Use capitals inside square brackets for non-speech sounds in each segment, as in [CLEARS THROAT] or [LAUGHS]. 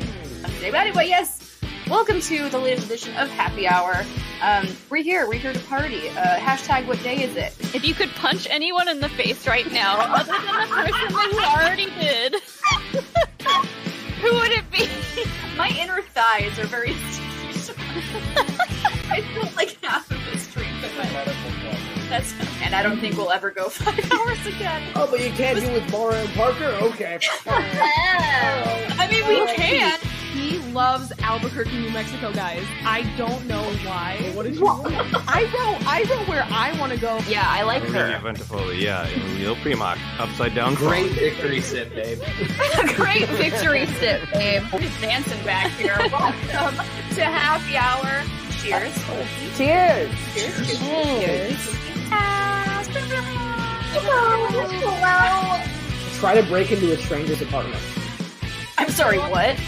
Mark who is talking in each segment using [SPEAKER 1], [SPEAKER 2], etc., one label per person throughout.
[SPEAKER 1] today. But anyway, yes, welcome to the latest edition of Happy Hour. Um, we're here. We're here to party. Uh, hashtag What day is it?
[SPEAKER 2] If you could punch anyone in the face right now, other than the person that you already did, who would it be?
[SPEAKER 1] [LAUGHS] My inner thighs are very [LAUGHS] sticky. I feel like half of this drink in my life. That's and I don't think we'll ever go [LAUGHS] five hours again.
[SPEAKER 3] Oh, but you can't do with Mara and Parker? Okay.
[SPEAKER 4] [LAUGHS] Oh.
[SPEAKER 1] I mean, we can.
[SPEAKER 4] He loves Albuquerque, New Mexico, guys. I don't know why.
[SPEAKER 3] what did you want?
[SPEAKER 4] [LAUGHS] I wrote, I wrote where I want to go.
[SPEAKER 1] Yeah, I like
[SPEAKER 5] Amelia
[SPEAKER 1] her.
[SPEAKER 5] Ventifoglia, yeah, Emilio Primac, upside down.
[SPEAKER 6] Great victory sip, babe.
[SPEAKER 1] [LAUGHS] Great victory sip, [LAUGHS] babe. We're just dancing back here. Welcome to happy hour. Cheers.
[SPEAKER 3] Cheers!
[SPEAKER 1] Cheers. Cheers.
[SPEAKER 3] Try to break into a stranger's apartment.
[SPEAKER 1] I'm sorry, what?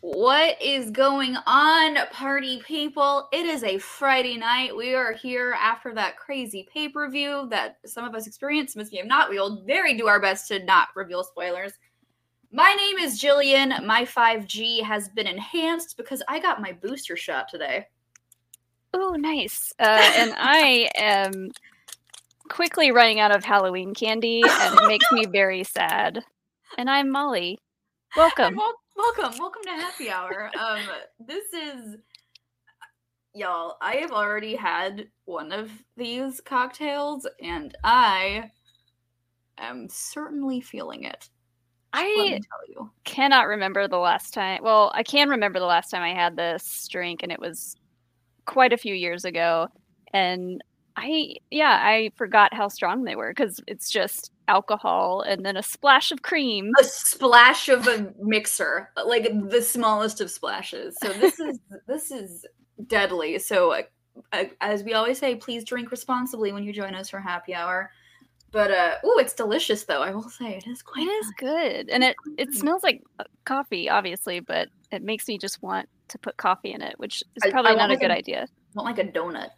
[SPEAKER 1] What is going on, party people? It is a Friday night. We are here after that crazy pay per view that some of us experienced, some of you have not. We will very do our best to not reveal spoilers. My name is Jillian. My 5G has been enhanced because I got my booster shot today.
[SPEAKER 2] Oh, nice. Uh, and I am quickly running out of Halloween candy, and it makes me very sad. And I'm Molly. Welcome.
[SPEAKER 1] Wel- welcome, welcome to happy hour. Um, this is y'all. I have already had one of these cocktails, and I am certainly feeling it. Let me
[SPEAKER 2] I
[SPEAKER 1] tell you,
[SPEAKER 2] cannot remember the last time. Well, I can remember the last time I had this drink, and it was quite a few years ago. And I, yeah, I forgot how strong they were because it's just alcohol and then a splash of cream.
[SPEAKER 1] a splash of a mixer, like the smallest of splashes. So this is this is deadly. So uh, uh, as we always say, please drink responsibly when you join us for happy hour. But uh, oh, it's delicious though. I will say it is
[SPEAKER 2] It
[SPEAKER 1] quite
[SPEAKER 2] is good, and it it
[SPEAKER 1] Mm.
[SPEAKER 2] smells like uh, coffee, obviously, but it makes me just want to put coffee in it, which
[SPEAKER 1] I-
[SPEAKER 2] is probably
[SPEAKER 1] I
[SPEAKER 2] not a
[SPEAKER 1] want, like,
[SPEAKER 2] good
[SPEAKER 1] a-
[SPEAKER 2] idea.
[SPEAKER 1] want like a donut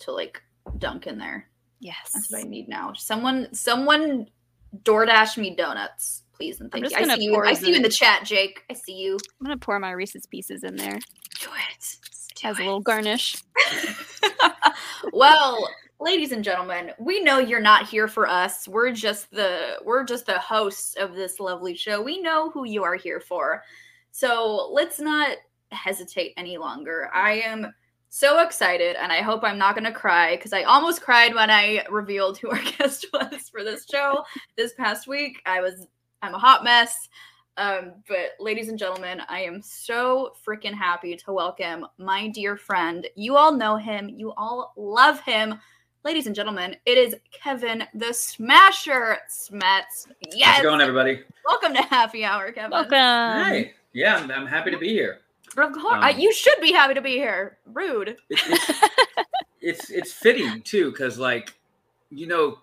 [SPEAKER 1] to like dunk in there.
[SPEAKER 2] Yes,
[SPEAKER 1] That's what I need now. Someone, someone, DoorDash me donuts, please, and thank
[SPEAKER 2] just
[SPEAKER 1] you. I
[SPEAKER 2] gonna
[SPEAKER 1] see you. I
[SPEAKER 2] pour
[SPEAKER 1] see you in
[SPEAKER 2] the-
[SPEAKER 1] the chat, Jake. I see you.
[SPEAKER 2] I'm gonna pour my Reese's Pieces in there
[SPEAKER 1] Do it. Do
[SPEAKER 2] as a
[SPEAKER 1] it.
[SPEAKER 2] little garnish.
[SPEAKER 1] [LAUGHS] well, ladies and gentlemen, we know you're not here for us. We're just the we're just the hosts of this lovely show. We know who you are here for. So, let's not hesitate any longer. I am so excited and I hope I'm not going to cry cuz I almost cried when I revealed who our [LAUGHS] guest was for this show this past week. I was I'm a hot mess. Um, but ladies and gentlemen, I am so freaking happy to welcome my dear friend. You all know him, you all love him. Ladies and gentlemen, it is Kevin the Smasher Smets.
[SPEAKER 6] How's
[SPEAKER 1] Yes,
[SPEAKER 6] it going, everybody?
[SPEAKER 1] welcome to Happy Hour, Kevin.
[SPEAKER 2] Welcome.
[SPEAKER 6] Hi. Yeah, I'm, I'm happy to be here.
[SPEAKER 1] Of course,
[SPEAKER 6] Um,
[SPEAKER 1] I- you should be happy to be here. Rude.
[SPEAKER 6] It, it's, it's it's fitting too, because like, you know,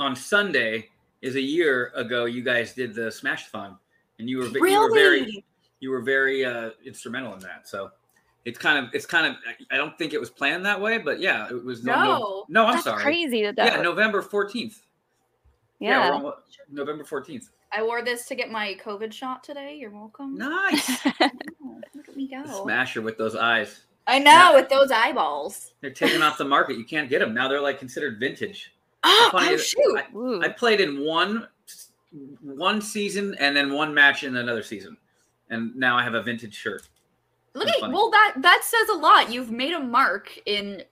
[SPEAKER 6] on Sunday is a year ago. You guys did the Smashathon, and you were ve- you were very you were very uh, instrumental in that. So it's kind of it's kind of I I don't think it was planned that way, but yeah, it was no no,
[SPEAKER 1] No.
[SPEAKER 6] no, I'm
[SPEAKER 2] That's
[SPEAKER 6] sorry.
[SPEAKER 2] crazy that that.
[SPEAKER 6] Yeah, November fourteenth.
[SPEAKER 2] yeah.
[SPEAKER 6] we're almo- November fourteenth.
[SPEAKER 1] I wore this to get my COVID shot today. You're welcome.
[SPEAKER 6] Nice.
[SPEAKER 1] [LAUGHS] Oh, look at me
[SPEAKER 6] The
[SPEAKER 1] go.
[SPEAKER 6] Smasher with those eyes.
[SPEAKER 1] I know with those eyeballs.
[SPEAKER 6] They're taken off the market. You can't get them now. They're like considered vintage.
[SPEAKER 1] [GASPS] Oh,
[SPEAKER 6] funny
[SPEAKER 1] oh
[SPEAKER 6] that-
[SPEAKER 1] shoot.
[SPEAKER 2] Ooh.
[SPEAKER 6] I played in one one season and then one match in another season, and now I have a vintage shirt.
[SPEAKER 1] Look
[SPEAKER 6] That's
[SPEAKER 1] at
[SPEAKER 6] funny.
[SPEAKER 1] well that that says a lot. You've made a mark in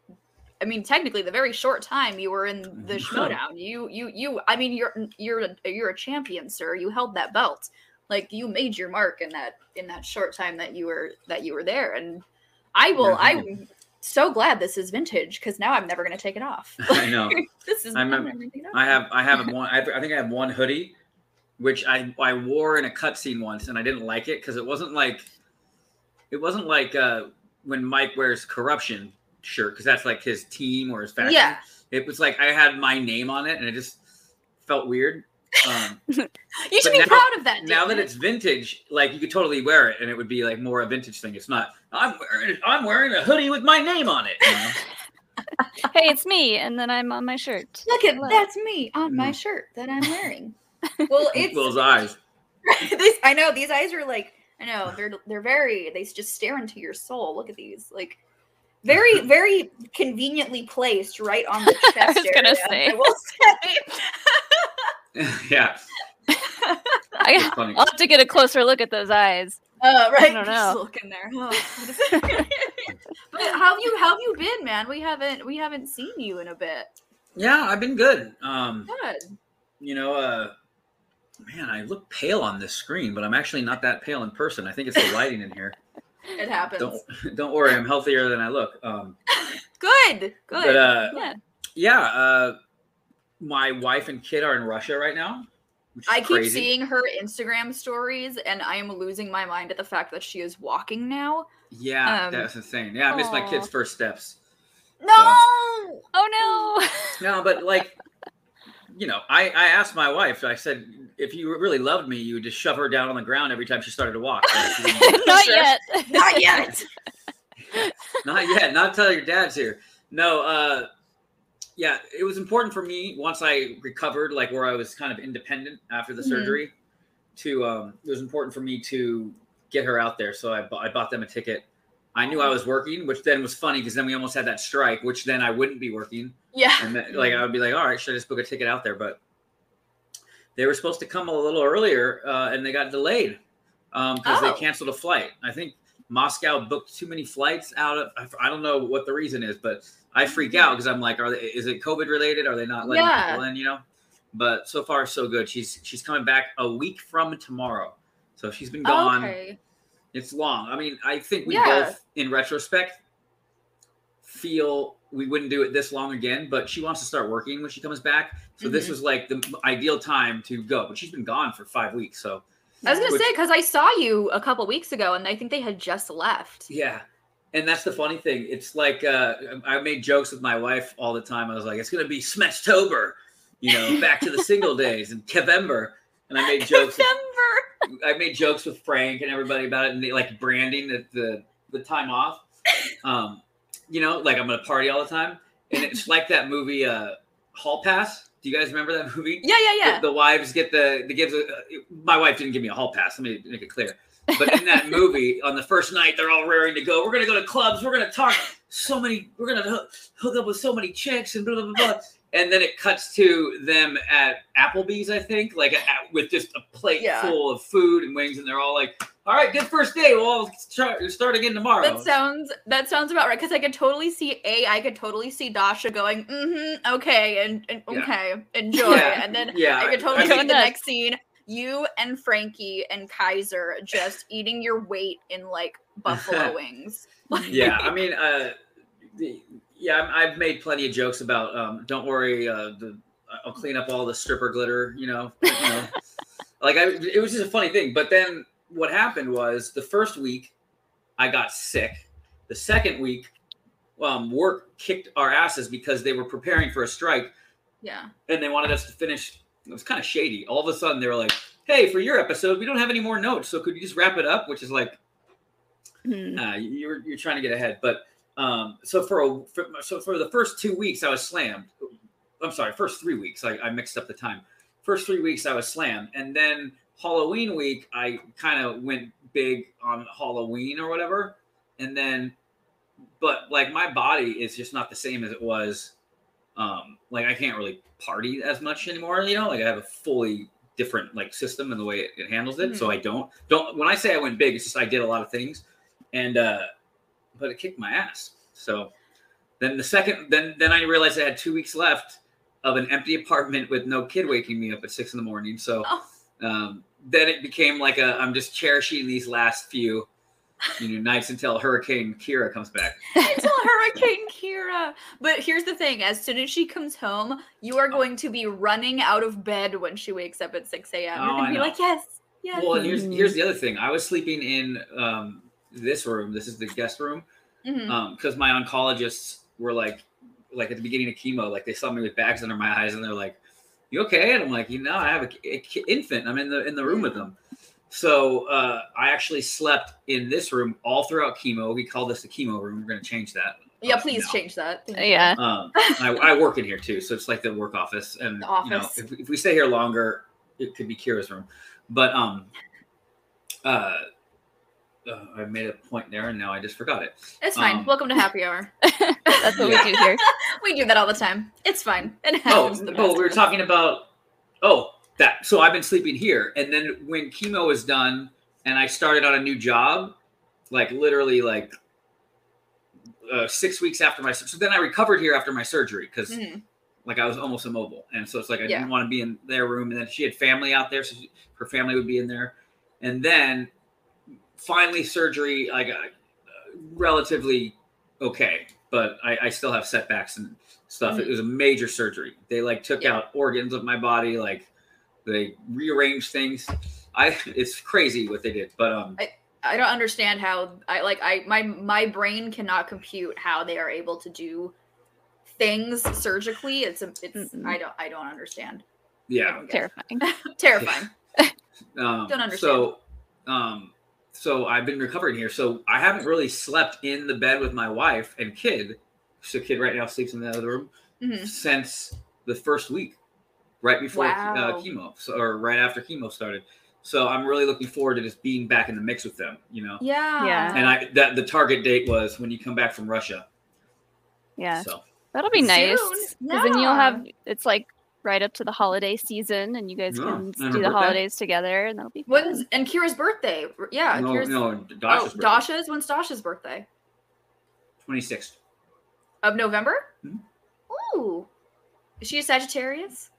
[SPEAKER 1] I mean technically the very short time you were in the
[SPEAKER 6] Mhm.
[SPEAKER 1] showdown. You you you I mean you're you're a, you're a champion, sir. You held that belt. Like you made your mark in that in that short time that you were that you were there and I will
[SPEAKER 6] Yeah, thank
[SPEAKER 1] I'm so glad this is vintage cuz now I'm never going to take it off.
[SPEAKER 6] [LAUGHS] I know.
[SPEAKER 1] [LAUGHS] this is
[SPEAKER 6] I'm
[SPEAKER 1] I'm
[SPEAKER 6] a-
[SPEAKER 1] never gonna take it off.
[SPEAKER 6] I have I have one. I, I think I have one hoodie, which I I wore in a cutscene once, and I didn't like it because it wasn't like it wasn't like uh, when Mike wears corruption shirt because that's like his team or his faction.
[SPEAKER 1] Yeah.
[SPEAKER 6] It was like I had my name on it, and it just felt
[SPEAKER 1] [LAUGHS]
[SPEAKER 6] weird. Um,
[SPEAKER 1] You should be
[SPEAKER 6] now-
[SPEAKER 1] proud of that.
[SPEAKER 6] now that
[SPEAKER 1] David.
[SPEAKER 6] it's vintage, like you could totally wear it, and it would be like more a vintage thing. It's not. I'm wearing. I'm wearing a hoodie with my name on it. You know?
[SPEAKER 2] [LAUGHS] hey, it's me, and then I'm on my shirt.
[SPEAKER 1] [LAUGHS] Look at
[SPEAKER 2] Look.
[SPEAKER 1] that's me on my shirt that I'm wearing. [LAUGHS] Well, it's
[SPEAKER 6] Will's eyes.
[SPEAKER 1] [LAUGHS] these, I know these eyes are like I know they're they're very they just stare into your soul. Look at these like
[SPEAKER 2] [LAUGHS]
[SPEAKER 1] very very conveniently placed right on the chest.
[SPEAKER 2] was gonna
[SPEAKER 1] area,
[SPEAKER 2] say.
[SPEAKER 1] [LAUGHS] I will say.
[SPEAKER 6] [LAUGHS] yeah.
[SPEAKER 2] [LAUGHS] I,
[SPEAKER 6] It's funny.
[SPEAKER 2] I'll have to get a closer look at those eyes.
[SPEAKER 1] Uh, right,
[SPEAKER 2] don't
[SPEAKER 1] [LAUGHS] just
[SPEAKER 2] know.
[SPEAKER 1] looking there. Oh, what is- [LAUGHS] but how have you how have you been, man? We haven't we haven't seen you in a bit.
[SPEAKER 6] Yeah, I've been good. Um,
[SPEAKER 1] Good.
[SPEAKER 6] you know, uh, man, I look pale on this screen, but I'm actually not that pale in person. I
[SPEAKER 1] [LAUGHS]
[SPEAKER 6] think it's the lighting in here.
[SPEAKER 1] It happens.
[SPEAKER 6] Don't don't [LAUGHS] worry, I'm healthier than I look. Um,
[SPEAKER 1] Good. Good.
[SPEAKER 6] But uh,
[SPEAKER 2] Yeah.
[SPEAKER 6] yeah, uh, my wife and kid are in Russia right now. which is
[SPEAKER 1] I keep
[SPEAKER 6] crazy.
[SPEAKER 1] seeing her Instagram stories and I am losing my mind at the fact that she is walking now.
[SPEAKER 6] Yeah,
[SPEAKER 1] um,
[SPEAKER 6] that's insane. Yeah, I missed my
[SPEAKER 2] aw.
[SPEAKER 6] kids' first steps.
[SPEAKER 1] No.
[SPEAKER 2] Oh no.
[SPEAKER 6] No, but like, you know, I, I asked my wife, I said, if you really loved me, you would just shove her down on the ground every time she started to walk. Like, she
[SPEAKER 2] [LAUGHS]
[SPEAKER 6] wouldn't-
[SPEAKER 2] Not
[SPEAKER 1] [LAUGHS] Sure.
[SPEAKER 2] yet.
[SPEAKER 1] Not yet.
[SPEAKER 6] not yet, not until your dad's here. No, uh, yeah, it was important for me once I recovered, like where I was kind of independent after the
[SPEAKER 1] Mhm.
[SPEAKER 6] surgery, to, um, it was important for me to get her out there. So I, bu- I bought them a ticket. I knew I was working, which then was funny because then we almost had that strike, which then I wouldn't be working.
[SPEAKER 1] Yeah.
[SPEAKER 6] and that, like I would be like, all right, should I just book a ticket out there? But they were supposed to come a little earlier, uh, and they got delayed because
[SPEAKER 1] Oh.
[SPEAKER 6] they canceled a flight. I think Moscow booked too many flights out of. I f- I don't know what the reason is, but I freak out because I'm like, are they, is it COVID related? Are they not letting
[SPEAKER 1] Mm-hmm. Yeah.
[SPEAKER 6] people in? You know. But so far, so good. She's she's coming back a week from tomorrow, so she's been gone.
[SPEAKER 1] Oh, Okay.
[SPEAKER 6] It's long. I mean, I think we
[SPEAKER 1] Yeah.
[SPEAKER 6] both, in retrospect, feel we wouldn't do it this long again. But she wants to start working when she comes back, so this
[SPEAKER 1] Mhm.
[SPEAKER 6] was like the ideal time to go. But she's been gone for five weeks, so
[SPEAKER 1] I was gonna
[SPEAKER 6] Which-
[SPEAKER 1] say because I saw you a couple weeks ago and I think they had just left.
[SPEAKER 6] yeah. And that's the funny thing. It's like uh, I made jokes with my wife all the time. I was like, "It's gonna be Smeshtober," you
[SPEAKER 1] [LAUGHS]
[SPEAKER 6] know, back to the single days and Kevember. And I made jokes.
[SPEAKER 1] November.
[SPEAKER 6] I made jokes with Frank and everybody about it, and they, like branding the, the the time off. Um, you know, like I'm gonna party all the time, and it's like that movie uh, Hall Pass. Do you guys remember that movie?
[SPEAKER 1] Yeah, yeah, yeah.
[SPEAKER 6] The, the wives get the the gives. A, my wife didn't give me a hall pass. Let me make it clear. But in that movie, on the first night, they're all raring to go. We're gonna go to clubs. We're gonna talk so many. We're gonna hook, hook up with so many chicks and blah blah blah. blah. And then it cuts to them at Applebee's, I think, like at, with just a plate
[SPEAKER 1] Yeah.
[SPEAKER 6] full of food and wings, and they're all like, "All right, good first day. We'll all start, start again tomorrow."
[SPEAKER 1] That sounds that sounds about right because I could totally see a I could totally see Dasha going mm-hmm okay and, and
[SPEAKER 6] Yeah.
[SPEAKER 1] okay enjoy
[SPEAKER 6] Yeah.
[SPEAKER 1] and then
[SPEAKER 6] yeah,
[SPEAKER 1] I could
[SPEAKER 6] [LAUGHS]
[SPEAKER 1] totally see
[SPEAKER 6] I think-
[SPEAKER 1] the
[SPEAKER 2] mean-
[SPEAKER 1] next scene you and Frankie and Kaiser just eating your weight in like
[SPEAKER 6] [LAUGHS]
[SPEAKER 1] buffalo wings.
[SPEAKER 6] yeah i mean uh the, yeah I'm- i've made plenty of jokes about um don't worry uh the i'll clean up all the stripper glitter you know, you know. like i it was just a funny thing but then what happened was the first week i got sick the second week um, work kicked our asses because they were preparing for a strike
[SPEAKER 1] Yeah.
[SPEAKER 6] and they wanted us to finish. It was kind of shady. All of a sudden, they were like, "Hey, for your episode, we don't have any more notes, so could you just wrap it up?" Which is like,
[SPEAKER 7] Mm.
[SPEAKER 2] Hmm.
[SPEAKER 6] nah, Uh, you- you're you're trying to get ahead. But um, so for a for, so for the first two weeks, I was slammed. I'm sorry, first three weeks. I, I mixed up the time. First three weeks, I was slammed, and then Halloween week, I kind of went big on Halloween or whatever, and then, but like my body is just not the same as it was. Um, like I can't really party as much anymore. You know, like I have a fully different like system and the way it, it handles it. So I don't don't when I say I went big, it's just I did a lot of things, and uh, but it kicked my ass. So then the second then then I realized I had two weeks left of an empty apartment with no kid waking me up at six in the morning. So
[SPEAKER 1] Oh.
[SPEAKER 6] um, then it became like a I'm just cherishing these last few you know nights until Hurricane Kira comes back.
[SPEAKER 1] Until Hurricane Kira. But here's the thing as soon as she comes home, you are going to be running out of bed when she wakes up at 6 a.m. You're
[SPEAKER 6] Oh,
[SPEAKER 1] going
[SPEAKER 6] I
[SPEAKER 1] to be
[SPEAKER 6] know.
[SPEAKER 1] like, yes, yes.
[SPEAKER 6] Well, and here's
[SPEAKER 2] Mhm.
[SPEAKER 6] here's the other thing. I was sleeping in um, this room. This is the guest room
[SPEAKER 1] Mhm.
[SPEAKER 6] because my oncologists were like, like at the beginning of chemo, like they saw me with bags under my eyes and they're like, "You okay?" And I'm like, "You know, I have a, ki- a ki- infant. I'm in the in the room with them." So uh, I actually slept in this room all throughout chemo. We call this the chemo room. We're gonna change that
[SPEAKER 1] Yeah, please change that. Thank you.
[SPEAKER 2] Uh, Yeah.
[SPEAKER 6] Um, I, I work in here too, so it's like the work office. And
[SPEAKER 1] The
[SPEAKER 6] you know,
[SPEAKER 1] office.
[SPEAKER 6] if, if we stay here longer, it could be Kira's room. But um, uh, uh, I made a point there, and now I just forgot it.
[SPEAKER 1] It's fine.
[SPEAKER 6] Um,
[SPEAKER 1] Welcome to happy hour.
[SPEAKER 2] [LAUGHS] That's what we do here.
[SPEAKER 1] [LAUGHS] We do that all the time. It's fine. It
[SPEAKER 6] Oh,
[SPEAKER 1] happens. to the
[SPEAKER 6] oh,
[SPEAKER 1] best
[SPEAKER 6] we were
[SPEAKER 1] of us.
[SPEAKER 6] talking about oh that. So I've been sleeping here, and then when chemo was done, and I started on a new job, like literally like uh, six weeks after my. So then I recovered here after my surgery because
[SPEAKER 1] Mhm.
[SPEAKER 6] like I was almost immobile, and so it's like I
[SPEAKER 1] Yeah.
[SPEAKER 6] didn't want to be in their room. And then she had family out there, so she, her family would be in there. And then finally, surgery I got uh, relatively okay, but I, I still have setbacks and stuff. It was a major surgery. They like took
[SPEAKER 1] Mm-hmm. Yeah.
[SPEAKER 6] out organs of my body, like they rearranged things. I it's crazy what they did, but um,
[SPEAKER 1] I don't understand how I like I my my brain cannot compute how they are able to do things surgically. It's a, it's
[SPEAKER 2] Mm-mm.
[SPEAKER 1] I don't I don't understand.
[SPEAKER 6] yeah,
[SPEAKER 2] Terrifying.
[SPEAKER 1] [LAUGHS] Terrifying.
[SPEAKER 6] um,
[SPEAKER 1] Don't understand.
[SPEAKER 6] So, um, so I've been recovering here. So I haven't really slept in the bed with my wife and kid. So kid right now sleeps in the other room
[SPEAKER 1] Mhm.
[SPEAKER 6] since the first week, right before uh,
[SPEAKER 1] Wow.
[SPEAKER 6] chemo, so, or right after chemo started. So I'm really looking forward to just being back in the mix with them. You know,
[SPEAKER 1] Yeah.
[SPEAKER 2] Yeah.
[SPEAKER 6] and I that the target date was when you come back from Russia.
[SPEAKER 2] Yeah.
[SPEAKER 6] So
[SPEAKER 2] That'll be
[SPEAKER 1] Soon.
[SPEAKER 2] nice. Because then you'll
[SPEAKER 1] Yeah.
[SPEAKER 2] have it's like right up to the holiday season, and you guys
[SPEAKER 6] Yeah,
[SPEAKER 2] can
[SPEAKER 6] and
[SPEAKER 2] do
[SPEAKER 6] her
[SPEAKER 2] the
[SPEAKER 6] birthday.
[SPEAKER 2] holidays together, and that'll be fun.
[SPEAKER 1] When's and Kira's birthday? Yeah.
[SPEAKER 6] no,
[SPEAKER 1] Kira's,
[SPEAKER 6] no,
[SPEAKER 1] oh,
[SPEAKER 6] Dasha's birthday,
[SPEAKER 1] Dasha's. When's Dasha's birthday?
[SPEAKER 6] 26th.
[SPEAKER 1] Of November.
[SPEAKER 6] Mhm.
[SPEAKER 1] Ooh. Is she a Sagittarius?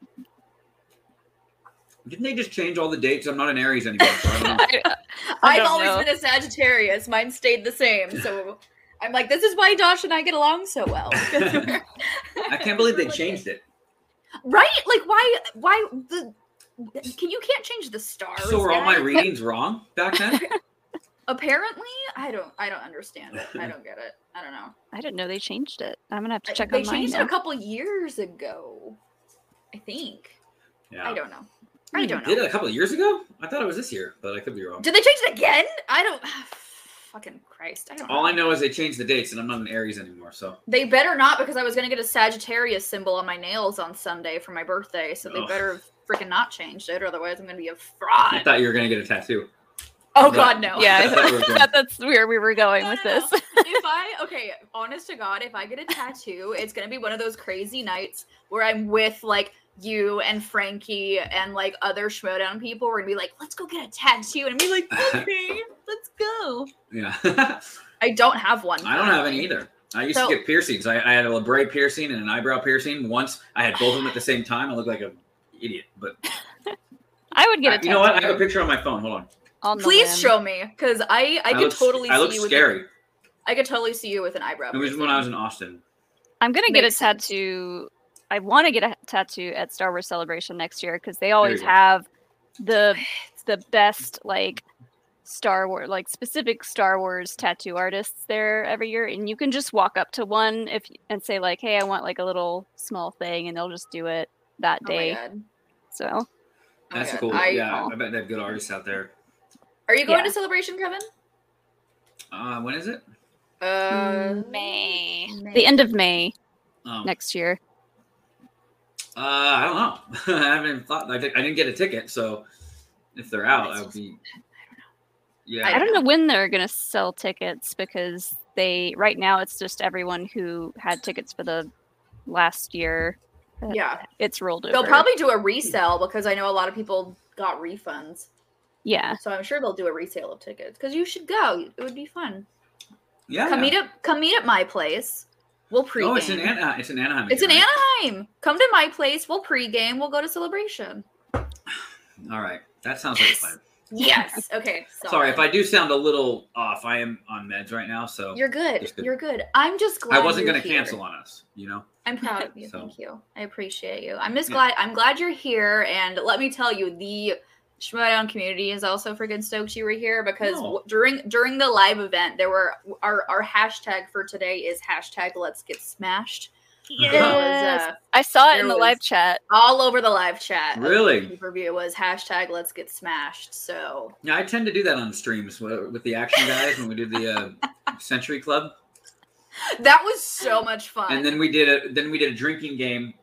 [SPEAKER 6] Didn't they just change all the dates? I'm not an Aries anymore. So I don't know.
[SPEAKER 2] I
[SPEAKER 1] I've
[SPEAKER 2] don't
[SPEAKER 1] always
[SPEAKER 2] know.
[SPEAKER 1] been a Sagittarius. Mine stayed the same.
[SPEAKER 6] [LAUGHS]
[SPEAKER 1] So I'm like, this is why Dasha and I get along so well. because we're- [LAUGHS]
[SPEAKER 6] I can't believe they changed it.
[SPEAKER 1] right? Like, why? Why the? Can you can't change the stars?
[SPEAKER 6] So were all my
[SPEAKER 1] guys.
[SPEAKER 6] readings wrong
[SPEAKER 1] [LAUGHS]
[SPEAKER 6] back then?
[SPEAKER 1] Apparently, I don't. I don't understand. It. I don't get it. I don't know.
[SPEAKER 2] I didn't know they changed it. I'm gonna have to [LAUGHS]
[SPEAKER 1] I-
[SPEAKER 2] check
[SPEAKER 1] they
[SPEAKER 2] online.
[SPEAKER 1] changed it
[SPEAKER 2] now.
[SPEAKER 1] a couple years ago. I think.
[SPEAKER 6] Yeah.
[SPEAKER 1] I don't know. I
[SPEAKER 2] Hmm.
[SPEAKER 1] don't know.
[SPEAKER 6] Did it a couple of years ago? I thought it was this year, but I could be wrong.
[SPEAKER 1] Did they change it again? I don't. [SIGHS] Fucking Christ! I don't.
[SPEAKER 6] all I know is they changed the dates, and I'm not an Aries anymore. So
[SPEAKER 1] They better not because I was gonna get a Sagittarius symbol on my nails on Sunday for my birthday, so they
[SPEAKER 6] Ugh.
[SPEAKER 1] better have freaking not changed it, or otherwise I'm gonna be a
[SPEAKER 6] I
[SPEAKER 1] fraud.
[SPEAKER 6] thought you were gonna get a tattoo.
[SPEAKER 1] Oh
[SPEAKER 6] No.
[SPEAKER 1] god no.
[SPEAKER 6] [LAUGHS]
[SPEAKER 2] Yeah, I [LAUGHS]
[SPEAKER 6] That's where we're
[SPEAKER 1] [LAUGHS]
[SPEAKER 6] going.
[SPEAKER 2] thought that's where we were going
[SPEAKER 1] No,
[SPEAKER 2] with
[SPEAKER 1] no, no.
[SPEAKER 2] this.
[SPEAKER 1] [LAUGHS] if I okay, honest to God, if I get a tattoo, it's gonna be one of those crazy nights where I'm with like you and Frankie and like other Schmodown people. We're gonna be like, let's go get a tattoo, and be
[SPEAKER 6] [LAUGHS]
[SPEAKER 1] like, okay, let's go.
[SPEAKER 6] Yeah, [LAUGHS]
[SPEAKER 1] I don't have one.
[SPEAKER 6] I don't have any either. I used
[SPEAKER 1] So-
[SPEAKER 6] to get piercings. I, I had a labret piercing and an eyebrow piercing. Once I had both of them at the same time. I looked like an idiot.
[SPEAKER 1] [LAUGHS]
[SPEAKER 6] But
[SPEAKER 2] I would get
[SPEAKER 6] I-
[SPEAKER 2] a
[SPEAKER 6] you know what? I have a
[SPEAKER 2] tattoo
[SPEAKER 6] picture on my phone. Hold on.
[SPEAKER 2] on the
[SPEAKER 1] Please
[SPEAKER 2] limb.
[SPEAKER 1] show me, because I I, could
[SPEAKER 6] look,
[SPEAKER 1] totally
[SPEAKER 6] I
[SPEAKER 1] see
[SPEAKER 6] look
[SPEAKER 1] you with a-
[SPEAKER 6] scary.
[SPEAKER 1] I could totally [LAUGHS] see you with an eyebrow.
[SPEAKER 6] It was
[SPEAKER 1] piercing.
[SPEAKER 6] when I was in Austin.
[SPEAKER 2] I'm gonna get a
[SPEAKER 1] Makes sense.
[SPEAKER 2] tattoo. I want to get a tattoo at Star Wars Celebration next year because they always
[SPEAKER 6] go.
[SPEAKER 2] have the the best like Star Wars like specific Star Wars tattoo artists there every year, and you can just walk up to one if and say like, "Hey, I want like a little small thing," and they'll just do it that
[SPEAKER 1] Oh my
[SPEAKER 2] day.
[SPEAKER 1] God.
[SPEAKER 2] so
[SPEAKER 1] Oh my
[SPEAKER 6] That's
[SPEAKER 1] God.
[SPEAKER 6] cool.
[SPEAKER 1] I-
[SPEAKER 6] yeah, I bet they have good artists out there.
[SPEAKER 1] Are you going
[SPEAKER 2] Yeah.
[SPEAKER 1] to celebration, Kevin?
[SPEAKER 6] Uh, when is it?
[SPEAKER 1] Uh,
[SPEAKER 2] May.
[SPEAKER 1] May.
[SPEAKER 2] the end of May
[SPEAKER 6] Um,
[SPEAKER 2] next year.
[SPEAKER 6] Uh, I don't know. [LAUGHS] I haven't thought. I, think I didn't get a ticket, so if they're out, I would be. Yeah,
[SPEAKER 2] I don't know when they're going to sell tickets because they right now it's just everyone who had tickets for the last year.
[SPEAKER 1] Yeah,
[SPEAKER 2] It's rolled over.
[SPEAKER 1] they'll probably do a resale because I know a lot of people got refunds,
[SPEAKER 2] yeah.
[SPEAKER 1] so I'm sure they'll do a resale of tickets. Because you should go; it would be fun.
[SPEAKER 6] Yeah,
[SPEAKER 1] Come meet up. Come meet at my place. We'll pregame.
[SPEAKER 6] Oh, it's in Anaheim. It's in Anaheim.
[SPEAKER 1] It's in
[SPEAKER 6] again,
[SPEAKER 1] Anaheim. Come to my place. We'll pregame. We'll go to
[SPEAKER 2] [LAUGHS]
[SPEAKER 1] celebration.
[SPEAKER 6] right? All right, that sounds like a plan.
[SPEAKER 1] Yes. Okay.
[SPEAKER 6] Sorry if I do sound a little off. I am on meds right now, so
[SPEAKER 1] You're good.
[SPEAKER 6] Just good.
[SPEAKER 1] You're good. I'm just glad.
[SPEAKER 6] I wasn't
[SPEAKER 1] you're
[SPEAKER 6] going to
[SPEAKER 1] here.
[SPEAKER 6] cancel on us. You know,
[SPEAKER 1] I'm proud
[SPEAKER 6] [LAUGHS]
[SPEAKER 1] of you.
[SPEAKER 6] So-
[SPEAKER 1] Thank you. I appreciate you. I'm just
[SPEAKER 6] Yeah.
[SPEAKER 1] glad I'm glad you're here. And let me tell you, the Schmodown community is also freaking stoked you were here because
[SPEAKER 6] No.
[SPEAKER 1] w- during during the live event, there were our our hashtag for today is hashtag Let's Get Smashed. It was uh,
[SPEAKER 2] I saw it
[SPEAKER 1] there
[SPEAKER 2] in the
[SPEAKER 1] was-
[SPEAKER 2] live chat.
[SPEAKER 1] all over the live chat.
[SPEAKER 6] really?
[SPEAKER 1] Review was hashtag Let's Get Smashed. So [LAUGHS]
[SPEAKER 6] Yeah, I tend to do that on streams with, with the action guys when we do the uh, Century Club.
[SPEAKER 1] That was so much fun.
[SPEAKER 6] and then we did a then we did a drinking game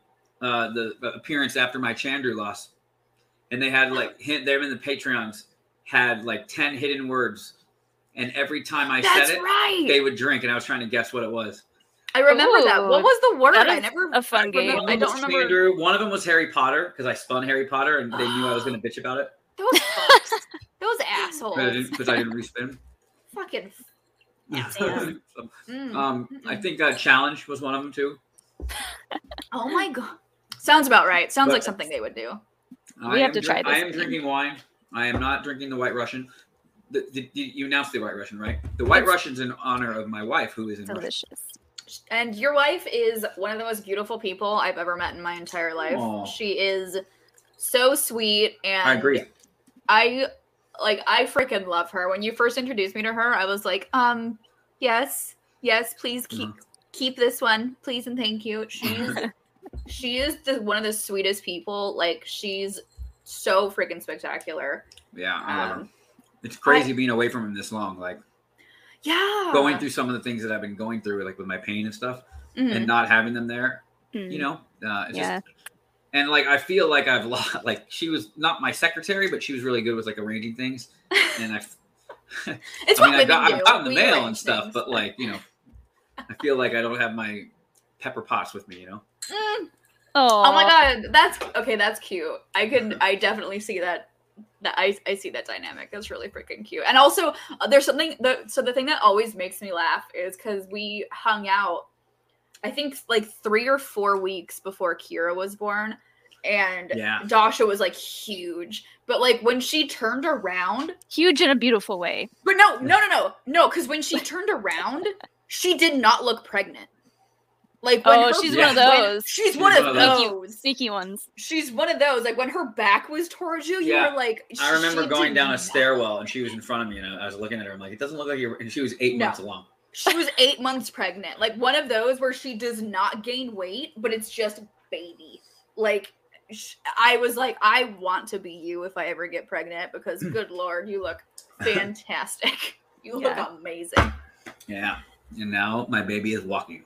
[SPEAKER 6] uh the the appearance after my chandru loss and they had like hint them in the patreons had like 10 hidden words and every time i
[SPEAKER 1] That's
[SPEAKER 6] said it
[SPEAKER 1] right.
[SPEAKER 6] they would drink and i was trying to guess what it was
[SPEAKER 1] I remember that. What
[SPEAKER 2] Ooh,
[SPEAKER 1] was the word?
[SPEAKER 2] that
[SPEAKER 1] I
[SPEAKER 2] is
[SPEAKER 1] never.
[SPEAKER 2] a fun
[SPEAKER 1] I remember-
[SPEAKER 2] game.
[SPEAKER 1] I don't remember.
[SPEAKER 6] Chandru, one of them was harry potter because i spun harry potter and they knew i was going to bitch about it
[SPEAKER 1] Those fucks. Those assholes.
[SPEAKER 6] because i didn't respin
[SPEAKER 1] Fucking.
[SPEAKER 6] [LAUGHS]
[SPEAKER 1] Damn.
[SPEAKER 6] um,
[SPEAKER 1] mm.
[SPEAKER 6] i think uh, challenge was one of them too
[SPEAKER 1] oh my god. Sounds about right. Sounds
[SPEAKER 6] But-
[SPEAKER 1] like something they would do.
[SPEAKER 2] We have
[SPEAKER 6] am
[SPEAKER 2] to try
[SPEAKER 6] drink- I
[SPEAKER 2] this
[SPEAKER 6] am
[SPEAKER 2] again.
[SPEAKER 6] drinking wine. I am not drinking the White Russian. The, the, you- you announced the White Russian, right? The White Russian's in honor of my wife, who is in Russia.
[SPEAKER 2] Delicious.
[SPEAKER 1] And your wife is one of the most beautiful people I've ever met in my entire life.
[SPEAKER 6] Aw.
[SPEAKER 1] She is so sweet and
[SPEAKER 6] I agree.
[SPEAKER 1] I like I freaking love her. When you first introduced me to her, I was like, um, yes, yes, please keep
[SPEAKER 6] Uh-huh.
[SPEAKER 1] keep this one, please and thank you.
[SPEAKER 6] [LAUGHS]
[SPEAKER 1] She's she is the, one of the sweetest people. Like she's so freaking spectacular.
[SPEAKER 6] Yeah, I love her.
[SPEAKER 1] Um,
[SPEAKER 6] It's crazy being away from him this long, like
[SPEAKER 1] yeah,
[SPEAKER 6] going through some of the things that I've been going through, like with my pain and stuff,
[SPEAKER 1] Mhm.
[SPEAKER 6] and not having them there.
[SPEAKER 2] Mm.
[SPEAKER 1] Mm-hmm.
[SPEAKER 6] You know, uh, it's
[SPEAKER 2] Yeah.
[SPEAKER 6] just and like I feel like I've lost. [LAUGHS] Like she was not my secretary, but she was really good with like arranging things, and I [LAUGHS]
[SPEAKER 1] It's what
[SPEAKER 6] I mean, I
[SPEAKER 1] women
[SPEAKER 6] got,
[SPEAKER 1] do.
[SPEAKER 6] I've gotten the
[SPEAKER 1] We
[SPEAKER 6] mail
[SPEAKER 1] arrange
[SPEAKER 6] and stuff,
[SPEAKER 1] things.
[SPEAKER 6] but like, you know, I feel like I don't have my Pepper Potts with me, you know?
[SPEAKER 1] Mm.
[SPEAKER 2] Oh,
[SPEAKER 1] Oh my god, that's okay. That's cute. I could, I definitely see that. That I, I see that dynamic. That's really freaking cute. And also, uh, there's something. The, so the thing that always makes me laugh is because we hung out. I think like three or four weeks before Kira was born, and
[SPEAKER 6] Yeah.
[SPEAKER 1] Dasha was like huge. But like when she turned around,
[SPEAKER 2] Huge in a beautiful way.
[SPEAKER 1] but no, no, no, no, no. Because when
[SPEAKER 6] [LAUGHS]
[SPEAKER 1] she turned around, she did not look pregnant. Like when
[SPEAKER 2] Oh,
[SPEAKER 1] her-
[SPEAKER 2] she's
[SPEAKER 6] one of
[SPEAKER 1] when-
[SPEAKER 2] those.
[SPEAKER 1] she's one of
[SPEAKER 2] Sneaky-
[SPEAKER 1] those
[SPEAKER 2] Sneaky ones.
[SPEAKER 1] she's one of those. Like when her back was towards you, you
[SPEAKER 6] Yeah.
[SPEAKER 1] were like,
[SPEAKER 6] I remember
[SPEAKER 1] "She
[SPEAKER 6] going
[SPEAKER 1] did
[SPEAKER 6] down a
[SPEAKER 1] not."
[SPEAKER 6] stairwell and she was in front of me and I I was looking at her. I'm like, it doesn't look like you're, and she was eight
[SPEAKER 1] No.
[SPEAKER 6] months along.
[SPEAKER 1] [LAUGHS] She was eight months pregnant. Like one of those where she does not gain weight, but it's just baby. Like sh- I was like, I want to be you if I ever get pregnant
[SPEAKER 6] Hmm.
[SPEAKER 1] because good lord, you
[SPEAKER 6] [LAUGHS]
[SPEAKER 1] look fantastic. [LAUGHS] you look
[SPEAKER 2] Yeah.
[SPEAKER 1] amazing.
[SPEAKER 6] Yeah. And now my baby is walking.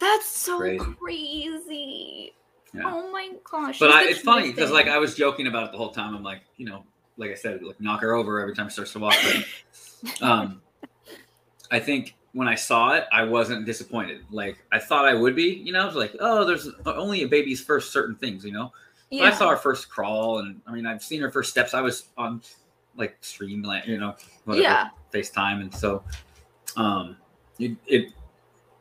[SPEAKER 1] That's so
[SPEAKER 6] Crazy.
[SPEAKER 1] crazy.
[SPEAKER 6] Yeah.
[SPEAKER 1] Oh my gosh.
[SPEAKER 6] But
[SPEAKER 1] she's
[SPEAKER 6] I,
[SPEAKER 1] the
[SPEAKER 6] it's funny
[SPEAKER 1] cutest
[SPEAKER 6] because
[SPEAKER 1] thing.
[SPEAKER 6] like I was joking about it the whole time. I'm like, you know, like I said, like knock her over every time she starts to walk.
[SPEAKER 1] [LAUGHS]
[SPEAKER 6] But, um, I think when I saw it, I wasn't disappointed. Like I thought I would be. You know, it's like, oh, there's only a baby's first certain things. You know, But
[SPEAKER 1] yeah.
[SPEAKER 6] I saw her first crawl, and I mean, I've seen her first steps. I was on like Streamland, you know, whatever,
[SPEAKER 1] Yeah.
[SPEAKER 6] FaceTime, and so um, it, it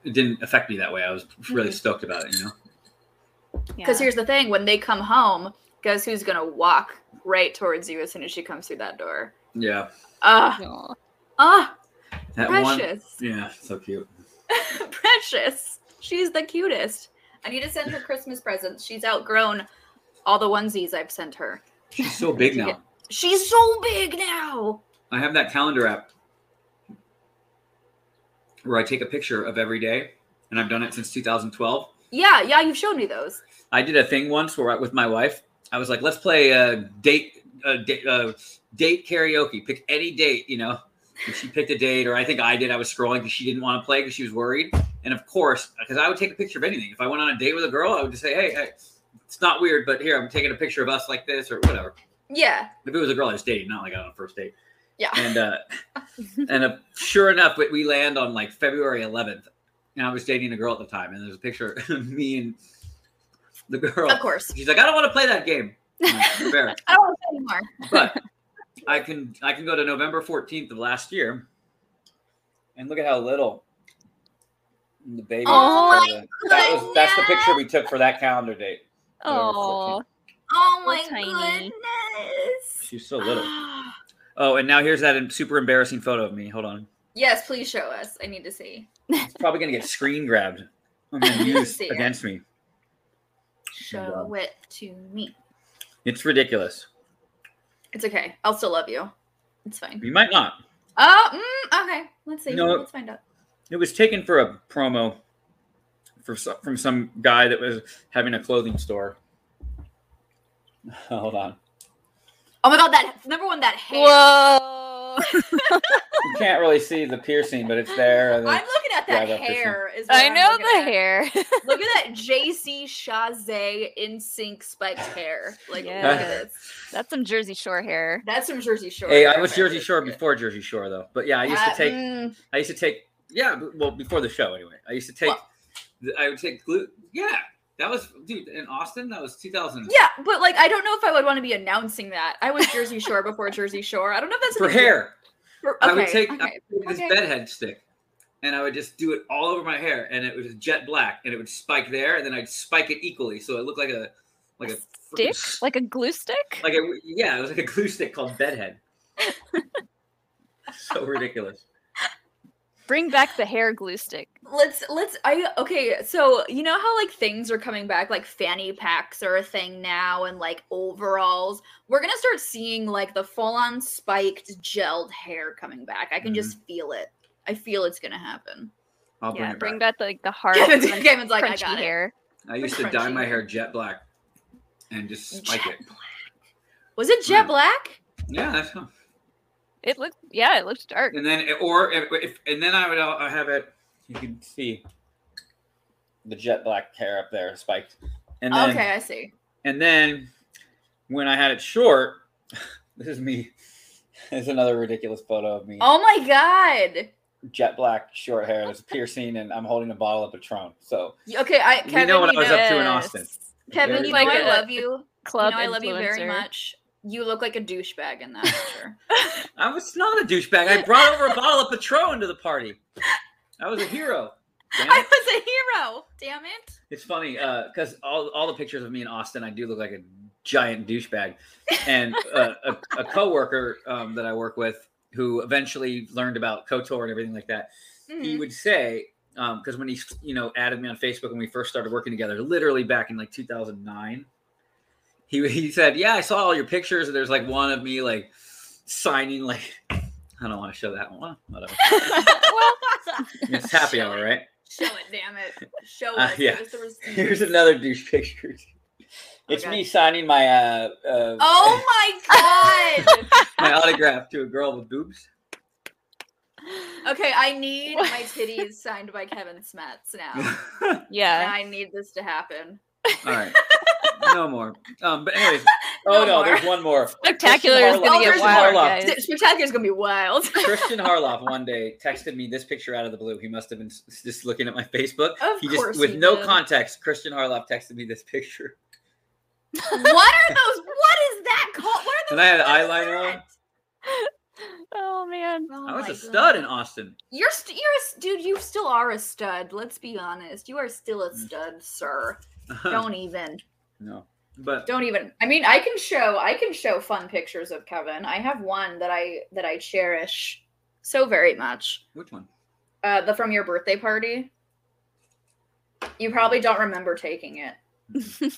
[SPEAKER 6] it didn't affect me that way. I was really
[SPEAKER 1] Mm-hmm.
[SPEAKER 6] stoked about it. You know,
[SPEAKER 1] Because
[SPEAKER 2] Yeah.
[SPEAKER 1] here's the thing: when they come home, guess who's gonna walk right towards you as soon as she comes through that door?
[SPEAKER 6] yeah,
[SPEAKER 1] Ah,
[SPEAKER 2] Aw.
[SPEAKER 1] ah,
[SPEAKER 6] that one.
[SPEAKER 1] precious,
[SPEAKER 6] Yeah, so cute.
[SPEAKER 1] precious. She's the cutest. I need to send her Christmas presents. She's outgrown all the onesies I've sent her.
[SPEAKER 6] She's so big now.
[SPEAKER 1] She's so big now.
[SPEAKER 6] I have that calendar app where I take a picture of every day, and I've done it since 2012.
[SPEAKER 1] Yeah, yeah, you've shown me those.
[SPEAKER 6] I did a thing once where I, with my wife, I was like, "Let's play a date, a date, a date karaoke. Pick any date, you know." And she picked a date, or I think I did. I was scrolling because she didn't want to play because she was worried. And of course, because I would take a picture of anything. If I went on a date with a girl, I would just say, "Hey, hey it's not weird, but here I'm taking a picture of us like this or whatever."
[SPEAKER 1] Yeah,
[SPEAKER 6] If it was a girl I was dating, not like on a first date.
[SPEAKER 1] yeah.
[SPEAKER 6] And uh, [LAUGHS] and uh, sure enough, we- we land on like February 11th. And I was dating a girl at the time, and there's a picture of me and the girl.
[SPEAKER 1] Of course.
[SPEAKER 6] She's like, I don't want to play that game.
[SPEAKER 1] [LAUGHS]
[SPEAKER 6] I'm like, Fair.
[SPEAKER 1] I don't want to say anymore.
[SPEAKER 6] But I can I can go to November 14th of last year and look at how little the baby
[SPEAKER 2] Oh
[SPEAKER 6] is compared to- that was that's the picture we took for that calendar date. November
[SPEAKER 2] Aw.
[SPEAKER 6] 14th.
[SPEAKER 1] Oh my
[SPEAKER 2] We're tiny.
[SPEAKER 1] goodness.
[SPEAKER 6] She's so little.
[SPEAKER 1] [GASPS]
[SPEAKER 6] Oh, and now here's that em- super embarrassing photo of me. Hold on.
[SPEAKER 1] yes, please show us. I need to see.
[SPEAKER 6] It's probably gonna get screen grabbed.
[SPEAKER 1] [LAUGHS]
[SPEAKER 6] I'm gonna use
[SPEAKER 1] See it.
[SPEAKER 6] against me.
[SPEAKER 1] Show
[SPEAKER 6] um,
[SPEAKER 1] it to me.
[SPEAKER 6] It's ridiculous.
[SPEAKER 1] It's okay. I'll still love you. It's fine.
[SPEAKER 6] You might not.
[SPEAKER 1] Oh, mm, okay. Let's see.
[SPEAKER 6] No.
[SPEAKER 1] Let's find out.
[SPEAKER 6] It was taken for a promo for some, from some guy that was having a clothing store. Hold on.
[SPEAKER 1] Oh my god, that number one, that hair.
[SPEAKER 2] Whoa.
[SPEAKER 6] You can't really see the piercing, but it's there.
[SPEAKER 1] I'm
[SPEAKER 6] And
[SPEAKER 1] looking at at that
[SPEAKER 6] Drive up to
[SPEAKER 1] hair. Is what
[SPEAKER 2] I
[SPEAKER 1] I'm
[SPEAKER 2] know
[SPEAKER 1] looking
[SPEAKER 2] the
[SPEAKER 1] at.
[SPEAKER 2] hair. [LAUGHS]
[SPEAKER 1] Look at that JC Chazé in sync spiked hair. Like, look at
[SPEAKER 2] Yes.
[SPEAKER 1] this.
[SPEAKER 2] That's some Jersey Shore hair.
[SPEAKER 1] That's some Jersey Shore.
[SPEAKER 6] Hey, I
[SPEAKER 1] hair,
[SPEAKER 6] was
[SPEAKER 1] man.
[SPEAKER 6] Jersey Shore before Jersey Shore though, but yeah, I used
[SPEAKER 1] Uh,
[SPEAKER 6] to take.
[SPEAKER 1] mm,
[SPEAKER 6] I used to take. Yeah, b- well, before the show anyway. I used to take. th- I would take glue. Yeah, that was dude in Austin. That was 2000
[SPEAKER 1] yeah, but like, I don't know if I would want to be announcing that. I was Jersey Shore before Jersey Shore. I don't know if that's a
[SPEAKER 6] for
[SPEAKER 1] big deal.
[SPEAKER 6] hair.
[SPEAKER 1] For-
[SPEAKER 6] I would
[SPEAKER 1] okay,
[SPEAKER 6] take,
[SPEAKER 1] okay.
[SPEAKER 6] I would take this
[SPEAKER 1] okay.
[SPEAKER 6] bedhead stick, and I would just do it all over my hair, and it was jet black, and it would spike there, and then I'd spike it equally, so it looked like a like a frickin'
[SPEAKER 2] Stick?
[SPEAKER 6] s-
[SPEAKER 2] Like a glue stick?
[SPEAKER 6] like a yeah, it was like a glue stick called bedhead. so ridiculous.
[SPEAKER 2] Bring [LAUGHS] back the hair glue stick.
[SPEAKER 1] Let's let's I okay, so you know how like things are coming back like fanny packs are a thing now and like overalls. We're going to start seeing like the full-on spiked gelled hair coming back. I can
[SPEAKER 6] Mm-hmm.
[SPEAKER 1] just feel it. I feel it's going to happen.
[SPEAKER 6] I'll bring
[SPEAKER 2] yeah,
[SPEAKER 6] it
[SPEAKER 2] bring
[SPEAKER 6] back.
[SPEAKER 2] back
[SPEAKER 1] [LAUGHS]
[SPEAKER 2] like the hard
[SPEAKER 1] Gavin's,
[SPEAKER 2] crunch-
[SPEAKER 1] Gavin's like I
[SPEAKER 2] crunchy
[SPEAKER 1] got it.
[SPEAKER 2] hair.
[SPEAKER 6] I used to
[SPEAKER 1] Crunchy.
[SPEAKER 6] dye my hair jet black, and just spike
[SPEAKER 1] Jet
[SPEAKER 6] it.
[SPEAKER 1] black. Was it jet
[SPEAKER 6] Mm.
[SPEAKER 1] black?
[SPEAKER 6] Yeah, that's how.
[SPEAKER 2] it. looked yeah, it looked dark.
[SPEAKER 6] And then, or if, if and then I would al- I have it. You can see the jet black hair up there spiked. And then,
[SPEAKER 1] okay, I see.
[SPEAKER 6] And then when I had it short, [LAUGHS] this is me. [LAUGHS] There's another ridiculous photo of me.
[SPEAKER 1] Oh my god.
[SPEAKER 6] Jet black, short hair, there's a piercing, and I'm holding a bottle of Patron. So
[SPEAKER 1] Y- Okay, I
[SPEAKER 6] We
[SPEAKER 1] Kevin, you
[SPEAKER 6] know
[SPEAKER 1] know
[SPEAKER 6] what I was up to in
[SPEAKER 2] Yes.
[SPEAKER 6] Austin.
[SPEAKER 1] Kevin,
[SPEAKER 6] Very
[SPEAKER 1] you know
[SPEAKER 2] Like
[SPEAKER 1] I
[SPEAKER 2] a
[SPEAKER 1] love you. You
[SPEAKER 2] Club
[SPEAKER 1] know I love you very
[SPEAKER 2] influencer.
[SPEAKER 1] much. You look like a douchebag in
[SPEAKER 6] [LAUGHS]
[SPEAKER 1] that picture.
[SPEAKER 6] I was not a douchebag. I brought over a bottle of Patron to the party. I was a hero. Damn
[SPEAKER 1] I
[SPEAKER 6] it.
[SPEAKER 1] was a hero. Damn it.
[SPEAKER 6] It's funny because all, all the pictures of me in Austin, I do look like a giant douchebag. And uh, a, a coworker um, that I work with, who eventually learned about Kotor and everything like that, he
[SPEAKER 1] Mhm.
[SPEAKER 6] would say because when he you know added me on Facebook when we first started working together, literally back in like 2009, he he said, "Yeah, I saw all your pictures. And there's like one of me like signing like." [LAUGHS] I don't want to show that one. Whatever. It's happy hour, right?
[SPEAKER 1] Show it, damn it. Show
[SPEAKER 6] [LAUGHS] Uh,
[SPEAKER 1] us.
[SPEAKER 6] yeah.
[SPEAKER 1] Give us the receipts.
[SPEAKER 6] Here's another douche
[SPEAKER 1] [LAUGHS]
[SPEAKER 6] picture. It's
[SPEAKER 1] Okay.
[SPEAKER 6] me signing my uh, uh [LAUGHS]
[SPEAKER 1] Oh my god.
[SPEAKER 6] my autograph to a girl with boobs.
[SPEAKER 1] okay, I need my titties signed by Kevin Smets now.
[SPEAKER 6] [LAUGHS] All
[SPEAKER 2] yeah.
[SPEAKER 1] I need this to happen. [LAUGHS]
[SPEAKER 6] right, no more. Um, but anyways, oh
[SPEAKER 1] No
[SPEAKER 6] no,
[SPEAKER 1] more.
[SPEAKER 6] there's one
[SPEAKER 1] [LAUGHS]
[SPEAKER 6] more.
[SPEAKER 2] Spectacular is
[SPEAKER 6] Christian
[SPEAKER 2] gonna get
[SPEAKER 1] Harloff.
[SPEAKER 2] wild,
[SPEAKER 6] Christian
[SPEAKER 2] guys.
[SPEAKER 1] Spectacular's gonna be
[SPEAKER 6] [LAUGHS]
[SPEAKER 1] wild.
[SPEAKER 6] Christian Harloff one day texted me this picture out of the blue. He must have been s- just looking at my Facebook.
[SPEAKER 1] Of
[SPEAKER 6] he just
[SPEAKER 1] course
[SPEAKER 6] with
[SPEAKER 1] he
[SPEAKER 6] no
[SPEAKER 1] did.
[SPEAKER 6] context. Christian Harloff texted me this picture, [LAUGHS]
[SPEAKER 1] what are those? What is that called? What are those?
[SPEAKER 6] and I had
[SPEAKER 1] what is
[SPEAKER 6] eyeliner on.
[SPEAKER 1] that?
[SPEAKER 2] Oh man.
[SPEAKER 1] Oh
[SPEAKER 6] I was
[SPEAKER 1] my
[SPEAKER 6] a stud
[SPEAKER 1] God.
[SPEAKER 6] in Austin.
[SPEAKER 1] You're st- you're a s- dude. You still are a stud. Let's be honest. You are still a
[SPEAKER 6] Mm.
[SPEAKER 1] stud, sir. Don't even.
[SPEAKER 6] no, but
[SPEAKER 1] Don't even. I mean, I can show. I can show fun pictures of Kevin. I have one that I that I cherish so very much.
[SPEAKER 6] which one?
[SPEAKER 1] Uh, the from your birthday party. You probably don't remember taking it.
[SPEAKER 6] Am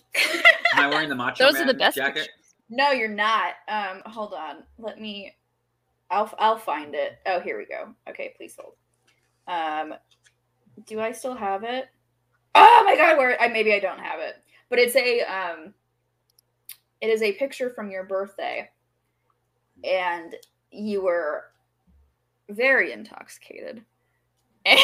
[SPEAKER 1] [LAUGHS]
[SPEAKER 6] I wearing the macho
[SPEAKER 2] Those
[SPEAKER 6] man
[SPEAKER 2] are the best
[SPEAKER 6] jacket?
[SPEAKER 2] pictures.
[SPEAKER 1] No, you're not. Um, hold on. Let me. I'll I'll find it. Oh, here we go. Okay, please hold. Um, do I still have it? Oh my god, where I maybe I don't have it, but it's a um. It is a picture from your birthday, and you were very intoxicated, [LAUGHS] and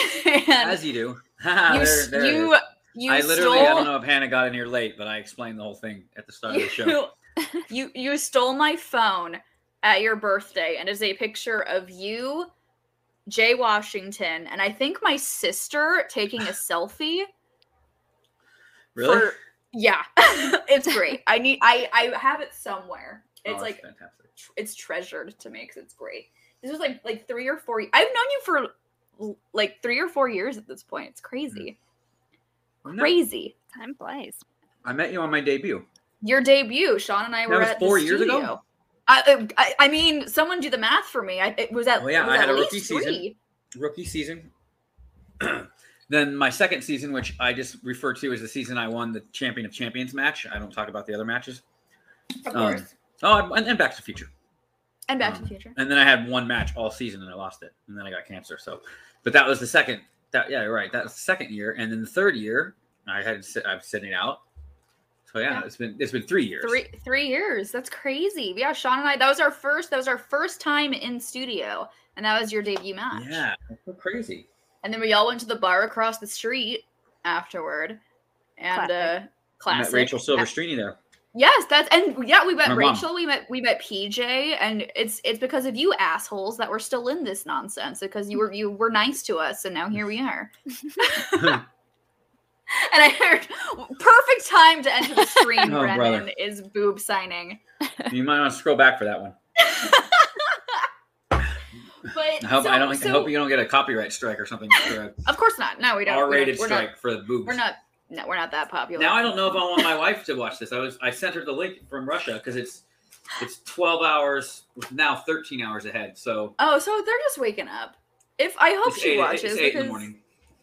[SPEAKER 6] As you do.
[SPEAKER 1] you
[SPEAKER 6] [LAUGHS] There-
[SPEAKER 1] s-
[SPEAKER 6] there it
[SPEAKER 1] you
[SPEAKER 6] is.
[SPEAKER 1] you
[SPEAKER 6] I literally I
[SPEAKER 1] stole-
[SPEAKER 6] don't know if Hannah got in here late, but I explained the whole thing at
[SPEAKER 1] [LAUGHS]
[SPEAKER 6] the start of the show.
[SPEAKER 1] you, you you stole my phone at your birthday and it's a picture of you jay washington and i think my sister taking a
[SPEAKER 6] [SIGHS]
[SPEAKER 1] selfie
[SPEAKER 6] Really?
[SPEAKER 1] for- yeah [LAUGHS] it's great i need i i have it somewhere
[SPEAKER 6] Oh,
[SPEAKER 1] it's like
[SPEAKER 6] fantastic.
[SPEAKER 1] tr- it's treasured to me because it's great this was like like three or four i've known you for l- like three or four years at this point it's crazy
[SPEAKER 6] Mm-hmm. Well, no,
[SPEAKER 1] crazy
[SPEAKER 2] Time flies.
[SPEAKER 6] I met you on my debut.
[SPEAKER 1] your debut. Sean and I were
[SPEAKER 6] was
[SPEAKER 1] at
[SPEAKER 6] four
[SPEAKER 1] the
[SPEAKER 6] years ago?
[SPEAKER 1] studio. I, I I mean, someone do the math for me. I it was at
[SPEAKER 6] Well, Oh, yeah,
[SPEAKER 1] it was
[SPEAKER 6] I had
[SPEAKER 1] at
[SPEAKER 6] a rookie
[SPEAKER 1] least
[SPEAKER 6] season.
[SPEAKER 1] three.
[SPEAKER 6] Rookie season. [CLEARS THROAT] then my second season, which I just refer to as the season I won the champion of champions match. I don't talk about the other matches.
[SPEAKER 1] of
[SPEAKER 6] Um,
[SPEAKER 1] course,
[SPEAKER 6] Oh, and, and Back to the Future.
[SPEAKER 1] and Back to
[SPEAKER 6] um,
[SPEAKER 1] the Future.
[SPEAKER 6] And then I had one match all season and I lost it. And then I got cancer. So, but that was the second. That yeah, you're right. That was the second year, and then the third year I had sit, I'm sitting out. So yeah,
[SPEAKER 1] Yeah.
[SPEAKER 6] it's been it's been three years.
[SPEAKER 1] Three three years. That's crazy. Yeah, Sean and I. That was our first. That was our first time in studio, and that was your debut match.
[SPEAKER 6] Yeah, that's so crazy.
[SPEAKER 1] And then we all went to the bar across the street afterward. And uh
[SPEAKER 6] I
[SPEAKER 1] classic.
[SPEAKER 6] met Rachel
[SPEAKER 1] [LAUGHS]
[SPEAKER 6] Silverstreeny there.
[SPEAKER 1] Yes, that's and yeah, we met
[SPEAKER 6] My mom.
[SPEAKER 1] Rachel, we met we met PJ, and it's it's because of you assholes that we're still in this nonsense because you were you were nice to us and now here we are.
[SPEAKER 2] [LAUGHS]
[SPEAKER 1] [LAUGHS] and I heard perfect time to enter the stream,
[SPEAKER 6] [LAUGHS] Oh,
[SPEAKER 1] Brennan,
[SPEAKER 6] brother.
[SPEAKER 1] is boob signing.
[SPEAKER 6] You might want to scroll back for that one.
[SPEAKER 1] But
[SPEAKER 6] I hope
[SPEAKER 1] so,
[SPEAKER 6] I don't.
[SPEAKER 1] so,
[SPEAKER 6] I hope you don't get a copyright strike or something. for
[SPEAKER 1] of course not. [LAUGHS] No, we
[SPEAKER 6] a
[SPEAKER 1] don't.
[SPEAKER 6] R-rated
[SPEAKER 1] we're
[SPEAKER 6] strike
[SPEAKER 1] Not,
[SPEAKER 6] for the boobs.
[SPEAKER 1] we're not no, we're not that popular.
[SPEAKER 6] Now I don't know if I want my wife to watch this. I was I sent her the link from Russia because it's it's 12 hours now 13 hours ahead. So
[SPEAKER 1] Oh, so they're just waking up. If I hope
[SPEAKER 6] it's
[SPEAKER 1] she
[SPEAKER 6] eight,
[SPEAKER 1] watches
[SPEAKER 6] It's eight
[SPEAKER 1] because
[SPEAKER 6] in the morning.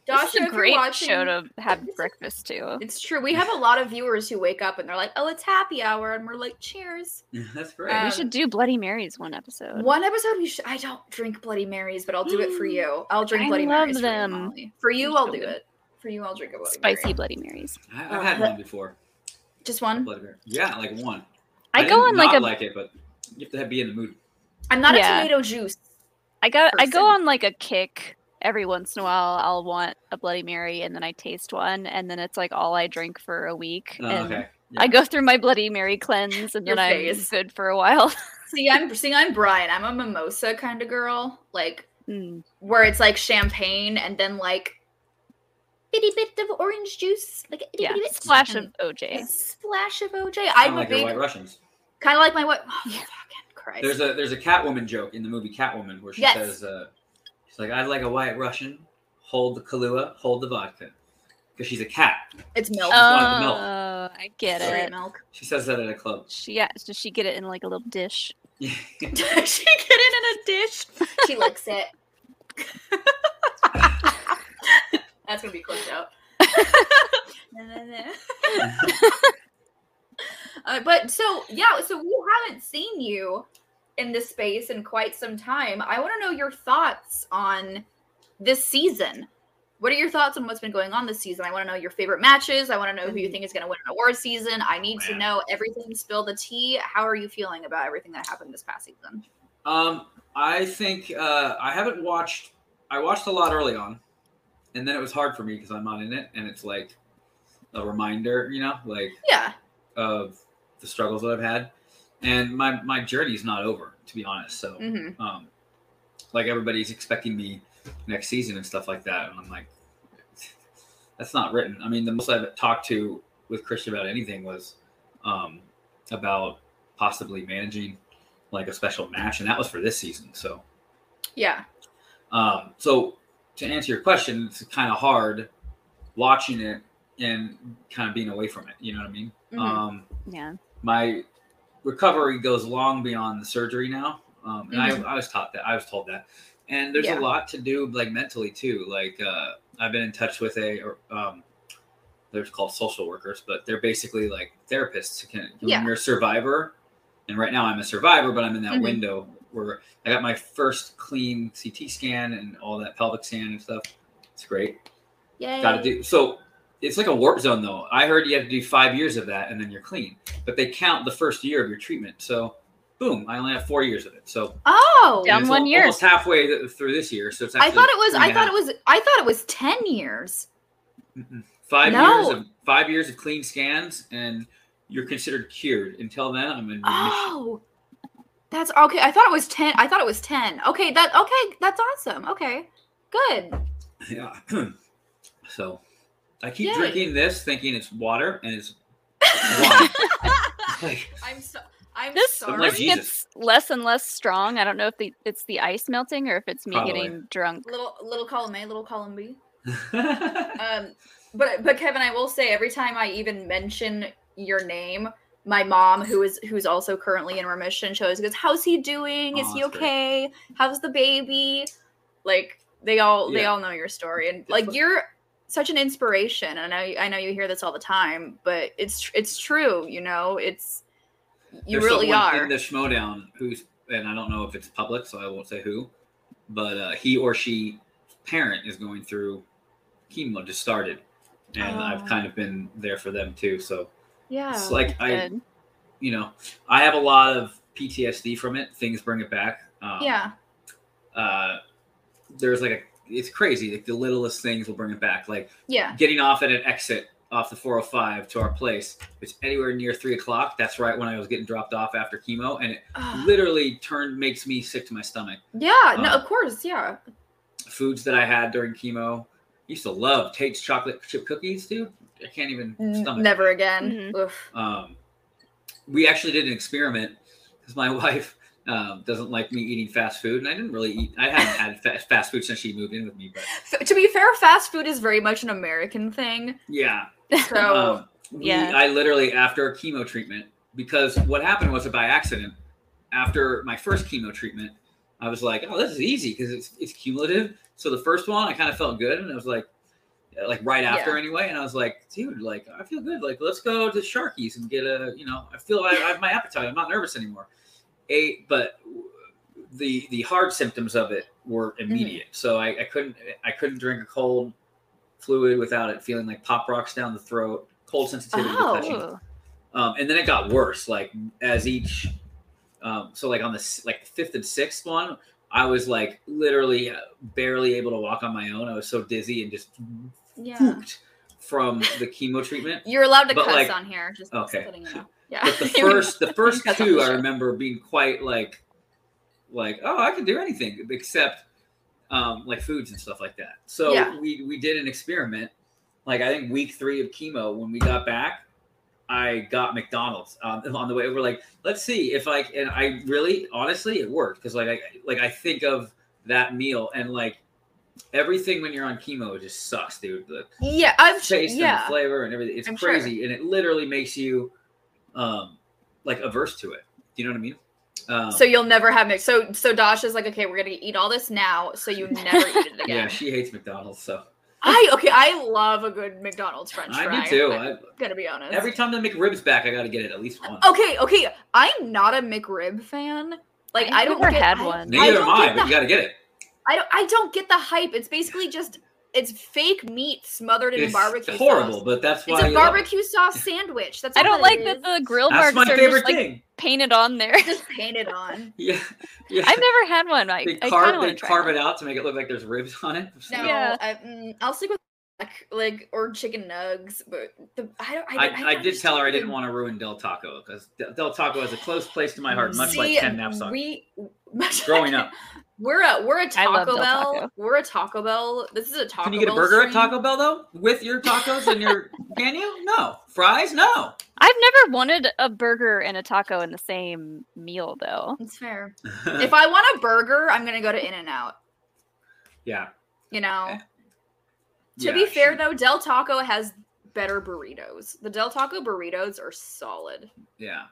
[SPEAKER 2] That's
[SPEAKER 1] Dasha,
[SPEAKER 2] a
[SPEAKER 1] if you're
[SPEAKER 2] great
[SPEAKER 1] watching,
[SPEAKER 2] show to have breakfast to.
[SPEAKER 1] It's true. We have a lot of viewers who wake up and they're like, "Oh, it's happy hour," and we're like, "Cheers."
[SPEAKER 6] [LAUGHS] That's great.
[SPEAKER 1] Uh,
[SPEAKER 2] we should do Bloody Marys one episode.
[SPEAKER 1] One episode we should. I don't drink Bloody Marys, but I'll
[SPEAKER 2] [GASPS]
[SPEAKER 1] do it for you. I'll drink
[SPEAKER 2] I
[SPEAKER 1] Bloody
[SPEAKER 2] love
[SPEAKER 1] Marys
[SPEAKER 2] them.
[SPEAKER 1] for you, Molly. For you,
[SPEAKER 2] I'm
[SPEAKER 1] I'll
[SPEAKER 2] so
[SPEAKER 1] do
[SPEAKER 2] good.
[SPEAKER 1] it. For you, I'll drink a Bloody
[SPEAKER 2] Spicy
[SPEAKER 1] Mary.
[SPEAKER 2] Bloody Marys.
[SPEAKER 6] I,
[SPEAKER 1] Oh.
[SPEAKER 6] I've had one before.
[SPEAKER 1] Just one.
[SPEAKER 6] Bloody Mary. Yeah, like one.
[SPEAKER 2] I, go
[SPEAKER 6] didn't
[SPEAKER 2] on like
[SPEAKER 6] not
[SPEAKER 2] a
[SPEAKER 6] like it, but you have to be in the mood.
[SPEAKER 1] I'm not
[SPEAKER 2] Yeah.
[SPEAKER 1] a tomato juice.
[SPEAKER 2] I go I go
[SPEAKER 1] person.
[SPEAKER 2] on like a kick every once in a while. I'll want a Bloody Mary and then I taste one and then it's like all I drink for a week.
[SPEAKER 6] Oh,
[SPEAKER 2] and
[SPEAKER 6] okay.
[SPEAKER 2] I go through my Bloody Mary cleanse and
[SPEAKER 1] Your
[SPEAKER 2] then I'm
[SPEAKER 1] face.
[SPEAKER 2] good for a while. [LAUGHS]
[SPEAKER 1] See, I'm see, I'm Brian. I'm a mimosa kind of girl, like
[SPEAKER 2] Mm.
[SPEAKER 1] where it's like champagne and then like bitty bit of orange juice, like itty
[SPEAKER 2] Yeah,
[SPEAKER 1] bitty bit,
[SPEAKER 2] splash of
[SPEAKER 1] and a
[SPEAKER 2] OJ.
[SPEAKER 1] splash of OJ.
[SPEAKER 6] I'm
[SPEAKER 1] I'm a
[SPEAKER 6] like your
[SPEAKER 1] big,
[SPEAKER 6] White Russians.
[SPEAKER 1] kind of like my what? Oh,
[SPEAKER 2] Yeah.
[SPEAKER 1] fucking Christ!
[SPEAKER 6] There's a there's a Catwoman joke in the movie Catwoman where she
[SPEAKER 1] Yes.
[SPEAKER 6] says, uh, "She's like I'd like a White Russian, hold the Kahlua, hold the vodka," because she's a cat.
[SPEAKER 1] it's milk.
[SPEAKER 2] Oh,
[SPEAKER 6] lot of milk.
[SPEAKER 2] I get
[SPEAKER 1] Straight
[SPEAKER 2] it.
[SPEAKER 1] milk.
[SPEAKER 6] She says that at a club.
[SPEAKER 2] She yeah, does she get it in like a little
[SPEAKER 6] [LAUGHS]
[SPEAKER 2] dish?
[SPEAKER 1] [LAUGHS] she get [LAUGHS] it in a dish. She licks it. That's gonna be clipped [LAUGHS] out. No, no, no. Uh, but so yeah, so we haven't seen you in this space in quite some time. I want to know your thoughts on this season. What are your thoughts on what's been going on this season? I want to know your favorite matches. I want to know who you think is going to win an award season. I need to
[SPEAKER 6] Wow.
[SPEAKER 1] know everything. Spill the tea. How are you feeling about everything that happened this past season?
[SPEAKER 6] Um, I think uh, I haven't watched. I watched a lot early on, and then it was hard for me because I'm not in it, and it's like a reminder, you know, like
[SPEAKER 1] Yeah,
[SPEAKER 6] of the struggles that I've had, and my my journey's not over, to be honest. So,
[SPEAKER 1] hmm
[SPEAKER 6] um, like everybody's expecting me next season and stuff like that, and I'm like, that's not written. I mean, the most I've talked to with Christian about anything was um, about possibly managing like a special match, and that was for this season. So.
[SPEAKER 1] yeah,
[SPEAKER 6] Um, so to answer your question, it's kind of hard watching it and kind of being away from it. You know what I mean?
[SPEAKER 1] Mhm.
[SPEAKER 6] Um,
[SPEAKER 2] Yeah.
[SPEAKER 6] my recovery goes long beyond the surgery now. Um, and I, I was taught that. I was told that. And there's
[SPEAKER 1] Mm-hmm. Yeah.
[SPEAKER 6] a lot to do, like mentally too. Like uh, I've been in touch with a, or, um, they're called social workers, but they're basically like therapists. who Can,
[SPEAKER 1] Yeah.
[SPEAKER 6] When you're a survivor, and right now I'm a survivor, but I'm in that
[SPEAKER 1] Mhm.
[SPEAKER 6] window where I got my first clean CT scan and all that pelvic scan and stuff. It's great.
[SPEAKER 1] yeah.
[SPEAKER 6] Got to do so. It's like a warp zone, though. I heard you have to do five years of that, and then you're clean. But they count the first year of your treatment. So, boom, I only have four years of it. So
[SPEAKER 1] Oh,
[SPEAKER 2] Down
[SPEAKER 6] and it's
[SPEAKER 2] one
[SPEAKER 6] al-
[SPEAKER 2] year.
[SPEAKER 6] almost halfway th- through this year. So it's
[SPEAKER 1] I
[SPEAKER 6] actually
[SPEAKER 1] thought it was.
[SPEAKER 6] three
[SPEAKER 1] I
[SPEAKER 6] and a
[SPEAKER 1] thought
[SPEAKER 6] half.
[SPEAKER 1] it was. I thought it was ten years.
[SPEAKER 6] Mm-mm. five
[SPEAKER 1] No.
[SPEAKER 6] years of five years of clean scans, and you're considered cured. Until then, I'm in remission.
[SPEAKER 1] Oh, that's okay. I thought it was ten. I thought it was ten. Okay, that okay. That's awesome. Okay, good.
[SPEAKER 6] Yeah. [CLEARS THROAT] so, I keep
[SPEAKER 1] Yay.
[SPEAKER 6] drinking this, thinking it's water,
[SPEAKER 1] [LAUGHS]
[SPEAKER 6] and it's wine. It's like,
[SPEAKER 1] I'm so. I'm
[SPEAKER 2] This,
[SPEAKER 6] I'm
[SPEAKER 1] sorry.
[SPEAKER 6] like
[SPEAKER 2] this
[SPEAKER 6] Jesus.
[SPEAKER 2] gets less and less strong. I don't know if the, it's the ice melting or if it's me
[SPEAKER 6] Probably.
[SPEAKER 2] getting drunk.
[SPEAKER 1] little little column A, little column
[SPEAKER 6] [LAUGHS]
[SPEAKER 1] B. Um, but but Kevin, I will say every time I even mention your name, my mom, who is who's also currently in remission, she always goes, "How's he doing? Is
[SPEAKER 6] Aw,
[SPEAKER 1] he
[SPEAKER 6] Oh, that's great.
[SPEAKER 1] okay? How's the baby?" Like they all they
[SPEAKER 6] Yeah.
[SPEAKER 1] all know your story, and
[SPEAKER 6] It's
[SPEAKER 1] like
[SPEAKER 6] like-
[SPEAKER 1] you're such an inspiration. And I I know you hear this all the time, but it's it's true. You know, it's you
[SPEAKER 6] There's
[SPEAKER 1] really
[SPEAKER 6] someone
[SPEAKER 1] are.
[SPEAKER 6] in the Schmodown who's and I don't know if it's public, so I won't say who, but uh, he or she parent is going through chemo just started, and I've
[SPEAKER 1] Oh.
[SPEAKER 6] kind of been there for them too. So
[SPEAKER 1] yeah.
[SPEAKER 6] it's like I,
[SPEAKER 2] Good.
[SPEAKER 6] you know, I have a lot of PTSD from it. Things bring it back. Um,
[SPEAKER 1] yeah.
[SPEAKER 6] Uh, there's like a it's crazy. Like the littlest things will bring it back. Like
[SPEAKER 1] Yeah.
[SPEAKER 6] getting off at an exit off the 405 to our place, which anywhere near three o'clock. That's right when I was getting dropped off after chemo, and it
[SPEAKER 1] Ugh.
[SPEAKER 6] literally turned makes me sick to my stomach.
[SPEAKER 1] Yeah, no,
[SPEAKER 6] Uh,
[SPEAKER 1] of course, yeah.
[SPEAKER 6] Foods that I had during chemo. Used to love Tate's chocolate chip cookies, dude. I can't even
[SPEAKER 1] N-
[SPEAKER 6] stomach. it.
[SPEAKER 1] Never again. Oof.
[SPEAKER 6] Um, we actually did an experiment because my [LAUGHS] wife um, doesn't like me eating fast food, and I didn't really eat. I hadn't had fa- fast food since she moved in with me, but
[SPEAKER 1] F- to be fair, fast food is very much an American thing.
[SPEAKER 6] yeah.
[SPEAKER 1] So
[SPEAKER 6] [LAUGHS] Um, we,
[SPEAKER 2] Yeah.
[SPEAKER 6] I literally after chemo treatment because what happened was by accident. After my first chemo treatment, I was like, "Oh, this is easy because it's it's cumulative." So the first one, I kind of felt good, and I was like, like right after anyway, and I was like, "Dude, like I feel good. Like let's go to Sharky's and get a you know I feel I, I have my appetite. I'm not nervous anymore." Ate, but the the hard symptoms of it were immediate. So I, I couldn't I couldn't drink a cold fluid without it feeling like pop rocks down the throat, cold sensitivity to
[SPEAKER 1] Oh.
[SPEAKER 6] touching.
[SPEAKER 2] Ooh.
[SPEAKER 6] Um, and then it got worse, like as each. Um, so like on the s- like the fifth and sixth one, I was like literally uh, barely able to walk on my own. I was so dizzy and just
[SPEAKER 1] yeah.
[SPEAKER 6] pooped from the chemo treatment.
[SPEAKER 1] You're allowed to
[SPEAKER 6] But,
[SPEAKER 1] cuss
[SPEAKER 6] like-
[SPEAKER 1] on here. Just
[SPEAKER 6] okay.
[SPEAKER 1] putting
[SPEAKER 6] [LAUGHS]
[SPEAKER 1] it out. Yeah. [LAUGHS]
[SPEAKER 6] But the first the first
[SPEAKER 1] That's
[SPEAKER 6] two I
[SPEAKER 1] awesome.
[SPEAKER 6] remember being quite like like, oh, I could do anything except um like foods and stuff like that. So
[SPEAKER 1] Yeah.
[SPEAKER 6] we we did an experiment. Like I think week three of chemo, when we got back, I got McDonald's um, on the way over. Like, let's see if I and I really honestly it worked because like I like I think of that meal and like everything when you're on chemo just sucks, dude. The
[SPEAKER 1] yeah, I've
[SPEAKER 6] taste and the
[SPEAKER 1] yeah.
[SPEAKER 6] flavor and everything. It's
[SPEAKER 1] I'm sure.
[SPEAKER 6] crazy, and it literally makes you um like averse to it. Do you know what I mean? Um,
[SPEAKER 1] So you'll never have mixed. So so Dash is like, okay, we're gonna eat all this now, so
[SPEAKER 6] [LAUGHS]
[SPEAKER 1] you never eat it
[SPEAKER 6] yeah,
[SPEAKER 1] again.
[SPEAKER 6] she hates McDonald's, so
[SPEAKER 1] I okay, I love a good McDonald's French fry.
[SPEAKER 6] I do too.
[SPEAKER 1] I'm
[SPEAKER 6] I,
[SPEAKER 1] gonna be honest.
[SPEAKER 6] every time the McRib's back, I got to get it at least once.
[SPEAKER 1] okay, okay, I'm not a McRib fan. Like
[SPEAKER 2] I've
[SPEAKER 1] I don't
[SPEAKER 2] never
[SPEAKER 1] get,
[SPEAKER 2] had
[SPEAKER 1] I-
[SPEAKER 2] one.
[SPEAKER 6] Neither am
[SPEAKER 1] don't
[SPEAKER 6] I,
[SPEAKER 1] get
[SPEAKER 6] but
[SPEAKER 1] the-
[SPEAKER 6] you got to get it.
[SPEAKER 1] I don't, I don't get the hype. It's basically just it's fake meat smothered in
[SPEAKER 6] It's
[SPEAKER 1] barbecue.
[SPEAKER 6] horrible,
[SPEAKER 1] Sauce.
[SPEAKER 6] but that's why
[SPEAKER 1] It's a
[SPEAKER 6] you love it. [LAUGHS]
[SPEAKER 1] barbecue sauce sandwich. That's
[SPEAKER 2] I
[SPEAKER 1] all
[SPEAKER 2] don't like
[SPEAKER 1] it
[SPEAKER 2] that
[SPEAKER 1] is.
[SPEAKER 2] the grill
[SPEAKER 6] That's my
[SPEAKER 2] marks are
[SPEAKER 6] favorite
[SPEAKER 2] just like
[SPEAKER 6] thing.
[SPEAKER 2] painted on there.
[SPEAKER 1] just painted on.
[SPEAKER 6] Yeah, yeah.
[SPEAKER 2] [LAUGHS] I've never had one. I,
[SPEAKER 6] they
[SPEAKER 2] I kind of
[SPEAKER 6] carve,
[SPEAKER 2] want
[SPEAKER 6] they
[SPEAKER 2] to try.
[SPEAKER 6] carve
[SPEAKER 2] one.
[SPEAKER 6] it out to make it look like there's ribs on it. [LAUGHS]
[SPEAKER 1] No,
[SPEAKER 2] Yeah.
[SPEAKER 1] I, mm, I'll stick with like, like or chicken nugs, but the, I don't. I,
[SPEAKER 6] I,
[SPEAKER 1] don't-
[SPEAKER 6] I,
[SPEAKER 1] don't
[SPEAKER 6] did tell her I didn't
[SPEAKER 1] understand.
[SPEAKER 6] want to ruin Del Taco because Del Taco is a close place to my heart, much like
[SPEAKER 1] See,
[SPEAKER 6] Ten
[SPEAKER 1] [LAUGHS]
[SPEAKER 6] Naps on.
[SPEAKER 1] We
[SPEAKER 6] Growing up,
[SPEAKER 1] we're a we're a
[SPEAKER 2] I love
[SPEAKER 1] Taco
[SPEAKER 2] Del
[SPEAKER 1] Bell.
[SPEAKER 2] Taco.
[SPEAKER 1] We're a Taco Bell. This is a Taco.
[SPEAKER 6] Can you get a
[SPEAKER 1] Bell
[SPEAKER 6] burger at
[SPEAKER 1] stream.
[SPEAKER 6] Taco Bell though? With your tacos
[SPEAKER 1] [LAUGHS]
[SPEAKER 6] and your can you? No. Fries? No.
[SPEAKER 2] I've never wanted a burger and a taco in the same meal though.
[SPEAKER 1] It's
[SPEAKER 6] [LAUGHS]
[SPEAKER 1] fair. if I want a burger, I'm gonna go to In and Out.
[SPEAKER 6] yeah.
[SPEAKER 1] You know. To
[SPEAKER 6] Eh. Yeah,
[SPEAKER 1] be fair
[SPEAKER 6] she-
[SPEAKER 1] though, Del Taco has better burritos. The Del Taco burritos are solid.
[SPEAKER 6] Yeah.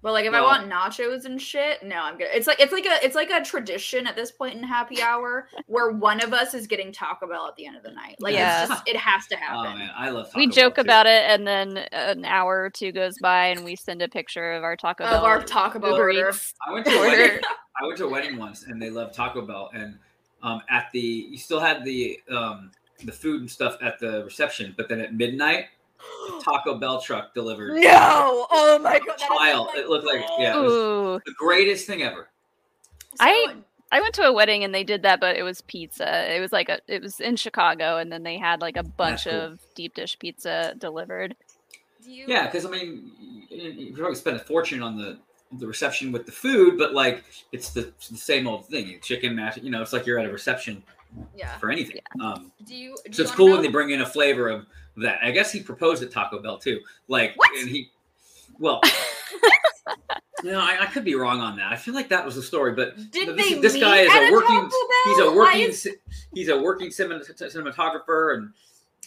[SPEAKER 1] But like if I
[SPEAKER 6] Well-
[SPEAKER 1] want nachos and shit, no, I'm good. It's like it's like a it's like a tradition at this point in happy hour where one of us is getting Taco Bell at the end of the night. Like
[SPEAKER 2] Yeah.
[SPEAKER 1] it's just it has to
[SPEAKER 6] Oh
[SPEAKER 1] happen.
[SPEAKER 6] man, I love Taco
[SPEAKER 2] we joke
[SPEAKER 6] Bell, too.
[SPEAKER 2] about it, and then an hour or two goes by, and we send a picture of our Taco
[SPEAKER 1] of
[SPEAKER 2] Bell.
[SPEAKER 1] our Taco Bell
[SPEAKER 2] Uber
[SPEAKER 1] order.
[SPEAKER 2] Eats.
[SPEAKER 6] I went to a
[SPEAKER 2] order.
[SPEAKER 6] wedding, [LAUGHS]
[SPEAKER 1] [LAUGHS]
[SPEAKER 6] I went to a wedding once and they loved Taco Bell and um at the you still had the um the food and stuff at the reception, but then at midnight
[SPEAKER 1] [GASPS]
[SPEAKER 6] Taco Bell truck delivered.
[SPEAKER 1] No! Oh my god! that is
[SPEAKER 6] Trial.
[SPEAKER 1] like-
[SPEAKER 6] It looked like yeah, it was
[SPEAKER 2] Ooh,
[SPEAKER 6] the greatest thing ever.
[SPEAKER 2] I- I went to a wedding and they did that, but it was pizza. It was like a, it was in Chicago, and then they had like a bunch
[SPEAKER 6] cool.
[SPEAKER 2] of deep dish pizza delivered.
[SPEAKER 1] Do you-
[SPEAKER 6] Yeah, because I mean, you, you probably spend a fortune on the the reception with the food, but like it's the, it's the same old thing. You Chicken mash, you know, it's like you're at a reception
[SPEAKER 1] Yeah.
[SPEAKER 6] for anything. Um,
[SPEAKER 1] Do you? do
[SPEAKER 6] so
[SPEAKER 1] you
[SPEAKER 6] it's
[SPEAKER 1] wanna
[SPEAKER 6] cool
[SPEAKER 1] know?
[SPEAKER 6] when they bring in a flavor of that. I guess he proposed at Taco Bell too. Like,
[SPEAKER 1] What?
[SPEAKER 6] and he,
[SPEAKER 1] [LAUGHS]
[SPEAKER 6] well, no, I, I could be wrong on that. I feel like that was the story, but
[SPEAKER 1] Did
[SPEAKER 6] this,
[SPEAKER 1] they
[SPEAKER 6] this
[SPEAKER 1] meet
[SPEAKER 6] guy is
[SPEAKER 1] at
[SPEAKER 6] a working
[SPEAKER 1] Taco Bell?
[SPEAKER 6] he's a
[SPEAKER 1] Why
[SPEAKER 6] working
[SPEAKER 1] is-
[SPEAKER 6] ci- he's a working cinemat- cinematographer and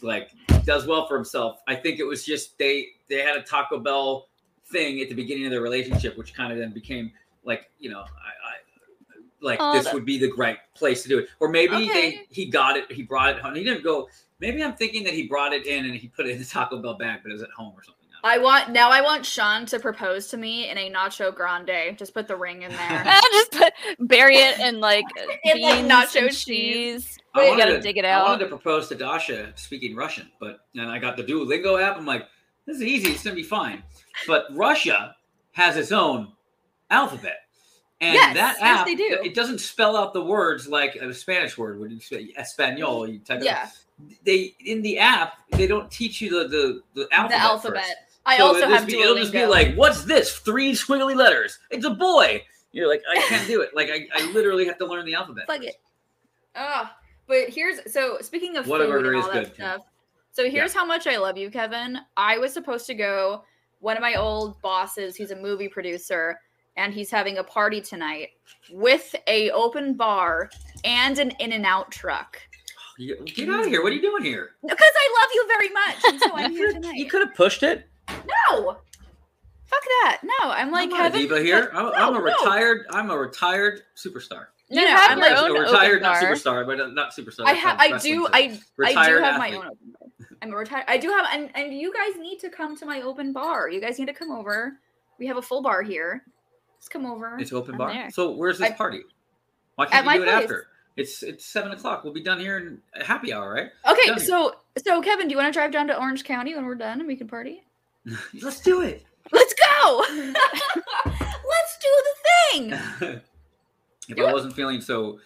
[SPEAKER 6] like does well for himself i think it was just they they had a taco bell thing at the beginning of their relationship which kind of then became like you know i, I like
[SPEAKER 2] Oh,
[SPEAKER 6] this
[SPEAKER 2] that-
[SPEAKER 6] would be the right place to do it or maybe they
[SPEAKER 1] Okay.
[SPEAKER 6] he got it he brought it home he didn't go maybe i'm thinking that he brought it in and he put it in the taco bell bag but it was at home or something I
[SPEAKER 1] I want now. I want Sean to propose to me in a nacho grande. Just put the ring in there.
[SPEAKER 2] I [LAUGHS] just put, bury it in like
[SPEAKER 1] [LAUGHS] In, like,
[SPEAKER 2] beans
[SPEAKER 1] nacho
[SPEAKER 2] and
[SPEAKER 1] cheese.
[SPEAKER 2] cheese.
[SPEAKER 6] I
[SPEAKER 1] Wait,
[SPEAKER 6] wanted
[SPEAKER 2] you gotta
[SPEAKER 6] to-
[SPEAKER 2] dig it
[SPEAKER 6] I
[SPEAKER 2] out.
[SPEAKER 6] wanted to propose to Dasha speaking Russian, but and I got the Duolingo app. I'm like, this is easy. It's gonna be fine. But Russia has its own alphabet, And
[SPEAKER 1] Yes,
[SPEAKER 6] that
[SPEAKER 1] yes,
[SPEAKER 6] app,
[SPEAKER 1] they do.
[SPEAKER 6] it doesn't spell out the words like a Spanish word. When you say Espanol, you type
[SPEAKER 1] Yeah.
[SPEAKER 6] it. They in the app, they don't teach you the the, the alphabet.
[SPEAKER 1] the alphabet.
[SPEAKER 6] first.
[SPEAKER 1] I
[SPEAKER 6] So
[SPEAKER 1] also
[SPEAKER 6] it'll just
[SPEAKER 1] have
[SPEAKER 6] be, it'll just be
[SPEAKER 1] Duolingo.
[SPEAKER 6] like, what's this? Three squiggly letters. It's a boy. You're like, I can't do it. Like I, I literally have to learn the alphabet.
[SPEAKER 1] Fuck it. Oh, but here's so speaking of
[SPEAKER 6] What I
[SPEAKER 1] food
[SPEAKER 6] order
[SPEAKER 1] and
[SPEAKER 6] is
[SPEAKER 1] all that
[SPEAKER 6] good, Kim.
[SPEAKER 1] stuff. So here's how much I love you, Kevin. I was supposed to go. One of my old bosses, he's a movie producer, and he's having a party tonight with a open bar and an in and out truck.
[SPEAKER 6] You- get out of here. What are you doing here?
[SPEAKER 1] Because I love you very much, and so I'm here
[SPEAKER 6] You
[SPEAKER 1] tonight.
[SPEAKER 6] could have pushed it.
[SPEAKER 1] No, fuck that. No I'm like
[SPEAKER 6] I'm not
[SPEAKER 1] Kevin.
[SPEAKER 6] a diva here. I'm, I'm
[SPEAKER 1] no, no.
[SPEAKER 6] a retired. I'm a retired superstar.
[SPEAKER 1] No,
[SPEAKER 2] You
[SPEAKER 1] no,
[SPEAKER 2] have
[SPEAKER 1] I'm
[SPEAKER 2] your
[SPEAKER 1] like
[SPEAKER 2] own
[SPEAKER 6] a retired,
[SPEAKER 2] open
[SPEAKER 6] not
[SPEAKER 2] bar.
[SPEAKER 6] superstar, but uh, not superstar.
[SPEAKER 1] I
[SPEAKER 6] that's
[SPEAKER 1] have.
[SPEAKER 6] not
[SPEAKER 1] I
[SPEAKER 6] wrestling
[SPEAKER 1] do.
[SPEAKER 6] term.
[SPEAKER 1] I I do
[SPEAKER 6] Retired
[SPEAKER 1] have my
[SPEAKER 6] athlete.
[SPEAKER 1] own open bar. I'm a retired. I do have, and and you guys need to come to my open bar. You guys need to come over. We have a full bar here. Just come over.
[SPEAKER 6] It's open
[SPEAKER 2] I'm
[SPEAKER 6] bar.
[SPEAKER 2] there.
[SPEAKER 6] So where's this
[SPEAKER 1] I-
[SPEAKER 6] party? Why
[SPEAKER 1] At
[SPEAKER 6] can't
[SPEAKER 1] my
[SPEAKER 6] you do it
[SPEAKER 1] place.
[SPEAKER 6] after? It's it's seven o'clock. We'll be done here in a happy hour, right?
[SPEAKER 1] okay,
[SPEAKER 6] done here.
[SPEAKER 1] so so Kevin, do you want to drive down to Orange County when we're done and we can
[SPEAKER 6] [LAUGHS]
[SPEAKER 1] party?
[SPEAKER 6] Let's do it.
[SPEAKER 1] Let's go.
[SPEAKER 2] [LAUGHS]
[SPEAKER 1] [LAUGHS] Let's do
[SPEAKER 6] [LAUGHS]
[SPEAKER 1] the thing.
[SPEAKER 6] if
[SPEAKER 1] Do
[SPEAKER 6] I
[SPEAKER 1] it.
[SPEAKER 6] wasn't feeling so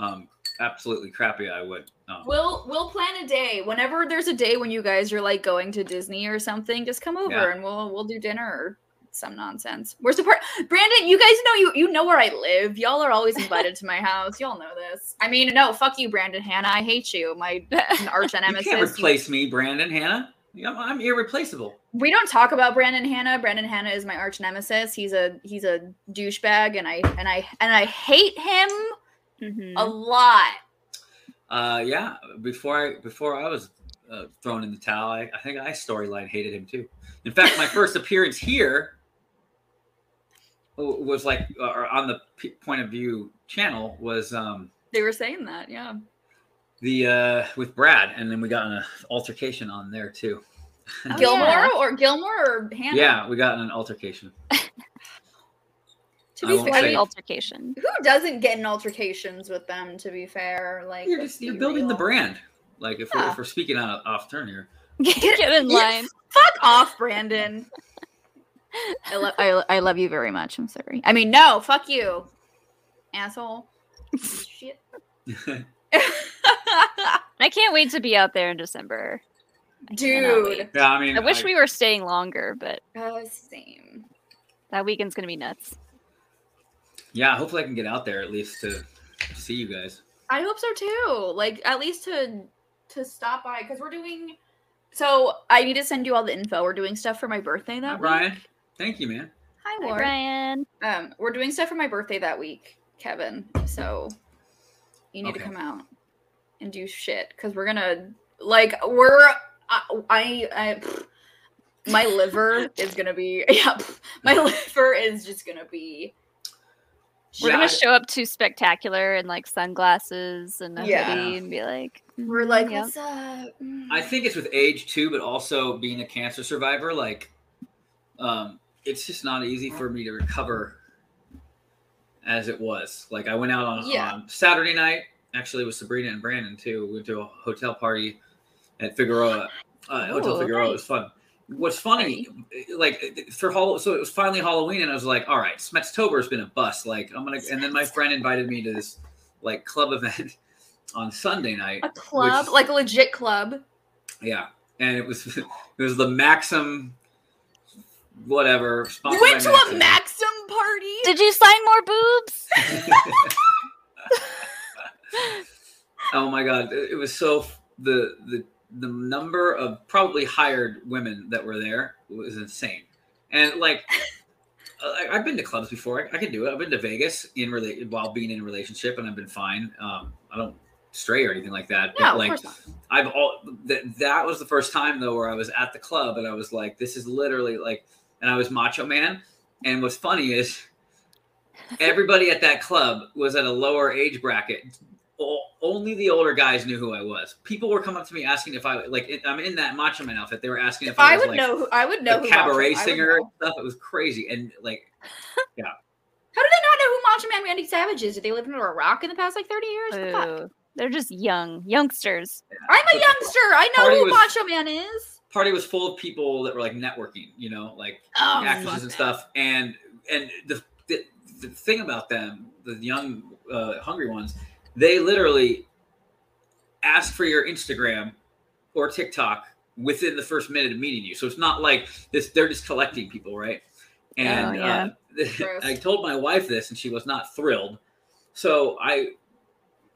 [SPEAKER 6] um, absolutely crappy, I would. Um,
[SPEAKER 1] We'll we'll plan a day. Whenever there's a day when you guys are like going to Disney or something, just come over
[SPEAKER 6] Yeah.
[SPEAKER 1] and we'll we'll do dinner or some nonsense. We're support Brandon, you guys know you you know where I live. Y'all are always invited
[SPEAKER 6] [LAUGHS]
[SPEAKER 1] to my house. Y'all know this. I mean, no, fuck you, Brandon Hannah. I hate you. My [LAUGHS] arch
[SPEAKER 6] you can't
[SPEAKER 1] nemesis. You-
[SPEAKER 6] replace me, Brandon Hannah. I'm, I'm irreplaceable.
[SPEAKER 1] We don't talk about Brandon Hannah. Brandon Hannah is my arch nemesis. He's a he's a douchebag and I and I and I hate him
[SPEAKER 2] Mhm.
[SPEAKER 1] a lot.
[SPEAKER 6] Uh, yeah. Before I before I was uh, thrown in the towel, I, I think I storyline hated him too. In fact, my first appearance here w- was like uh, or on the P- point of view channel was um,
[SPEAKER 1] They were saying that, yeah.
[SPEAKER 6] the uh, with Brad, and then we got in an altercation on there too.
[SPEAKER 2] Oh,
[SPEAKER 1] Gilmore
[SPEAKER 2] yeah.
[SPEAKER 1] or Gilmore or Hannah.
[SPEAKER 6] Yeah, we got in an altercation.
[SPEAKER 1] To
[SPEAKER 6] I
[SPEAKER 1] be
[SPEAKER 6] won't
[SPEAKER 1] fair,
[SPEAKER 6] say
[SPEAKER 2] An altercation.
[SPEAKER 1] Who doesn't get in altercations with them? To be fair, like
[SPEAKER 6] You're
[SPEAKER 1] let's [LAUGHS]
[SPEAKER 6] just you're
[SPEAKER 1] be
[SPEAKER 6] building the
[SPEAKER 1] real.
[SPEAKER 6] brand. Like if, we're,
[SPEAKER 1] Yeah.
[SPEAKER 6] if we're speaking out of, off turn here,
[SPEAKER 2] Get in
[SPEAKER 1] Yeah.
[SPEAKER 2] line.
[SPEAKER 1] Fuck off, Brandon. I love I, lo- I love you very much. I'm sorry. I mean, no, fuck you, asshole.
[SPEAKER 6] [LAUGHS]
[SPEAKER 1] Shit. [LAUGHS]
[SPEAKER 2] I can't wait to be out there in December. I cannot
[SPEAKER 1] Dude,
[SPEAKER 2] wait.
[SPEAKER 6] yeah, I mean,
[SPEAKER 2] I wish we were staying longer, but
[SPEAKER 1] uh, same.
[SPEAKER 2] that weekend's gonna be nuts.
[SPEAKER 6] Yeah, hopefully I can get out there at least to see you guys.
[SPEAKER 1] I hope so too. Like at least to to stop by because we're doing. So I need to send you all the info. We're doing stuff for my birthday
[SPEAKER 6] Hi,
[SPEAKER 1] that week.
[SPEAKER 6] Brian, thank you, man.
[SPEAKER 1] Hi,
[SPEAKER 2] Hi,
[SPEAKER 1] Warren.
[SPEAKER 2] Brian.
[SPEAKER 1] Um, we're doing stuff for my birthday that week, Kevin. So you need to
[SPEAKER 6] Okay.
[SPEAKER 1] come out and do shit because we're gonna like we're I I, I pfft, my
[SPEAKER 2] [LAUGHS]
[SPEAKER 1] liver is gonna be [LAUGHS] yeah pfft, my liver is just gonna be
[SPEAKER 2] We're
[SPEAKER 6] Yeah, I-
[SPEAKER 2] gonna show up too spectacular in like sunglasses and a
[SPEAKER 1] Yeah.
[SPEAKER 2] hoodie and be like,
[SPEAKER 1] we're like
[SPEAKER 2] "Mm, yep."
[SPEAKER 1] what's up? Mm."
[SPEAKER 6] I think it's with age too, but also being a cancer survivor, like, um, it's just not easy for me to recover as it was. Like I went out on,
[SPEAKER 1] Yeah.
[SPEAKER 6] on Saturday night, actually with Sabrina and Brandon too. We went to a hotel party at Figueroa. Uh, hotel
[SPEAKER 2] Ooh,
[SPEAKER 6] Figueroa. It was fun. What's funny, like for Hall, so it was finally Halloween, and I was like, all right, Smetstober's been a bust. Like I'm gonna, and then my friend invited me to this like club event [LAUGHS] on Sunday night.
[SPEAKER 1] a club
[SPEAKER 6] is-
[SPEAKER 1] like a legit club.
[SPEAKER 6] Yeah, and it was [LAUGHS] it was the Maxim, whatever.
[SPEAKER 1] You
[SPEAKER 6] sponsored
[SPEAKER 1] went to
[SPEAKER 6] by
[SPEAKER 1] a Maxim party.
[SPEAKER 2] Did you sign more boobs?
[SPEAKER 6] oh my god, it it was so the the the number of probably hired women that were there was insane, and like. [LAUGHS] I- I've been to clubs before. I, I can do it. I've been to Vegas in rela- while being in a relationship, and I've been fine. Um, I don't stray or anything like that.
[SPEAKER 1] no,
[SPEAKER 6] but
[SPEAKER 1] of
[SPEAKER 6] like,
[SPEAKER 1] course not.
[SPEAKER 6] I've all that that was the first time though where I was at the club and I was like, this is literally like, and I was Macho Man. And what's funny is everybody at that club was at a lower age bracket. O- Only the older guys knew who I was. People were coming up to me asking if I like I'm in that Macho Man outfit. They were asking if I,
[SPEAKER 1] I
[SPEAKER 6] was
[SPEAKER 1] would
[SPEAKER 6] like
[SPEAKER 1] know. Who, I would know
[SPEAKER 6] a
[SPEAKER 1] who
[SPEAKER 6] cabaret
[SPEAKER 1] Macho- I would
[SPEAKER 6] singer and
[SPEAKER 1] know.
[SPEAKER 6] stuff. It was crazy and
[SPEAKER 1] [LAUGHS]
[SPEAKER 6] like
[SPEAKER 1] How do they not know who Macho Man Randy Savage is? Did they live under a rock in the past like thirty years? The fuck?
[SPEAKER 2] Ooh, they're just young youngsters.
[SPEAKER 1] I'm a
[SPEAKER 6] But-
[SPEAKER 1] youngster. I know
[SPEAKER 6] Party
[SPEAKER 1] who
[SPEAKER 6] was-
[SPEAKER 1] Macho Man is.
[SPEAKER 6] party was full of people that were like networking. You know, like
[SPEAKER 1] Oh,
[SPEAKER 6] actresses and stuff and and the, the the thing about them, the young uh, hungry ones, they literally ask for your Instagram or TikTok within the first minute of meeting you. So it's not like this; they're just collecting people, right? And
[SPEAKER 2] Oh, yeah.
[SPEAKER 6] uh, [LAUGHS] I told my wife this, and she was not thrilled. So I,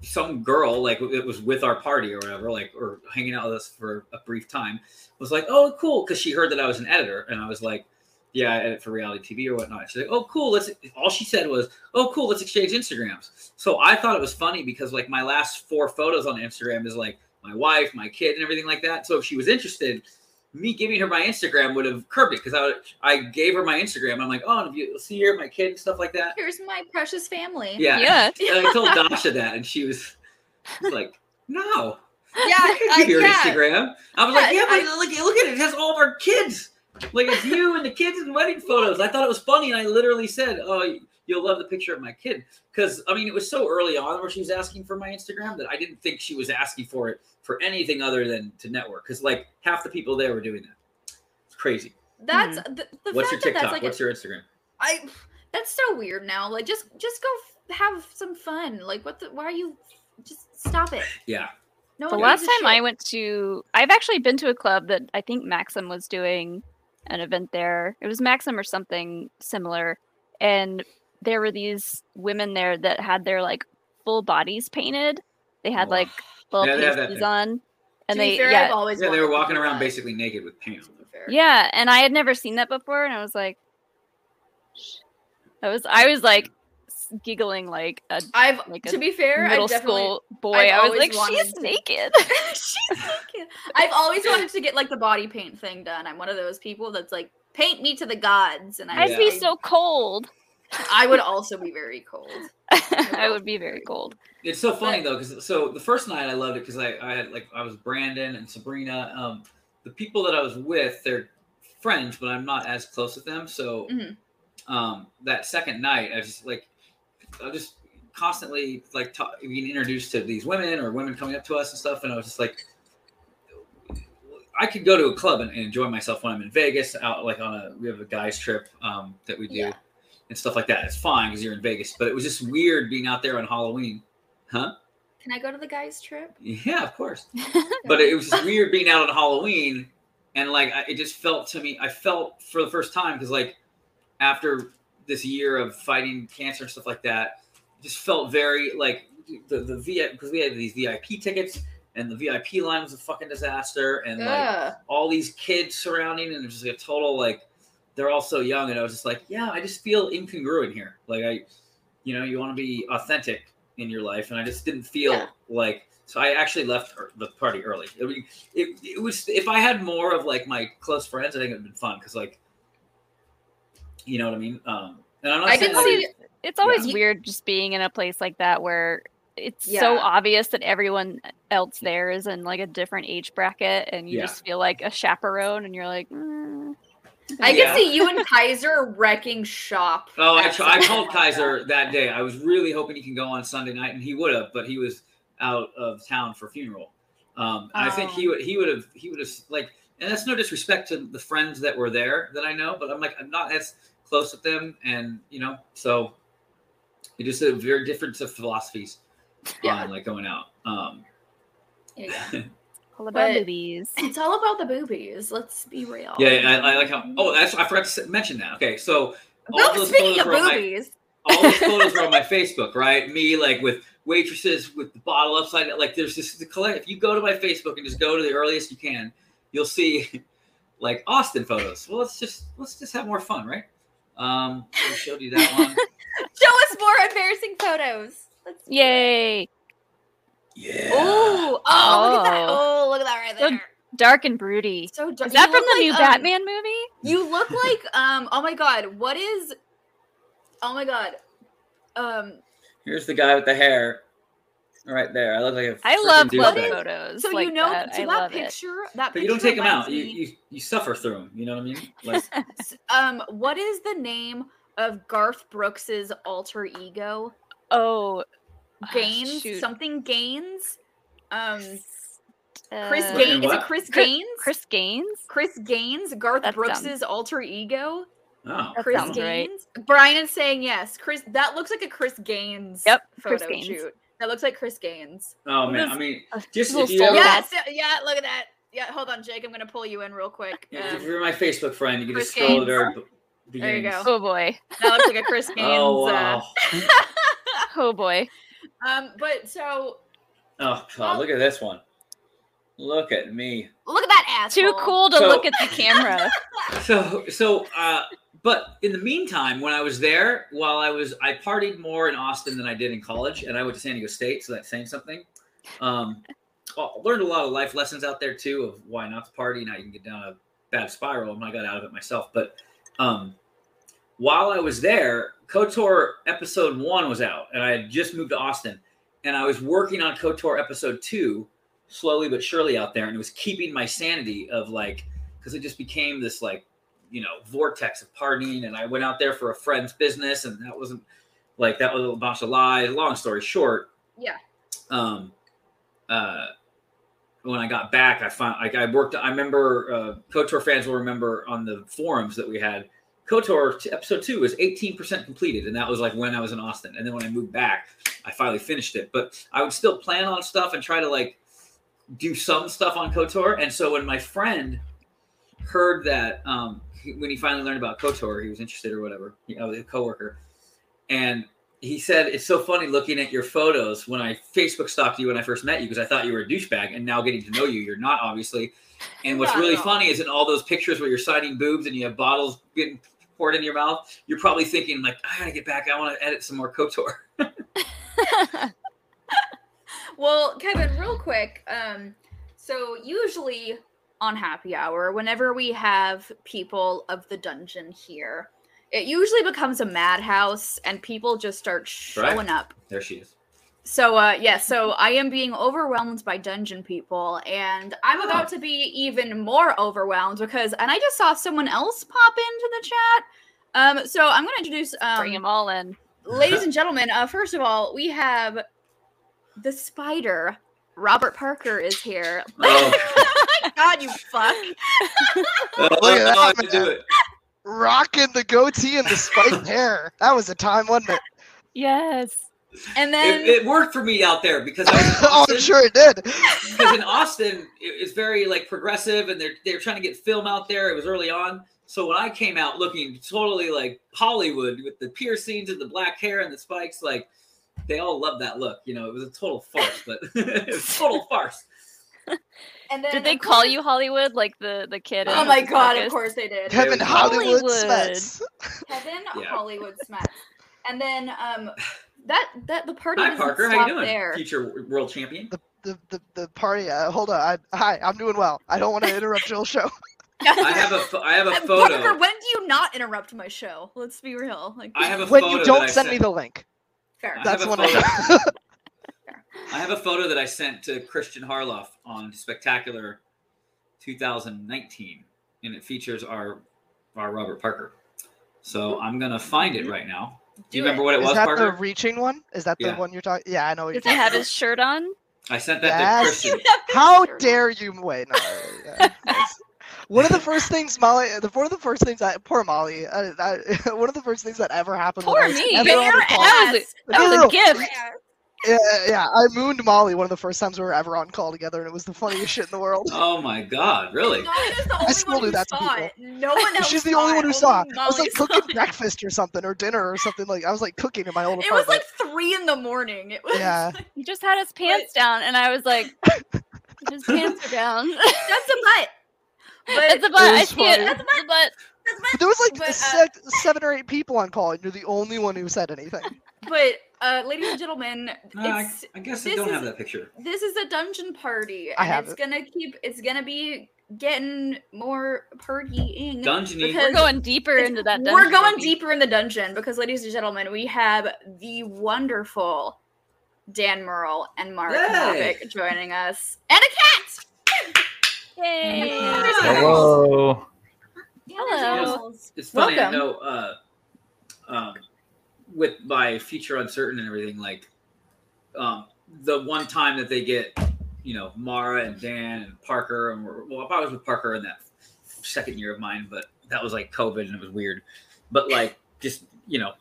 [SPEAKER 6] some girl like it was with our party or whatever, like or hanging out with us for a brief time, was like, "Oh, cool," because she heard that I was an editor, and I was like, "Yeah, I edit for reality TV or whatnot." She's like, "Oh, cool." Let's. All she said was, "Oh, cool. Let's exchange Instagrams." So I thought it was funny because like my last four photos on Instagram is like my wife, my kid, and everything like that. So if she was interested, me giving her my Instagram would have curbed it because I would, I gave her my Instagram. I'm like, oh, and if you see here, my kid, and stuff like that.
[SPEAKER 1] Here's my precious family.
[SPEAKER 6] Yeah.
[SPEAKER 2] Yeah.
[SPEAKER 1] [LAUGHS]
[SPEAKER 6] And I told Dasha that, and she was like, no.
[SPEAKER 1] [LAUGHS] Yeah, I,
[SPEAKER 6] your
[SPEAKER 1] Uh, yeah.
[SPEAKER 6] Instagram. I was
[SPEAKER 1] Yeah,
[SPEAKER 6] like, yeah, but
[SPEAKER 1] I-
[SPEAKER 6] look, look at it. It has all of our kids. Like it's you and the kids and wedding photos. I thought it was funny, and I literally said, "Oh, you'll love the picture of my kid." Because I mean, it was so early on where she was asking for my Instagram that I didn't think she was asking for it for anything other than to network. Because like half the people there were doing that. It's crazy.
[SPEAKER 1] That's
[SPEAKER 2] Hmm.
[SPEAKER 1] the, the
[SPEAKER 6] What's your
[SPEAKER 1] fact that
[SPEAKER 6] TikTok?
[SPEAKER 1] that's like a-
[SPEAKER 6] What's your Instagram?
[SPEAKER 1] I that's so weird now. Like just just go f- have some fun. Like what the why are you just stop it.
[SPEAKER 6] Yeah.
[SPEAKER 1] No
[SPEAKER 2] The
[SPEAKER 1] one
[SPEAKER 2] last
[SPEAKER 1] gives a
[SPEAKER 2] time I
[SPEAKER 1] shit.
[SPEAKER 2] went to, I've actually been to a club that I think Maxim was doing an event there. It was Maxim or something similar. And there were these women there that had their like full bodies painted. They had
[SPEAKER 6] Wow.
[SPEAKER 2] like little
[SPEAKER 6] Oh. Yeah, they have that
[SPEAKER 2] pasties
[SPEAKER 6] thing.
[SPEAKER 2] on.
[SPEAKER 1] To
[SPEAKER 2] And
[SPEAKER 1] be
[SPEAKER 2] they,
[SPEAKER 1] fair, I've
[SPEAKER 2] yeah,
[SPEAKER 1] always
[SPEAKER 6] Yeah, they
[SPEAKER 1] wanted
[SPEAKER 6] were
[SPEAKER 1] to
[SPEAKER 6] walking
[SPEAKER 1] do
[SPEAKER 6] around
[SPEAKER 1] that,
[SPEAKER 6] basically naked with paint.
[SPEAKER 1] to be fair.
[SPEAKER 2] yeah. And I had never seen that before. And I was like, "Sh-" I was, I was like s- giggling like a
[SPEAKER 1] I've
[SPEAKER 2] Like a
[SPEAKER 1] to be fair,
[SPEAKER 2] middle
[SPEAKER 1] I've definitely
[SPEAKER 2] school boy.
[SPEAKER 1] I've
[SPEAKER 2] I was
[SPEAKER 1] always
[SPEAKER 2] like,
[SPEAKER 1] wanted
[SPEAKER 2] she's
[SPEAKER 1] to-
[SPEAKER 2] naked.
[SPEAKER 1] She's naked. I've always wanted to get like the body paint thing done. I'm one of those people that's like paint me to the gods and I
[SPEAKER 2] I'd be
[SPEAKER 1] I-
[SPEAKER 2] so cold.
[SPEAKER 1] I would also be
[SPEAKER 2] [LAUGHS]
[SPEAKER 1] very cold.
[SPEAKER 2] I
[SPEAKER 1] Well,
[SPEAKER 2] would be very cold.
[SPEAKER 6] It's so funny though, because so the first night I loved it because I, I had like I was Brandon and Sabrina. Um, the people that I was with, they're friends, but I'm not as close with them. So,
[SPEAKER 1] Mhm.
[SPEAKER 6] um, that second night, I just like I just constantly like ta- being introduced to these women or women coming up to us and stuff, and I was just like, I could go to a club and, and enjoy myself when I'm in Vegas, out like on a we have a guys trip um, that we do
[SPEAKER 1] Yeah.
[SPEAKER 6] and stuff like that. It's fine because you're in Vegas, but it was just weird being out there on Halloween, huh?
[SPEAKER 1] Can I go to the guys' trip?
[SPEAKER 6] Yeah, of course. But it was just weird being out on Halloween, and like I, it just felt to me, I felt for the first time because like after this year of fighting cancer and stuff like that, it just felt very like the the VIP because we had these VIP tickets and the VIP line was a fucking disaster, and like
[SPEAKER 1] Ugh.
[SPEAKER 6] all these kids surrounding and it was just like a total like they're all so young and i was just like yeah i just feel incongruent here like i you know you want to be authentic in your life and i just didn't feel
[SPEAKER 1] Yeah.
[SPEAKER 6] like so i actually left ear- the party early I mean, it, it was if i had more of like my close friends i think it would have been fun because like you know what i mean um and i'm not
[SPEAKER 1] I can
[SPEAKER 6] saying that
[SPEAKER 1] see
[SPEAKER 6] it-
[SPEAKER 2] it's always
[SPEAKER 1] Yeah.
[SPEAKER 2] weird just being in a place like that where it's so
[SPEAKER 1] Yeah.
[SPEAKER 2] obvious that everyone else there is in like a different age bracket and you
[SPEAKER 6] Yeah.
[SPEAKER 2] just feel like a chaperone and you're like, "Mm."
[SPEAKER 1] I
[SPEAKER 6] Yeah.
[SPEAKER 1] can see you and
[SPEAKER 2] [LAUGHS]
[SPEAKER 1] Kaiser wrecking shop.
[SPEAKER 6] Oh, I,
[SPEAKER 1] at
[SPEAKER 6] tr- I
[SPEAKER 1] something
[SPEAKER 6] called
[SPEAKER 1] like
[SPEAKER 6] Kaiser that day. I was really hoping he can go on Sunday night, and he would have, but he was out of town for funeral. Um, and I think
[SPEAKER 1] Oh.
[SPEAKER 6] he would he would have he would have like, and that's no disrespect to the friends that were there that I know, but I'm like I'm not as close with them, and you know, so it just a very difference of philosophies
[SPEAKER 1] Yeah.
[SPEAKER 6] on like going out. Um,
[SPEAKER 1] that. Yeah, yeah.
[SPEAKER 2] [LAUGHS] all about
[SPEAKER 1] But-
[SPEAKER 2] movies.
[SPEAKER 1] [LAUGHS] It's all about the boobies. Let's be real.
[SPEAKER 6] yeah,
[SPEAKER 2] [LAUGHS]
[SPEAKER 6] yeah, I, I like how. Oh, that's I forgot to s- mention that. Okay, so all
[SPEAKER 1] Boob,
[SPEAKER 6] those
[SPEAKER 1] speaking
[SPEAKER 6] photos
[SPEAKER 1] of
[SPEAKER 6] were on my
[SPEAKER 1] boobies, [LAUGHS]
[SPEAKER 6] all these photos are on my Facebook, right? Me like with waitresses with the bottle upside down. Like there's this the collect. If you go to my Facebook and just go to the earliest you can, you'll see [LAUGHS] like Austin photos. Well, let's just let's just have more fun, right? Um, I showed you that one.
[SPEAKER 1] show us more embarrassing photos. Let's do it.
[SPEAKER 2] Yay!
[SPEAKER 6] Yeah.
[SPEAKER 1] Ooh, oh, look at that.
[SPEAKER 2] Oh.
[SPEAKER 1] Oh, look at that right
[SPEAKER 2] So
[SPEAKER 1] there.
[SPEAKER 2] Dark and broody.
[SPEAKER 1] So dark.
[SPEAKER 2] Is that
[SPEAKER 1] You
[SPEAKER 2] from
[SPEAKER 1] look
[SPEAKER 2] the new
[SPEAKER 1] like, um,
[SPEAKER 2] Batman movie?
[SPEAKER 1] You
[SPEAKER 6] [LAUGHS]
[SPEAKER 1] look like um oh my god, what is Oh my god. Um
[SPEAKER 6] Here's the guy with the hair, right there. I look like a
[SPEAKER 2] I
[SPEAKER 6] freaking
[SPEAKER 2] love club
[SPEAKER 6] douchebag.
[SPEAKER 2] photos.
[SPEAKER 1] so you
[SPEAKER 2] like
[SPEAKER 1] know
[SPEAKER 2] that.
[SPEAKER 1] so
[SPEAKER 2] I
[SPEAKER 1] that
[SPEAKER 2] love it.
[SPEAKER 1] picture that
[SPEAKER 6] But
[SPEAKER 1] picture
[SPEAKER 6] you don't take them
[SPEAKER 1] reminds
[SPEAKER 6] out. You,
[SPEAKER 1] me-
[SPEAKER 6] you you suffer through them. You know what
[SPEAKER 1] [LAUGHS]
[SPEAKER 6] I mean? Like
[SPEAKER 1] um what is the name of Garth Brooks's alter ego?
[SPEAKER 2] Oh, ah,
[SPEAKER 1] Gaines?
[SPEAKER 2] shoot.
[SPEAKER 1] something Gaines? Um Chris
[SPEAKER 2] Uh,
[SPEAKER 1] Gaines is it
[SPEAKER 6] what?
[SPEAKER 1] Chris
[SPEAKER 2] Chris-
[SPEAKER 1] Gaines?
[SPEAKER 2] Chris Gaines.
[SPEAKER 1] Chris Gaines, Garth
[SPEAKER 2] That's dumb.
[SPEAKER 1] Brooks's alter ego.
[SPEAKER 6] Oh,
[SPEAKER 2] That
[SPEAKER 1] Chris
[SPEAKER 2] sounds right.
[SPEAKER 1] Gaines. Brian is saying yes. Chris, that looks like a Chris Gaines.
[SPEAKER 2] Yep,
[SPEAKER 1] Photo
[SPEAKER 2] Chris Gaines.
[SPEAKER 1] shoot. That looks like Chris Gaines.
[SPEAKER 6] oh man.
[SPEAKER 2] This-
[SPEAKER 6] I mean,
[SPEAKER 2] uh,
[SPEAKER 6] just
[SPEAKER 2] little
[SPEAKER 6] if you ever,
[SPEAKER 2] fold-out.
[SPEAKER 1] Yes. Yeah. Look at that. Yeah. Hold on, Jake. I'm gonna pull you in real quick.
[SPEAKER 6] yeah, if
[SPEAKER 1] Um,
[SPEAKER 6] you're my Facebook friend, you can just
[SPEAKER 1] Chris
[SPEAKER 6] scroll
[SPEAKER 1] Gaines.
[SPEAKER 6] to their b-
[SPEAKER 1] There you
[SPEAKER 6] beginnings.
[SPEAKER 1] go.
[SPEAKER 2] Oh boy.
[SPEAKER 1] that looks like a Chris Gaines.
[SPEAKER 6] Oh
[SPEAKER 1] uh,
[SPEAKER 6] wow.
[SPEAKER 2] Oh boy.
[SPEAKER 1] um. But so
[SPEAKER 6] Oh god, look at this one. Look at me.
[SPEAKER 1] look at that ass.
[SPEAKER 2] Too cool to
[SPEAKER 6] So-
[SPEAKER 2] look at the camera.
[SPEAKER 6] So so uh but in the meantime, when I was there, while I was I partied more in Austin than I did in college, and I went to San Diego State, so that's saying something. Um well, learned a lot of life lessons out there too of why not to party and how you can get down a bad spiral. And I got out of it myself. But um while I was there, KOTOR episode one was out, and I had just moved to Austin, and I was working on KOTOR episode two slowly but surely out there, and it was keeping my sanity of like because it just became this like you know vortex of partying, and I went out there for a friend's business, and that wasn't like that was a bunch of lies. Long story short,
[SPEAKER 1] [LAUGHS] Yeah.
[SPEAKER 6] Um, uh, when I got back, I found like I worked. I remember uh, KOTOR fans will remember on the forums that we had. KOTOR t- episode two was 18% completed, and that was like when I was in Austin. And then when I moved back, I finally finished it. But I would still plan on stuff and try to like do some stuff on KOTOR. And so when my friend heard that, um, he- when he finally learned about KOTOR, he was interested or whatever, you know, a coworker. And he said, It's so funny looking at your photos when I Facebook stalked you when I first met you because I thought you were a douchebag. And now getting to know you, you're not obviously. And what's
[SPEAKER 1] Not at
[SPEAKER 6] really
[SPEAKER 1] all.
[SPEAKER 6] funny is in all those pictures where you're signing boobs and you have bottles getting poured into your mouth, you're probably thinking like, I gotta get back. I want to edit some more Kotor.
[SPEAKER 1] Well, Kevin, real quick. Um, so usually on happy hour, whenever we have people of the dungeon here, it usually becomes a madhouse and people just start showing
[SPEAKER 6] Right.
[SPEAKER 1] up.
[SPEAKER 6] There she is.
[SPEAKER 1] So uh yeah, so I am being overwhelmed by dungeon people and I'm about to be even more overwhelmed because and I just saw someone else pop into the chat. Um so I'm going to introduce um
[SPEAKER 2] Bring them all in. [LAUGHS]
[SPEAKER 1] ladies and gentlemen, uh, first of all, we have the spider. Robert Parker is here.
[SPEAKER 6] [LAUGHS] Oh,
[SPEAKER 1] [LAUGHS] God, you
[SPEAKER 6] [LAUGHS]
[SPEAKER 1] fuck.
[SPEAKER 8] Look at
[SPEAKER 6] how I
[SPEAKER 8] that.
[SPEAKER 6] do it.
[SPEAKER 8] Rocking the goatee and the
[SPEAKER 1] [LAUGHS]
[SPEAKER 8] spiked hair. That was a time, wasn't it?
[SPEAKER 2] Yes.
[SPEAKER 1] And then
[SPEAKER 6] it. It worked for me out there because I was in
[SPEAKER 8] oh, I'm
[SPEAKER 6] Austin-
[SPEAKER 8] sure it did.
[SPEAKER 6] because in Austin it- it's very like progressive and they're they're trying to get film out there. It was early on. So when I came out looking totally like Hollywood with the piercings and the black hair and the spikes, like they all loved that look. You know, it was a total farce, but [LAUGHS] it was a total farce.
[SPEAKER 1] and then
[SPEAKER 2] Did they
[SPEAKER 1] of
[SPEAKER 2] call
[SPEAKER 1] course-
[SPEAKER 2] you Hollywood like the the kid? in
[SPEAKER 1] Oh my
[SPEAKER 2] Hocus
[SPEAKER 1] god, of
[SPEAKER 2] Pocus?
[SPEAKER 1] course they did.
[SPEAKER 8] Kevin
[SPEAKER 6] go.
[SPEAKER 8] Hollywood,
[SPEAKER 2] Hollywood.
[SPEAKER 8] Smets.
[SPEAKER 1] Kevin
[SPEAKER 6] Yeah.
[SPEAKER 1] Hollywood Smets. And then um that that the party
[SPEAKER 6] Hi
[SPEAKER 1] doesn't
[SPEAKER 6] Parker, how
[SPEAKER 1] stop
[SPEAKER 6] you doing?
[SPEAKER 1] there.
[SPEAKER 6] Future w- world champion.
[SPEAKER 8] The, the, the party. Uh, hold on. I, hi, I'm doing well. I don't want to interrupt your
[SPEAKER 6] [LAUGHS]
[SPEAKER 8] show.
[SPEAKER 6] I have a pho- I have a
[SPEAKER 1] Uh,
[SPEAKER 6] photo.
[SPEAKER 1] Parker, when do you not interrupt my show? Let's be real. Like
[SPEAKER 6] I have a
[SPEAKER 8] When
[SPEAKER 6] photo
[SPEAKER 8] you
[SPEAKER 6] that I
[SPEAKER 8] don't send me
[SPEAKER 6] sent-
[SPEAKER 8] the link,
[SPEAKER 1] [LAUGHS] fair.
[SPEAKER 6] I
[SPEAKER 8] that's
[SPEAKER 6] have a
[SPEAKER 8] when [LAUGHS] I.
[SPEAKER 6] photo. I have a photo that I sent to Christian Harloff on Spectacular 2019, and it features our our Robert Parker. So I'm gonna find it right now. Do, you
[SPEAKER 1] Do
[SPEAKER 6] remember what it
[SPEAKER 8] Is
[SPEAKER 6] was,
[SPEAKER 8] that the
[SPEAKER 6] Parker?
[SPEAKER 8] reaching one? Is that the
[SPEAKER 6] Yeah.
[SPEAKER 8] one you're talking? Yeah, I know. What you're
[SPEAKER 2] Does he
[SPEAKER 8] talking
[SPEAKER 2] have
[SPEAKER 8] about.
[SPEAKER 2] his shirt on?
[SPEAKER 6] I sent that
[SPEAKER 8] Yes. [LAUGHS]
[SPEAKER 2] [LAUGHS]
[SPEAKER 6] to Christian.
[SPEAKER 8] How dare you? Wait, no. yeah, [LAUGHS] that's- One of the first things Molly, the one of the first things that poor Molly, uh, that, [LAUGHS] one of the first things that ever happened. when I
[SPEAKER 2] Poor
[SPEAKER 8] was
[SPEAKER 2] me.
[SPEAKER 8] ever on
[SPEAKER 1] Your
[SPEAKER 8] the call-
[SPEAKER 2] That was a, that
[SPEAKER 8] No,
[SPEAKER 2] was
[SPEAKER 8] no,
[SPEAKER 2] a gift.
[SPEAKER 1] Yeah.
[SPEAKER 8] Yeah, yeah. I mooned Molly one of the first times we were ever on call together, and it was the funniest shit in the world.
[SPEAKER 6] [LAUGHS] Oh my God! Really?
[SPEAKER 1] Molly was the [LAUGHS] only
[SPEAKER 8] still
[SPEAKER 1] one
[SPEAKER 8] do
[SPEAKER 1] who
[SPEAKER 8] that to
[SPEAKER 1] saw
[SPEAKER 8] people.
[SPEAKER 1] it. No one else.
[SPEAKER 8] She's the
[SPEAKER 1] saw
[SPEAKER 8] only one who
[SPEAKER 1] it.
[SPEAKER 8] saw. it.
[SPEAKER 1] Only
[SPEAKER 8] I was
[SPEAKER 1] Molly
[SPEAKER 8] like
[SPEAKER 1] saw
[SPEAKER 8] cooking
[SPEAKER 1] it.
[SPEAKER 8] breakfast or something, or dinner or something. Like I was like cooking in my old
[SPEAKER 1] It was
[SPEAKER 8] apartment.
[SPEAKER 1] like three in the morning. It was
[SPEAKER 8] Yeah.
[SPEAKER 2] He just had his pants down, and I
[SPEAKER 8] [LAUGHS]
[SPEAKER 2] was like, his pants are down.
[SPEAKER 1] that's a butt. But
[SPEAKER 2] That's a butt. I
[SPEAKER 8] was
[SPEAKER 2] see it.
[SPEAKER 8] funny.
[SPEAKER 2] That's a butt.
[SPEAKER 8] But there was like
[SPEAKER 1] But, uh,
[SPEAKER 8] six, seven or eight people on call, and you're the only one who said
[SPEAKER 1] [LAUGHS]
[SPEAKER 8] anything.
[SPEAKER 1] but uh, ladies and gentlemen,
[SPEAKER 6] Uh, I,
[SPEAKER 1] it's
[SPEAKER 6] I guess I
[SPEAKER 1] this
[SPEAKER 6] don't have
[SPEAKER 1] is-
[SPEAKER 6] that picture.
[SPEAKER 1] this is a dungeon party,
[SPEAKER 8] I
[SPEAKER 1] and
[SPEAKER 8] have
[SPEAKER 1] it's
[SPEAKER 8] it.
[SPEAKER 1] gonna keep. It's gonna be getting more partying.
[SPEAKER 6] Dungeony.
[SPEAKER 1] because-
[SPEAKER 2] We're going deeper
[SPEAKER 1] It's-
[SPEAKER 2] into that.
[SPEAKER 1] We're
[SPEAKER 2] dungeon,
[SPEAKER 1] going
[SPEAKER 2] baby.
[SPEAKER 1] deeper in the dungeon because, ladies and gentlemen, we have the wonderful Dan Merle and Mark
[SPEAKER 6] Yay.
[SPEAKER 1] Novick joining us, and a cat.
[SPEAKER 2] Yay!
[SPEAKER 9] Hello.
[SPEAKER 2] Hello.
[SPEAKER 6] It's funny.
[SPEAKER 1] Welcome.
[SPEAKER 6] I know. Uh, um, with my future uncertain and everything, like um, the one time that they get, you know, Mara and Dan and Parker, and we're, well, I was with Parker in that second year of mine, but that was like COVID and it was weird. but like just you know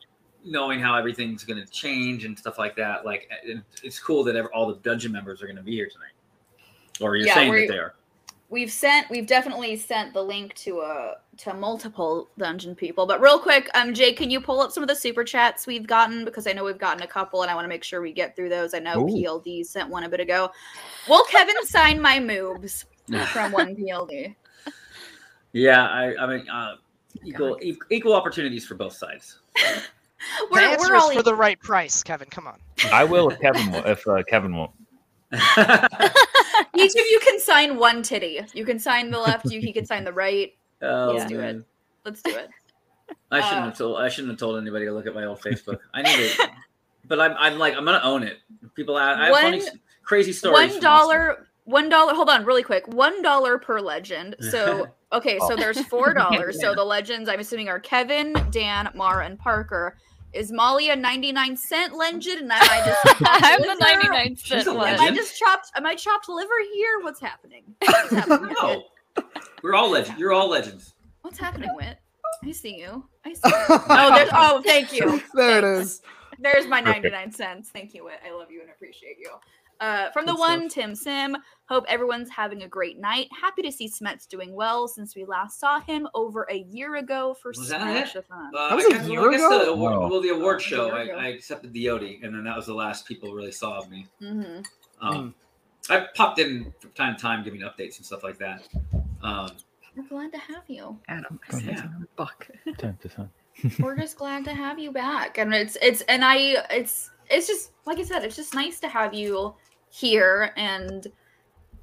[SPEAKER 6] knowing how everything's going to change and stuff like that like it- it's cool that ever, all the dungeon members are going to be here tonight or you're
[SPEAKER 1] Yeah,
[SPEAKER 6] saying
[SPEAKER 1] we're-
[SPEAKER 6] that they are
[SPEAKER 1] We've sent, we've definitely sent the link to uh to multiple dungeon people. But real quick, um, Jay, can you pull up some of the super chats we've gotten because I know we've gotten a couple, and I want to make sure we get through those. I know
[SPEAKER 5] Ooh.
[SPEAKER 1] PLD sent one a bit ago. Will Kevin sign my moves from one PLD?
[SPEAKER 6] yeah i, I mean uh, equal e- equal opportunities for both sides
[SPEAKER 8] the
[SPEAKER 1] We're,
[SPEAKER 8] answer
[SPEAKER 1] we're
[SPEAKER 8] is
[SPEAKER 1] all
[SPEAKER 8] for the right price, Kevin. Come on.
[SPEAKER 9] I will if Kevin will, if uh, Kevin won't.
[SPEAKER 1] each of you can sign one titty. You can sign the left. You he can sign the right.
[SPEAKER 6] oh,
[SPEAKER 1] Let's do it.
[SPEAKER 6] man.
[SPEAKER 1] Let's do it.
[SPEAKER 6] I shouldn't
[SPEAKER 1] Uh,
[SPEAKER 6] have told. I shouldn't have told anybody to look at my old Facebook. I need
[SPEAKER 1] [LAUGHS]
[SPEAKER 6] it, but I'm. I'm like. I'm gonna own it. People, I, I have funny,
[SPEAKER 1] One-
[SPEAKER 6] s- crazy stories. from
[SPEAKER 1] One
[SPEAKER 6] this
[SPEAKER 1] dollar. One dollar. Hold on, really quick. One dollar per legend.
[SPEAKER 6] [LAUGHS]
[SPEAKER 1] So okay,
[SPEAKER 6] Oh.
[SPEAKER 1] so there's four dollars. So the legends I'm assuming are Kevin, Dan, Mara, and Parker. Is Molly a 99 cent legend? And am I
[SPEAKER 2] [LAUGHS]
[SPEAKER 1] just
[SPEAKER 2] I'm the
[SPEAKER 1] liver?
[SPEAKER 2] 99
[SPEAKER 6] She's
[SPEAKER 2] cent
[SPEAKER 6] a
[SPEAKER 2] one.
[SPEAKER 1] Am I
[SPEAKER 6] legend.
[SPEAKER 1] just chopped? Am I chopped liver here? What's happening? What's
[SPEAKER 6] stuff.
[SPEAKER 1] happening? Wit?
[SPEAKER 6] No, we're all legends. You're all legends.
[SPEAKER 1] What's happening, Wit? I see you. I see.
[SPEAKER 6] [LAUGHS]
[SPEAKER 1] You. [LAUGHS] Oh, there's. Oh, thank you.
[SPEAKER 10] [LAUGHS] there it is.
[SPEAKER 1] There's my
[SPEAKER 9] Perfect.
[SPEAKER 1] 99 cents. Thank you, Whit. I love you and appreciate you. Uh, from the
[SPEAKER 10] Good
[SPEAKER 1] one, Tim Sim. Hope everyone's having a great night. Happy to see Smets doing well since we last saw him over a year ago for
[SPEAKER 6] Was that
[SPEAKER 1] Smash
[SPEAKER 6] it?
[SPEAKER 1] Smashathon.
[SPEAKER 6] Uh,
[SPEAKER 10] That was
[SPEAKER 6] I
[SPEAKER 10] a
[SPEAKER 6] guess,
[SPEAKER 10] year
[SPEAKER 6] well, I guess the
[SPEAKER 10] ago?
[SPEAKER 6] award,
[SPEAKER 9] Wow.
[SPEAKER 6] well, the award
[SPEAKER 1] was a
[SPEAKER 6] show.
[SPEAKER 1] year
[SPEAKER 6] I,
[SPEAKER 1] ago.
[SPEAKER 6] I accepted the Yodi, and then that was the last people really saw of me.
[SPEAKER 1] hmm
[SPEAKER 6] Um,
[SPEAKER 10] Hmm.
[SPEAKER 6] I popped in from time to time, giving updates and stuff like that. Um,
[SPEAKER 1] We're glad to have you.
[SPEAKER 10] Adam, I
[SPEAKER 6] Oh,
[SPEAKER 9] Yeah.
[SPEAKER 10] said something. Fuck.
[SPEAKER 9] Time to sign.
[SPEAKER 6] [LAUGHS]
[SPEAKER 1] We're just glad to have you back. And it's it's and I it's it's just like I said, it's just nice to have you here. And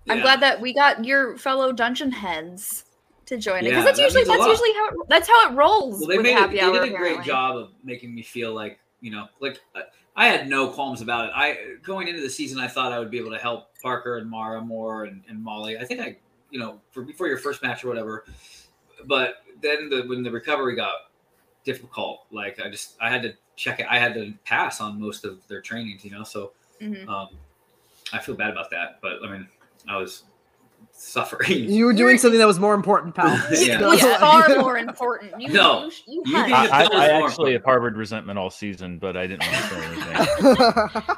[SPEAKER 1] I'm
[SPEAKER 6] yeah.
[SPEAKER 1] glad that we got your fellow dungeon heads to join it
[SPEAKER 6] Yeah,
[SPEAKER 1] because that's
[SPEAKER 6] that
[SPEAKER 1] usually
[SPEAKER 6] means a
[SPEAKER 1] that's
[SPEAKER 6] lot.
[SPEAKER 1] usually how it, that's how it rolls
[SPEAKER 6] Well, they
[SPEAKER 1] with
[SPEAKER 6] made it,
[SPEAKER 1] happy
[SPEAKER 6] they
[SPEAKER 1] hour.
[SPEAKER 6] did a
[SPEAKER 1] apparently.
[SPEAKER 6] great job of making me feel like you know, like I- I had no qualms about it. I going into the season, I thought I would be able to help Parker and Mara more and, and Molly. I think I, you know, for before your first match or whatever. But then the, when the recovery got difficult, like I just I had to check it. I had to pass on most of their trainings, you know. So
[SPEAKER 1] Mhm.
[SPEAKER 6] um, I feel bad about that, but I mean, I was suffering. [LAUGHS]
[SPEAKER 10] You were doing something that was more important, pal.
[SPEAKER 6] Yeah.
[SPEAKER 1] [LAUGHS] It
[SPEAKER 10] [LAUGHS]
[SPEAKER 1] was
[SPEAKER 10] Yeah.
[SPEAKER 6] [LAUGHS]
[SPEAKER 1] far more important. You,
[SPEAKER 6] No.
[SPEAKER 1] you, sh- you,
[SPEAKER 6] You
[SPEAKER 1] hush.
[SPEAKER 6] need to-
[SPEAKER 9] I,
[SPEAKER 6] That was
[SPEAKER 9] I, I
[SPEAKER 6] more
[SPEAKER 9] actually
[SPEAKER 6] fun.
[SPEAKER 9] have harbored resentment all season, but I didn't want to
[SPEAKER 6] [LAUGHS]
[SPEAKER 9] say anything.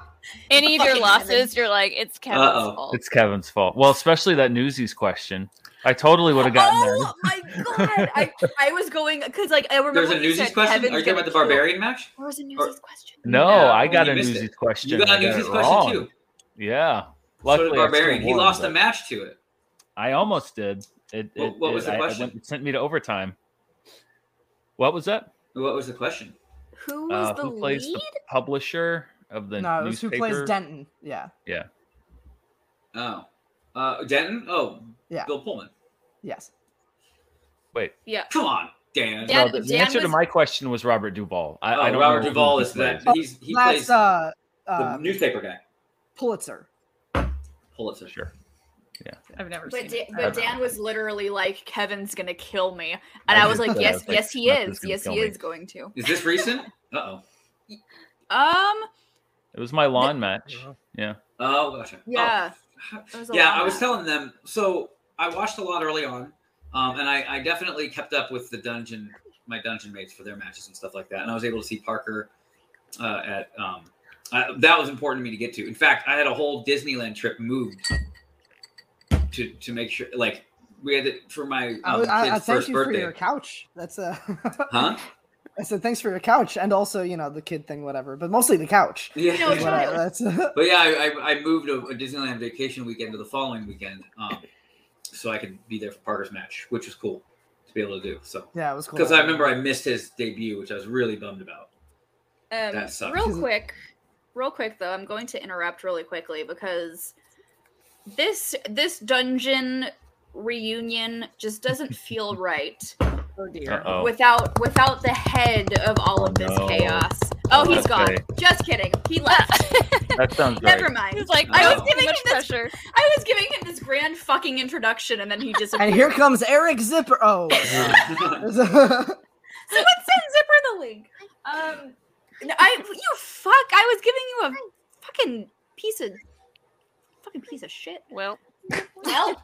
[SPEAKER 2] Any of your
[SPEAKER 1] Fucking Kevin.
[SPEAKER 2] losses, you're like, it's Kevin's
[SPEAKER 6] Uh-oh.
[SPEAKER 2] fault.
[SPEAKER 9] It's Kevin's fault. Well, especially that Newsies question. I totally would have gotten
[SPEAKER 1] Oh my god! I, [LAUGHS] I was going because like I remember
[SPEAKER 6] There's a
[SPEAKER 1] when you
[SPEAKER 6] Newsies
[SPEAKER 1] said
[SPEAKER 6] question.
[SPEAKER 1] Kevin's
[SPEAKER 6] Are you talking about the
[SPEAKER 1] gonna kill-
[SPEAKER 6] barbarian match?
[SPEAKER 1] There was a Newsies question.
[SPEAKER 9] that. No,
[SPEAKER 6] Yeah,
[SPEAKER 9] I
[SPEAKER 6] well,
[SPEAKER 9] got
[SPEAKER 6] you
[SPEAKER 9] a
[SPEAKER 6] missed
[SPEAKER 9] Newsies
[SPEAKER 6] it.
[SPEAKER 9] question.
[SPEAKER 6] You got
[SPEAKER 9] I
[SPEAKER 6] a
[SPEAKER 9] got
[SPEAKER 6] Newsies
[SPEAKER 9] it
[SPEAKER 6] question
[SPEAKER 9] wrong.
[SPEAKER 6] too.
[SPEAKER 9] Yeah.
[SPEAKER 6] so
[SPEAKER 9] Luckily,
[SPEAKER 6] did
[SPEAKER 9] I
[SPEAKER 6] Barbarian.
[SPEAKER 9] still
[SPEAKER 6] He
[SPEAKER 9] won,
[SPEAKER 6] lost
[SPEAKER 9] but
[SPEAKER 6] a match to it.
[SPEAKER 9] I almost did. It,
[SPEAKER 6] What-
[SPEAKER 9] it-
[SPEAKER 6] what
[SPEAKER 9] it-
[SPEAKER 6] was the
[SPEAKER 9] I- I
[SPEAKER 6] question?
[SPEAKER 9] went- it sent me to overtime. What was that?
[SPEAKER 6] What was the question?
[SPEAKER 1] Who was
[SPEAKER 9] Uh,
[SPEAKER 1] the
[SPEAKER 9] who plays
[SPEAKER 1] lead?
[SPEAKER 9] the publisher of the
[SPEAKER 10] no, it was who
[SPEAKER 9] newspaper?
[SPEAKER 10] plays Denton. Yeah.
[SPEAKER 6] Oh, uh, Denton. Oh,
[SPEAKER 10] Yeah.
[SPEAKER 6] Bill Pullman.
[SPEAKER 10] Yes.
[SPEAKER 9] Wait,
[SPEAKER 6] Come on, Dan.
[SPEAKER 1] Dan-
[SPEAKER 9] no, the, the
[SPEAKER 1] Dan
[SPEAKER 9] answer to
[SPEAKER 1] was-
[SPEAKER 9] my question was Robert Duvall. I,
[SPEAKER 6] oh,
[SPEAKER 9] I don't
[SPEAKER 6] Robert
[SPEAKER 9] know who
[SPEAKER 6] Duvall
[SPEAKER 9] he
[SPEAKER 6] is that.
[SPEAKER 9] plays.
[SPEAKER 6] He's he
[SPEAKER 10] That's
[SPEAKER 6] plays
[SPEAKER 10] uh,
[SPEAKER 6] the
[SPEAKER 10] uh
[SPEAKER 6] newspaper guy.
[SPEAKER 10] Pulitzer.
[SPEAKER 6] Pulitzer.
[SPEAKER 9] Sure.
[SPEAKER 4] I've never
[SPEAKER 1] But,
[SPEAKER 4] seen
[SPEAKER 1] Da-
[SPEAKER 4] it.
[SPEAKER 1] but
[SPEAKER 9] know.
[SPEAKER 1] Dan was literally like, "Kevin's gonna kill me," and
[SPEAKER 9] I
[SPEAKER 1] I, was
[SPEAKER 9] did
[SPEAKER 1] like,
[SPEAKER 9] say, I
[SPEAKER 1] "Yes,
[SPEAKER 9] was like,
[SPEAKER 1] yes, he
[SPEAKER 9] Smash is
[SPEAKER 1] is.
[SPEAKER 9] gonna
[SPEAKER 1] Yes,
[SPEAKER 9] kill
[SPEAKER 1] he
[SPEAKER 9] me."
[SPEAKER 1] is going to."
[SPEAKER 6] Is Oh. this recent? uh oh.
[SPEAKER 1] Um,
[SPEAKER 9] It was my lawn match. Yeah.
[SPEAKER 6] Oh, gotcha. Oh.
[SPEAKER 1] Yeah. It was a
[SPEAKER 6] yeah,
[SPEAKER 1] lot
[SPEAKER 6] I was
[SPEAKER 1] of-
[SPEAKER 6] telling them. So I watched a lot early on, um, and I, I definitely kept up with the dungeon, my dungeon mates for their matches and stuff like that. And I was able to see Parker uh, at. Um, I, that was important to me to get to. In fact, I had a whole Disneyland trip moved to to make sure, like we had to, for my um,
[SPEAKER 10] I, was- I, I
[SPEAKER 6] kid's
[SPEAKER 10] thank
[SPEAKER 6] first
[SPEAKER 10] you
[SPEAKER 6] birthday.
[SPEAKER 10] for your couch. That's a. [LAUGHS]
[SPEAKER 6] Huh?
[SPEAKER 10] I said thanks for your couch and also you know the kid thing whatever, but mostly the couch.
[SPEAKER 6] Yeah.
[SPEAKER 1] No,
[SPEAKER 10] is what I- that's [LAUGHS]
[SPEAKER 6] But yeah, I, I, I moved a, a Disneyland vacation weekend to the following weekend, um, so I could be there for Parker's match, which was cool to be able to do. So
[SPEAKER 10] yeah, it was cool.
[SPEAKER 6] because I remember I missed his debut, which I was really bummed about. That
[SPEAKER 1] Um,
[SPEAKER 6] sucks.
[SPEAKER 1] real
[SPEAKER 10] Mhm.
[SPEAKER 1] quick, real quick though, I'm going to interrupt really quickly because this this dungeon reunion just doesn't feel right
[SPEAKER 10] Oh dear.
[SPEAKER 9] Uh oh.
[SPEAKER 1] without without the head of all of this
[SPEAKER 9] No.
[SPEAKER 1] chaos. Oh,
[SPEAKER 9] Oh,
[SPEAKER 1] he's gone.
[SPEAKER 9] okay.
[SPEAKER 1] Just kidding. He left.
[SPEAKER 9] That sounds right.
[SPEAKER 1] [LAUGHS] Never mind.
[SPEAKER 2] He's like,
[SPEAKER 6] I
[SPEAKER 2] I
[SPEAKER 6] was
[SPEAKER 2] was giving
[SPEAKER 1] giving
[SPEAKER 2] much
[SPEAKER 1] him this-
[SPEAKER 2] pressure.
[SPEAKER 1] I was giving him this grand fucking introduction and then he disappeared.
[SPEAKER 10] And here comes Eric Zipper.
[SPEAKER 6] [LAUGHS]
[SPEAKER 10] Oh. [LAUGHS]
[SPEAKER 1] Someone send Zipper the link. Um, no, I you fuck. I was giving you a fucking piece of fucking piece of shit.
[SPEAKER 2] Well,
[SPEAKER 1] Well,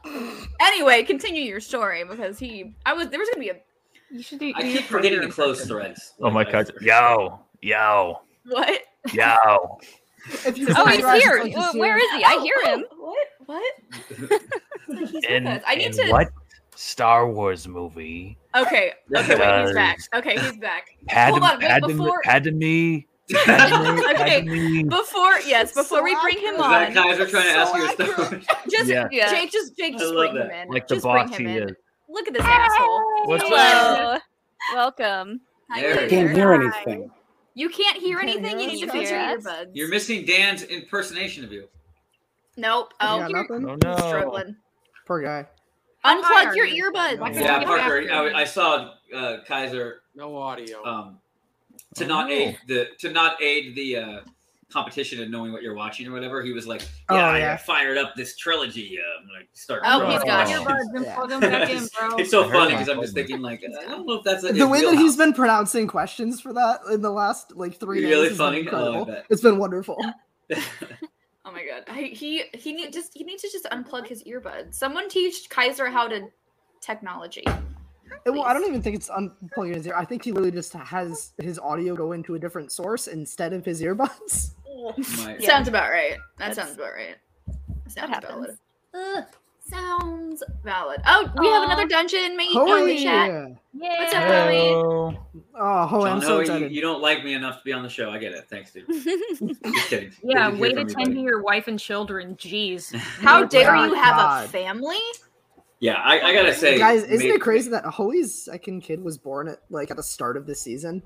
[SPEAKER 1] anyway, continue your story because he. I was there was gonna be a
[SPEAKER 2] You should do.
[SPEAKER 6] I
[SPEAKER 2] you
[SPEAKER 6] keep
[SPEAKER 2] should
[SPEAKER 6] forgetting
[SPEAKER 2] do
[SPEAKER 6] to close threads.
[SPEAKER 9] Oh my god. Yo, yo,
[SPEAKER 1] What? [LAUGHS]
[SPEAKER 9] yo.
[SPEAKER 10] If you
[SPEAKER 2] Oh,
[SPEAKER 10] close
[SPEAKER 2] he's
[SPEAKER 10] your eyes, it's
[SPEAKER 2] here.
[SPEAKER 10] like you
[SPEAKER 2] Uh,
[SPEAKER 10] see
[SPEAKER 2] Where
[SPEAKER 10] him.
[SPEAKER 2] is he? I hear him.
[SPEAKER 1] Oh, What?
[SPEAKER 6] [LAUGHS]
[SPEAKER 1] What? It's like he's with
[SPEAKER 9] In,
[SPEAKER 1] us. I need
[SPEAKER 9] in
[SPEAKER 1] to.
[SPEAKER 9] what Star Wars movie?
[SPEAKER 1] Okay. Okay. Wait. He's
[SPEAKER 9] Does-
[SPEAKER 1] back. Okay. He's back.
[SPEAKER 9] Padme,
[SPEAKER 1] Hold on. Wait.
[SPEAKER 9] Padme,
[SPEAKER 1] Before. Oh,
[SPEAKER 9] Padme, Padme,
[SPEAKER 1] [LAUGHS] Okay.
[SPEAKER 9] Padme.
[SPEAKER 1] Before. Yes. Before we bring him
[SPEAKER 6] Is that
[SPEAKER 1] on,
[SPEAKER 6] Kaiser trying to
[SPEAKER 1] So
[SPEAKER 6] ask you a story?
[SPEAKER 1] just
[SPEAKER 9] Yeah.
[SPEAKER 2] Yeah. [LAUGHS]
[SPEAKER 1] Jake. Just Jake.
[SPEAKER 6] I
[SPEAKER 1] Just
[SPEAKER 6] love
[SPEAKER 1] bring him
[SPEAKER 6] that.
[SPEAKER 1] in.
[SPEAKER 9] Like the
[SPEAKER 1] just
[SPEAKER 9] boss
[SPEAKER 1] bring
[SPEAKER 9] he
[SPEAKER 1] him in.
[SPEAKER 9] is.
[SPEAKER 1] Look at this asshole.
[SPEAKER 9] What's up?
[SPEAKER 2] Hello. Welcome.
[SPEAKER 1] Hi,
[SPEAKER 6] There.
[SPEAKER 1] Taylor.
[SPEAKER 6] Can't
[SPEAKER 3] Can't hear anything.
[SPEAKER 1] You can't hear
[SPEAKER 10] You can't
[SPEAKER 1] anything. You
[SPEAKER 10] hear
[SPEAKER 1] need to
[SPEAKER 2] us.
[SPEAKER 1] fix your
[SPEAKER 2] Hear us?
[SPEAKER 1] earbuds.
[SPEAKER 6] You're missing Dan's impersonation of you.
[SPEAKER 1] Nope.
[SPEAKER 10] You
[SPEAKER 1] Oh,
[SPEAKER 10] got
[SPEAKER 1] you're
[SPEAKER 10] nothing?
[SPEAKER 9] Oh
[SPEAKER 1] you're
[SPEAKER 9] no.
[SPEAKER 1] struggling.
[SPEAKER 10] Poor guy.
[SPEAKER 1] Unplug
[SPEAKER 4] Hire
[SPEAKER 1] your
[SPEAKER 4] me.
[SPEAKER 1] earbuds.
[SPEAKER 4] Why can't
[SPEAKER 9] Yeah,
[SPEAKER 4] I get
[SPEAKER 6] Parker,
[SPEAKER 4] back to him?
[SPEAKER 6] I, I saw uh, Kaiser
[SPEAKER 11] No audio.
[SPEAKER 6] um, to
[SPEAKER 9] Oh,
[SPEAKER 6] not
[SPEAKER 9] no.
[SPEAKER 6] aid the to not aid the uh, competition in knowing what you're watching or whatever. He was like,
[SPEAKER 10] Oh,
[SPEAKER 6] "Yeah, I
[SPEAKER 10] yeah.
[SPEAKER 6] fired up this trilogy. Uh, I'm gonna start."
[SPEAKER 1] Oh,
[SPEAKER 9] Bro.
[SPEAKER 1] he's got you.
[SPEAKER 4] Earbuds and plug them
[SPEAKER 9] [LAUGHS]
[SPEAKER 4] back in, bro.
[SPEAKER 6] [LAUGHS] it's so
[SPEAKER 9] I heard
[SPEAKER 6] funny
[SPEAKER 9] that.
[SPEAKER 6] because I'm just thinking like, I don't know if that's a,
[SPEAKER 10] The way that
[SPEAKER 6] he's
[SPEAKER 10] he's been pronouncing questions for that in the last like three days
[SPEAKER 6] Really
[SPEAKER 10] has
[SPEAKER 6] funny?
[SPEAKER 10] been
[SPEAKER 6] Oh, I
[SPEAKER 10] incredible.
[SPEAKER 6] bet.
[SPEAKER 10] it's been wonderful.
[SPEAKER 1] Oh my god. I, he he need just he needs to just unplug his earbuds. Someone teach Kaiser how to technology.
[SPEAKER 10] And, well, I don't
[SPEAKER 1] Please.
[SPEAKER 10] even think it's unplugging his ear. I think he literally just has his audio go into a different source instead of his earbuds.
[SPEAKER 6] My-
[SPEAKER 2] Yeah.
[SPEAKER 1] [LAUGHS] Sounds about right.
[SPEAKER 2] That's-
[SPEAKER 1] That sounds about right. Sounds
[SPEAKER 2] happens.
[SPEAKER 1] valid. Ugh, sounds valid. Oh, we have
[SPEAKER 2] Aw.
[SPEAKER 1] another dungeon mate in the
[SPEAKER 10] Holy!
[SPEAKER 1] chat.
[SPEAKER 2] Yeah.
[SPEAKER 1] What's up, Ellie?
[SPEAKER 9] Hello.
[SPEAKER 10] Oh, Hoey,
[SPEAKER 6] John,
[SPEAKER 10] I'm so
[SPEAKER 6] Hoey,
[SPEAKER 10] excited.
[SPEAKER 6] you, you don't like me enough to be on the show. I get it. Thanks, dude.
[SPEAKER 7] [LAUGHS]
[SPEAKER 6] Just kidding.
[SPEAKER 4] Yeah,
[SPEAKER 6] Good
[SPEAKER 4] way
[SPEAKER 6] to hear from
[SPEAKER 4] to tend
[SPEAKER 6] you,
[SPEAKER 4] to
[SPEAKER 6] buddy.
[SPEAKER 4] your wife and children.
[SPEAKER 6] [LAUGHS]
[SPEAKER 4] Jeez.
[SPEAKER 1] How
[SPEAKER 10] Oh
[SPEAKER 1] dare
[SPEAKER 10] my
[SPEAKER 1] you have a
[SPEAKER 10] God.
[SPEAKER 1] family?
[SPEAKER 6] Yeah, I, I gotta say,
[SPEAKER 10] Guys, isn't
[SPEAKER 6] mate-
[SPEAKER 10] it crazy that Hoey's second kid was born at like at the start of the season?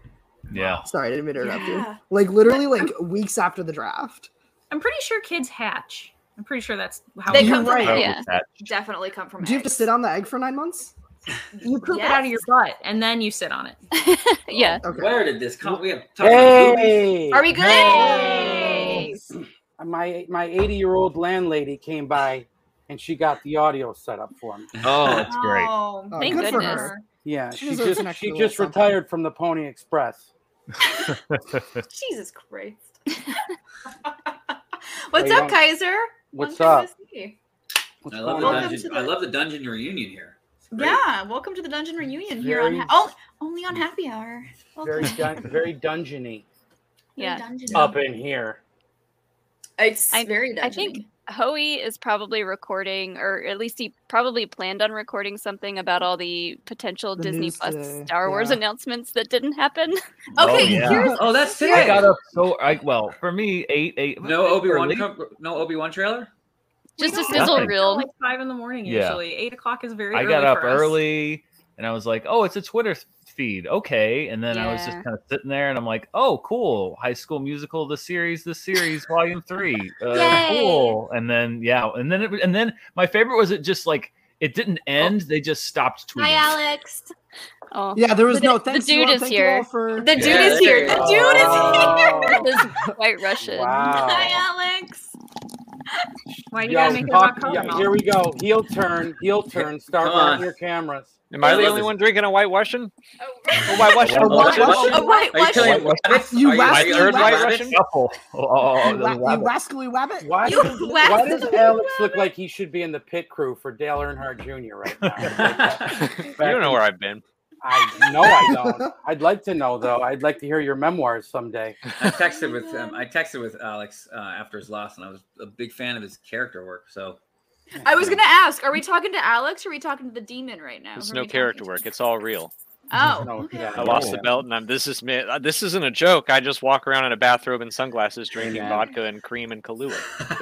[SPEAKER 9] Yeah.
[SPEAKER 10] Sorry, I didn't mean to interrupt
[SPEAKER 1] Yeah.
[SPEAKER 10] you. Like literally like weeks after the draft.
[SPEAKER 4] I'm pretty sure kids hatch. I'm pretty sure that's how
[SPEAKER 1] They
[SPEAKER 4] it
[SPEAKER 1] come
[SPEAKER 4] works.
[SPEAKER 1] from
[SPEAKER 10] right.
[SPEAKER 1] eggs.
[SPEAKER 2] Yeah.
[SPEAKER 1] Definitely come from
[SPEAKER 10] Do you have to
[SPEAKER 1] eggs.
[SPEAKER 10] sit on the egg for nine months?
[SPEAKER 4] You poop it out of your butt and then you sit on it.
[SPEAKER 2] yeah.
[SPEAKER 10] Okay.
[SPEAKER 6] Where did this come? We have talked about boobies.
[SPEAKER 11] Hey!
[SPEAKER 1] Are we good?
[SPEAKER 11] my my 80 year old landlady came by, and she got the audio set up for me.
[SPEAKER 1] [LAUGHS]
[SPEAKER 9] Oh, that's great.
[SPEAKER 4] Oh,
[SPEAKER 10] Oh,
[SPEAKER 4] thank
[SPEAKER 10] good for
[SPEAKER 4] goodness.
[SPEAKER 10] her.
[SPEAKER 11] Yeah,
[SPEAKER 10] She
[SPEAKER 11] she,
[SPEAKER 10] deserves an
[SPEAKER 11] just
[SPEAKER 10] extra
[SPEAKER 11] she
[SPEAKER 10] little
[SPEAKER 11] just
[SPEAKER 10] something.
[SPEAKER 11] retired from the Pony Express.
[SPEAKER 1] [LAUGHS] Jesus Christ. [LAUGHS] What's
[SPEAKER 11] Hey,
[SPEAKER 1] up,
[SPEAKER 11] um,
[SPEAKER 1] Kaiser?
[SPEAKER 11] What's
[SPEAKER 1] Long time
[SPEAKER 11] up?
[SPEAKER 1] no see.
[SPEAKER 11] What's
[SPEAKER 6] I love,
[SPEAKER 11] going
[SPEAKER 1] Welcome
[SPEAKER 6] the
[SPEAKER 11] on?
[SPEAKER 1] to
[SPEAKER 6] dungeon,
[SPEAKER 1] the-
[SPEAKER 6] I love the dungeon reunion here. It's great.
[SPEAKER 1] Yeah, welcome to the dungeon reunion here on
[SPEAKER 11] Very-
[SPEAKER 1] ha- oh, only on Happy Hour. Welcome.
[SPEAKER 11] Very [LAUGHS] dun- very dungeony
[SPEAKER 2] Yeah.
[SPEAKER 1] Dungeon.
[SPEAKER 6] Uh,
[SPEAKER 11] up in here.
[SPEAKER 1] It's
[SPEAKER 2] I-
[SPEAKER 1] very dungeon.
[SPEAKER 2] I think Hoey is probably recording, or at least he probably planned on recording something about all the potential
[SPEAKER 10] The
[SPEAKER 2] Disney
[SPEAKER 10] news
[SPEAKER 2] Plus
[SPEAKER 10] today,
[SPEAKER 2] Star Wars
[SPEAKER 10] yeah.
[SPEAKER 2] announcements that didn't happen.
[SPEAKER 10] [LAUGHS]
[SPEAKER 1] Okay,
[SPEAKER 9] yeah.
[SPEAKER 1] here's
[SPEAKER 6] Oh, that's
[SPEAKER 9] I
[SPEAKER 6] today.
[SPEAKER 9] got up so I well for me eight eight.
[SPEAKER 6] No Obi Wan.
[SPEAKER 9] early.
[SPEAKER 6] No Obi Wan trailer.
[SPEAKER 4] We
[SPEAKER 2] Just a
[SPEAKER 4] don't
[SPEAKER 2] sizzle
[SPEAKER 4] have-
[SPEAKER 9] Nothing.
[SPEAKER 2] reel.
[SPEAKER 4] Like five in the morning
[SPEAKER 9] Yeah.
[SPEAKER 4] usually. Eight o'clock is very.
[SPEAKER 9] I
[SPEAKER 4] early
[SPEAKER 9] got up
[SPEAKER 4] for us.
[SPEAKER 9] early and I was like, oh, it's a Twitter feed. Okay. And then I was just
[SPEAKER 2] Yeah.
[SPEAKER 9] kind of sitting there and I'm like, oh, cool. High School Musical, the series, the series, volume three. Uh,
[SPEAKER 1] Yay.
[SPEAKER 9] cool. And then, yeah. And then, it, and then my favorite was it just like, it didn't
[SPEAKER 11] Oh.
[SPEAKER 9] end. They just stopped
[SPEAKER 1] Hi,
[SPEAKER 9] tweeting.
[SPEAKER 1] Alex.
[SPEAKER 2] Oh,
[SPEAKER 10] Yeah, there was
[SPEAKER 2] The-
[SPEAKER 10] no
[SPEAKER 2] the
[SPEAKER 10] thanks.
[SPEAKER 2] dude
[SPEAKER 10] you all,
[SPEAKER 2] is
[SPEAKER 10] thank
[SPEAKER 2] here.
[SPEAKER 10] You all for
[SPEAKER 1] The dude
[SPEAKER 9] Yeah,
[SPEAKER 1] is here. The dude is here.
[SPEAKER 10] [LAUGHS]
[SPEAKER 11] Oh,
[SPEAKER 2] this White Russian.
[SPEAKER 11] Wow.
[SPEAKER 1] Hi, Alex.
[SPEAKER 4] Why do you
[SPEAKER 11] Y'all
[SPEAKER 4] gotta make it
[SPEAKER 11] talk-
[SPEAKER 4] about Coco?
[SPEAKER 11] yeah, here we go. Heel turn. Heel turn. Start
[SPEAKER 6] Come on.
[SPEAKER 11] on your cameras.
[SPEAKER 12] Am I
[SPEAKER 6] What
[SPEAKER 12] the
[SPEAKER 6] is
[SPEAKER 12] only
[SPEAKER 6] this?
[SPEAKER 12] one drinking a white Russian?
[SPEAKER 1] Oh,
[SPEAKER 12] A white Russian?
[SPEAKER 9] A
[SPEAKER 10] white
[SPEAKER 6] Russian?
[SPEAKER 1] a white
[SPEAKER 6] Are you
[SPEAKER 1] Russian.
[SPEAKER 6] telling me rabbits?
[SPEAKER 10] You
[SPEAKER 6] Are you
[SPEAKER 10] rascally
[SPEAKER 6] telling me
[SPEAKER 12] white
[SPEAKER 6] rabbits?
[SPEAKER 12] Russian?
[SPEAKER 9] Shuffle. Oh, oh, oh,
[SPEAKER 10] you,
[SPEAKER 9] the
[SPEAKER 10] wa- you
[SPEAKER 9] rabbit.
[SPEAKER 10] rascally rabbit.
[SPEAKER 11] Why,
[SPEAKER 1] You
[SPEAKER 11] does- why
[SPEAKER 1] whacked
[SPEAKER 11] does
[SPEAKER 1] the
[SPEAKER 11] Alex look like he should be in the pit crew for Dale Earnhardt Jr.
[SPEAKER 12] [LAUGHS]
[SPEAKER 11] right now?
[SPEAKER 12] You don't know where I've been.
[SPEAKER 1] [LAUGHS]
[SPEAKER 11] I know I don't. I'd like to know though. I'd like to hear your memoirs someday.
[SPEAKER 6] I texted with um, I texted with Alex uh, after his loss, and I was a big fan of his character work. So
[SPEAKER 1] I was gonna ask, are we talking to Alex or are we talking to the demon right now?
[SPEAKER 12] It's
[SPEAKER 1] Who are
[SPEAKER 12] no
[SPEAKER 1] we
[SPEAKER 12] character
[SPEAKER 1] talking to?
[SPEAKER 12] work. It's all real.
[SPEAKER 1] Oh,
[SPEAKER 11] No,
[SPEAKER 1] okay.
[SPEAKER 11] yeah.
[SPEAKER 12] I lost the
[SPEAKER 11] Yeah.
[SPEAKER 12] belt, and I'm. This is me. uh, This isn't a joke. I just walk around in a bathrobe and sunglasses, drinking
[SPEAKER 11] Amen.
[SPEAKER 12] vodka and cream and Kahlua.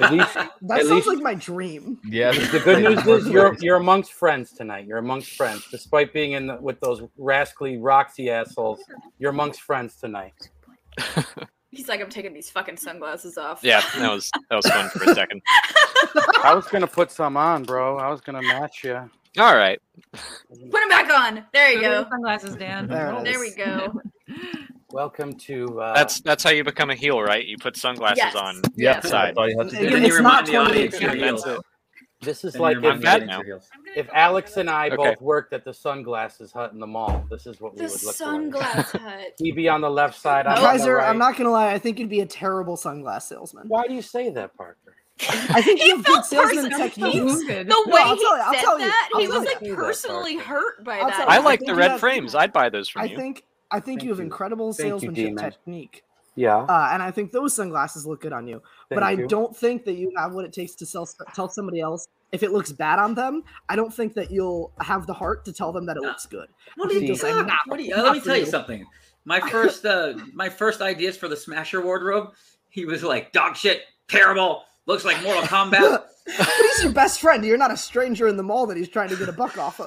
[SPEAKER 10] [LAUGHS]
[SPEAKER 11] At
[SPEAKER 1] [LAUGHS]
[SPEAKER 11] least
[SPEAKER 10] That
[SPEAKER 11] At
[SPEAKER 10] sounds
[SPEAKER 11] least-
[SPEAKER 10] like my dream.
[SPEAKER 9] Yeah.
[SPEAKER 11] the good news
[SPEAKER 9] [LAUGHS]
[SPEAKER 11] is you're you're amongst friends tonight. You're amongst friends, despite being in the, with those rascally Roxy assholes. You're amongst friends tonight.
[SPEAKER 1] He's like, I'm taking these fucking sunglasses off.
[SPEAKER 12] Yeah, that was that was fun for a second.
[SPEAKER 11] I was gonna put some on, bro. I was gonna match you.
[SPEAKER 12] All right.
[SPEAKER 1] [LAUGHS] Put them back on. There you
[SPEAKER 4] Go to the
[SPEAKER 1] go.
[SPEAKER 4] Sunglasses, Dan.
[SPEAKER 10] There it
[SPEAKER 1] There we
[SPEAKER 4] [LAUGHS]
[SPEAKER 10] is.
[SPEAKER 1] go.
[SPEAKER 11] Welcome to uh,
[SPEAKER 12] That's that's how you become a heel, right? You put sunglasses
[SPEAKER 1] Yes.
[SPEAKER 12] on.
[SPEAKER 9] Yeah.
[SPEAKER 1] Yes.
[SPEAKER 9] That's all you have to
[SPEAKER 10] Again,
[SPEAKER 9] do.
[SPEAKER 6] then you
[SPEAKER 10] it's not
[SPEAKER 6] remind the audience
[SPEAKER 10] 20.
[SPEAKER 6] you're
[SPEAKER 12] [LAUGHS]
[SPEAKER 6] heels.
[SPEAKER 12] That's it.
[SPEAKER 11] this is
[SPEAKER 6] Then you
[SPEAKER 11] like
[SPEAKER 6] remind
[SPEAKER 11] if,
[SPEAKER 6] the
[SPEAKER 12] I'm
[SPEAKER 6] audience
[SPEAKER 12] bad
[SPEAKER 6] you're heels.
[SPEAKER 11] if Alex and I
[SPEAKER 12] Okay.
[SPEAKER 11] both worked at the sunglasses hut in the mall. This is what we
[SPEAKER 1] The
[SPEAKER 11] would look like.
[SPEAKER 1] sunglass
[SPEAKER 11] [LAUGHS]
[SPEAKER 1] hut.
[SPEAKER 11] He'd be on the left side. I'm on the
[SPEAKER 10] Kaiser,
[SPEAKER 11] right.
[SPEAKER 10] I'm not gonna lie. I think you'd be a terrible sunglass salesman.
[SPEAKER 11] Why do you say that, Parker?
[SPEAKER 10] I think you have good salesman
[SPEAKER 1] person-
[SPEAKER 10] techniques.
[SPEAKER 1] he's- the way he said that, he was like personally hurt by
[SPEAKER 10] I'll
[SPEAKER 1] that.
[SPEAKER 10] tell
[SPEAKER 12] I
[SPEAKER 10] you, I
[SPEAKER 12] like
[SPEAKER 10] think
[SPEAKER 12] the
[SPEAKER 10] you
[SPEAKER 12] red
[SPEAKER 10] have-
[SPEAKER 12] frames. I'd buy those from
[SPEAKER 10] I
[SPEAKER 12] you.
[SPEAKER 10] think I think you have incredible
[SPEAKER 12] Thank you,
[SPEAKER 10] salesmanship
[SPEAKER 12] Demon.
[SPEAKER 10] technique,
[SPEAKER 11] Yeah.
[SPEAKER 10] uh, and I think those sunglasses look good on you. but
[SPEAKER 11] Thank
[SPEAKER 10] I
[SPEAKER 11] you.
[SPEAKER 10] don't think that you have what it takes to sell, tell somebody else if it looks bad on them. I don't think that you'll have the heart to tell them that it looks good. I
[SPEAKER 6] What are
[SPEAKER 10] think
[SPEAKER 6] you
[SPEAKER 10] you'll say,
[SPEAKER 6] talking-
[SPEAKER 10] "Nah,
[SPEAKER 6] what are you-
[SPEAKER 10] not
[SPEAKER 6] let me
[SPEAKER 10] for
[SPEAKER 6] tell you something. My first uh my first ideas for the Smasher wardrobe, he was like, dog shit, terrible, looks like Mortal Kombat.
[SPEAKER 10] But he's your best friend. You're not a stranger in the mall that he's trying to get a buck off of.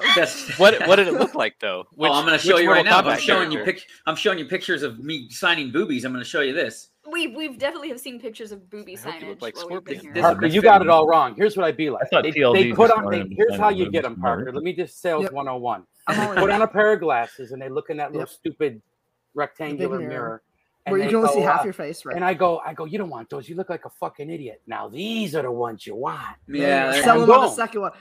[SPEAKER 12] [LAUGHS]
[SPEAKER 6] That's-
[SPEAKER 12] What what did it look like though?
[SPEAKER 6] [LAUGHS] oh, I'm gonna show
[SPEAKER 12] which
[SPEAKER 6] you right
[SPEAKER 12] Mortal
[SPEAKER 6] now. I'm
[SPEAKER 12] Kombat
[SPEAKER 6] showing you
[SPEAKER 12] character?
[SPEAKER 6] pic- I'm showing you pictures of me signing boobies. I'm gonna show you this.
[SPEAKER 1] We we've definitely have seen pictures of booby signage. while we've been here.
[SPEAKER 11] Parker, you got it all wrong. Here's what I'd be like.
[SPEAKER 9] thought
[SPEAKER 11] They,
[SPEAKER 9] TLD
[SPEAKER 11] they put
[SPEAKER 9] was
[SPEAKER 11] on.
[SPEAKER 9] smart
[SPEAKER 11] They,
[SPEAKER 9] and
[SPEAKER 11] here's
[SPEAKER 9] design
[SPEAKER 11] how
[SPEAKER 9] was
[SPEAKER 11] you
[SPEAKER 9] really
[SPEAKER 11] get them,
[SPEAKER 9] smart.
[SPEAKER 11] Parker. Let me just sales
[SPEAKER 10] Yep.
[SPEAKER 11] 101. They put on a pair of glasses and they look in that little
[SPEAKER 10] Yep.
[SPEAKER 11] stupid rectangular
[SPEAKER 10] mirror.
[SPEAKER 11] mirror.
[SPEAKER 10] Where
[SPEAKER 11] and
[SPEAKER 10] you
[SPEAKER 11] they
[SPEAKER 10] can only see
[SPEAKER 11] go,
[SPEAKER 10] half
[SPEAKER 11] uh,
[SPEAKER 10] your face, right?
[SPEAKER 11] And I go, I go. You don't want those. You look like a fucking idiot. Now these are the ones you want.
[SPEAKER 10] Yeah,
[SPEAKER 11] And
[SPEAKER 10] sell him on the
[SPEAKER 11] boom.
[SPEAKER 10] second one.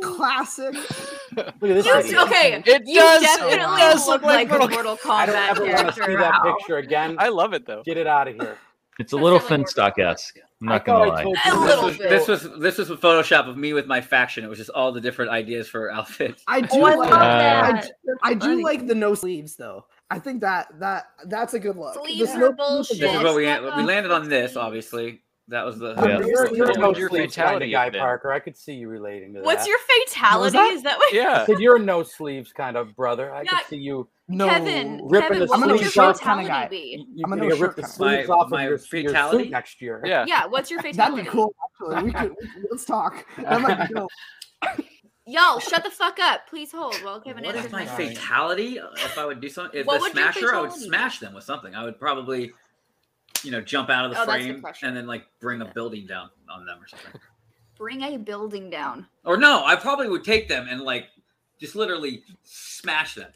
[SPEAKER 10] Classic.
[SPEAKER 11] [LAUGHS] Look at this.
[SPEAKER 1] You-
[SPEAKER 11] idiot.
[SPEAKER 1] okay,
[SPEAKER 12] It
[SPEAKER 1] you
[SPEAKER 12] does-
[SPEAKER 1] definitely
[SPEAKER 12] it does look
[SPEAKER 1] look
[SPEAKER 12] like
[SPEAKER 1] like a Mortal
[SPEAKER 12] Mortal-
[SPEAKER 11] I don't
[SPEAKER 1] Kombat
[SPEAKER 11] ever want to see
[SPEAKER 1] character.
[SPEAKER 11] that picture again.
[SPEAKER 12] I love it though.
[SPEAKER 11] Get it out of here.
[SPEAKER 9] [LAUGHS] It's a little Finstock esque. I'm not
[SPEAKER 11] thought
[SPEAKER 9] gonna
[SPEAKER 11] I
[SPEAKER 9] lie.
[SPEAKER 11] told
[SPEAKER 1] A little bit.
[SPEAKER 6] This was this was a Photoshop of me with my faction. It was just all the different ideas for outfits. [LAUGHS]
[SPEAKER 10] I do
[SPEAKER 1] Oh, I
[SPEAKER 10] like
[SPEAKER 1] love
[SPEAKER 10] I,
[SPEAKER 1] that.
[SPEAKER 10] d- I do
[SPEAKER 1] funny.
[SPEAKER 10] like the no sleeves though. I think that that that's a good look. The
[SPEAKER 1] Sleeves
[SPEAKER 10] no
[SPEAKER 1] are bullshit.
[SPEAKER 6] This is what we we
[SPEAKER 1] Stop.
[SPEAKER 6] landed on. This obviously. That was the.
[SPEAKER 11] You're- You're, you're
[SPEAKER 12] What
[SPEAKER 11] a
[SPEAKER 12] would
[SPEAKER 11] no
[SPEAKER 12] your
[SPEAKER 11] sleeves kind of
[SPEAKER 12] fatality
[SPEAKER 11] guy,
[SPEAKER 12] have been?
[SPEAKER 11] Parker. I could see you relating to that.
[SPEAKER 1] What's your fatality?
[SPEAKER 10] What was that?
[SPEAKER 1] Is that what?
[SPEAKER 11] I
[SPEAKER 12] Yeah.
[SPEAKER 11] said you're a no sleeves kind of brother. I
[SPEAKER 1] Yeah.
[SPEAKER 11] could see you.
[SPEAKER 10] No.
[SPEAKER 1] Kevin,
[SPEAKER 11] ripping
[SPEAKER 1] Kevin,
[SPEAKER 11] the
[SPEAKER 1] what would your
[SPEAKER 11] sleeves off
[SPEAKER 1] fatality
[SPEAKER 10] kinda guy.
[SPEAKER 1] be?
[SPEAKER 11] You're
[SPEAKER 10] I'm a no
[SPEAKER 11] gonna get
[SPEAKER 10] shirt
[SPEAKER 11] rip the
[SPEAKER 10] kind of
[SPEAKER 6] guy.
[SPEAKER 11] sleeves
[SPEAKER 6] My-
[SPEAKER 11] off
[SPEAKER 6] my
[SPEAKER 11] of your, your
[SPEAKER 6] fatality?
[SPEAKER 11] suit next year.
[SPEAKER 12] Yeah.
[SPEAKER 1] [LAUGHS] Yeah, what's your
[SPEAKER 10] That'd be
[SPEAKER 1] fatality?
[SPEAKER 10] cool. Actually, [LAUGHS] we could, we could- let's
[SPEAKER 6] [LAUGHS]
[SPEAKER 10] talk. That might be dope.
[SPEAKER 1] Y'all, shut the fuck up. Please hold while Kevin
[SPEAKER 6] What
[SPEAKER 1] answers
[SPEAKER 6] is my
[SPEAKER 1] my
[SPEAKER 6] fatality? uh, If I would do something, if
[SPEAKER 1] What
[SPEAKER 6] the
[SPEAKER 1] would your
[SPEAKER 6] smasher, I would
[SPEAKER 1] fatality be?
[SPEAKER 6] smash them with something. I would probably, you know, jump out of the
[SPEAKER 1] Oh, that's
[SPEAKER 6] frame
[SPEAKER 1] depression.
[SPEAKER 6] and then like bring a building down on them or something.
[SPEAKER 1] Bring a building down.
[SPEAKER 6] Or no, I probably would take them and like just literally smash them,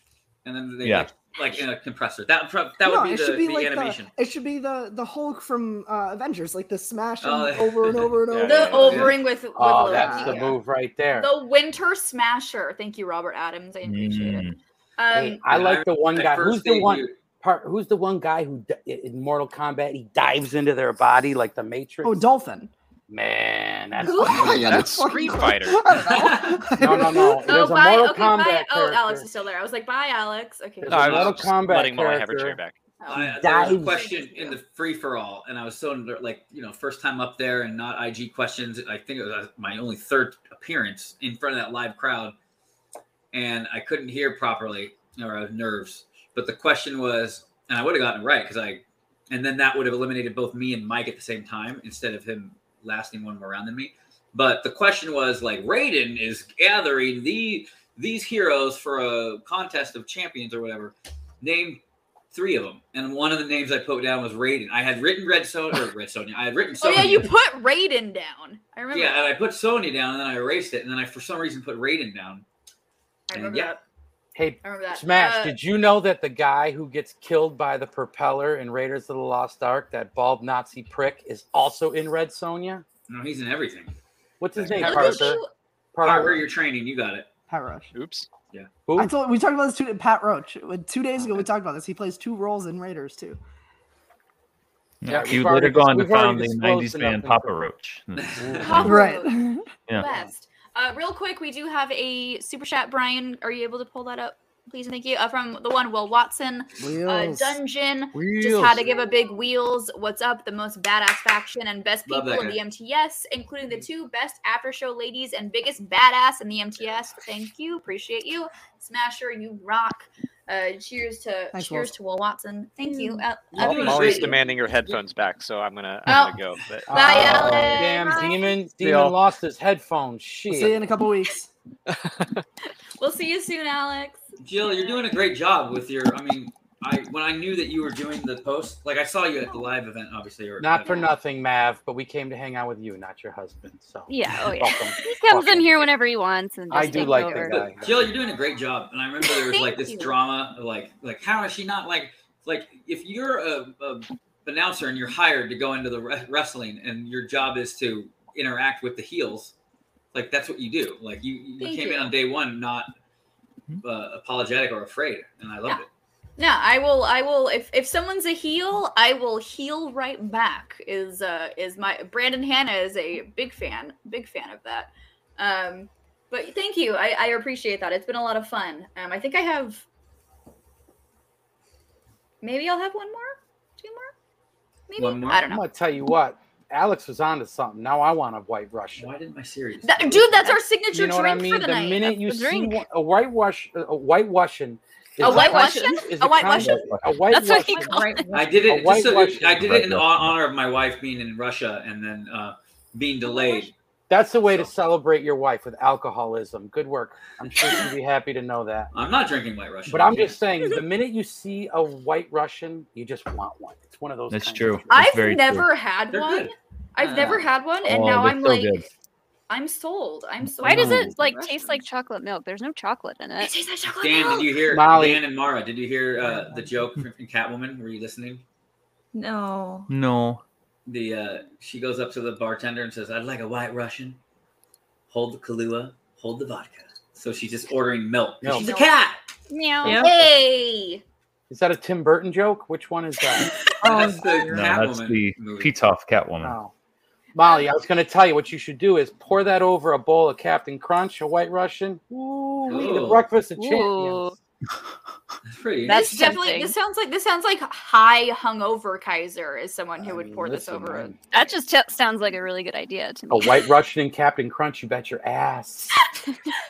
[SPEAKER 6] and then they
[SPEAKER 9] Yeah.
[SPEAKER 6] like, like in a compressor. That would prob- that would
[SPEAKER 10] No,
[SPEAKER 6] be
[SPEAKER 10] it
[SPEAKER 6] the,
[SPEAKER 10] should be
[SPEAKER 6] the
[SPEAKER 10] like
[SPEAKER 6] animation.
[SPEAKER 10] The, it should be the the Hulk from uh, Avengers, like the smash
[SPEAKER 12] [LAUGHS]
[SPEAKER 6] Oh, [LAUGHS]
[SPEAKER 10] him over and over and
[SPEAKER 12] yeah,
[SPEAKER 10] over.
[SPEAKER 1] The
[SPEAKER 12] yeah,
[SPEAKER 10] and over.
[SPEAKER 1] overing with, with
[SPEAKER 11] Oh,
[SPEAKER 1] Loki.
[SPEAKER 11] that's the move right there.
[SPEAKER 1] The Winter Smasher. Thank you, Robert Adams. I appreciate it. Um,
[SPEAKER 11] Mm. Hey, I [LAUGHS] like the one
[SPEAKER 6] At
[SPEAKER 11] guy.
[SPEAKER 6] first
[SPEAKER 11] Who's
[SPEAKER 6] they
[SPEAKER 11] the one?
[SPEAKER 6] do-
[SPEAKER 11] Part, who's the one guy who di- in Mortal Kombat he dives into their body like the Matrix?
[SPEAKER 10] Oh, Dolphin.
[SPEAKER 11] man, that's
[SPEAKER 12] That's
[SPEAKER 10] fucking
[SPEAKER 12] Street
[SPEAKER 10] cool.
[SPEAKER 1] [LAUGHS]
[SPEAKER 12] Fighter.
[SPEAKER 10] I don't know.
[SPEAKER 11] no, no, no.
[SPEAKER 1] oh,
[SPEAKER 11] There's a
[SPEAKER 1] bye.
[SPEAKER 11] Mortal
[SPEAKER 1] Okay,
[SPEAKER 11] Kombat
[SPEAKER 1] bye.
[SPEAKER 11] character.
[SPEAKER 1] Oh, Alex is still there. I was like, bye, Alex. Okay.
[SPEAKER 11] There's
[SPEAKER 12] No, I was
[SPEAKER 11] Mortal
[SPEAKER 12] just [LAUGHS]
[SPEAKER 11] Kombat
[SPEAKER 12] letting Molly have her
[SPEAKER 11] character.
[SPEAKER 12] chair back.
[SPEAKER 6] Oh, I, there was a
[SPEAKER 11] dives.
[SPEAKER 6] question in the free for all, and I was so ner- like, you know, first time up there and not IG questions. I think it was uh, my only third appearance in front of that live crowd, and I couldn't hear properly, or I was nerves. But the question was, and I would have gotten it right because I, and then that would have eliminated both me and Mike at the same time instead of him lasting one more round than me. But the question was like, Raiden is gathering the these heroes for a contest of champions or whatever. Name three of them, and one of the names I put down was Raiden. I had written Red Sonya, or Red Sonya. I had written
[SPEAKER 1] Oh
[SPEAKER 6] Sonya.
[SPEAKER 1] yeah, you put Raiden down. I remember.
[SPEAKER 6] Yeah,
[SPEAKER 1] that.
[SPEAKER 6] and I put Sonya down, and then I erased it, and then I for some reason put Raiden down.
[SPEAKER 1] I remember
[SPEAKER 6] yeah.
[SPEAKER 1] that.
[SPEAKER 11] Hey,
[SPEAKER 1] I remember that.
[SPEAKER 11] Smash,
[SPEAKER 1] Uh,
[SPEAKER 11] did you know that the guy who gets killed by the propeller in Raiders of the Lost Ark, that bald Nazi prick, is also in Red Sonja?
[SPEAKER 6] No, he's in everything.
[SPEAKER 11] What's his name,
[SPEAKER 1] look at
[SPEAKER 11] Parker?
[SPEAKER 1] you-
[SPEAKER 6] Parker, you're training. You got it.
[SPEAKER 10] Pat Roach.
[SPEAKER 12] Oops.
[SPEAKER 11] Who?
[SPEAKER 10] I told we talked about this two, Pat Roach. Two days ago, we talked about this. He plays two roles in Raiders too.
[SPEAKER 11] Yeah,
[SPEAKER 9] he
[SPEAKER 11] we've
[SPEAKER 9] would
[SPEAKER 11] already
[SPEAKER 9] later go on to
[SPEAKER 11] dis- we've already
[SPEAKER 9] found the
[SPEAKER 11] disclosed
[SPEAKER 9] 90s
[SPEAKER 11] enough
[SPEAKER 9] band Papa Roach. [LAUGHS]
[SPEAKER 1] Papa
[SPEAKER 10] Right.
[SPEAKER 1] Roach,
[SPEAKER 9] Yeah.
[SPEAKER 1] West. Uh, real quick, we do have a super chat. Brian, are you able to pull that up, please? and Thank you. Uh, from the one Will Watson, uh,
[SPEAKER 10] Wheels.
[SPEAKER 1] Dungeon. Just
[SPEAKER 9] Wheels.
[SPEAKER 1] had to give a big wheels. What's up? The most badass faction and best
[SPEAKER 6] Love
[SPEAKER 1] people
[SPEAKER 6] that
[SPEAKER 1] in the MTS, including the two best after show ladies and biggest badass in the MTS. Thank you, appreciate you, Smasher. You rock. Uh, cheers to
[SPEAKER 10] Thanks,
[SPEAKER 1] cheers
[SPEAKER 10] Will.
[SPEAKER 1] to Will Watson. Thank you.
[SPEAKER 11] Mm.
[SPEAKER 1] Uh,
[SPEAKER 6] Well,
[SPEAKER 1] everyone-
[SPEAKER 12] Molly's
[SPEAKER 6] Sweet.
[SPEAKER 12] demanding her headphones back, so I'm gonna
[SPEAKER 1] Oh.
[SPEAKER 12] I'm gonna go. But
[SPEAKER 1] Bye,
[SPEAKER 11] Oh,
[SPEAKER 1] Alex.
[SPEAKER 11] Damn,
[SPEAKER 1] Bye.
[SPEAKER 11] Demon.
[SPEAKER 12] See
[SPEAKER 11] Demon
[SPEAKER 12] y'all.
[SPEAKER 11] lost his headphones.
[SPEAKER 10] We'll see you
[SPEAKER 11] Shit.
[SPEAKER 10] in a couple weeks.
[SPEAKER 1] we'll see you soon, Alex.
[SPEAKER 6] Jill, you're doing a great job with your. I mean, I when I knew that you were doing the post, like I saw you at the live event, obviously. Or
[SPEAKER 11] Not for nothing, Mav, but we came to hang out with you, not your husband. So
[SPEAKER 2] Yeah, oh, yeah.
[SPEAKER 11] Welcome.
[SPEAKER 2] He comes in
[SPEAKER 11] Welcome.
[SPEAKER 2] here whenever he wants and just
[SPEAKER 11] I do
[SPEAKER 2] takes
[SPEAKER 11] like the
[SPEAKER 2] over.
[SPEAKER 11] guy.
[SPEAKER 6] Jill, you're doing a great job, and I remember
[SPEAKER 1] [LAUGHS]
[SPEAKER 6] there was like
[SPEAKER 1] Thank
[SPEAKER 6] this
[SPEAKER 1] you.
[SPEAKER 6] drama, like like how is she not like like if you're a, a announcer and you're hired to go into the re- wrestling, and your job is to interact with the heels, like that's what you do. Like you, you
[SPEAKER 1] Thank
[SPEAKER 6] came
[SPEAKER 1] you.
[SPEAKER 6] in on day one not uh, apologetic or afraid, and I loved it.
[SPEAKER 1] Yeah, I will. I will. If if someone's a heel, I will heel right back. Is uh is my Brandon Hanna is a big fan, big fan of that. Um, but thank you. I, I appreciate that. It's been a lot of fun. Um, I think I have. Maybe I'll have one more, two more. Maybe
[SPEAKER 11] One more?
[SPEAKER 1] I
[SPEAKER 11] am
[SPEAKER 1] don't know.
[SPEAKER 11] gonna tell you what. Alex was onto something. Now I want a white Russian. Why
[SPEAKER 6] didn't my series?
[SPEAKER 1] That- dude, that's our signature
[SPEAKER 11] you know what I
[SPEAKER 1] drink for
[SPEAKER 11] mean?
[SPEAKER 1] the night.
[SPEAKER 11] minute
[SPEAKER 1] That's
[SPEAKER 11] you
[SPEAKER 1] the
[SPEAKER 11] see
[SPEAKER 1] drink.
[SPEAKER 11] one- a white wash, a white Russian.
[SPEAKER 1] A white Russian? A white Russian?
[SPEAKER 11] A white
[SPEAKER 1] That's what he
[SPEAKER 11] Russian-
[SPEAKER 1] called it.
[SPEAKER 11] a
[SPEAKER 6] I did it.
[SPEAKER 11] white
[SPEAKER 6] Just so,
[SPEAKER 11] Russian.
[SPEAKER 6] I did it in hon- honor of my wife being in Russia and then uh, being delayed.
[SPEAKER 11] That's the way to celebrate your wife with alcoholism. Good work. I'm sure she'd be happy to know that.
[SPEAKER 6] I'm not drinking White [LAUGHS] Russian.
[SPEAKER 11] But I'm just saying, the minute you see a white Russian, you just want one. It's one of those.
[SPEAKER 9] That's
[SPEAKER 11] kinds
[SPEAKER 9] true.
[SPEAKER 11] of-
[SPEAKER 1] I've never had one. I've
[SPEAKER 11] Yeah.
[SPEAKER 1] never had one, and
[SPEAKER 9] Oh,
[SPEAKER 1] now
[SPEAKER 9] they're
[SPEAKER 1] I'm
[SPEAKER 9] so
[SPEAKER 1] like,
[SPEAKER 9] good.
[SPEAKER 1] I'm sold. I'm sold.
[SPEAKER 2] Why does
[SPEAKER 1] on
[SPEAKER 2] it
[SPEAKER 1] these
[SPEAKER 2] like
[SPEAKER 1] restaurants.
[SPEAKER 2] taste like chocolate milk? There's no chocolate in it. It
[SPEAKER 1] tastes like chocolate
[SPEAKER 6] Dan, did you hear
[SPEAKER 11] Molly.
[SPEAKER 6] Dan and Mara? Did you hear uh, the joke from from Catwoman? Were you listening?
[SPEAKER 4] No.
[SPEAKER 9] No.
[SPEAKER 6] The uh, she goes up to the bartender and says, "I'd like a White Russian. Hold the Kahlua. Hold the vodka." So she's just ordering milk.
[SPEAKER 11] Milk.
[SPEAKER 6] She's a cat.
[SPEAKER 2] Meow.
[SPEAKER 11] Yeah.
[SPEAKER 1] Hey.
[SPEAKER 11] Is that a Tim Burton joke? Which one is that?
[SPEAKER 6] [LAUGHS] That's Oh, the
[SPEAKER 9] No, that's the Pitoff Catwoman.
[SPEAKER 11] Oh. Molly, I was going to tell you what you should do is pour that over a bowl of Captain Crunch, a White Russian. Ooh, the
[SPEAKER 6] Ooh.
[SPEAKER 11] breakfast of
[SPEAKER 2] Ooh.
[SPEAKER 11] champions.
[SPEAKER 6] That's pretty.
[SPEAKER 11] That's
[SPEAKER 1] this definitely. This sounds like this sounds like high hungover Kaiser is someone who would pour this
[SPEAKER 11] listen,
[SPEAKER 1] over.
[SPEAKER 11] man.
[SPEAKER 2] That just t- sounds like a really good idea to me.
[SPEAKER 11] A White Russian and Captain Crunch, you bet your ass.
[SPEAKER 1] [LAUGHS]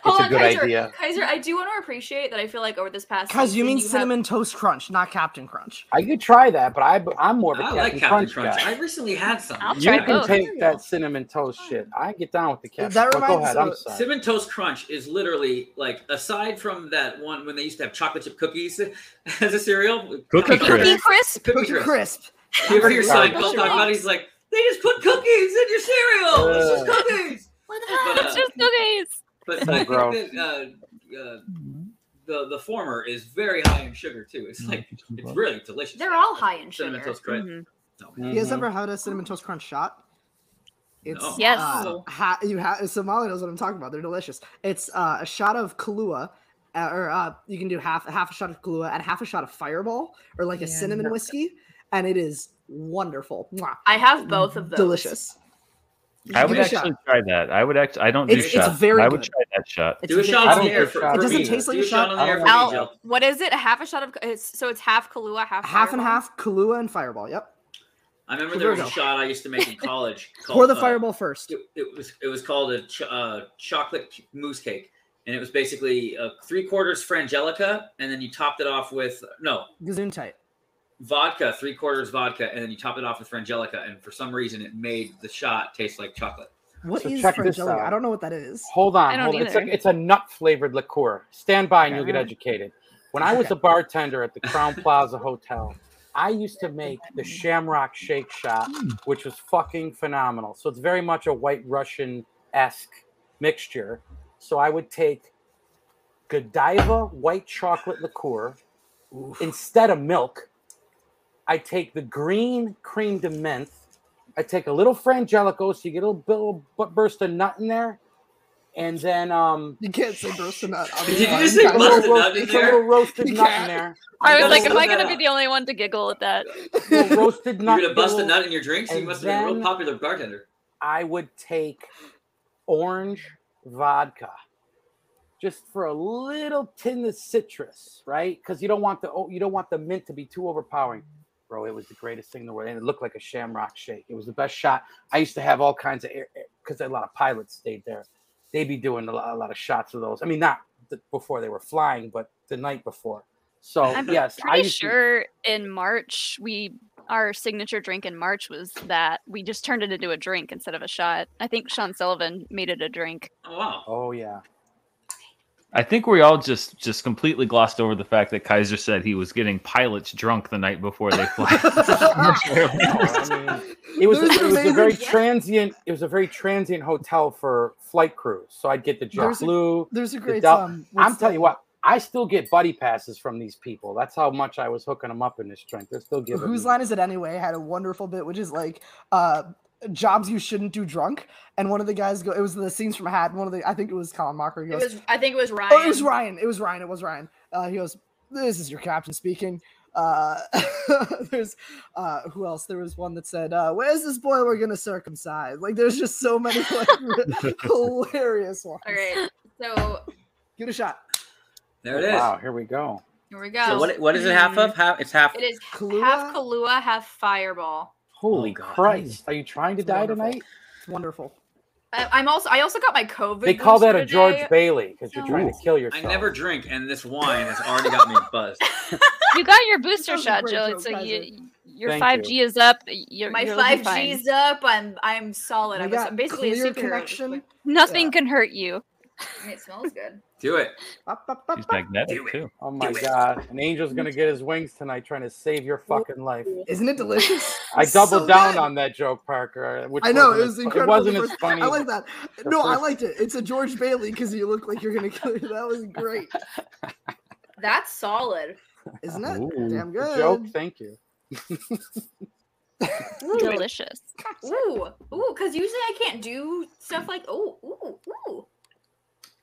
[SPEAKER 1] Hold
[SPEAKER 11] a
[SPEAKER 1] on,
[SPEAKER 11] good
[SPEAKER 1] Kaiser.
[SPEAKER 11] idea.
[SPEAKER 1] Kaiser, I do want to appreciate that. I feel like over this past
[SPEAKER 10] Cause you
[SPEAKER 1] season
[SPEAKER 10] mean
[SPEAKER 1] have-
[SPEAKER 10] cinnamon toast crunch, not Captain Crunch.
[SPEAKER 11] I could try that, but I, I'm more of a
[SPEAKER 6] I
[SPEAKER 11] Captain,
[SPEAKER 6] like Captain
[SPEAKER 11] Crunch,
[SPEAKER 6] Crunch.
[SPEAKER 11] guy.
[SPEAKER 6] I recently had some.
[SPEAKER 2] I'll
[SPEAKER 11] you can take that cinnamon toast shit. I get down with the Captain.
[SPEAKER 10] That
[SPEAKER 11] Crunch. Go
[SPEAKER 10] reminds-
[SPEAKER 11] ahead. I'm sorry.
[SPEAKER 6] Cinnamon Toast Crunch is literally like, aside from that one when they used to have chocolate chip cookies [LAUGHS] as a cereal,
[SPEAKER 9] Cookie Crisp.
[SPEAKER 1] crisp.
[SPEAKER 6] Cookie
[SPEAKER 10] Cookie
[SPEAKER 6] crisp.
[SPEAKER 10] crisp.
[SPEAKER 6] You ever hear
[SPEAKER 10] Sorry.
[SPEAKER 6] Seinfeld talk about? it? He's like, they just put cookies in your cereal. It's just
[SPEAKER 11] Ugh.
[SPEAKER 6] cookies.
[SPEAKER 2] It's just cookies.
[SPEAKER 6] But
[SPEAKER 11] So
[SPEAKER 6] I think
[SPEAKER 11] gross.
[SPEAKER 6] that uh, uh, the the former is very high in sugar too.
[SPEAKER 10] Mm-hmm.
[SPEAKER 6] It's like it's really delicious.
[SPEAKER 1] They're all high in
[SPEAKER 6] Cinnamon
[SPEAKER 1] sugar. Mm-hmm.
[SPEAKER 6] Toast Crunch.
[SPEAKER 10] You guys ever had a cinnamon toast crunch shot? It's
[SPEAKER 6] No.
[SPEAKER 2] Yes.
[SPEAKER 10] Uh, ha- you have Somali knows what I'm talking about. They're delicious. It's uh, a shot of Kahlua, uh, or uh, you can do half half a shot of Kahlua and half a shot of Fireball, or like a cinnamon whiskey, and it is wonderful. Mwah.
[SPEAKER 1] I have both of those.
[SPEAKER 10] Delicious.
[SPEAKER 9] I would
[SPEAKER 10] Give it a shot.
[SPEAKER 9] actually try that. I would actually. I don't
[SPEAKER 10] It's-
[SPEAKER 9] do
[SPEAKER 10] it's
[SPEAKER 9] shots.
[SPEAKER 10] very
[SPEAKER 9] I would
[SPEAKER 10] good.
[SPEAKER 9] try that shot.
[SPEAKER 10] It's
[SPEAKER 6] Do a
[SPEAKER 10] very-
[SPEAKER 6] shot
[SPEAKER 9] I
[SPEAKER 6] on
[SPEAKER 9] don't
[SPEAKER 6] the air
[SPEAKER 9] do
[SPEAKER 6] for,
[SPEAKER 9] shots.
[SPEAKER 6] for
[SPEAKER 10] It doesn't
[SPEAKER 6] me.
[SPEAKER 10] taste like
[SPEAKER 6] Do
[SPEAKER 10] a
[SPEAKER 6] shot.
[SPEAKER 10] shot.
[SPEAKER 6] on the air for
[SPEAKER 1] Al-
[SPEAKER 6] me, Jill.
[SPEAKER 1] what is it? A half a shot of it's, so it's half Kahlua, half
[SPEAKER 10] Half and
[SPEAKER 1] Fireball?
[SPEAKER 10] half Kahlua and Fireball. Yep.
[SPEAKER 6] I remember there was a
[SPEAKER 10] Virgo.
[SPEAKER 6] shot I used to make
[SPEAKER 10] [LAUGHS]
[SPEAKER 6] in college.
[SPEAKER 10] Pour the
[SPEAKER 6] uh,
[SPEAKER 10] Fireball first.
[SPEAKER 6] it, it was it was called a ch- uh, chocolate c- mousse cake, and it was basically uh, three quarters frangelica, and then you topped it off with no
[SPEAKER 10] Gesundheit.
[SPEAKER 6] vodka, three quarters vodka, and then you topped it off with frangelica, and for some reason it made the shot taste like chocolate.
[SPEAKER 10] What
[SPEAKER 11] So
[SPEAKER 10] is
[SPEAKER 11] check this
[SPEAKER 10] frangelica?
[SPEAKER 11] out.
[SPEAKER 10] I don't know what that is.
[SPEAKER 11] Hold
[SPEAKER 2] I
[SPEAKER 11] on,
[SPEAKER 2] don't
[SPEAKER 11] hold on. It's a,
[SPEAKER 2] either.
[SPEAKER 11] it's a nut flavored liqueur. Stand by and you'll get
[SPEAKER 2] Okay.
[SPEAKER 11] educated. When I was a bartender at the
[SPEAKER 2] [LAUGHS]
[SPEAKER 11] Crown Plaza Hotel, I used to make the Shamrock Shake Shot,
[SPEAKER 2] Hmm.
[SPEAKER 11] which was fucking phenomenal. So it's very much a white Russian esque mixture. So I would take Godiva white chocolate liqueur instead of milk. I take the green cream de menthe. I take a little frangelico, so you get a little, little bu- burst of nut in there, and then um,
[SPEAKER 10] You can't say roasted nut. on
[SPEAKER 6] Did
[SPEAKER 10] the
[SPEAKER 6] you
[SPEAKER 10] line.
[SPEAKER 6] just say
[SPEAKER 10] Gotta-
[SPEAKER 11] a little,
[SPEAKER 6] Busted nut
[SPEAKER 11] roast,
[SPEAKER 6] in
[SPEAKER 11] it's a
[SPEAKER 6] there?
[SPEAKER 11] little roasted
[SPEAKER 10] You
[SPEAKER 11] nut in
[SPEAKER 10] can't.
[SPEAKER 11] there.
[SPEAKER 2] I was
[SPEAKER 6] Gotta
[SPEAKER 2] like, am
[SPEAKER 6] love
[SPEAKER 2] I gonna
[SPEAKER 6] that.
[SPEAKER 2] be the only one to giggle at that?
[SPEAKER 11] Little roasted
[SPEAKER 6] You're
[SPEAKER 11] nut.
[SPEAKER 6] gonna bust a
[SPEAKER 11] little-
[SPEAKER 6] nut in your drinks. You
[SPEAKER 11] and
[SPEAKER 6] must have been a real
[SPEAKER 11] then-
[SPEAKER 6] popular bartender.
[SPEAKER 11] I would take orange vodka just for a little tin of citrus, right? Because you don't want the oh, you don't want the mint to be too overpowering. Bro, it was the greatest thing in the world, and it looked like a shamrock shake. It was the best shot. I used to have all kinds of air because a lot of pilots stayed there. They'd be doing a lot, a lot of shots of those. I mean, not the, before they were flying, but the night before. So
[SPEAKER 2] I'm
[SPEAKER 11] Oh, yes, I
[SPEAKER 2] pretty
[SPEAKER 11] used to-
[SPEAKER 2] sure in March we our signature drink in March was that we just turned it into a drink instead of a shot. I think Sean Sullivan made it a drink.
[SPEAKER 6] Oh wow.
[SPEAKER 11] Oh yeah.
[SPEAKER 9] I think we all just just completely glossed over the fact that Kaiser said he was getting pilots drunk the night before
[SPEAKER 10] [LAUGHS]
[SPEAKER 11] [LAUGHS]
[SPEAKER 1] [LAUGHS]
[SPEAKER 9] they fly.
[SPEAKER 11] I mean, it was,
[SPEAKER 10] There's
[SPEAKER 11] it was a
[SPEAKER 10] amazing-
[SPEAKER 11] very transient. It was a very transient hotel for flight crews. So I'd get the
[SPEAKER 10] There's a-
[SPEAKER 11] JetBlue.
[SPEAKER 10] There's a great.
[SPEAKER 11] Del-
[SPEAKER 10] um, what's
[SPEAKER 11] I'm telling
[SPEAKER 10] the-
[SPEAKER 11] you what. I still get buddy passes from these people. That's how much I was hooking them up in this drink. They're still giving.
[SPEAKER 10] Whose
[SPEAKER 11] me-
[SPEAKER 10] line is it anyway? Had a wonderful bit, which is like uh, jobs you shouldn't do drunk. And one of the guys go, it was the scenes from Hat. One of the, I think it was Colin Mocker. He
[SPEAKER 1] It
[SPEAKER 10] goes,
[SPEAKER 1] was. I think it was Ryan.
[SPEAKER 10] oh, it was Ryan. It was Ryan. It was Ryan. Uh, he goes, this is your captain speaking. Uh, [LAUGHS] there's uh, who else? There was one that said, uh, "Where's this boy we're gonna circumcise?" Like, there's just so many like, [LAUGHS] hilarious ones.
[SPEAKER 1] All right. So
[SPEAKER 10] Give it a shot.
[SPEAKER 6] There it is.
[SPEAKER 11] Wow, here we go.
[SPEAKER 1] here we go.
[SPEAKER 6] So what, what is it half
[SPEAKER 10] Mm-hmm.
[SPEAKER 6] of? Half, it's half. oh
[SPEAKER 1] It is half Kahlua, half Fireball.
[SPEAKER 11] Holy Christ! Are you trying to die tonight?
[SPEAKER 10] It's wonderful.
[SPEAKER 1] I, I'm also. I also got my COVID.
[SPEAKER 11] They call that a
[SPEAKER 1] booster
[SPEAKER 11] George
[SPEAKER 1] today.
[SPEAKER 11] Bailey because you're trying to kill
[SPEAKER 6] I
[SPEAKER 11] yourself.
[SPEAKER 6] never drink, and this wine has already got me
[SPEAKER 11] [LAUGHS]
[SPEAKER 6] buzzed.
[SPEAKER 2] You got
[SPEAKER 1] [LAUGHS]
[SPEAKER 2] your booster
[SPEAKER 1] was a
[SPEAKER 2] shot,
[SPEAKER 1] great
[SPEAKER 2] Joe.
[SPEAKER 1] joke,
[SPEAKER 2] So
[SPEAKER 1] Kaiser.
[SPEAKER 2] you, your
[SPEAKER 6] Thank
[SPEAKER 2] five G is up. You're,
[SPEAKER 1] My
[SPEAKER 2] you're
[SPEAKER 1] five
[SPEAKER 2] looking
[SPEAKER 1] G's
[SPEAKER 2] fine.
[SPEAKER 1] up. I'm I'm solid. I'm,
[SPEAKER 10] got
[SPEAKER 1] I'm basically
[SPEAKER 10] clear
[SPEAKER 1] a superhero.
[SPEAKER 10] connection.
[SPEAKER 2] Nothing can hurt you.
[SPEAKER 1] I mean, it smells good.
[SPEAKER 6] Do it.
[SPEAKER 11] He's magnetic too. Oh my god! An angel's gonna get his wings tonight, trying to save your fucking life.
[SPEAKER 10] Isn't it delicious?
[SPEAKER 11] [LAUGHS] I
[SPEAKER 10] It's
[SPEAKER 11] doubled
[SPEAKER 10] so
[SPEAKER 11] down
[SPEAKER 10] good.
[SPEAKER 11] on that joke, Parker. uh, Which
[SPEAKER 10] I know it
[SPEAKER 11] wasn't
[SPEAKER 10] was
[SPEAKER 11] as fu-
[SPEAKER 10] incredible.
[SPEAKER 11] It wasn't
[SPEAKER 10] the
[SPEAKER 11] as
[SPEAKER 10] first-
[SPEAKER 11] funny.
[SPEAKER 10] I like that.
[SPEAKER 11] the
[SPEAKER 10] No, I
[SPEAKER 11] first-
[SPEAKER 10] liked it. It's a George Bailey because you look like you're gonna kill. You. That was great,
[SPEAKER 1] [LAUGHS] That's solid.
[SPEAKER 10] isn't it?
[SPEAKER 11] Ooh,
[SPEAKER 10] Damn
[SPEAKER 11] good
[SPEAKER 10] good.
[SPEAKER 11] Joke. Thank you.
[SPEAKER 2] Delicious.
[SPEAKER 1] Ooh, ooh, because usually I can't do stuff like ooh, ooh, ooh.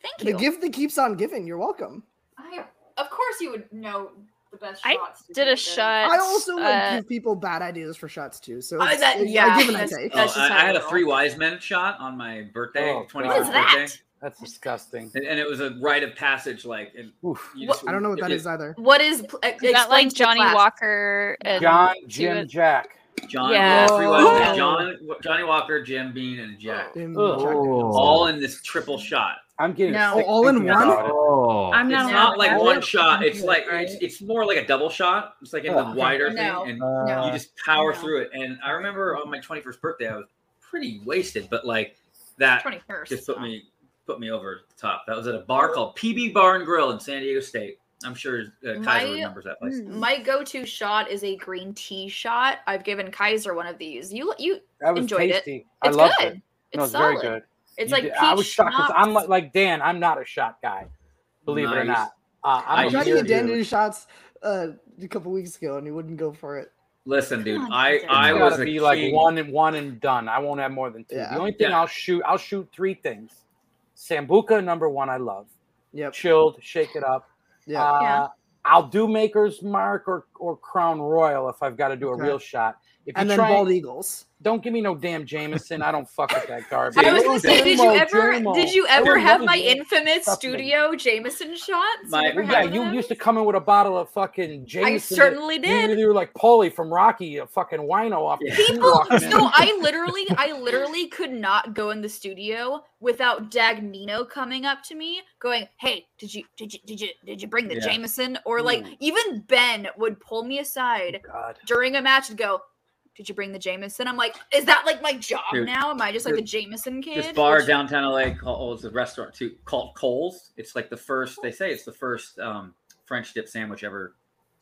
[SPEAKER 1] Thank
[SPEAKER 10] The
[SPEAKER 1] you.
[SPEAKER 10] gift that keeps on giving. You're welcome.
[SPEAKER 1] I, of course, you would know the best
[SPEAKER 2] I
[SPEAKER 1] shots. to
[SPEAKER 2] did
[SPEAKER 1] do
[SPEAKER 2] a
[SPEAKER 1] it.
[SPEAKER 2] shot.
[SPEAKER 10] I also like
[SPEAKER 2] uh,
[SPEAKER 10] give people bad ideas for shots too. So
[SPEAKER 1] Oh,
[SPEAKER 10] it's,
[SPEAKER 1] that-
[SPEAKER 10] it- I
[SPEAKER 1] yeah,
[SPEAKER 10] give and I
[SPEAKER 1] that's-
[SPEAKER 10] take.
[SPEAKER 6] Oh, I, I had a three wise men shot on my birthday,
[SPEAKER 11] Oh,
[SPEAKER 6] 25th
[SPEAKER 11] God. What is
[SPEAKER 1] that?
[SPEAKER 6] birthday.
[SPEAKER 11] That's disgusting.
[SPEAKER 6] And, and it was a rite of passage, like. And you just-
[SPEAKER 10] I don't know what that
[SPEAKER 6] it-
[SPEAKER 10] is either.
[SPEAKER 1] What is pl- uh,
[SPEAKER 2] Is that
[SPEAKER 1] explain
[SPEAKER 2] like
[SPEAKER 1] to
[SPEAKER 2] Johnny
[SPEAKER 1] class.
[SPEAKER 2] Walker? And
[SPEAKER 11] John,
[SPEAKER 2] to
[SPEAKER 11] Jim,
[SPEAKER 2] it-
[SPEAKER 11] Jack.
[SPEAKER 6] John,
[SPEAKER 2] Yeah.
[SPEAKER 6] yeah, three wise
[SPEAKER 2] Oh.
[SPEAKER 6] men, John, Johnny Walker, Jim Bean, and Jack,
[SPEAKER 10] Jim,
[SPEAKER 11] Ugh.
[SPEAKER 10] Jack Daniels.
[SPEAKER 6] all in this triple shot.
[SPEAKER 11] I'm getting
[SPEAKER 1] No.
[SPEAKER 11] sick
[SPEAKER 10] Oh, all in
[SPEAKER 11] thinking
[SPEAKER 10] one?
[SPEAKER 11] about it.
[SPEAKER 9] Oh,
[SPEAKER 4] I'm
[SPEAKER 6] It's
[SPEAKER 4] not allowed.
[SPEAKER 6] not like
[SPEAKER 4] to have
[SPEAKER 6] one
[SPEAKER 4] it.
[SPEAKER 6] shot. It's like it's, it's more like a double shot. It's like in
[SPEAKER 11] Oh,
[SPEAKER 6] the
[SPEAKER 11] okay.
[SPEAKER 6] wider
[SPEAKER 1] No,
[SPEAKER 6] thing, and
[SPEAKER 11] no.
[SPEAKER 6] you just power
[SPEAKER 1] No.
[SPEAKER 6] through it. And I remember on my 21st birthday, I was pretty wasted, but like that
[SPEAKER 1] Twenty first.
[SPEAKER 6] just put me put me over the top. That was at a bar called PB Bar and Grill in San Diego State. I'm sure uh, Kaiser
[SPEAKER 1] My-
[SPEAKER 6] remembers that place.
[SPEAKER 2] Mm.
[SPEAKER 1] My go-to shot is a green tea shot. I've given Kaiser one of these. You you
[SPEAKER 11] That was
[SPEAKER 1] enjoyed
[SPEAKER 11] tasty.
[SPEAKER 1] it.
[SPEAKER 11] I
[SPEAKER 1] It's
[SPEAKER 11] loved
[SPEAKER 1] good.
[SPEAKER 11] it.
[SPEAKER 1] It's
[SPEAKER 11] no, it's very
[SPEAKER 1] solid.
[SPEAKER 11] good.
[SPEAKER 1] It's
[SPEAKER 11] You
[SPEAKER 1] like
[SPEAKER 11] did-
[SPEAKER 1] peach
[SPEAKER 11] I was shocked 'cause
[SPEAKER 1] schnapps.
[SPEAKER 11] I'm like, like Dan. I'm not a shot guy. Believe it or
[SPEAKER 6] Nice.
[SPEAKER 11] not, uh, I'm
[SPEAKER 6] I
[SPEAKER 11] a
[SPEAKER 10] tried to
[SPEAKER 11] beer
[SPEAKER 10] get Dan to
[SPEAKER 11] dude.
[SPEAKER 10] do shots uh, a couple weeks ago, and he wouldn't go for it.
[SPEAKER 6] Listen, dude,
[SPEAKER 1] on,
[SPEAKER 6] I
[SPEAKER 1] Kaiser.
[SPEAKER 6] I
[SPEAKER 11] It's
[SPEAKER 6] was
[SPEAKER 11] gotta
[SPEAKER 6] a
[SPEAKER 11] be
[SPEAKER 6] king.
[SPEAKER 11] like one and one and done. I won't have more than two.
[SPEAKER 10] Yeah.
[SPEAKER 11] The only thing
[SPEAKER 6] Yeah.
[SPEAKER 11] I'll shoot, I'll shoot three things. Sambuca number one, I love.
[SPEAKER 10] Yep.
[SPEAKER 11] Chilled, shake it up.
[SPEAKER 10] Yeah.
[SPEAKER 11] Uh,
[SPEAKER 1] Yeah.
[SPEAKER 11] I'll do Maker's Mark or, or Crown Royal if I've got to do a
[SPEAKER 10] Okay.
[SPEAKER 11] real shot. If
[SPEAKER 10] and
[SPEAKER 11] you
[SPEAKER 10] then
[SPEAKER 11] try,
[SPEAKER 10] bald eagles.
[SPEAKER 11] don't give me no damn Jameson. I don't fuck with that garbage.
[SPEAKER 1] I was gonna say, did you
[SPEAKER 11] Jamo,
[SPEAKER 1] ever
[SPEAKER 11] Jamo.
[SPEAKER 1] did you
[SPEAKER 11] I
[SPEAKER 1] ever
[SPEAKER 11] would
[SPEAKER 1] have
[SPEAKER 11] love
[SPEAKER 1] my
[SPEAKER 11] Jamo.
[SPEAKER 1] infamous
[SPEAKER 11] Something.
[SPEAKER 1] studio Jameson shots?
[SPEAKER 6] My-
[SPEAKER 1] ever
[SPEAKER 11] yeah,
[SPEAKER 1] have
[SPEAKER 11] you
[SPEAKER 1] them?
[SPEAKER 11] used to come in with a bottle of fucking Jameson. that-
[SPEAKER 1] certainly
[SPEAKER 11] you-
[SPEAKER 1] did.
[SPEAKER 11] You were like Paulie from Rocky, a fucking wino off the
[SPEAKER 1] People,
[SPEAKER 11] street walking in.
[SPEAKER 1] so I literally, I literally could not go in the studio without Dagnino coming up to me, going, "Hey, did you, did you, did you, did you bring the
[SPEAKER 6] Yeah.
[SPEAKER 1] Jameson?" Or like,
[SPEAKER 11] Mm.
[SPEAKER 1] even Ben would pull me aside
[SPEAKER 6] Oh,
[SPEAKER 11] God.
[SPEAKER 1] during a match and go, "Did you bring the Jameson?" I'm like, "Is that like my job
[SPEAKER 6] Dude,
[SPEAKER 1] now? Am I just like a
[SPEAKER 6] dude,
[SPEAKER 1] Jameson kid?"
[SPEAKER 6] this bar
[SPEAKER 1] Which-
[SPEAKER 6] downtown LA called oh, it's a restaurant too called Cole's. It's like the first they say it's the first um, French dip sandwich ever.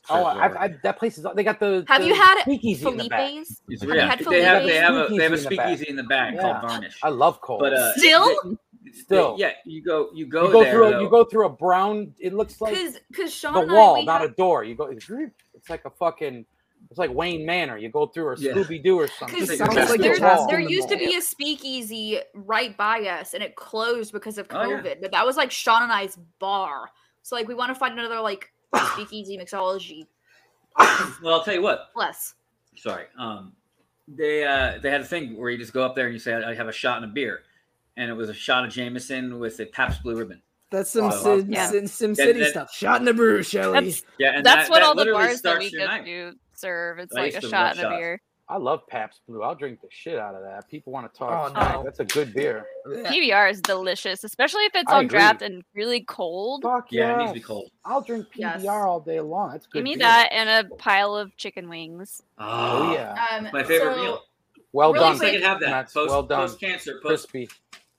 [SPEAKER 11] Oh,
[SPEAKER 6] served over.
[SPEAKER 11] I, I, that place is. They got the.
[SPEAKER 1] Have
[SPEAKER 11] the
[SPEAKER 1] you had
[SPEAKER 11] speakeasy in the back.
[SPEAKER 1] Felipe's?
[SPEAKER 6] It's
[SPEAKER 1] Have you
[SPEAKER 6] real.
[SPEAKER 1] had
[SPEAKER 6] they have
[SPEAKER 1] Felipe's?
[SPEAKER 6] they have a they have
[SPEAKER 11] Speakeasy in the
[SPEAKER 6] a speakeasy in the back
[SPEAKER 11] Yeah.
[SPEAKER 6] called Varnish.
[SPEAKER 11] I love Cole.
[SPEAKER 6] But uh,
[SPEAKER 1] Still?
[SPEAKER 6] they- they-
[SPEAKER 11] Still.
[SPEAKER 6] yeah, you go you go
[SPEAKER 11] you go
[SPEAKER 6] there.
[SPEAKER 11] through. A,
[SPEAKER 6] though.
[SPEAKER 11] you go through a brown. It looks like
[SPEAKER 1] Because, because Sean
[SPEAKER 11] the
[SPEAKER 1] and I,
[SPEAKER 11] wall,
[SPEAKER 1] we
[SPEAKER 11] not
[SPEAKER 1] have-
[SPEAKER 11] a door. You go. It's like a fucking. It's like Wayne Manor. You go through or
[SPEAKER 6] Yeah.
[SPEAKER 11] Scooby Doo or something.
[SPEAKER 1] Because
[SPEAKER 6] It's
[SPEAKER 10] sounds like
[SPEAKER 6] like
[SPEAKER 11] Just
[SPEAKER 1] there,
[SPEAKER 10] you're
[SPEAKER 11] a wall.
[SPEAKER 10] lost
[SPEAKER 1] there
[SPEAKER 10] in the
[SPEAKER 1] used to
[SPEAKER 10] mall.
[SPEAKER 1] be a speakeasy right by us, and it closed because of
[SPEAKER 6] Oh, yeah.
[SPEAKER 1] COVID. But that was like Sean and I's bar. So like, we want to find another
[SPEAKER 6] [SIGHS]
[SPEAKER 1] like speakeasy mixology
[SPEAKER 6] Well, I'll tell you what.
[SPEAKER 1] plus.
[SPEAKER 6] Sorry. Um, they uh, they had a thing where you just go up there and you say I have a shot and a beer, and it was a shot of Jameson with a Pabst Blue Ribbon.
[SPEAKER 10] That's some
[SPEAKER 6] Oh, I
[SPEAKER 10] Sim,
[SPEAKER 6] love
[SPEAKER 2] that.
[SPEAKER 10] Sim, Sim
[SPEAKER 6] That-
[SPEAKER 10] City
[SPEAKER 6] that-
[SPEAKER 10] stuff. Shot in a brew, Shelly.
[SPEAKER 2] That's
[SPEAKER 6] Yeah, and
[SPEAKER 2] that's
[SPEAKER 6] that-
[SPEAKER 2] what
[SPEAKER 6] that
[SPEAKER 2] all the
[SPEAKER 6] literally
[SPEAKER 2] bars that
[SPEAKER 6] starts
[SPEAKER 2] we
[SPEAKER 6] your
[SPEAKER 2] go
[SPEAKER 6] night.
[SPEAKER 2] to serve. It's
[SPEAKER 6] I
[SPEAKER 2] like
[SPEAKER 6] used
[SPEAKER 2] a
[SPEAKER 6] to
[SPEAKER 2] shot
[SPEAKER 6] love
[SPEAKER 2] and a
[SPEAKER 6] shots.
[SPEAKER 2] beer.
[SPEAKER 11] I love Pabst Blue. I'll drink the shit out of that. People want to
[SPEAKER 10] Oh,
[SPEAKER 11] talk.
[SPEAKER 10] no.
[SPEAKER 11] smack. That's a good beer.
[SPEAKER 2] PBR is delicious, especially if it's
[SPEAKER 11] I
[SPEAKER 2] on
[SPEAKER 11] agree.
[SPEAKER 2] draft and really cold.
[SPEAKER 11] Fuck
[SPEAKER 6] Yeah, it needs to
[SPEAKER 11] yes.
[SPEAKER 6] be cold.
[SPEAKER 11] I'll drink PBR
[SPEAKER 1] Yes.
[SPEAKER 11] all day long. That's good.
[SPEAKER 2] Give me
[SPEAKER 11] beer.
[SPEAKER 2] that and a pile of chicken wings.
[SPEAKER 11] Oh
[SPEAKER 6] Oh yeah,
[SPEAKER 11] yeah.
[SPEAKER 1] Um,
[SPEAKER 6] my favorite meal.
[SPEAKER 11] Well
[SPEAKER 1] Really
[SPEAKER 6] I
[SPEAKER 11] done.
[SPEAKER 6] wish I could have that
[SPEAKER 11] Max.
[SPEAKER 6] post
[SPEAKER 11] well done.
[SPEAKER 6] post cancer post
[SPEAKER 11] Crispy.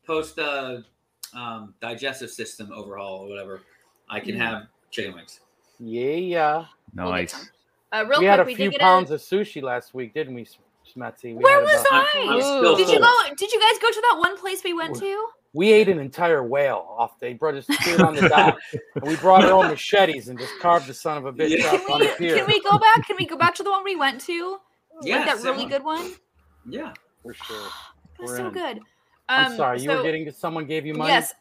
[SPEAKER 6] post uh, um, digestive system overhaul or whatever, I
[SPEAKER 11] Mm-hmm.
[SPEAKER 6] can have chicken wings.
[SPEAKER 11] Yeah.
[SPEAKER 1] we'll get
[SPEAKER 9] nice.
[SPEAKER 1] some. Uh, real
[SPEAKER 11] we
[SPEAKER 1] quick,
[SPEAKER 11] had a
[SPEAKER 1] we
[SPEAKER 11] few
[SPEAKER 1] did get
[SPEAKER 11] pounds
[SPEAKER 1] a.
[SPEAKER 11] of sushi last week, didn't we, Smetsy? We
[SPEAKER 1] Where
[SPEAKER 11] had
[SPEAKER 1] was
[SPEAKER 11] about-
[SPEAKER 6] I'm-
[SPEAKER 1] I?
[SPEAKER 6] I'm still
[SPEAKER 1] Did you
[SPEAKER 6] full.
[SPEAKER 1] go? Did you guys go to that one place we went to?
[SPEAKER 11] We ate an entire whale off. They brought us food on the dock, and we brought our own machetes and just carved the son of a bitch
[SPEAKER 6] Yeah.
[SPEAKER 11] up
[SPEAKER 1] Can
[SPEAKER 11] on the
[SPEAKER 1] we,
[SPEAKER 11] pier.
[SPEAKER 1] can we go back? Can we go back to the one we went to?
[SPEAKER 6] Yeah,
[SPEAKER 1] like that
[SPEAKER 6] same
[SPEAKER 1] really
[SPEAKER 6] one.
[SPEAKER 1] good one. It
[SPEAKER 6] Yeah.
[SPEAKER 11] For sure.
[SPEAKER 1] was
[SPEAKER 11] We're
[SPEAKER 1] so
[SPEAKER 11] in.
[SPEAKER 1] good. Um,
[SPEAKER 11] I'm sorry. You
[SPEAKER 1] so-
[SPEAKER 11] were getting someone gave you money.
[SPEAKER 1] Yes.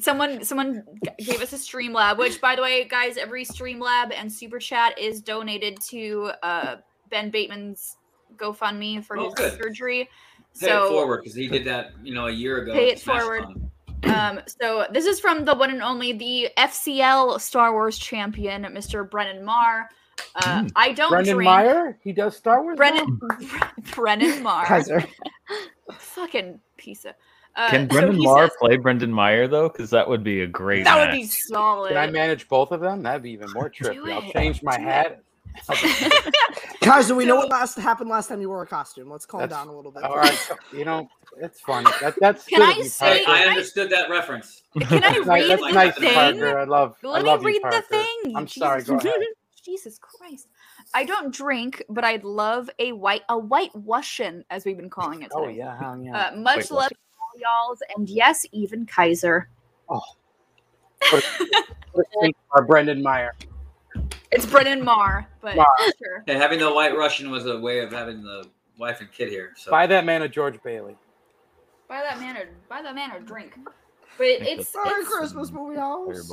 [SPEAKER 1] Someone someone g- gave us a stream lab, which by the way, guys, every stream lab and super chat is donated to uh, Ben Bateman's GoFundMe for
[SPEAKER 6] Oh,
[SPEAKER 1] his
[SPEAKER 6] good.
[SPEAKER 1] surgery.
[SPEAKER 6] Pay
[SPEAKER 1] so
[SPEAKER 6] it forward because he did that, you know, a year ago.
[SPEAKER 1] Pay
[SPEAKER 6] at
[SPEAKER 1] it
[SPEAKER 6] Smash
[SPEAKER 1] forward.
[SPEAKER 6] Con.
[SPEAKER 1] Um, so this is from the one and only the FCL Star Wars champion, Mr. Brennan Marr. Uh, I don't
[SPEAKER 11] Brendan
[SPEAKER 1] drink
[SPEAKER 11] Hmm. Meyer, he does Star Wars.
[SPEAKER 1] Brennan [LAUGHS] Brennan Marr.
[SPEAKER 10] Kaiser.
[SPEAKER 1] [LAUGHS] Fucking piece of. Uh,
[SPEAKER 9] Can
[SPEAKER 1] so
[SPEAKER 9] Brendan
[SPEAKER 1] he
[SPEAKER 9] Marr
[SPEAKER 1] says-
[SPEAKER 9] play Brendan Meyer though? Because that would be a great.
[SPEAKER 1] That would be
[SPEAKER 9] match.
[SPEAKER 1] solid.
[SPEAKER 11] Can I manage both of them? That'd be even more trippy. I'll
[SPEAKER 1] it.
[SPEAKER 11] change my
[SPEAKER 1] Do
[SPEAKER 11] hat.
[SPEAKER 10] [LAUGHS]
[SPEAKER 1] [LAUGHS]
[SPEAKER 10] Kaiser, we know what last happened last time you wore a costume. Let's calm
[SPEAKER 11] That's-
[SPEAKER 10] down a little bit.
[SPEAKER 11] All right, you know it's funny. That, that's
[SPEAKER 10] Can
[SPEAKER 11] good
[SPEAKER 10] I
[SPEAKER 11] of you,
[SPEAKER 10] say-
[SPEAKER 11] Parker.
[SPEAKER 6] I understood
[SPEAKER 1] [LAUGHS]
[SPEAKER 6] that reference.
[SPEAKER 11] [LAUGHS]
[SPEAKER 1] Can I
[SPEAKER 11] That's ni-
[SPEAKER 1] read
[SPEAKER 11] that's
[SPEAKER 1] the
[SPEAKER 11] nice,
[SPEAKER 1] thing?
[SPEAKER 11] Parker. I love. I
[SPEAKER 1] Let me
[SPEAKER 11] love you,
[SPEAKER 1] read the
[SPEAKER 11] Parker.
[SPEAKER 1] thing.
[SPEAKER 11] I'm sorry. Go
[SPEAKER 1] Jesus.
[SPEAKER 11] ahead.
[SPEAKER 1] [LAUGHS] Jesus Christ. I don't drink, but I'd love a white a white Russian, as we've been calling it.
[SPEAKER 11] Oh
[SPEAKER 1] today.
[SPEAKER 11] yeah, hell yeah.
[SPEAKER 1] Uh, much love, to all y'all's, and yes, even Kaiser.
[SPEAKER 6] Oh.
[SPEAKER 2] [LAUGHS]
[SPEAKER 11] Or Brendan Meyer.
[SPEAKER 1] It's Brennan Marr, but
[SPEAKER 11] Marr.
[SPEAKER 1] [LAUGHS] sure.
[SPEAKER 6] Hey, having the White Russian was a way of having the wife and kid here. So
[SPEAKER 11] Buy that man a George Bailey.
[SPEAKER 1] Buy that man or buy that man or drink. But it's,
[SPEAKER 10] Merry
[SPEAKER 1] it's
[SPEAKER 10] Christmas, movie house.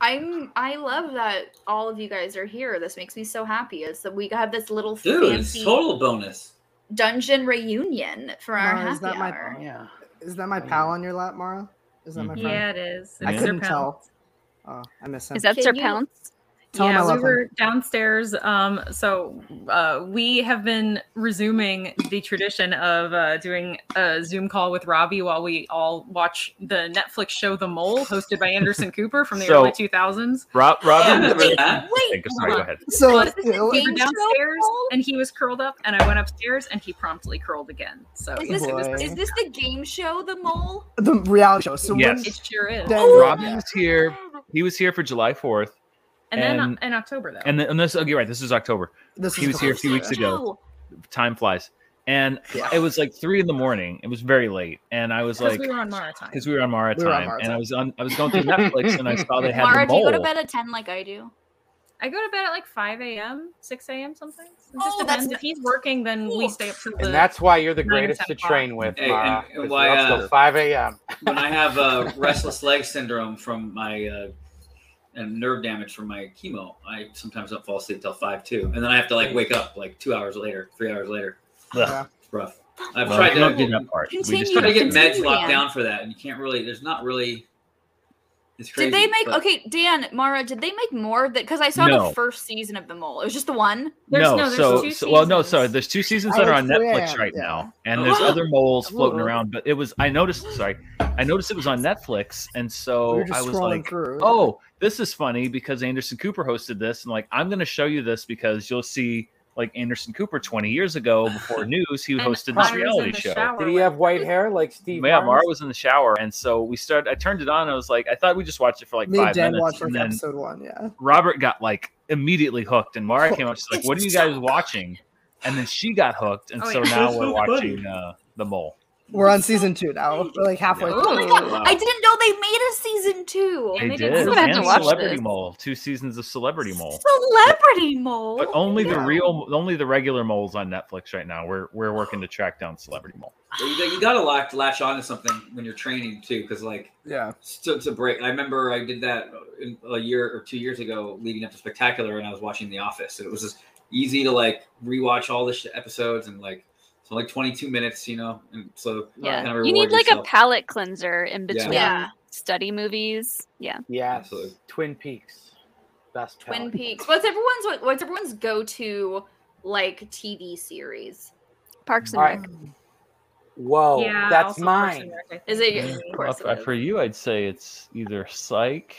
[SPEAKER 1] I'm I love that all of you guys are here. This makes me so happy. Is that we have this little
[SPEAKER 6] Dude,
[SPEAKER 1] fancy
[SPEAKER 6] it's total bonus.
[SPEAKER 1] dungeon reunion for our
[SPEAKER 10] Mara,
[SPEAKER 1] happy
[SPEAKER 10] is that my
[SPEAKER 1] hour.
[SPEAKER 11] yeah.
[SPEAKER 10] Is that my pal on your lap, Mara? Is that my
[SPEAKER 11] Mm-hmm.
[SPEAKER 10] friend?
[SPEAKER 7] Yeah, it is.
[SPEAKER 10] I
[SPEAKER 7] It's
[SPEAKER 10] couldn't
[SPEAKER 7] Sir
[SPEAKER 10] tell. Oh, I miss him.
[SPEAKER 7] Is that Can Sir you- Pounce?
[SPEAKER 10] Tell him I
[SPEAKER 7] yeah,
[SPEAKER 10] love
[SPEAKER 7] we
[SPEAKER 10] him.
[SPEAKER 7] were downstairs. Um, so uh, we have been resuming the tradition of uh, doing a Zoom call with Robbie while we all watch the Netflix show The Mole, hosted by Anderson Cooper from the
[SPEAKER 9] So-
[SPEAKER 7] early 2000s.
[SPEAKER 9] Rob, Robbie,
[SPEAKER 7] Wait,
[SPEAKER 9] sorry, go ahead.
[SPEAKER 10] So
[SPEAKER 7] we were downstairs, and he was curled up, and I went upstairs, and he promptly curled again. So
[SPEAKER 1] Is this
[SPEAKER 7] it was-
[SPEAKER 1] is this the game show The Mole?
[SPEAKER 10] the reality show. So
[SPEAKER 9] Yes.
[SPEAKER 7] it sure is.
[SPEAKER 6] Oh,
[SPEAKER 9] Robbie was here. He was here for July fourth.
[SPEAKER 7] and then uh, in October though.
[SPEAKER 9] And then and this oh, you're right. This is October.
[SPEAKER 10] This
[SPEAKER 9] he
[SPEAKER 10] is
[SPEAKER 9] was here a few weeks
[SPEAKER 7] October.
[SPEAKER 1] Oh.
[SPEAKER 9] ago. Time flies, and it was like three in the morning. It was very late, and I was
[SPEAKER 7] Because
[SPEAKER 9] like,
[SPEAKER 7] we were on Mara time.
[SPEAKER 9] because we were on Mara
[SPEAKER 7] We
[SPEAKER 9] time,
[SPEAKER 7] were on Mara
[SPEAKER 9] and
[SPEAKER 7] time.
[SPEAKER 9] I was on. I was going through Netflix, and I saw they had
[SPEAKER 1] Mara,
[SPEAKER 9] the
[SPEAKER 1] do you
[SPEAKER 9] mole.
[SPEAKER 1] go to bed at ten like I do?
[SPEAKER 7] I go to bed at like 5 a.m., 6 a.m. sometimes. It just
[SPEAKER 1] Oh, that's
[SPEAKER 7] depends. If he's working, then we stay up till the
[SPEAKER 11] And that's why you're the
[SPEAKER 7] nine or
[SPEAKER 11] greatest
[SPEAKER 7] 10
[SPEAKER 11] to
[SPEAKER 7] o'clock.
[SPEAKER 11] train with,
[SPEAKER 6] Hey,
[SPEAKER 11] Mara.
[SPEAKER 6] and- and
[SPEAKER 11] 'cause you're
[SPEAKER 6] why,
[SPEAKER 11] up till
[SPEAKER 6] uh,
[SPEAKER 11] 5 a.m.
[SPEAKER 6] when I have uh, restless leg syndrome from my uh, and nerve damage from my chemo, I sometimes don't fall asleep till five two, and then I have to like wake up like two hours later, three hours later.
[SPEAKER 9] Yeah.
[SPEAKER 6] It's rough. I've
[SPEAKER 9] Well,
[SPEAKER 6] tried
[SPEAKER 9] we
[SPEAKER 6] to
[SPEAKER 9] don't
[SPEAKER 6] get
[SPEAKER 9] do that part. We
[SPEAKER 1] Continue,
[SPEAKER 9] just-
[SPEAKER 6] try to get meds
[SPEAKER 1] continue,
[SPEAKER 6] locked
[SPEAKER 1] Dan.
[SPEAKER 6] down for that, and you can't really. There's not really. It's crazy.
[SPEAKER 1] Did they make
[SPEAKER 6] but-
[SPEAKER 1] okay, Dan, Mara? Did they make more of that? Because I saw
[SPEAKER 9] No.
[SPEAKER 1] the first season of the mole. It was just the one.
[SPEAKER 9] no, so, so well, no, sorry. There's two seasons
[SPEAKER 10] Oh,
[SPEAKER 1] I
[SPEAKER 9] that are
[SPEAKER 1] was
[SPEAKER 9] on
[SPEAKER 1] three
[SPEAKER 9] Netflix
[SPEAKER 1] and-
[SPEAKER 9] right
[SPEAKER 1] yeah.
[SPEAKER 9] now, and
[SPEAKER 1] Oh.
[SPEAKER 9] there's other moles floating
[SPEAKER 1] Ooh.
[SPEAKER 9] around. But it was I noticed. Sorry, I noticed it was on Netflix, and so
[SPEAKER 10] We were just
[SPEAKER 9] I was
[SPEAKER 10] scrolling
[SPEAKER 9] like,
[SPEAKER 10] through.
[SPEAKER 9] "Oh, this is funny because Anderson Cooper hosted this." And like, I'm going to show you this because you'll see, like Anderson Cooper 20 years ago
[SPEAKER 1] [SIGHS]
[SPEAKER 9] before news, he hosted this reality show.
[SPEAKER 11] Did he have white hair like Steve?
[SPEAKER 9] Yeah, Mara
[SPEAKER 11] Martin's?
[SPEAKER 9] was in the shower, and so we started. I turned it on. I was like, I thought we just watched it for like
[SPEAKER 10] Me and
[SPEAKER 9] five
[SPEAKER 10] Dan
[SPEAKER 9] minutes,
[SPEAKER 10] watched like
[SPEAKER 9] and then
[SPEAKER 10] episode one. Yeah.
[SPEAKER 9] Robert got like immediately hooked, and Mara came up. She's like, "What are you guys watching?" And then she got hooked, and
[SPEAKER 1] Oh,
[SPEAKER 9] so
[SPEAKER 1] yeah.
[SPEAKER 9] now
[SPEAKER 1] That's
[SPEAKER 9] we're
[SPEAKER 1] so
[SPEAKER 9] watching uh, the mole.
[SPEAKER 10] We're on season two now. We're like halfway.
[SPEAKER 1] Oh my
[SPEAKER 10] through.
[SPEAKER 1] god!
[SPEAKER 9] Wow.
[SPEAKER 1] I didn't know they made a season two.
[SPEAKER 9] They did.
[SPEAKER 1] Celebrity
[SPEAKER 9] and celebrity mole, two seasons of celebrity mole,
[SPEAKER 1] mole.
[SPEAKER 9] but only the real, only the regular moles on Netflix right now. We're we're working to track down celebrity mole.
[SPEAKER 6] You, you gotta lock, latch on to something when you're training too, because like
[SPEAKER 10] yeah,
[SPEAKER 6] still it's a break. I remember I did that in, a year or two years ago, leading up to Spectacular, and I was watching The Office, and it was just easy to like rewatch all the sh- episodes and like so like 22 minutes, you know, and so
[SPEAKER 2] Yeah,
[SPEAKER 6] kinda
[SPEAKER 2] you need
[SPEAKER 6] reward
[SPEAKER 2] like
[SPEAKER 6] yourself.
[SPEAKER 2] a palate cleanser in
[SPEAKER 6] Yeah.
[SPEAKER 2] between
[SPEAKER 6] Yeah.
[SPEAKER 2] study movies. Yeah.
[SPEAKER 11] Yes. Twin Peaks. Best
[SPEAKER 1] Twin
[SPEAKER 11] talent.
[SPEAKER 1] Peaks. What's everyone's what, what's everyone's go to like TV series?
[SPEAKER 2] Parks
[SPEAKER 11] All right.
[SPEAKER 10] Oh,
[SPEAKER 11] Whoa, that's mine.
[SPEAKER 1] Is it? Of course.
[SPEAKER 9] Uh, for you, I'd say it's either Psych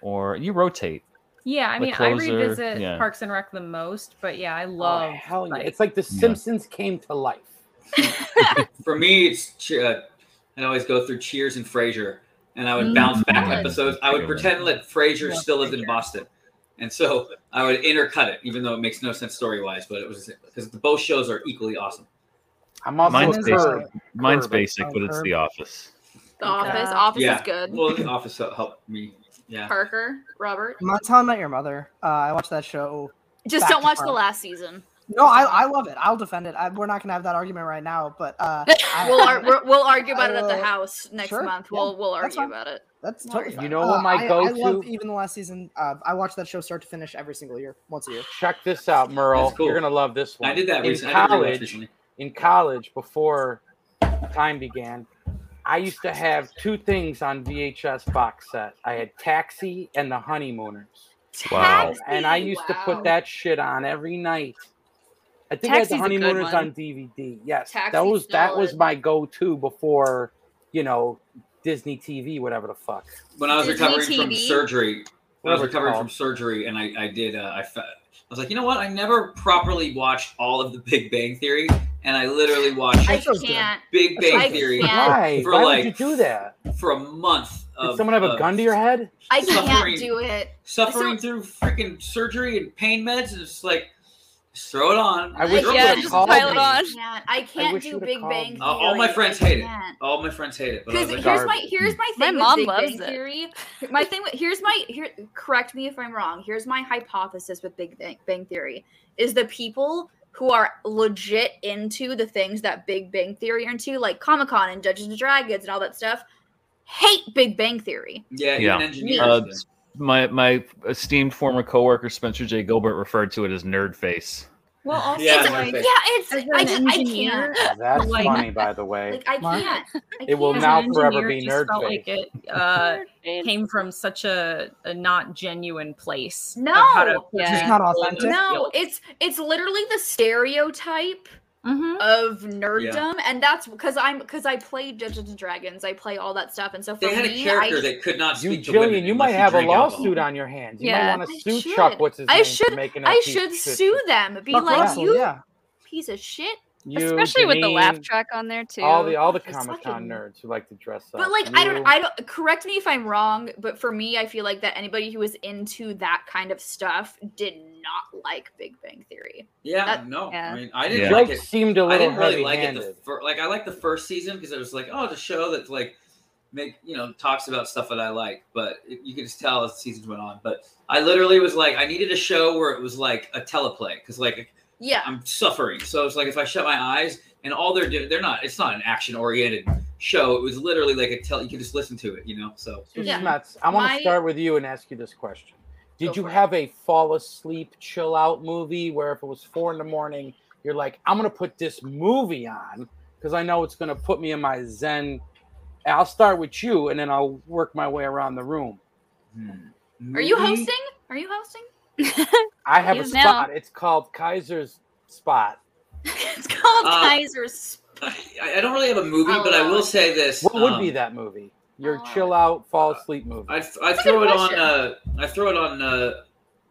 [SPEAKER 9] or you rotate.
[SPEAKER 7] Yeah, I
[SPEAKER 9] The
[SPEAKER 7] mean, I
[SPEAKER 9] Closer,
[SPEAKER 7] revisit
[SPEAKER 9] yeah.
[SPEAKER 7] Parks and Rec the most, but yeah, I love.
[SPEAKER 11] Oh, hell yeah.
[SPEAKER 7] like-
[SPEAKER 11] It's like The Simpsons came to life.
[SPEAKER 6] For me, it's che- uh, I always go through Cheers and Frasier, and I would bounce back
[SPEAKER 9] Mm.
[SPEAKER 6] episodes. I would pretend that Frasier still lived in Boston, and so I would intercut it, even though it makes no sense story wise. But it was because both shows are equally awesome.
[SPEAKER 11] I'm also
[SPEAKER 9] mine's
[SPEAKER 11] a
[SPEAKER 9] basic.
[SPEAKER 11] curb.
[SPEAKER 9] Mine's
[SPEAKER 11] Curb.
[SPEAKER 9] basic,
[SPEAKER 11] Oh,
[SPEAKER 9] but it's
[SPEAKER 11] Curb.
[SPEAKER 9] The Office.
[SPEAKER 1] The Office.
[SPEAKER 10] Yeah.
[SPEAKER 1] Office
[SPEAKER 6] yeah.
[SPEAKER 1] is good.
[SPEAKER 6] Well, the Office hel- helped me. Yeah.
[SPEAKER 1] Parker, Robert.
[SPEAKER 10] That's how I met your mother. Uh, I watched that show.
[SPEAKER 1] Just
[SPEAKER 10] back
[SPEAKER 1] don't
[SPEAKER 10] to
[SPEAKER 1] watch the
[SPEAKER 10] front.
[SPEAKER 1] last season.
[SPEAKER 10] No, I, I love it. I'll defend it. I, we're not gonna have that argument right now, but
[SPEAKER 1] [LAUGHS]
[SPEAKER 10] uh, I-
[SPEAKER 1] we'll, ar- we're- we'll argue about it at
[SPEAKER 10] I,
[SPEAKER 1] the
[SPEAKER 10] uh,
[SPEAKER 1] house next
[SPEAKER 10] sure,
[SPEAKER 1] month.
[SPEAKER 10] yeah,
[SPEAKER 1] We'll we'll
[SPEAKER 10] that's
[SPEAKER 1] argue
[SPEAKER 10] fine.
[SPEAKER 1] about it.
[SPEAKER 10] That's
[SPEAKER 1] We'll
[SPEAKER 10] totally
[SPEAKER 1] argue
[SPEAKER 10] fine.
[SPEAKER 1] about
[SPEAKER 11] You know
[SPEAKER 10] Uh,
[SPEAKER 11] what my
[SPEAKER 10] I- I
[SPEAKER 11] go-to-
[SPEAKER 10] love even the last season. Uh, I watched that show start to finish every single year, once a year.
[SPEAKER 11] Check this out, Merle.
[SPEAKER 10] That's cool.
[SPEAKER 11] You're gonna love this one.
[SPEAKER 10] I did that
[SPEAKER 11] in
[SPEAKER 10] recently. I did rewatch this
[SPEAKER 11] college.
[SPEAKER 10] one.
[SPEAKER 11] In college, before time began, I used to have two things on VHS box set. I had Taxi and The Honeymooners.
[SPEAKER 5] Wow.
[SPEAKER 11] And I used to
[SPEAKER 1] wow.
[SPEAKER 11] put that shit on every night. I think I had The
[SPEAKER 1] Taxi's a good
[SPEAKER 11] Honeymooners
[SPEAKER 1] one.
[SPEAKER 11] on DVD. Yes, that
[SPEAKER 1] Taxi's
[SPEAKER 11] was that was
[SPEAKER 1] solid.
[SPEAKER 11] my go-to before, you know, Disney TV, whatever the fuck.
[SPEAKER 6] when I was
[SPEAKER 1] Disney
[SPEAKER 6] recovering from
[SPEAKER 1] TV?
[SPEAKER 6] surgery, when I was
[SPEAKER 11] Whatever it's
[SPEAKER 6] recovering from
[SPEAKER 11] called.
[SPEAKER 6] surgery, and I, I did, uh, I, fe- I was like, you know what? I never properly watched all of the [LAUGHS] Big Bang Theory, and I literally watched
[SPEAKER 1] I can't.
[SPEAKER 6] Big Bang
[SPEAKER 1] I
[SPEAKER 6] Theory
[SPEAKER 1] can't.
[SPEAKER 11] Why?
[SPEAKER 6] for
[SPEAKER 11] Why would
[SPEAKER 6] like
[SPEAKER 11] you do that?
[SPEAKER 6] for a month. Of,
[SPEAKER 11] Did someone have a
[SPEAKER 6] of
[SPEAKER 11] gun to your head?
[SPEAKER 1] I can't
[SPEAKER 6] Suffering-
[SPEAKER 1] do it.
[SPEAKER 6] Suffering through freaking surgery and pain meds, and it's like, just throw it on.
[SPEAKER 11] I wish
[SPEAKER 6] Throw
[SPEAKER 11] you
[SPEAKER 6] it
[SPEAKER 11] would've called me.
[SPEAKER 1] can't. I can't
[SPEAKER 11] wish you
[SPEAKER 1] do
[SPEAKER 11] would've
[SPEAKER 1] Big
[SPEAKER 11] called
[SPEAKER 1] Bang.
[SPEAKER 11] me.
[SPEAKER 6] Uh, all my
[SPEAKER 1] Theory.
[SPEAKER 6] friends
[SPEAKER 1] I
[SPEAKER 6] hate it.
[SPEAKER 1] can't.
[SPEAKER 6] All my friends hate it. But I
[SPEAKER 1] Because
[SPEAKER 6] was like,
[SPEAKER 1] here's my here's my
[SPEAKER 2] My
[SPEAKER 1] thing
[SPEAKER 2] mom
[SPEAKER 1] with Big
[SPEAKER 2] loves
[SPEAKER 1] Bang
[SPEAKER 2] it.
[SPEAKER 1] Theory. My thing with here's my here. Correct me if I'm wrong. Here's my hypothesis with Big Bang, Bang Theory is the people who are legit into the things that Big Bang Theory are into, like Comic Con and Dungeons and Dragons and all that stuff, hate Big Bang Theory.
[SPEAKER 6] Yeah,
[SPEAKER 9] yeah.
[SPEAKER 6] even engineers
[SPEAKER 9] Uh,
[SPEAKER 6] do.
[SPEAKER 9] my my esteemed former coworker Spencer J. Gilbert referred to it as nerd face.
[SPEAKER 7] Well, also
[SPEAKER 9] Yeah,
[SPEAKER 7] like,
[SPEAKER 9] perfect.
[SPEAKER 1] Yeah, Uh, it's
[SPEAKER 7] As an
[SPEAKER 1] I just I [LAUGHS]
[SPEAKER 7] engineer,
[SPEAKER 1] can't.
[SPEAKER 11] That's
[SPEAKER 7] Like-
[SPEAKER 11] funny, by the way.
[SPEAKER 1] Like I can't. I
[SPEAKER 11] It will
[SPEAKER 1] can't.
[SPEAKER 7] as
[SPEAKER 11] now
[SPEAKER 7] an
[SPEAKER 11] forever
[SPEAKER 7] engineer,
[SPEAKER 11] be
[SPEAKER 7] it just
[SPEAKER 11] nerd
[SPEAKER 7] felt
[SPEAKER 11] face.
[SPEAKER 7] like it
[SPEAKER 1] [LAUGHS]
[SPEAKER 7] uh, came from such a, a not genuine place. of
[SPEAKER 1] No,
[SPEAKER 7] how to portray
[SPEAKER 10] It's not
[SPEAKER 7] people in
[SPEAKER 10] authentic.
[SPEAKER 7] those
[SPEAKER 1] No,
[SPEAKER 7] fields.
[SPEAKER 1] it's it's literally the stereotype of nerddom, and that's because I'm because I play Dungeons and Dragons, I play all that stuff, and so for
[SPEAKER 6] They had a
[SPEAKER 1] me,
[SPEAKER 6] character
[SPEAKER 1] I,
[SPEAKER 6] that could not
[SPEAKER 11] You,
[SPEAKER 6] speak to women.
[SPEAKER 11] Jillian, you
[SPEAKER 6] unless
[SPEAKER 11] might have a
[SPEAKER 6] drank alcohol.
[SPEAKER 11] lawsuit on your hands. You
[SPEAKER 1] Yeah.
[SPEAKER 11] might want
[SPEAKER 1] I
[SPEAKER 11] to sue
[SPEAKER 1] should.
[SPEAKER 11] Chuck. What's his
[SPEAKER 1] I
[SPEAKER 11] name?
[SPEAKER 1] should-
[SPEAKER 11] for making
[SPEAKER 1] I
[SPEAKER 11] up these
[SPEAKER 1] should
[SPEAKER 11] shit.
[SPEAKER 1] sue them, be
[SPEAKER 11] Fuck
[SPEAKER 1] like
[SPEAKER 11] Russell,
[SPEAKER 1] you
[SPEAKER 11] yeah.
[SPEAKER 1] piece of shit.
[SPEAKER 11] You,
[SPEAKER 2] Especially with the laugh
[SPEAKER 11] Janine,
[SPEAKER 2] track on there too.
[SPEAKER 11] All the all the
[SPEAKER 2] It's
[SPEAKER 11] Comic Con
[SPEAKER 2] fucking-
[SPEAKER 11] nerds who like to dress up.
[SPEAKER 1] But like I
[SPEAKER 11] You-
[SPEAKER 1] don't I don't correct me if I'm wrong, but for me I feel like that anybody who was into that kind of stuff did not like Big Bang Theory.
[SPEAKER 6] Yeah,
[SPEAKER 1] That-
[SPEAKER 6] no.
[SPEAKER 1] yeah.
[SPEAKER 6] I mean, I
[SPEAKER 11] Yeah.
[SPEAKER 6] didn't like it.
[SPEAKER 11] Jokes seemed a
[SPEAKER 6] I
[SPEAKER 11] little
[SPEAKER 6] didn't really like it. The
[SPEAKER 11] heavy-handed.
[SPEAKER 6] fir- like I liked the first season because it was like, oh, the show that like make you know talks about stuff that I like. But it- you could just tell as the seasons went on. But I literally was like, I needed a show where it was like a teleplay because like
[SPEAKER 1] Yeah.
[SPEAKER 6] I'm suffering. So it's like if I shut my eyes and all they're doing, they're not. It's not an action oriented show. It was literally like a tell. You could just listen to it, you know. So
[SPEAKER 11] Mrs.
[SPEAKER 1] Yeah.
[SPEAKER 11] Metz, I want
[SPEAKER 1] My-
[SPEAKER 11] to start with you and ask you this question.
[SPEAKER 1] Go
[SPEAKER 11] Did you
[SPEAKER 1] for it.
[SPEAKER 11] have a fall asleep, chill out movie where if it was four in the morning, you're like, I'm going to put this movie on because I know it's going to put me in my zen? And I'll start with you and then I'll work my way around the room.
[SPEAKER 6] Hmm.
[SPEAKER 1] Are you
[SPEAKER 11] Movie?
[SPEAKER 1] hosting? Are you hosting? [LAUGHS]
[SPEAKER 11] I have a
[SPEAKER 1] Yes, now.
[SPEAKER 11] spot. It's called Kaiser's Spot.
[SPEAKER 1] It's called
[SPEAKER 6] Uh,
[SPEAKER 1] Kaiser's.
[SPEAKER 6] I, I don't really have a movie,
[SPEAKER 1] I'll
[SPEAKER 6] but I
[SPEAKER 1] allow
[SPEAKER 6] will
[SPEAKER 1] it.
[SPEAKER 6] say this.
[SPEAKER 11] What would
[SPEAKER 6] um,
[SPEAKER 11] be that movie? Your chill out, fall asleep movie.
[SPEAKER 6] I, I
[SPEAKER 1] Oh. That's a
[SPEAKER 6] throw
[SPEAKER 1] good
[SPEAKER 6] it on.
[SPEAKER 1] question.
[SPEAKER 6] Uh, I throw it on uh,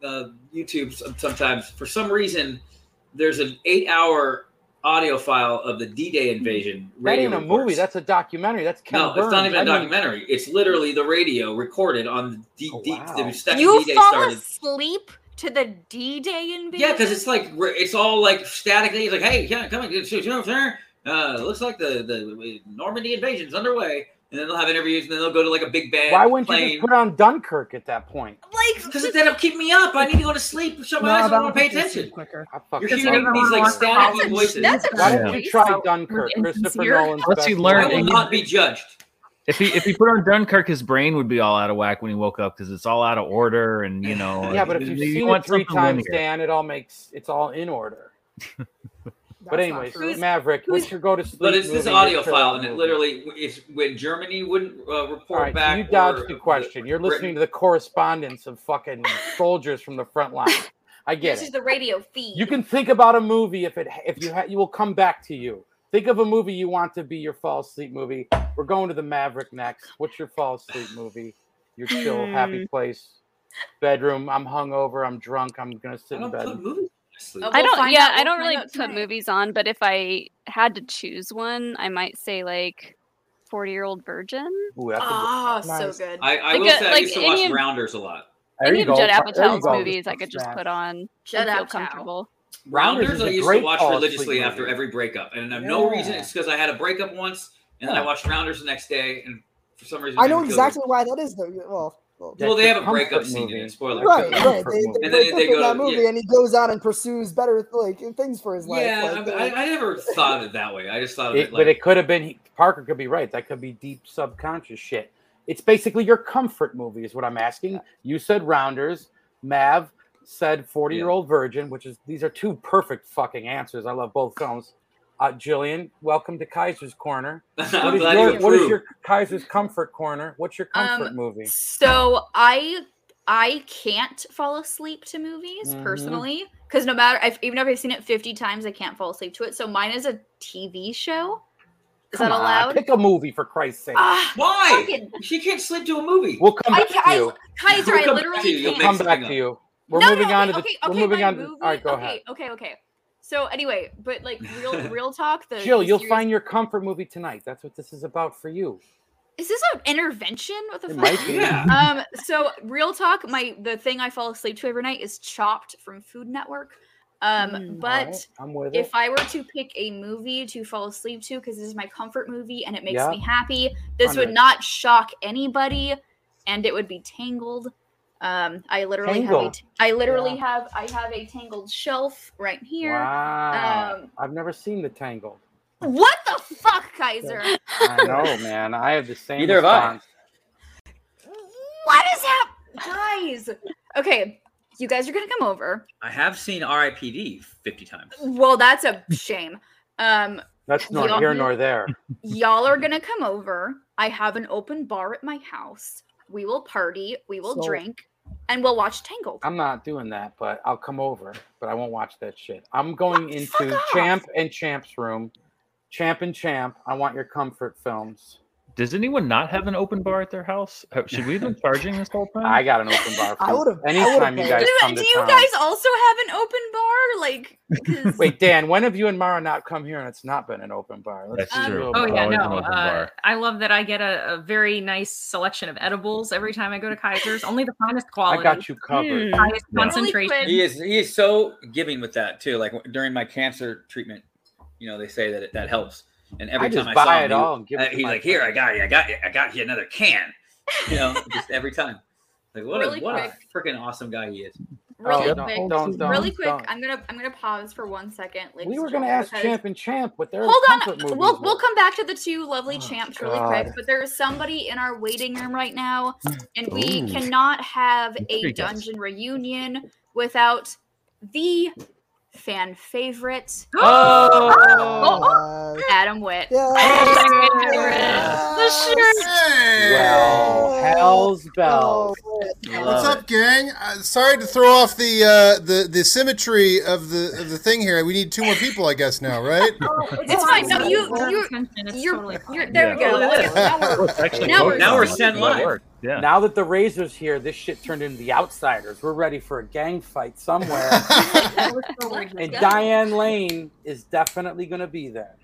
[SPEAKER 6] uh, YouTube some- sometimes. For some reason, there's an eight-hour audio file of the D-Day invasion.
[SPEAKER 11] that
[SPEAKER 6] Radio
[SPEAKER 11] ain't a
[SPEAKER 6] reports.
[SPEAKER 11] movie. That's a documentary. That's Ken
[SPEAKER 6] no, it's not
[SPEAKER 11] Burns.
[SPEAKER 6] even a
[SPEAKER 11] I mean-
[SPEAKER 6] documentary. It's literally the radio recorded on the, D- D- the second
[SPEAKER 1] Oh, You
[SPEAKER 6] D-Day
[SPEAKER 1] fall
[SPEAKER 6] started.
[SPEAKER 1] asleep to the D-Day invasion.
[SPEAKER 6] Yeah, because it's like re- it's all like statically. It's like, hey, yeah, coming, shoot, shoot, shoot, shoot. Uh, looks like the the Normandy invasion's underway, and then they'll have interviews, and then they'll go to like a big band.
[SPEAKER 11] Why wouldn't you
[SPEAKER 6] playing.
[SPEAKER 11] just put on Dunkirk at that point?
[SPEAKER 1] like
[SPEAKER 6] because it ended up keeping me up. I need to go to sleep. Shut my
[SPEAKER 11] No,
[SPEAKER 6] eyes. I
[SPEAKER 11] that
[SPEAKER 6] don't want
[SPEAKER 11] would
[SPEAKER 6] to pay
[SPEAKER 11] make you sleep
[SPEAKER 6] attention.
[SPEAKER 10] quicker.
[SPEAKER 11] I fucking
[SPEAKER 6] You're
[SPEAKER 11] love
[SPEAKER 6] hearing these like
[SPEAKER 11] Dunkirk.
[SPEAKER 6] staticky voices.
[SPEAKER 11] Why don't you try Dunkirk, Christopher Nolan's
[SPEAKER 9] Unless
[SPEAKER 11] best
[SPEAKER 9] you learn-
[SPEAKER 11] movie?
[SPEAKER 6] I will not be judged.
[SPEAKER 9] If he if he put on Dunkirk, his brain would be all out of whack when he woke up because it's all out of order and you know.
[SPEAKER 11] Yeah, but if you've seen it
[SPEAKER 9] want
[SPEAKER 11] three
[SPEAKER 9] something
[SPEAKER 11] times,
[SPEAKER 9] linear.
[SPEAKER 11] Dan, it all makes it's all in order. but
[SPEAKER 6] not
[SPEAKER 11] anyways,
[SPEAKER 6] true.
[SPEAKER 11] Maverick, what's your go to sleep?
[SPEAKER 6] But it's this
[SPEAKER 11] movie, your
[SPEAKER 6] audio
[SPEAKER 11] chill
[SPEAKER 6] file,
[SPEAKER 11] out
[SPEAKER 6] and it
[SPEAKER 11] movie?
[SPEAKER 6] literally is when Germany wouldn't uh, report
[SPEAKER 11] All right, so
[SPEAKER 6] back.
[SPEAKER 11] you dodged
[SPEAKER 6] or-
[SPEAKER 11] the question. You're listening to the correspondence of fucking soldiers from the front line. I get
[SPEAKER 1] This
[SPEAKER 11] it.
[SPEAKER 1] is the radio feed.
[SPEAKER 11] You can think about a movie if it if you ha- you will come back to you. Think of a movie you want to be your fall asleep movie. We're going to the Maverick next. What's your fall asleep movie? Your chill, happy place, bedroom. I'm hungover. I'm drunk. I'm gonna sit in bed.
[SPEAKER 2] I
[SPEAKER 6] Oh,
[SPEAKER 1] Uh, we'll
[SPEAKER 2] don't.
[SPEAKER 1] find
[SPEAKER 2] Yeah,
[SPEAKER 1] out-
[SPEAKER 2] I
[SPEAKER 1] we'll
[SPEAKER 2] don't
[SPEAKER 1] find
[SPEAKER 2] really
[SPEAKER 1] out
[SPEAKER 2] put movies on, but if I had to choose one, I might say like Forty Year Old Virgin.
[SPEAKER 11] Ooh, that's a good-
[SPEAKER 1] Oh,
[SPEAKER 11] Nice.
[SPEAKER 1] so good.
[SPEAKER 6] I, I
[SPEAKER 2] Ah, Like
[SPEAKER 6] will
[SPEAKER 2] a-
[SPEAKER 6] say I
[SPEAKER 2] like
[SPEAKER 6] used to
[SPEAKER 2] any
[SPEAKER 6] watch
[SPEAKER 2] of-
[SPEAKER 6] Rounders a lot.
[SPEAKER 11] There
[SPEAKER 2] Any
[SPEAKER 11] you
[SPEAKER 2] of
[SPEAKER 11] go.
[SPEAKER 2] Judd
[SPEAKER 11] Fi- there you
[SPEAKER 2] Apatow's
[SPEAKER 11] go.
[SPEAKER 2] movies, I could just
[SPEAKER 11] Smash.
[SPEAKER 2] put on.
[SPEAKER 1] Judd
[SPEAKER 2] and feel
[SPEAKER 1] Apatow.
[SPEAKER 2] comfortable.
[SPEAKER 11] Rounders
[SPEAKER 6] Rounders
[SPEAKER 11] is a
[SPEAKER 6] I used to
[SPEAKER 11] great
[SPEAKER 6] watch
[SPEAKER 11] fall asleep
[SPEAKER 6] religiously after
[SPEAKER 11] movie.
[SPEAKER 6] every breakup, and I have no reason.
[SPEAKER 11] Yeah.
[SPEAKER 6] It's because I had a breakup once, and then I
[SPEAKER 11] Yeah.
[SPEAKER 6] watched Rounders the next day, and for some reason
[SPEAKER 10] I know
[SPEAKER 6] didn't feel good.
[SPEAKER 10] exactly why that is though. Well,
[SPEAKER 6] Well, they
[SPEAKER 11] That's
[SPEAKER 6] have a
[SPEAKER 11] comfort
[SPEAKER 6] breakup scene in
[SPEAKER 11] movie.
[SPEAKER 6] it. Spoiler.
[SPEAKER 11] Right,
[SPEAKER 6] alert.
[SPEAKER 11] right, they-
[SPEAKER 6] and then they go
[SPEAKER 10] that
[SPEAKER 6] to-
[SPEAKER 10] movie,
[SPEAKER 6] yeah.
[SPEAKER 10] and he goes out and pursues better like things for his life.
[SPEAKER 6] Yeah,
[SPEAKER 10] like,
[SPEAKER 6] I, I, I never thought of it that way. I just thought of it,
[SPEAKER 11] uh, It-
[SPEAKER 6] like,
[SPEAKER 11] but it could have been he- Parker could be right. That could be deep subconscious shit. It's basically your comfort movie, is what I'm asking. You said Rounders. Mav said 40 year old virgin, which is these are two perfect fucking answers. I love both films. Uh, Jillian, welcome to Kaiser's
[SPEAKER 6] [LAUGHS]
[SPEAKER 11] Corner. What is,
[SPEAKER 6] glad
[SPEAKER 11] your, what
[SPEAKER 6] you
[SPEAKER 11] is
[SPEAKER 6] approve.
[SPEAKER 11] your Kaiser's Comfort Corner? What's your comfort
[SPEAKER 1] Um,
[SPEAKER 11] movie?
[SPEAKER 1] So I I can't fall asleep to movies
[SPEAKER 11] Mhm.
[SPEAKER 1] personally because no matter if, even if I've seen it fifty times, I can't fall asleep to it. So mine is a TV show. Is
[SPEAKER 11] Come
[SPEAKER 1] that
[SPEAKER 11] on, [LAUGHS]
[SPEAKER 1] allowed? Ah.
[SPEAKER 11] Pick a movie for Christ's sake.
[SPEAKER 6] Why? She can't sleep to a movie.
[SPEAKER 11] We'll come
[SPEAKER 1] I
[SPEAKER 11] back
[SPEAKER 1] ca-
[SPEAKER 11] to
[SPEAKER 1] I-
[SPEAKER 11] you.
[SPEAKER 1] Kaiser, I
[SPEAKER 11] We'll come back
[SPEAKER 1] literally
[SPEAKER 11] to you.
[SPEAKER 1] can't.
[SPEAKER 11] We'll come back to you. We're
[SPEAKER 1] No,
[SPEAKER 11] moving
[SPEAKER 1] no,
[SPEAKER 11] on to the.
[SPEAKER 1] okay, okay,
[SPEAKER 11] we're
[SPEAKER 1] okay,
[SPEAKER 11] moving
[SPEAKER 1] my
[SPEAKER 11] on to.
[SPEAKER 1] movie-
[SPEAKER 11] all right, go
[SPEAKER 1] okay,
[SPEAKER 11] ahead.
[SPEAKER 1] Okay, okay. So anyway, but like
[SPEAKER 11] [LAUGHS]
[SPEAKER 1] real real talk, the
[SPEAKER 11] Jill,
[SPEAKER 1] the
[SPEAKER 11] you'll
[SPEAKER 1] series-
[SPEAKER 11] find your comfort movie tonight. That's what this is about for you.
[SPEAKER 1] Is this an intervention? What the
[SPEAKER 11] It
[SPEAKER 1] fuck?
[SPEAKER 11] might be. Yeah.
[SPEAKER 1] [LAUGHS] Um. So, real talk. My the thing I fall asleep to every night is Chopped from Food Network. Um. but
[SPEAKER 11] Mm, Alright, Hmm. I'm with
[SPEAKER 1] if
[SPEAKER 11] it.
[SPEAKER 1] I were to pick a movie to fall asleep to, because this is my comfort movie and it makes
[SPEAKER 11] Yeah.
[SPEAKER 1] me happy, this would
[SPEAKER 11] Hundred.
[SPEAKER 1] not shock anybody, and it would be Tangled. Um. I literally have. A
[SPEAKER 11] Tangled.
[SPEAKER 1] t- I literally
[SPEAKER 11] Yeah.
[SPEAKER 1] have. I have a Tangled shelf right here.
[SPEAKER 11] Wow.
[SPEAKER 1] Um.
[SPEAKER 11] I've never seen The Tangle.
[SPEAKER 1] What the fuck, Kaiser?
[SPEAKER 11] I
[SPEAKER 1] [LAUGHS]
[SPEAKER 11] know, man. I have the same.
[SPEAKER 6] Neither have I.
[SPEAKER 11] response.
[SPEAKER 1] What is that, guys? Okay, you guys are gonna come over.
[SPEAKER 6] I have seen R.I.P.D. fifty times.
[SPEAKER 1] Well, that's a shame. Um,
[SPEAKER 11] That's
[SPEAKER 1] nor
[SPEAKER 11] nor
[SPEAKER 1] Yeah.
[SPEAKER 11] here nor there.
[SPEAKER 1] y'all are gonna come over. I have an open bar at my house. We will party. We will
[SPEAKER 11] So-
[SPEAKER 1] drink, and we'll watch Tangled.
[SPEAKER 11] I'm not doing that, but I'll come over, but I won't watch that shit. I'm going into Champ and Champ's room. Champ and Champ, I want your comfort films.
[SPEAKER 9] Does anyone not have an open bar at their house? Uh, Should we have been charging this
[SPEAKER 11] [LAUGHS]
[SPEAKER 9] whole time?
[SPEAKER 11] I got an open bar.
[SPEAKER 9] I
[SPEAKER 11] for
[SPEAKER 9] would've- I would've
[SPEAKER 11] Anytime you
[SPEAKER 1] [LAUGHS]
[SPEAKER 9] paid.
[SPEAKER 11] guys
[SPEAKER 1] Do,
[SPEAKER 11] come
[SPEAKER 1] do
[SPEAKER 11] to
[SPEAKER 1] you
[SPEAKER 11] town.
[SPEAKER 1] guys also have an open bar? Like,
[SPEAKER 11] Wait, Dan, when have you and Mara not come here and it's not been an open bar? Let's
[SPEAKER 9] That's
[SPEAKER 11] do
[SPEAKER 9] true.
[SPEAKER 11] a
[SPEAKER 7] Oh yeah,
[SPEAKER 11] bar.
[SPEAKER 7] no. Uh, I love that I get a, a very nice selection of edibles every time I go to Kaiser's. Only the finest quality.
[SPEAKER 6] I got you covered.
[SPEAKER 7] Highest concentration.
[SPEAKER 6] Hmm. He is he is so giving with that too. Like during my cancer treatment, you know, they say that it, that helps. And every
[SPEAKER 11] I
[SPEAKER 6] time
[SPEAKER 11] just
[SPEAKER 6] I
[SPEAKER 11] buy
[SPEAKER 6] saw him,
[SPEAKER 11] it
[SPEAKER 6] he-
[SPEAKER 11] all and give it
[SPEAKER 6] uh,
[SPEAKER 11] to
[SPEAKER 6] he's
[SPEAKER 11] my
[SPEAKER 6] like, "Here, I got you, I got you, I got you another can." You know,
[SPEAKER 11] [LAUGHS]
[SPEAKER 6] just every time. Like what
[SPEAKER 1] Really
[SPEAKER 6] a what a freaking awesome guy he is.
[SPEAKER 1] really
[SPEAKER 11] Oh, don't-
[SPEAKER 1] quick,
[SPEAKER 11] don't- don't-
[SPEAKER 1] really quick.
[SPEAKER 11] don't.
[SPEAKER 1] I'm gonna I'm gonna pause for one second. ladies
[SPEAKER 11] We
[SPEAKER 1] and
[SPEAKER 11] were going to
[SPEAKER 1] gentlemen,
[SPEAKER 11] ask
[SPEAKER 1] because-
[SPEAKER 11] Champ and Champ what their
[SPEAKER 1] Hold
[SPEAKER 11] comfort movies
[SPEAKER 1] on. We'll,
[SPEAKER 11] were.
[SPEAKER 1] we'll come back to the two lovely champs really quick,
[SPEAKER 11] God.
[SPEAKER 1] but there is somebody in our waiting room right now, and we
[SPEAKER 11] Ooh.
[SPEAKER 1] cannot have a
[SPEAKER 11] Very good.
[SPEAKER 1] dungeon reunion without the
[SPEAKER 11] [GASPS]
[SPEAKER 1] fan favorite.
[SPEAKER 11] Oh!
[SPEAKER 1] Oh, Adam Witt.
[SPEAKER 7] The
[SPEAKER 11] Well,
[SPEAKER 6] Oh,
[SPEAKER 11] hell's bells.
[SPEAKER 13] What's up, gang? Uh, sorry to throw off the uh, the the symmetry of the of the thing here. We need two more people, I guess, now,
[SPEAKER 6] [LAUGHS]
[SPEAKER 13] right?
[SPEAKER 6] Oh,
[SPEAKER 1] It's fine. No, you, you, you're, you're, there we go. Look at- now we're- now we're-
[SPEAKER 9] Yeah.
[SPEAKER 11] Now that the Razor's here, this shit turned into the Outsiders. We're ready for a gang fight
[SPEAKER 1] [LAUGHS]
[SPEAKER 11] somewhere.
[SPEAKER 1] Oh
[SPEAKER 11] [LAUGHS] and Diane Lane is definitely going to be there.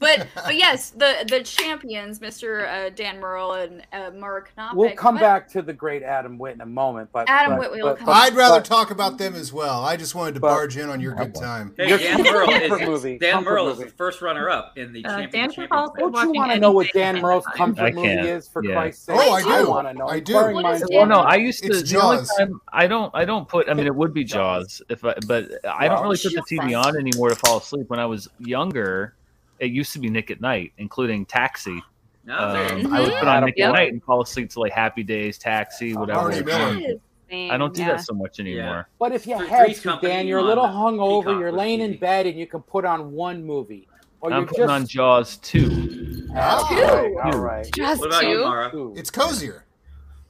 [SPEAKER 1] But but yes, the the champions, Mr. Uh, Dan Merle and uh, Mara Knopik.
[SPEAKER 11] We'll come
[SPEAKER 1] but-
[SPEAKER 11] back to the great Adam Witt in a moment, but
[SPEAKER 1] Adam
[SPEAKER 11] but-
[SPEAKER 1] Witt, we will
[SPEAKER 11] but-
[SPEAKER 1] come
[SPEAKER 11] but-
[SPEAKER 13] I'd rather
[SPEAKER 11] but
[SPEAKER 13] talk about them as well. I just wanted to barge in on your good time.
[SPEAKER 6] Hey, Dan Merle is,
[SPEAKER 11] Comfort movie,
[SPEAKER 6] Dan
[SPEAKER 11] comfort
[SPEAKER 6] Merle is the
[SPEAKER 11] movie.
[SPEAKER 6] first runner up in the
[SPEAKER 7] Uh, Dan
[SPEAKER 6] championship.
[SPEAKER 7] Charles is
[SPEAKER 11] Don't you
[SPEAKER 7] watching
[SPEAKER 11] want to
[SPEAKER 7] anything
[SPEAKER 11] know what Dan
[SPEAKER 7] at
[SPEAKER 11] Merle's
[SPEAKER 7] the time.
[SPEAKER 11] comfort
[SPEAKER 9] I
[SPEAKER 11] movie
[SPEAKER 9] can't,
[SPEAKER 11] is for
[SPEAKER 9] yeah.
[SPEAKER 11] Christ's sake?
[SPEAKER 13] Oh, I do.
[SPEAKER 11] want to know.
[SPEAKER 13] I
[SPEAKER 11] I'm
[SPEAKER 13] do.
[SPEAKER 11] clearing my
[SPEAKER 9] Well, no,
[SPEAKER 11] throat.
[SPEAKER 9] I used to.
[SPEAKER 13] It's
[SPEAKER 9] the only
[SPEAKER 13] Jaws.
[SPEAKER 9] time- I don't. I don't put. I mean, it would be Jaws if I. But I don't
[SPEAKER 11] Wow.
[SPEAKER 9] really put the TV on anymore to fall asleep. When I was younger, it used to be Nick at Night, including Taxi.
[SPEAKER 6] No, there you
[SPEAKER 9] Um, I would
[SPEAKER 6] go.
[SPEAKER 9] put on Nick
[SPEAKER 6] Yep.
[SPEAKER 9] at Night and fall asleep to like Happy Days, Taxi, whatever.
[SPEAKER 6] Marty Miller.
[SPEAKER 9] I don't do
[SPEAKER 11] Yeah.
[SPEAKER 9] that so much anymore.
[SPEAKER 11] But if you
[SPEAKER 6] Three's
[SPEAKER 11] had to,
[SPEAKER 6] Company
[SPEAKER 11] Dan, you're a
[SPEAKER 6] on
[SPEAKER 11] little hungover,
[SPEAKER 6] Peacock
[SPEAKER 11] you're
[SPEAKER 6] for
[SPEAKER 11] laying in bed, and you can put on one movie. Or
[SPEAKER 9] I'm
[SPEAKER 11] you're
[SPEAKER 9] putting
[SPEAKER 11] just
[SPEAKER 9] on Jaws two.
[SPEAKER 11] All right, all right.
[SPEAKER 7] Just What about you, two? Mara?
[SPEAKER 13] Ah. It's cozier.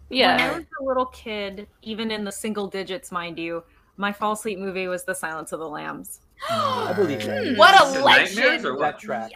[SPEAKER 7] When I was a little kid, even in the single digits, mind you, my fall asleep movie was The Silence of the [GASPS] Lambs.
[SPEAKER 11] I believe that.
[SPEAKER 13] Hmm.
[SPEAKER 7] What a
[SPEAKER 11] Nightmares
[SPEAKER 7] legend.
[SPEAKER 11] or what? That track.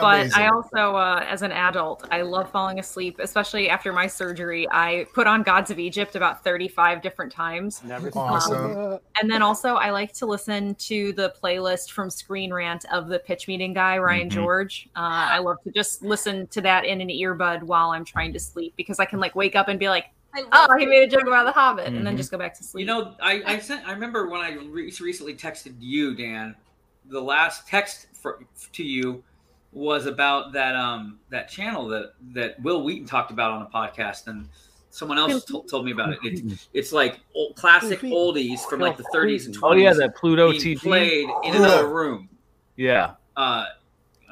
[SPEAKER 7] But
[SPEAKER 11] Amazing.
[SPEAKER 7] I also, uh, as an adult, I love falling asleep, especially after my surgery. I put on Gods of Egypt about 35 different times.
[SPEAKER 11] Never
[SPEAKER 7] Um,
[SPEAKER 13] Awesome.
[SPEAKER 7] and then also, I like to listen to the playlist from Screen Rant of the pitch meeting guy, Ryan
[SPEAKER 2] Mhm.
[SPEAKER 9] Mm-hmm.
[SPEAKER 7] George. Uh, I love to just listen to that in an earbud while I'm trying to sleep because I can like wake up and be like, oh, he made a joke about The Hobbit, and then
[SPEAKER 9] Mm-hmm.
[SPEAKER 6] Mhm.
[SPEAKER 7] just go back to sleep.
[SPEAKER 6] You know, I, I sent. I remember when I re- recently texted you, Dan. The last text for, to you was about that um that channel that that Will Wheaton talked about on a podcast, and Someone else to- told me about it. It's, it's like old, classic oldies from like the 30s and 20s.
[SPEAKER 9] Oh, yeah, that Pluto
[SPEAKER 6] being
[SPEAKER 9] TV.
[SPEAKER 6] played in
[SPEAKER 9] Cool.
[SPEAKER 6] another room.
[SPEAKER 9] Yeah.
[SPEAKER 6] Uh,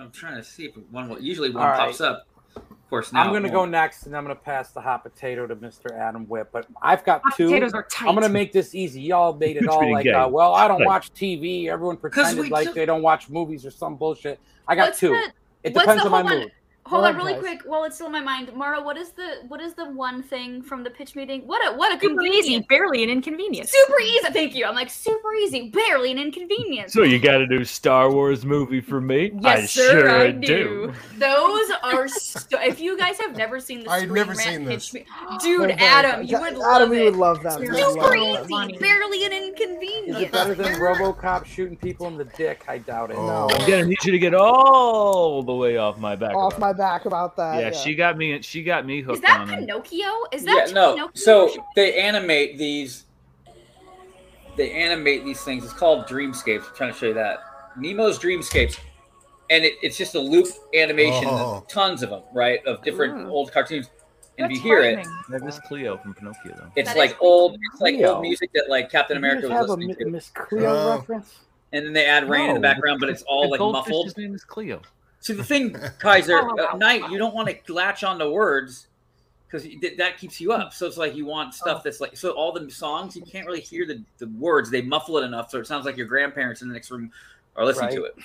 [SPEAKER 6] I'm trying to see if one will. Usually one
[SPEAKER 11] All right.
[SPEAKER 6] pops up. Of course, now
[SPEAKER 11] I'm going to go next, and I'm going to pass the hot potato to Mr. Adam Whip. But I've got
[SPEAKER 6] Hot
[SPEAKER 11] two.
[SPEAKER 6] potatoes are tight.
[SPEAKER 11] I'm going to make this easy. Y'all made it
[SPEAKER 6] You're
[SPEAKER 11] all
[SPEAKER 6] treating
[SPEAKER 11] like,
[SPEAKER 6] gay.
[SPEAKER 11] uh, well, I don't
[SPEAKER 6] Tight.
[SPEAKER 11] watch TV. Everyone pretended
[SPEAKER 6] we
[SPEAKER 11] like
[SPEAKER 6] took-
[SPEAKER 11] they don't watch movies or some bullshit. I got
[SPEAKER 1] What's
[SPEAKER 11] two.
[SPEAKER 1] the-
[SPEAKER 11] it
[SPEAKER 1] what's
[SPEAKER 11] depends
[SPEAKER 1] the-
[SPEAKER 11] on my
[SPEAKER 1] hold on.
[SPEAKER 11] mood.
[SPEAKER 1] Hold on, really quick, while it's still in my mind, Mara. What is the what is the one thing from the pitch meeting? What a what a
[SPEAKER 7] Super easy,
[SPEAKER 1] convenience.
[SPEAKER 7] barely an inconvenience.
[SPEAKER 1] Super easy. Thank you. I'm like super easy, barely an inconvenience.
[SPEAKER 14] So you got a new Star Wars movie for me?
[SPEAKER 1] Yes,
[SPEAKER 14] I
[SPEAKER 1] sir,
[SPEAKER 14] sure
[SPEAKER 1] I
[SPEAKER 14] do.
[SPEAKER 1] Those are so. if you guys have never seen the,
[SPEAKER 14] I've
[SPEAKER 1] Screen
[SPEAKER 14] never
[SPEAKER 1] Rant
[SPEAKER 14] seen
[SPEAKER 1] pitch
[SPEAKER 14] this.
[SPEAKER 1] me-
[SPEAKER 10] Oh
[SPEAKER 1] dude,
[SPEAKER 10] my
[SPEAKER 1] Adam,
[SPEAKER 10] God.
[SPEAKER 1] you would
[SPEAKER 10] Adam,
[SPEAKER 1] love
[SPEAKER 10] you
[SPEAKER 1] it.
[SPEAKER 10] would love that.
[SPEAKER 1] It's
[SPEAKER 11] You would
[SPEAKER 1] super
[SPEAKER 11] love
[SPEAKER 1] easy, barely an inconvenience.
[SPEAKER 11] Is it better than
[SPEAKER 1] You're-
[SPEAKER 11] RoboCop shooting people in the dick? I doubt it.
[SPEAKER 9] Oh, I'm gonna need you to get all the way off my back.
[SPEAKER 10] off
[SPEAKER 9] about
[SPEAKER 10] my back about
[SPEAKER 9] that.
[SPEAKER 10] that.
[SPEAKER 9] yeah, she got me. She got me hooked
[SPEAKER 1] Is that
[SPEAKER 9] on it.
[SPEAKER 1] Pinocchio? Is
[SPEAKER 6] yeah,
[SPEAKER 1] that
[SPEAKER 6] no.
[SPEAKER 1] Pinocchio?
[SPEAKER 6] So they animate these. They animate these things. It's called Dreamscapes. I'm trying to show you that Nemo's Dreamscapes, and it, it's just a loop animation.
[SPEAKER 9] Oh.
[SPEAKER 6] Tons of them, right? Of different
[SPEAKER 9] Ooh.
[SPEAKER 6] old cartoons. And if you hear it,
[SPEAKER 9] that is Cleo from Pinocchio, though.
[SPEAKER 6] it's
[SPEAKER 9] That
[SPEAKER 6] like
[SPEAKER 9] is-
[SPEAKER 6] old. It's like
[SPEAKER 9] Cleo.
[SPEAKER 6] old music that like Captain
[SPEAKER 9] You
[SPEAKER 6] America
[SPEAKER 9] just
[SPEAKER 6] was
[SPEAKER 9] have a
[SPEAKER 6] listening
[SPEAKER 9] Mi-
[SPEAKER 6] to.
[SPEAKER 11] Miss
[SPEAKER 9] Cleo
[SPEAKER 6] Oh.
[SPEAKER 9] reference?
[SPEAKER 6] And then they add rain in the
[SPEAKER 9] No,
[SPEAKER 6] background, but it's all
[SPEAKER 9] the
[SPEAKER 6] like
[SPEAKER 9] goldfish's
[SPEAKER 6] muffled.
[SPEAKER 9] name is Cleo.
[SPEAKER 6] See the thing,
[SPEAKER 9] [LAUGHS]
[SPEAKER 6] Kaiser, at night you don't want to latch on to words because th- that keeps you up. So it's like you want stuff that's like so all the songs you can't really hear the, the words. They muffle it enough so it sounds like your grandparents in the next room are listening to
[SPEAKER 11] Right.
[SPEAKER 6] it.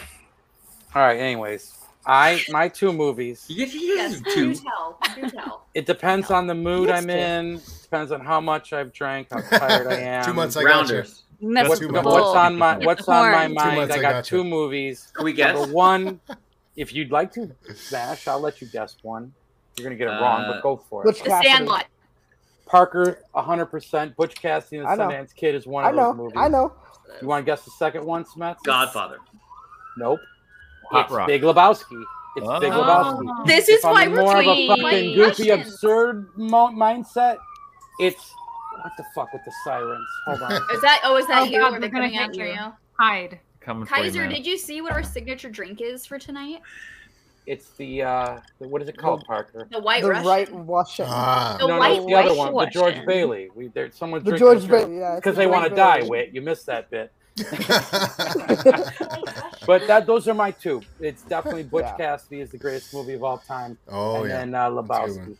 [SPEAKER 11] All right. Anyways, I my two movies.
[SPEAKER 1] Yes, do tell. Do tell.
[SPEAKER 11] It depends on the mood
[SPEAKER 1] Yes,
[SPEAKER 11] I'm
[SPEAKER 1] Jay.
[SPEAKER 11] in. Depends on how much I've drank, how tired [LAUGHS] I am.
[SPEAKER 13] Two months, I got you.
[SPEAKER 11] Rounders.
[SPEAKER 13] That's
[SPEAKER 11] What-
[SPEAKER 13] too
[SPEAKER 11] no,
[SPEAKER 13] much.
[SPEAKER 11] what's on my
[SPEAKER 13] It's
[SPEAKER 11] What's on my
[SPEAKER 13] porn. Two
[SPEAKER 11] mind?
[SPEAKER 13] months,
[SPEAKER 11] I
[SPEAKER 13] I
[SPEAKER 11] got
[SPEAKER 13] got
[SPEAKER 11] two
[SPEAKER 13] you.
[SPEAKER 11] movies.
[SPEAKER 6] Can we guess?
[SPEAKER 11] Number one, if you'd like
[SPEAKER 6] [LAUGHS]
[SPEAKER 11] to, Sash, I'll let you guess one. You're gonna get it wrong,
[SPEAKER 6] Uh,
[SPEAKER 11] but go for it.
[SPEAKER 10] Butch The Cassidy. Sandlot.
[SPEAKER 11] Parker, 100. percent Butch Cassidy and the
[SPEAKER 10] I know.
[SPEAKER 11] Sundance Kid is one
[SPEAKER 10] I
[SPEAKER 11] of those
[SPEAKER 10] know.
[SPEAKER 11] movies.
[SPEAKER 10] I know.
[SPEAKER 11] You want to guess the second one, Smith?
[SPEAKER 6] Godfather.
[SPEAKER 11] Nope.
[SPEAKER 9] Hot
[SPEAKER 11] it's
[SPEAKER 9] Rock.
[SPEAKER 11] Big Lebowski. It's Big
[SPEAKER 9] Oh.
[SPEAKER 11] Lebowski.
[SPEAKER 1] This
[SPEAKER 11] If
[SPEAKER 1] is
[SPEAKER 11] I'm
[SPEAKER 1] why we're
[SPEAKER 11] more
[SPEAKER 1] doing
[SPEAKER 11] of a fucking
[SPEAKER 1] white
[SPEAKER 11] goofy,
[SPEAKER 1] Russians.
[SPEAKER 11] absurd mo- mindset. It's what the fuck with the sirens. Hold on.
[SPEAKER 1] Is that oh is that
[SPEAKER 7] Oh,
[SPEAKER 1] you?
[SPEAKER 7] God,
[SPEAKER 1] Are
[SPEAKER 7] they're
[SPEAKER 1] they
[SPEAKER 7] gonna
[SPEAKER 1] coming out
[SPEAKER 7] hit
[SPEAKER 1] here
[SPEAKER 7] you.
[SPEAKER 1] now?
[SPEAKER 7] Hide.
[SPEAKER 9] Coming for you,
[SPEAKER 1] Kaiser,
[SPEAKER 9] man.
[SPEAKER 1] did you see what our signature drink is for tonight?
[SPEAKER 11] It's the uh, the- what is it called, Parker?
[SPEAKER 1] The White
[SPEAKER 10] the
[SPEAKER 1] Russian.
[SPEAKER 10] right Russian.
[SPEAKER 13] Ah.
[SPEAKER 1] The
[SPEAKER 11] no,
[SPEAKER 1] White
[SPEAKER 11] no, it's the other one,
[SPEAKER 1] Russian.
[SPEAKER 11] the George Bailey. We there, someone
[SPEAKER 10] The
[SPEAKER 11] drinking
[SPEAKER 10] George Bailey, yeah, it's
[SPEAKER 11] because
[SPEAKER 10] the
[SPEAKER 11] they
[SPEAKER 10] George
[SPEAKER 11] want to die.
[SPEAKER 10] Bailey.
[SPEAKER 11] Wit, you missed that
[SPEAKER 9] [LAUGHS]
[SPEAKER 11] bit. but that those are my two. It's definitely
[SPEAKER 13] [LAUGHS]
[SPEAKER 11] Butch
[SPEAKER 13] Yeah.
[SPEAKER 11] Cassidy is the greatest movie of all time.
[SPEAKER 13] Oh,
[SPEAKER 11] and
[SPEAKER 13] yeah.
[SPEAKER 11] then uh,
[SPEAKER 13] That's a good
[SPEAKER 11] Lebowski.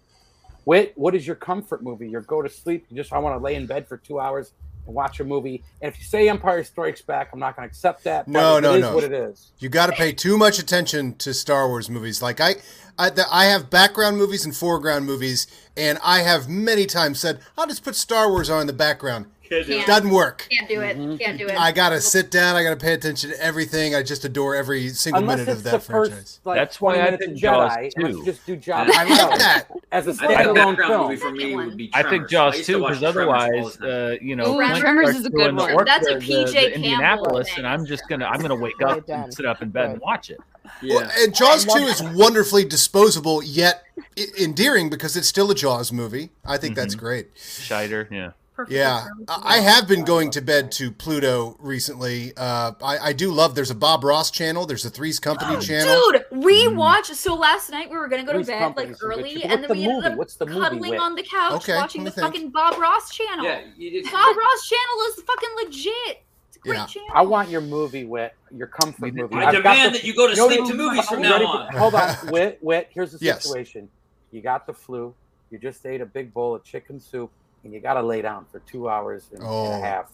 [SPEAKER 11] Wit, what is your comfort movie? Your go to sleep. You just I want to lay in bed for two hours and watch a movie. And if you say Empire Strikes Back, I'm not going to accept that.
[SPEAKER 13] No,
[SPEAKER 11] but
[SPEAKER 13] no,
[SPEAKER 11] it is
[SPEAKER 13] no.
[SPEAKER 11] What it is.
[SPEAKER 13] You got to pay too much attention to Star Wars movies. Like I, I, the, I have background movies and foreground movies, and I have many times said, "I'll just put Star Wars on in the background."
[SPEAKER 6] Can't
[SPEAKER 1] do it.
[SPEAKER 13] Doesn't work.
[SPEAKER 1] Can't do it.
[SPEAKER 11] Mm-hmm.
[SPEAKER 1] Can't do it.
[SPEAKER 13] I gotta sit down. I gotta pay attention to everything. I just adore every single
[SPEAKER 11] Unless
[SPEAKER 13] minute
[SPEAKER 11] it's
[SPEAKER 13] of
[SPEAKER 11] the
[SPEAKER 13] that
[SPEAKER 11] first,
[SPEAKER 13] franchise.
[SPEAKER 11] like,
[SPEAKER 9] That's why
[SPEAKER 11] 20
[SPEAKER 9] I
[SPEAKER 11] minutes of
[SPEAKER 9] picked Jaws
[SPEAKER 11] Jedi. and
[SPEAKER 9] too.
[SPEAKER 11] let's just do Jaws.
[SPEAKER 13] I like that.
[SPEAKER 11] as a
[SPEAKER 6] I think the
[SPEAKER 11] standalone
[SPEAKER 6] background
[SPEAKER 11] film.
[SPEAKER 6] movie for me would be
[SPEAKER 9] I
[SPEAKER 6] Tremors.
[SPEAKER 9] think Jaws
[SPEAKER 6] used to
[SPEAKER 9] too,
[SPEAKER 6] watch
[SPEAKER 9] because
[SPEAKER 6] Tremors all the
[SPEAKER 9] otherwise,
[SPEAKER 6] time.
[SPEAKER 9] uh, you know,
[SPEAKER 6] Ooh,
[SPEAKER 9] Clint
[SPEAKER 6] Tremors
[SPEAKER 9] starts
[SPEAKER 6] is a good
[SPEAKER 9] doing the
[SPEAKER 6] one.
[SPEAKER 9] orc-
[SPEAKER 6] That's a
[SPEAKER 9] the- the-
[SPEAKER 6] PJ
[SPEAKER 9] the
[SPEAKER 6] Campbell
[SPEAKER 9] Indianapolis,
[SPEAKER 6] thing.
[SPEAKER 9] and I'm just gonna, I'm gonna wake up and sit up in bed and watch it.
[SPEAKER 13] Well, and Jaws 2 is wonderfully disposable yet e- endearing because it's still a Jaws movie. I think that's
[SPEAKER 1] Mm-hmm.
[SPEAKER 13] great.
[SPEAKER 9] Scheider, yeah.
[SPEAKER 13] Yeah, I I have been going to bed to Pluto recently. Uh, I, I do love. There's a Bob Ross channel. There's a Three's Company
[SPEAKER 11] Oh,
[SPEAKER 1] [GASPS]
[SPEAKER 13] channel.
[SPEAKER 1] Dude, we
[SPEAKER 13] Mm.
[SPEAKER 1] watched. So last night we were gonna go to
[SPEAKER 13] Three's
[SPEAKER 1] bed
[SPEAKER 13] Company
[SPEAKER 1] like
[SPEAKER 13] is a good
[SPEAKER 1] early,
[SPEAKER 13] show.
[SPEAKER 1] and
[SPEAKER 13] What's
[SPEAKER 1] then
[SPEAKER 13] the
[SPEAKER 1] we
[SPEAKER 13] movie?
[SPEAKER 1] ended up
[SPEAKER 13] What's the movie
[SPEAKER 1] cuddling
[SPEAKER 13] with?
[SPEAKER 1] on the couch
[SPEAKER 13] Okay,
[SPEAKER 1] watching the
[SPEAKER 13] let me think.
[SPEAKER 1] fucking Bob Ross channel.
[SPEAKER 11] Yeah, you did-
[SPEAKER 1] Bob Ross channel is fucking legit. It's a great
[SPEAKER 11] Yeah.
[SPEAKER 1] channel.
[SPEAKER 11] I want your movie, Wit. Your comfort movie.
[SPEAKER 6] I
[SPEAKER 11] I've got
[SPEAKER 6] demand
[SPEAKER 11] the-
[SPEAKER 6] that you go to
[SPEAKER 11] No,
[SPEAKER 6] sleep
[SPEAKER 11] no,
[SPEAKER 6] to
[SPEAKER 11] no,
[SPEAKER 6] movies from
[SPEAKER 11] you ready
[SPEAKER 6] now
[SPEAKER 11] for- [LAUGHS]
[SPEAKER 6] on.
[SPEAKER 11] Hold on, Wit. Wit. Here's the
[SPEAKER 6] Yes.
[SPEAKER 11] situation. You got the flu. You just ate a big bowl of chicken soup, and you got to lay down for two hours and, and
[SPEAKER 13] Oh.
[SPEAKER 11] a half.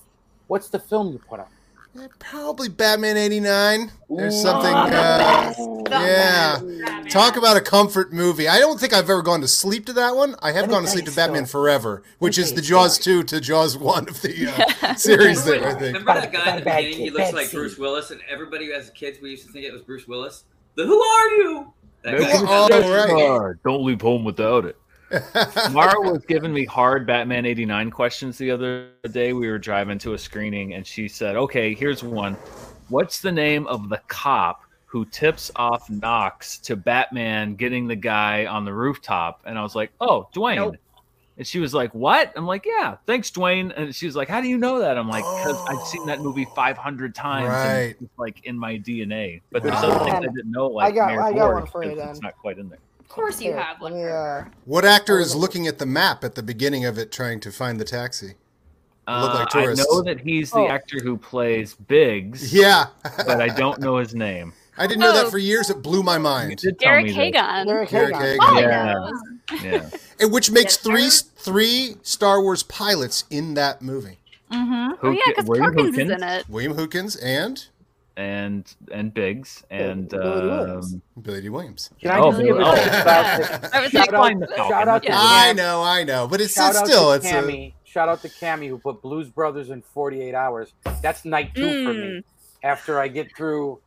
[SPEAKER 11] What's the film you put on?
[SPEAKER 13] Probably Batman '89 or
[SPEAKER 11] Ooh.
[SPEAKER 13] something.
[SPEAKER 11] Oh, the
[SPEAKER 13] uh,
[SPEAKER 11] best. The
[SPEAKER 13] yeah, talk about a comfort movie. I don't think I've ever gone to sleep to that one. I have
[SPEAKER 11] me
[SPEAKER 13] gone to
[SPEAKER 11] tell
[SPEAKER 13] sleep
[SPEAKER 11] you
[SPEAKER 13] to Batman
[SPEAKER 11] a
[SPEAKER 13] Forever, which is the Jaws two to Jaws one of
[SPEAKER 11] [LAUGHS]
[SPEAKER 13] the [LAUGHS] uh, series. There, I think.
[SPEAKER 6] Remember that guy in the beginning? He looks like Bruce Willis, and everybody as kids we used to think it was Bruce Willis. The Who are you? That guy.
[SPEAKER 9] Oh, Don't leave home without it. Mara was giving me hard Batman 89 questions the other day. We were driving to a screening and she said, Okay, here's one. What's the name of the cop who tips off Knox to Batman getting the guy on the rooftop? And I was like, Oh, Dwayne. And she was like, What? I'm like, Yeah, thanks, Dwayne. And she was like, How do you know that? I'm like, Because I've seen that movie 500 times.
[SPEAKER 13] Right.
[SPEAKER 9] And it's like in my DNA. But there's other things I didn't know,
[SPEAKER 10] I
[SPEAKER 9] like
[SPEAKER 10] got-
[SPEAKER 9] Mayor
[SPEAKER 10] I got
[SPEAKER 9] Ford,
[SPEAKER 10] one for you
[SPEAKER 9] because
[SPEAKER 10] then.
[SPEAKER 9] It's not quite in there.
[SPEAKER 1] Of course you have liquor.
[SPEAKER 13] What actor is looking at the map at the beginning of it trying to find the taxi? Look like
[SPEAKER 9] Uh, I
[SPEAKER 13] tourists.
[SPEAKER 9] know that he's the
[SPEAKER 13] Oh.
[SPEAKER 9] actor who plays Biggs.
[SPEAKER 13] Yeah.
[SPEAKER 9] but I don't know his name.
[SPEAKER 13] I didn't know that for years. It blew my mind.
[SPEAKER 9] did tell Derek me this.
[SPEAKER 2] Hagan.
[SPEAKER 13] Derek
[SPEAKER 2] Oh. Derek
[SPEAKER 13] Hagan.
[SPEAKER 2] Hagan. Oh,
[SPEAKER 1] Um,
[SPEAKER 9] yeah. yeah.
[SPEAKER 13] [LAUGHS] And which makes three three Star Wars pilots in that movie.
[SPEAKER 2] Mm-hmm.
[SPEAKER 13] Who
[SPEAKER 2] Oh yeah,
[SPEAKER 13] ki-
[SPEAKER 2] because
[SPEAKER 13] William
[SPEAKER 2] Perkins
[SPEAKER 13] Hookins?
[SPEAKER 2] is in it.
[SPEAKER 13] William Hookins and
[SPEAKER 9] and and Biggs and
[SPEAKER 13] Billy Williams.
[SPEAKER 9] um,
[SPEAKER 13] Billy D. Williams.
[SPEAKER 9] Can I Oh, just Billy give a Williams. shout out [LAUGHS] to- I was like,
[SPEAKER 11] Shout out- shout out to
[SPEAKER 13] I
[SPEAKER 11] Cam.
[SPEAKER 13] know, I know, but it's,
[SPEAKER 11] Shout
[SPEAKER 13] it's
[SPEAKER 11] out
[SPEAKER 13] still
[SPEAKER 11] to
[SPEAKER 13] it's
[SPEAKER 11] Cammy.
[SPEAKER 13] a,
[SPEAKER 11] Shout out to Cammy who put Blues Brothers in 48 hours. That's night two for me.
[SPEAKER 1] Mm.
[SPEAKER 11] After I get through,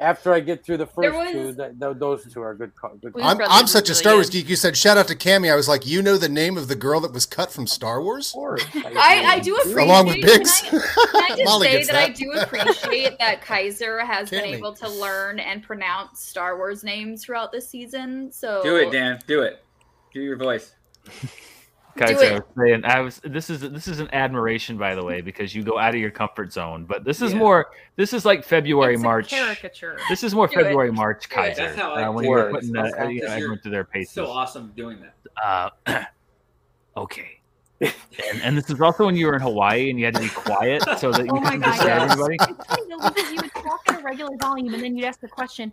[SPEAKER 11] after I get through the
[SPEAKER 1] There
[SPEAKER 11] first two, th- th- those two are good. co- good co-
[SPEAKER 13] I'm, I'm [LAUGHS] such a Star Wars geek. You said shout out to Cammy. I was like, you know the name of the girl that was cut from Star Wars?
[SPEAKER 2] [LAUGHS]
[SPEAKER 1] I, I do appreciate
[SPEAKER 13] Along with Biggs. [LAUGHS]
[SPEAKER 1] Can I, can I just
[SPEAKER 13] Molly
[SPEAKER 1] say
[SPEAKER 13] gets
[SPEAKER 1] that, I
[SPEAKER 13] that.
[SPEAKER 1] do appreciate that Kaiser has been
[SPEAKER 13] Can't we?
[SPEAKER 1] able to learn and pronounce Star Wars names throughout this season. So
[SPEAKER 6] Do it, Dan. Do it. Do your voice.
[SPEAKER 9] Kaiser,
[SPEAKER 1] it.
[SPEAKER 9] I was saying, I was. This is this is an admiration, by the way, because you go out of your comfort zone. But this is more. This is like February, March.
[SPEAKER 7] Caricature.
[SPEAKER 9] This is more
[SPEAKER 6] Do it.
[SPEAKER 9] February, March Kaiser.
[SPEAKER 6] That's how I
[SPEAKER 9] uh, when
[SPEAKER 6] do
[SPEAKER 9] you're
[SPEAKER 6] it.
[SPEAKER 9] putting
[SPEAKER 6] That's
[SPEAKER 9] the,
[SPEAKER 6] how-
[SPEAKER 9] you know,
[SPEAKER 6] you're
[SPEAKER 9] everyone to their paces.
[SPEAKER 6] So awesome doing that.
[SPEAKER 9] uh, [CLEARS THROAT] okay. and, and this is also when you were in Hawaii and you had to be quiet [LAUGHS] so that
[SPEAKER 15] [LAUGHS]
[SPEAKER 9] you
[SPEAKER 15] Oh my
[SPEAKER 9] couldn't
[SPEAKER 15] God,
[SPEAKER 9] disturb
[SPEAKER 15] yes. [LAUGHS]
[SPEAKER 9] anybody.
[SPEAKER 15] It's funny though because you would talk at a regular volume and then you'd ask the question.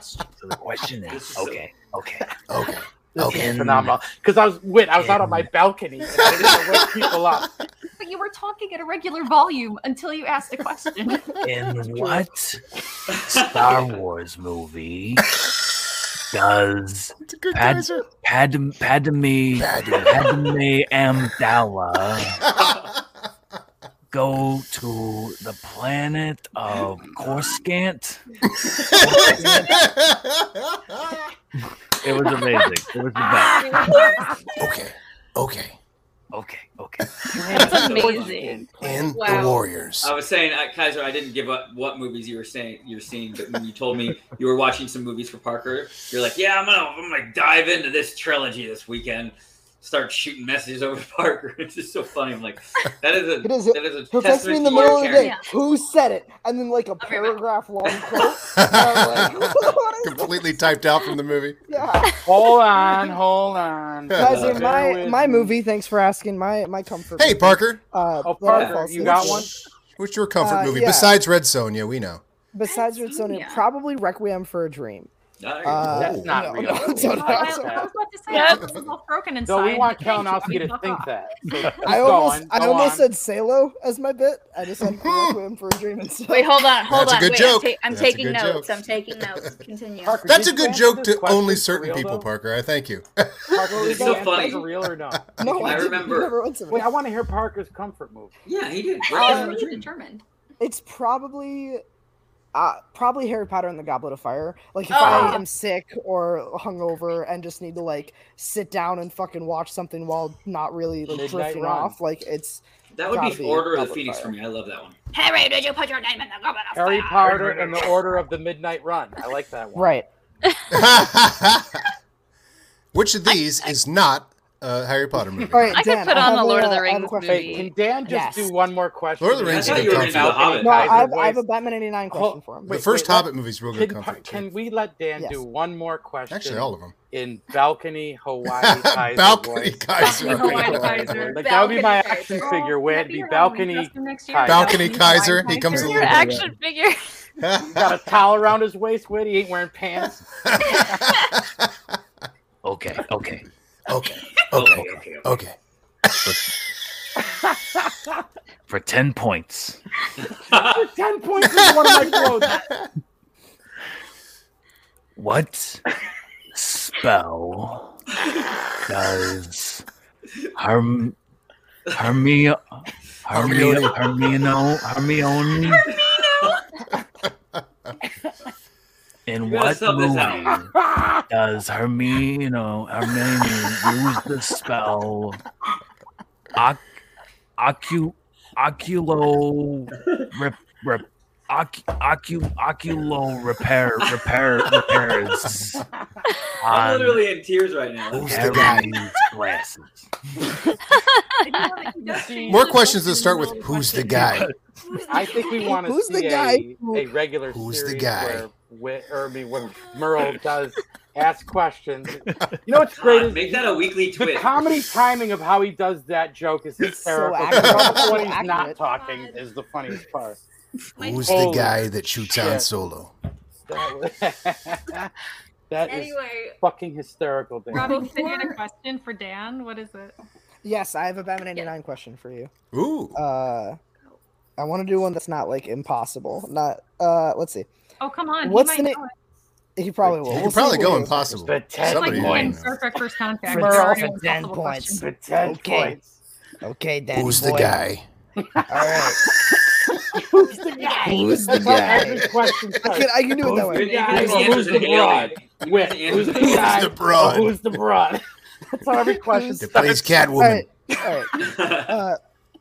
[SPEAKER 9] So the question is,
[SPEAKER 11] [LAUGHS]
[SPEAKER 9] okay, okay,
[SPEAKER 13] okay,
[SPEAKER 11] This is phenomenal. Because I was wait, I was out on my balcony. And I didn't want to wake people
[SPEAKER 13] [LAUGHS]
[SPEAKER 11] up.
[SPEAKER 15] But you were talking at a regular volume until you asked the question.
[SPEAKER 14] In what Star Wars movie does
[SPEAKER 13] good
[SPEAKER 14] Pad,
[SPEAKER 13] Kaiser.
[SPEAKER 14] Pad, Padme, Padme
[SPEAKER 13] [LAUGHS]
[SPEAKER 14] Amidala go to the planet of
[SPEAKER 13] [LAUGHS]
[SPEAKER 14] Coruscant?
[SPEAKER 9] It was amazing. It was the best.
[SPEAKER 13] okay, okay.
[SPEAKER 9] Okay, okay.
[SPEAKER 1] [LAUGHS]
[SPEAKER 6] That's amazing.
[SPEAKER 13] And the
[SPEAKER 6] Wow.
[SPEAKER 13] Warriors.
[SPEAKER 6] I was saying, uh, Kaiser, I didn't give up what movies you were saying you're seeing, but when you told me you were watching some movies for Parker, you're like, yeah, I'm gonna, I'm gonna dive into this trilogy this weekend. Start shooting messages over [LAUGHS] to Parker. It's just so funny. I'm like, that is a,
[SPEAKER 10] It is-
[SPEAKER 6] that is a
[SPEAKER 10] He'll text me in
[SPEAKER 6] testament
[SPEAKER 10] the
[SPEAKER 6] to your
[SPEAKER 10] middle of the
[SPEAKER 6] character.
[SPEAKER 10] day. Who said it? And then like a paragraph long
[SPEAKER 1] [LAUGHS]
[SPEAKER 10] quote.
[SPEAKER 13] Completely typed out from the movie.
[SPEAKER 11] Hold
[SPEAKER 1] [LAUGHS]
[SPEAKER 11] on, hold on.
[SPEAKER 9] [LAUGHS]
[SPEAKER 10] Guys,
[SPEAKER 11] Bear
[SPEAKER 10] my
[SPEAKER 11] with
[SPEAKER 10] my
[SPEAKER 11] me.
[SPEAKER 10] movie. Thanks for asking. My my comfort.
[SPEAKER 13] Hey,
[SPEAKER 10] movie.
[SPEAKER 13] Parker.
[SPEAKER 10] Uh,
[SPEAKER 11] Oh,
[SPEAKER 10] Lord of
[SPEAKER 11] Parker,
[SPEAKER 10] Falls
[SPEAKER 11] you
[SPEAKER 10] Sleep.
[SPEAKER 11] got one?
[SPEAKER 13] What's your comfort
[SPEAKER 10] Uh,
[SPEAKER 13] movie
[SPEAKER 10] yeah.
[SPEAKER 13] besides Red Sonja? We know.
[SPEAKER 10] Besides Red Sonja, probably Requiem for a Dream. Uh,
[SPEAKER 13] That's not
[SPEAKER 10] no,
[SPEAKER 13] real.
[SPEAKER 10] no,
[SPEAKER 13] That's
[SPEAKER 10] no,
[SPEAKER 13] not
[SPEAKER 10] no,
[SPEAKER 13] real.
[SPEAKER 10] no.
[SPEAKER 15] I was about to say
[SPEAKER 10] Yeah.
[SPEAKER 15] I was all broken inside.
[SPEAKER 11] Though we want
[SPEAKER 15] Thank you.
[SPEAKER 11] Kalinowski to think that.
[SPEAKER 15] [LAUGHS]
[SPEAKER 11] So
[SPEAKER 10] I
[SPEAKER 11] keep
[SPEAKER 10] almost
[SPEAKER 11] going,
[SPEAKER 10] I
[SPEAKER 11] go
[SPEAKER 10] almost
[SPEAKER 11] on.
[SPEAKER 10] said Salo as my bit. I just
[SPEAKER 11] [LAUGHS]
[SPEAKER 10] said Requiem for a Dream instead.
[SPEAKER 1] Wait, hold on, hold on. Wait, I'm, ta- I'm
[SPEAKER 13] That's a
[SPEAKER 1] taking
[SPEAKER 13] good
[SPEAKER 1] notes.
[SPEAKER 13] joke.
[SPEAKER 1] I'm taking notes. Continue.
[SPEAKER 13] That's a good joke to
[SPEAKER 11] question
[SPEAKER 13] only
[SPEAKER 11] for
[SPEAKER 13] certain
[SPEAKER 11] real,
[SPEAKER 13] people,
[SPEAKER 11] though?
[SPEAKER 13] Parker. I thank you. [LAUGHS]
[SPEAKER 11] Parker, did
[SPEAKER 6] It's so
[SPEAKER 11] Dan
[SPEAKER 6] funny.
[SPEAKER 11] say it real or no?
[SPEAKER 6] No, I I didn't. remember- Never
[SPEAKER 11] Wait, I want to hear Parker's comfort move.
[SPEAKER 6] Yeah, he did.
[SPEAKER 10] Um,
[SPEAKER 6] Right?
[SPEAKER 1] determined.
[SPEAKER 10] It's probably uh, probably Harry Potter and the Goblet of Fire. Like if
[SPEAKER 1] Oh.
[SPEAKER 10] I am sick or hungover and just need to like sit down and fucking watch something while not really like
[SPEAKER 6] Midnight
[SPEAKER 10] drifting
[SPEAKER 6] Run.
[SPEAKER 10] off, like it's
[SPEAKER 6] That would
[SPEAKER 10] gotta
[SPEAKER 6] be Order of the
[SPEAKER 10] Goblet
[SPEAKER 6] Phoenix
[SPEAKER 10] Fire.
[SPEAKER 6] for me. I love that one.
[SPEAKER 1] Harry, did you put your name in the goblet of
[SPEAKER 11] Harry
[SPEAKER 1] fire?
[SPEAKER 11] Potter and the Order of the Midnight Run. I like that one.
[SPEAKER 10] Right.
[SPEAKER 13] [LAUGHS] Which of these is not a Harry Potter movie?
[SPEAKER 10] All right, Dan, I have a- I have a question.
[SPEAKER 11] Wait, can Dan just
[SPEAKER 10] Yes.
[SPEAKER 11] do one more question?
[SPEAKER 13] Lord of the Rings is a good comfort.
[SPEAKER 10] No, I have, I have a Batman '89 question
[SPEAKER 11] Hold-
[SPEAKER 10] for him.
[SPEAKER 13] The
[SPEAKER 11] wait,
[SPEAKER 13] first
[SPEAKER 11] wait, let-
[SPEAKER 13] Hobbit movie's real good
[SPEAKER 11] can,
[SPEAKER 13] comfort,
[SPEAKER 11] Can we let Dan
[SPEAKER 13] Yes.
[SPEAKER 11] do one more question?
[SPEAKER 13] Actually, all of 'em.
[SPEAKER 11] In balcony Hawaii
[SPEAKER 13] [LAUGHS]
[SPEAKER 11] Kaiser.
[SPEAKER 13] Balcony
[SPEAKER 11] voice?
[SPEAKER 13] Kaiser. Balcony Hawaii
[SPEAKER 11] Kaiser.
[SPEAKER 13] Kaiser.
[SPEAKER 11] Like that would be my
[SPEAKER 13] Balcony
[SPEAKER 11] action
[SPEAKER 13] Kaiser.
[SPEAKER 11] figure. Where it'd be balcony. Kaiser.
[SPEAKER 13] Balcony Kaiser. He comes a
[SPEAKER 11] You're
[SPEAKER 13] little
[SPEAKER 11] an
[SPEAKER 13] bit.
[SPEAKER 11] action
[SPEAKER 2] figure.
[SPEAKER 13] [LAUGHS]
[SPEAKER 11] He's got a towel around his waist. Wait, he ain't wearing pants.
[SPEAKER 14] Okay, okay.
[SPEAKER 13] Okay,
[SPEAKER 14] okay,
[SPEAKER 13] okay. okay.
[SPEAKER 14] For 10 points,
[SPEAKER 11] [LAUGHS] Ten points is one of my
[SPEAKER 13] [LAUGHS]
[SPEAKER 11] quotes.
[SPEAKER 14] what spell does Herm Hermio Hermio Hermino Hermione in
[SPEAKER 15] gotta
[SPEAKER 14] what
[SPEAKER 15] sub this
[SPEAKER 14] movie does Hermino Hermione use the spell Oc- Ocu Oculo rep, rep, ocu, ocu, Oculo repair repair repairs
[SPEAKER 6] I'm
[SPEAKER 14] on
[SPEAKER 6] literally in tears right now. [LAUGHS]
[SPEAKER 14] Harry's glasses.
[SPEAKER 10] [LAUGHS]
[SPEAKER 13] [LAUGHS] More questions that start with "Who's the guy?"
[SPEAKER 11] I think we want to
[SPEAKER 13] Who's
[SPEAKER 11] see
[SPEAKER 13] the guy
[SPEAKER 11] A, a regular
[SPEAKER 13] Who's the
[SPEAKER 11] series
[SPEAKER 13] guy? [LAUGHS]
[SPEAKER 11] where, Wi- or I mean, where Merle does ask questions. You know what's great is
[SPEAKER 6] Make that a weekly
[SPEAKER 11] the
[SPEAKER 6] twist.
[SPEAKER 11] comedy timing of how he does that joke is hysterical.
[SPEAKER 6] accurate.
[SPEAKER 11] But when
[SPEAKER 6] So
[SPEAKER 11] he's not talking is the funniest part.
[SPEAKER 13] Who's the
[SPEAKER 11] Holy
[SPEAKER 13] guy that shoots Han
[SPEAKER 11] shit.
[SPEAKER 13] Solo?
[SPEAKER 11] That was- [LAUGHS] that is
[SPEAKER 7] Anyway.
[SPEAKER 11] fucking hysterical, Dan.
[SPEAKER 7] Robbie, you said you had a question for Dan. What is it?
[SPEAKER 10] Yes, I have a Batman 89 question for you.
[SPEAKER 13] Ooh.
[SPEAKER 10] Uh, I want to do one that's not like impossible. Not uh, let's see.
[SPEAKER 7] Oh, come on.
[SPEAKER 10] What's
[SPEAKER 7] he
[SPEAKER 10] the
[SPEAKER 7] might
[SPEAKER 10] name? He probably will.
[SPEAKER 13] You
[SPEAKER 10] We'll
[SPEAKER 13] could
[SPEAKER 10] see
[SPEAKER 13] probably
[SPEAKER 10] what
[SPEAKER 13] go
[SPEAKER 10] he-
[SPEAKER 13] impossible.
[SPEAKER 7] Somebody
[SPEAKER 13] Somebody
[SPEAKER 7] like
[SPEAKER 13] would
[SPEAKER 7] when
[SPEAKER 13] know.
[SPEAKER 7] perfect first contact.
[SPEAKER 10] For
[SPEAKER 7] it's
[SPEAKER 10] all
[SPEAKER 7] already
[SPEAKER 10] for
[SPEAKER 7] an
[SPEAKER 10] 10
[SPEAKER 7] impossible
[SPEAKER 10] points.
[SPEAKER 7] question.
[SPEAKER 11] ten
[SPEAKER 10] Okay.
[SPEAKER 11] points.
[SPEAKER 10] Okay, then.
[SPEAKER 13] Who's the
[SPEAKER 10] boy.
[SPEAKER 13] guy?
[SPEAKER 11] Who's the guy?
[SPEAKER 13] Who's the
[SPEAKER 11] That's how
[SPEAKER 13] guy?
[SPEAKER 11] every question
[SPEAKER 10] I can, I can do it that
[SPEAKER 11] Who's the
[SPEAKER 10] way.
[SPEAKER 11] guy? Who's the broad? With who's the
[SPEAKER 10] Who's
[SPEAKER 11] guy?
[SPEAKER 10] the broad?
[SPEAKER 11] Or Who's the broad? That's how every question
[SPEAKER 13] That plays
[SPEAKER 11] starts.
[SPEAKER 13] Catwoman.
[SPEAKER 10] All right.
[SPEAKER 11] [LAUGHS]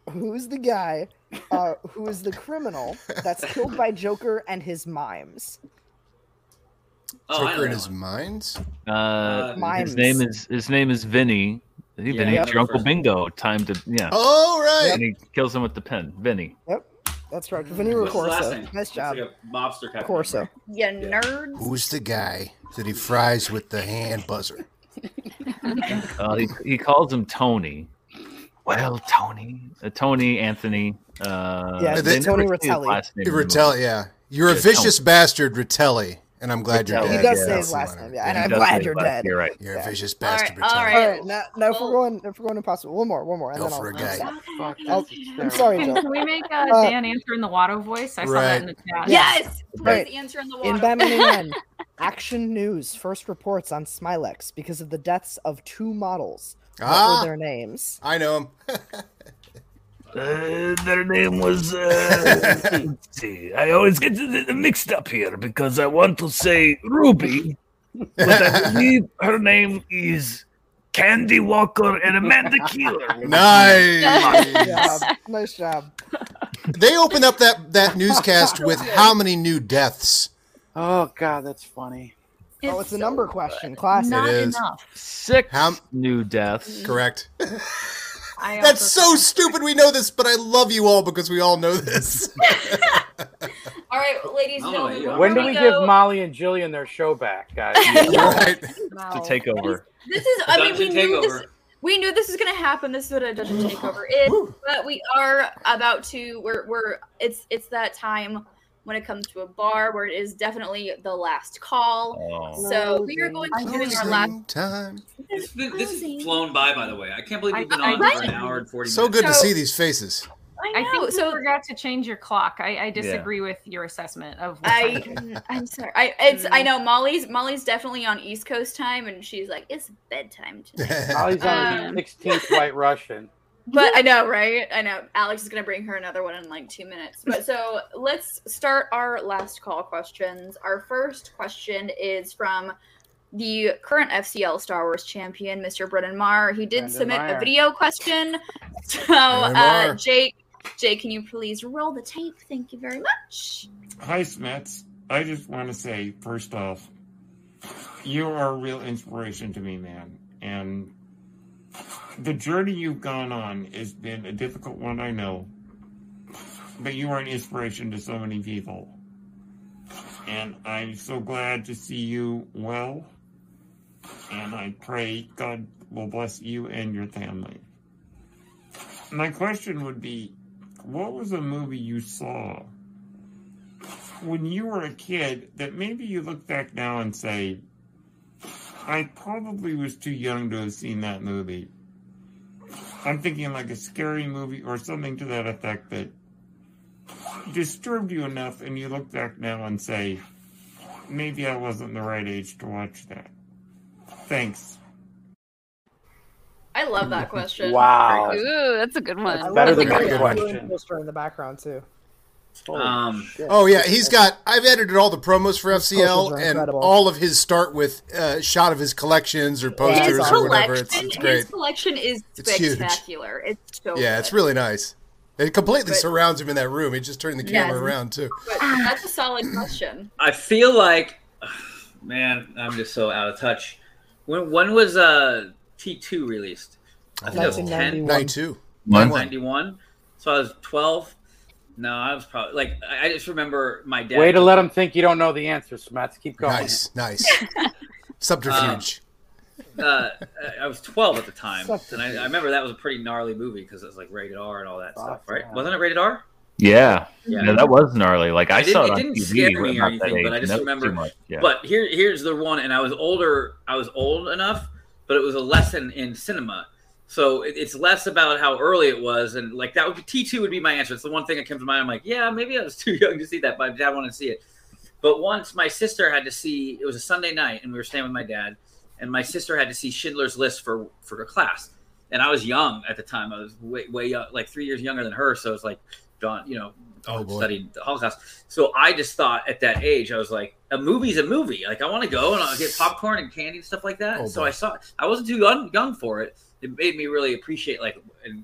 [SPEAKER 10] Uh, who's the guy uh, who is the criminal that's killed by Joker and his mimes?
[SPEAKER 13] Joker in his minds?
[SPEAKER 9] Uh,
[SPEAKER 10] Mimes.
[SPEAKER 9] his name is his name is Vinny. Hey, Vinny,
[SPEAKER 10] Yeah.
[SPEAKER 9] it's your Uncle Bingo. Time to yeah.
[SPEAKER 13] Oh, right.
[SPEAKER 9] And he kills him with the pen. Vinny.
[SPEAKER 10] Yep, that's right. Vinny
[SPEAKER 6] Mm. What's his last
[SPEAKER 10] Corso.
[SPEAKER 6] name?
[SPEAKER 10] Nice
[SPEAKER 6] It's
[SPEAKER 10] job.
[SPEAKER 6] Like a mobster type.
[SPEAKER 10] Corso.
[SPEAKER 1] Yeah, nerd.
[SPEAKER 13] Who's the guy that he fries with the hand buzzer?
[SPEAKER 9] Uh, he, he calls him Tony. Well, Tony, uh, Tony, Anthony. Uh,
[SPEAKER 13] Yeah,
[SPEAKER 9] they
[SPEAKER 13] it's
[SPEAKER 9] never
[SPEAKER 13] Tony
[SPEAKER 9] say his last name in the movie.
[SPEAKER 13] Ritelli, yeah. You're a
[SPEAKER 9] Yeah,
[SPEAKER 13] vicious
[SPEAKER 9] Tony.
[SPEAKER 13] bastard, Ritelli, and I'm glad you're
[SPEAKER 9] Ritelli,
[SPEAKER 13] dead.
[SPEAKER 9] He does say his
[SPEAKER 13] Nelson
[SPEAKER 10] last
[SPEAKER 13] Leonard.
[SPEAKER 10] name, yeah, and
[SPEAKER 13] He
[SPEAKER 10] I'm
[SPEAKER 13] does
[SPEAKER 10] glad
[SPEAKER 13] say his
[SPEAKER 10] you're
[SPEAKER 13] last-
[SPEAKER 10] dead.
[SPEAKER 9] You're right.
[SPEAKER 13] You're a vicious bastard,
[SPEAKER 10] All
[SPEAKER 13] Ritelli.
[SPEAKER 10] right, now, now if we're going, if we're going impossible, one more, one more, and
[SPEAKER 13] Go
[SPEAKER 10] then I'll.
[SPEAKER 13] for a guy.
[SPEAKER 11] Fuck,
[SPEAKER 10] I'll-
[SPEAKER 11] that's
[SPEAKER 10] I'm
[SPEAKER 11] hysterical.
[SPEAKER 10] sorry,
[SPEAKER 7] Can
[SPEAKER 10] Joe.
[SPEAKER 7] we make uh,
[SPEAKER 10] Uh,
[SPEAKER 7] Dan answer in the Watto voice? I saw that in the chat.
[SPEAKER 10] Yes,
[SPEAKER 7] Right.
[SPEAKER 1] answer in the
[SPEAKER 10] In
[SPEAKER 1] water. [LAUGHS]
[SPEAKER 10] Batman
[SPEAKER 15] [LAUGHS]
[SPEAKER 10] Again, Action News first reports on Smilex because of the deaths of two models. What
[SPEAKER 13] Ah.
[SPEAKER 10] were their names?
[SPEAKER 13] I know him.
[SPEAKER 14] Uh, their name was. Uh, let's see, I always get th- th- mixed up here because I want to say Ruby, but I believe her name is Candy Walker and Amanda Keeler.
[SPEAKER 13] [LAUGHS] Nice.
[SPEAKER 10] Nice job. Nice job.
[SPEAKER 13] they opened up that, that newscast with how many new deaths?
[SPEAKER 11] Oh God, that's funny.
[SPEAKER 10] oh, it's a number question. Classic.
[SPEAKER 13] Not It is. enough.
[SPEAKER 9] Six
[SPEAKER 13] How,
[SPEAKER 9] new deaths.
[SPEAKER 13] correct.
[SPEAKER 7] I
[SPEAKER 13] That's so stupid. We know this, but I love you all because we all know
[SPEAKER 9] [LAUGHS]
[SPEAKER 13] this.
[SPEAKER 1] All right, ladies and
[SPEAKER 11] Oh,
[SPEAKER 1] gentlemen.
[SPEAKER 11] yeah.
[SPEAKER 1] we're
[SPEAKER 11] When do
[SPEAKER 1] gonna
[SPEAKER 11] we give
[SPEAKER 1] go-
[SPEAKER 11] Molly and Jillian their show back, guys?
[SPEAKER 1] [LAUGHS] Wow.
[SPEAKER 9] To take over.
[SPEAKER 1] This is. I mean, we
[SPEAKER 11] Dungeon
[SPEAKER 1] knew this.
[SPEAKER 11] takeover.
[SPEAKER 1] We knew this was going to happen. This is what a dungeon takeover is. But we are about to. We're. We're. It's. It's that time when it comes to a bar where it is definitely the last call.
[SPEAKER 6] Oh.
[SPEAKER 1] So we are going to be doing our last.
[SPEAKER 13] Time.
[SPEAKER 6] This, this, this has flown by, by the way. I can't believe we've been
[SPEAKER 7] I-
[SPEAKER 6] on
[SPEAKER 7] I-
[SPEAKER 6] for an hour and forty.
[SPEAKER 13] So
[SPEAKER 6] minutes.
[SPEAKER 13] good to see these faces.
[SPEAKER 1] I,
[SPEAKER 7] I think you forgot to change your clock. I, I
[SPEAKER 13] Yeah.
[SPEAKER 7] disagree with your assessment of. What time it is.
[SPEAKER 1] I [LAUGHS] I'm sorry. I it's I know Molly's Molly's definitely on East Coast time and she's like it's bedtime tonight.
[SPEAKER 11] Molly's on
[SPEAKER 1] Um,
[SPEAKER 11] the 16th White Russian.
[SPEAKER 1] But I know, right? I know. Alex is gonna bring her another one in like two minutes. But so let's start our last call questions. Our first question is from the current FCL Star Wars champion, Mr. Brendan Marr. He did
[SPEAKER 7] Brendan
[SPEAKER 1] submit a
[SPEAKER 7] Meyer. [LAUGHS]
[SPEAKER 1] video question. So
[SPEAKER 16] Brendan
[SPEAKER 1] uh,
[SPEAKER 16] Meyer.
[SPEAKER 1] Jake, Jake, can you please roll the tape? Thank you very much.
[SPEAKER 16] Hi, Smets. I just want to say, first off, you are a real inspiration to me, man. And the journey you've gone on has been a difficult one, I know. But you are an inspiration to so many people. And I'm so glad to see you well. And I pray God will bless you and your family. My question would be what was a movie you saw when you were a kid that maybe you look back now and say, I probably was too young to have seen that movie. I'm thinking like a scary movie or something to that effect that disturbed you enough and you look back now and say, maybe I wasn't the right age to watch that. Thanks.
[SPEAKER 1] I
[SPEAKER 2] [LAUGHS]
[SPEAKER 1] love that question.
[SPEAKER 6] Wow.
[SPEAKER 2] Ooh, that's a good one.
[SPEAKER 10] I love
[SPEAKER 6] better than
[SPEAKER 10] the
[SPEAKER 6] my
[SPEAKER 10] Julian
[SPEAKER 6] question.
[SPEAKER 10] poster in the background too.
[SPEAKER 6] Um,
[SPEAKER 13] Oh yeah, [LAUGHS] he's got. I've edited all the promos for FCL,
[SPEAKER 10] posters are
[SPEAKER 13] and
[SPEAKER 10] incredible.
[SPEAKER 13] all of his start with uh, shot of his collections or posters
[SPEAKER 1] his
[SPEAKER 13] or whatever. It's,
[SPEAKER 1] collection-
[SPEAKER 13] it's great.
[SPEAKER 1] His collection is
[SPEAKER 13] It's huge.
[SPEAKER 1] spectacular. It's so
[SPEAKER 13] Yeah,
[SPEAKER 1] good.
[SPEAKER 13] it's really nice. It completely
[SPEAKER 1] But-
[SPEAKER 13] surrounds him in that room. He just turned the camera
[SPEAKER 1] Yes.
[SPEAKER 13] around too.
[SPEAKER 1] But that's a solid question.
[SPEAKER 6] I feel like, [SIGHS] man, I'm just so out of touch. When when was uh T2 released? I think it was 10.
[SPEAKER 13] 92.
[SPEAKER 6] 91. So I was 12. No, I was probably like I I just remember my dad.
[SPEAKER 11] Way to let them think you don't know the answer, Smets. Keep going.
[SPEAKER 13] Nice, nice. Subterfuge.
[SPEAKER 6] [LAUGHS] uh, I was 12 at the time,
[SPEAKER 13] Such
[SPEAKER 6] and I, I remember that was a pretty gnarly movie because it was like rated R and all that stuff, right? Wasn't it rated R?
[SPEAKER 9] Yeah.
[SPEAKER 6] Yeah.
[SPEAKER 9] yeah, that was gnarly. Like I,
[SPEAKER 6] didn't,
[SPEAKER 9] saw it,
[SPEAKER 6] it
[SPEAKER 9] on
[SPEAKER 6] didn't
[SPEAKER 9] TV
[SPEAKER 6] scare
[SPEAKER 9] when
[SPEAKER 6] me or
[SPEAKER 9] I was that
[SPEAKER 6] anything, but
[SPEAKER 9] age,
[SPEAKER 6] I
[SPEAKER 9] and
[SPEAKER 6] just
[SPEAKER 9] that was too
[SPEAKER 6] remember.
[SPEAKER 9] much, yeah.
[SPEAKER 6] But here, here's the one, and I was older. I was old enough, but it was a lesson in cinema. So it, it's less about how early it was, and like that would be T two would be my answer. It's the one thing that comes to mind. I'm like, yeah, maybe I was [LAUGHS] too young to see that, but my dad wanted to see it. But once my sister had to see it was a Sunday night, and we were staying with my dad, and my sister had to see Schindler's List for for her class, and I was young at the time. I was way way young, like three years younger than her, so it's like, gone, you know,
[SPEAKER 13] Oh, boy.
[SPEAKER 6] studied the Holocaust. So I just thought at that age, I was like, a movie's a movie. Like I want to go Oh, and I'll get popcorn and candy and stuff like that.
[SPEAKER 13] Oh,
[SPEAKER 6] so
[SPEAKER 13] boy.
[SPEAKER 6] I saw. I wasn't too young, young for it. It made me really appreciate like and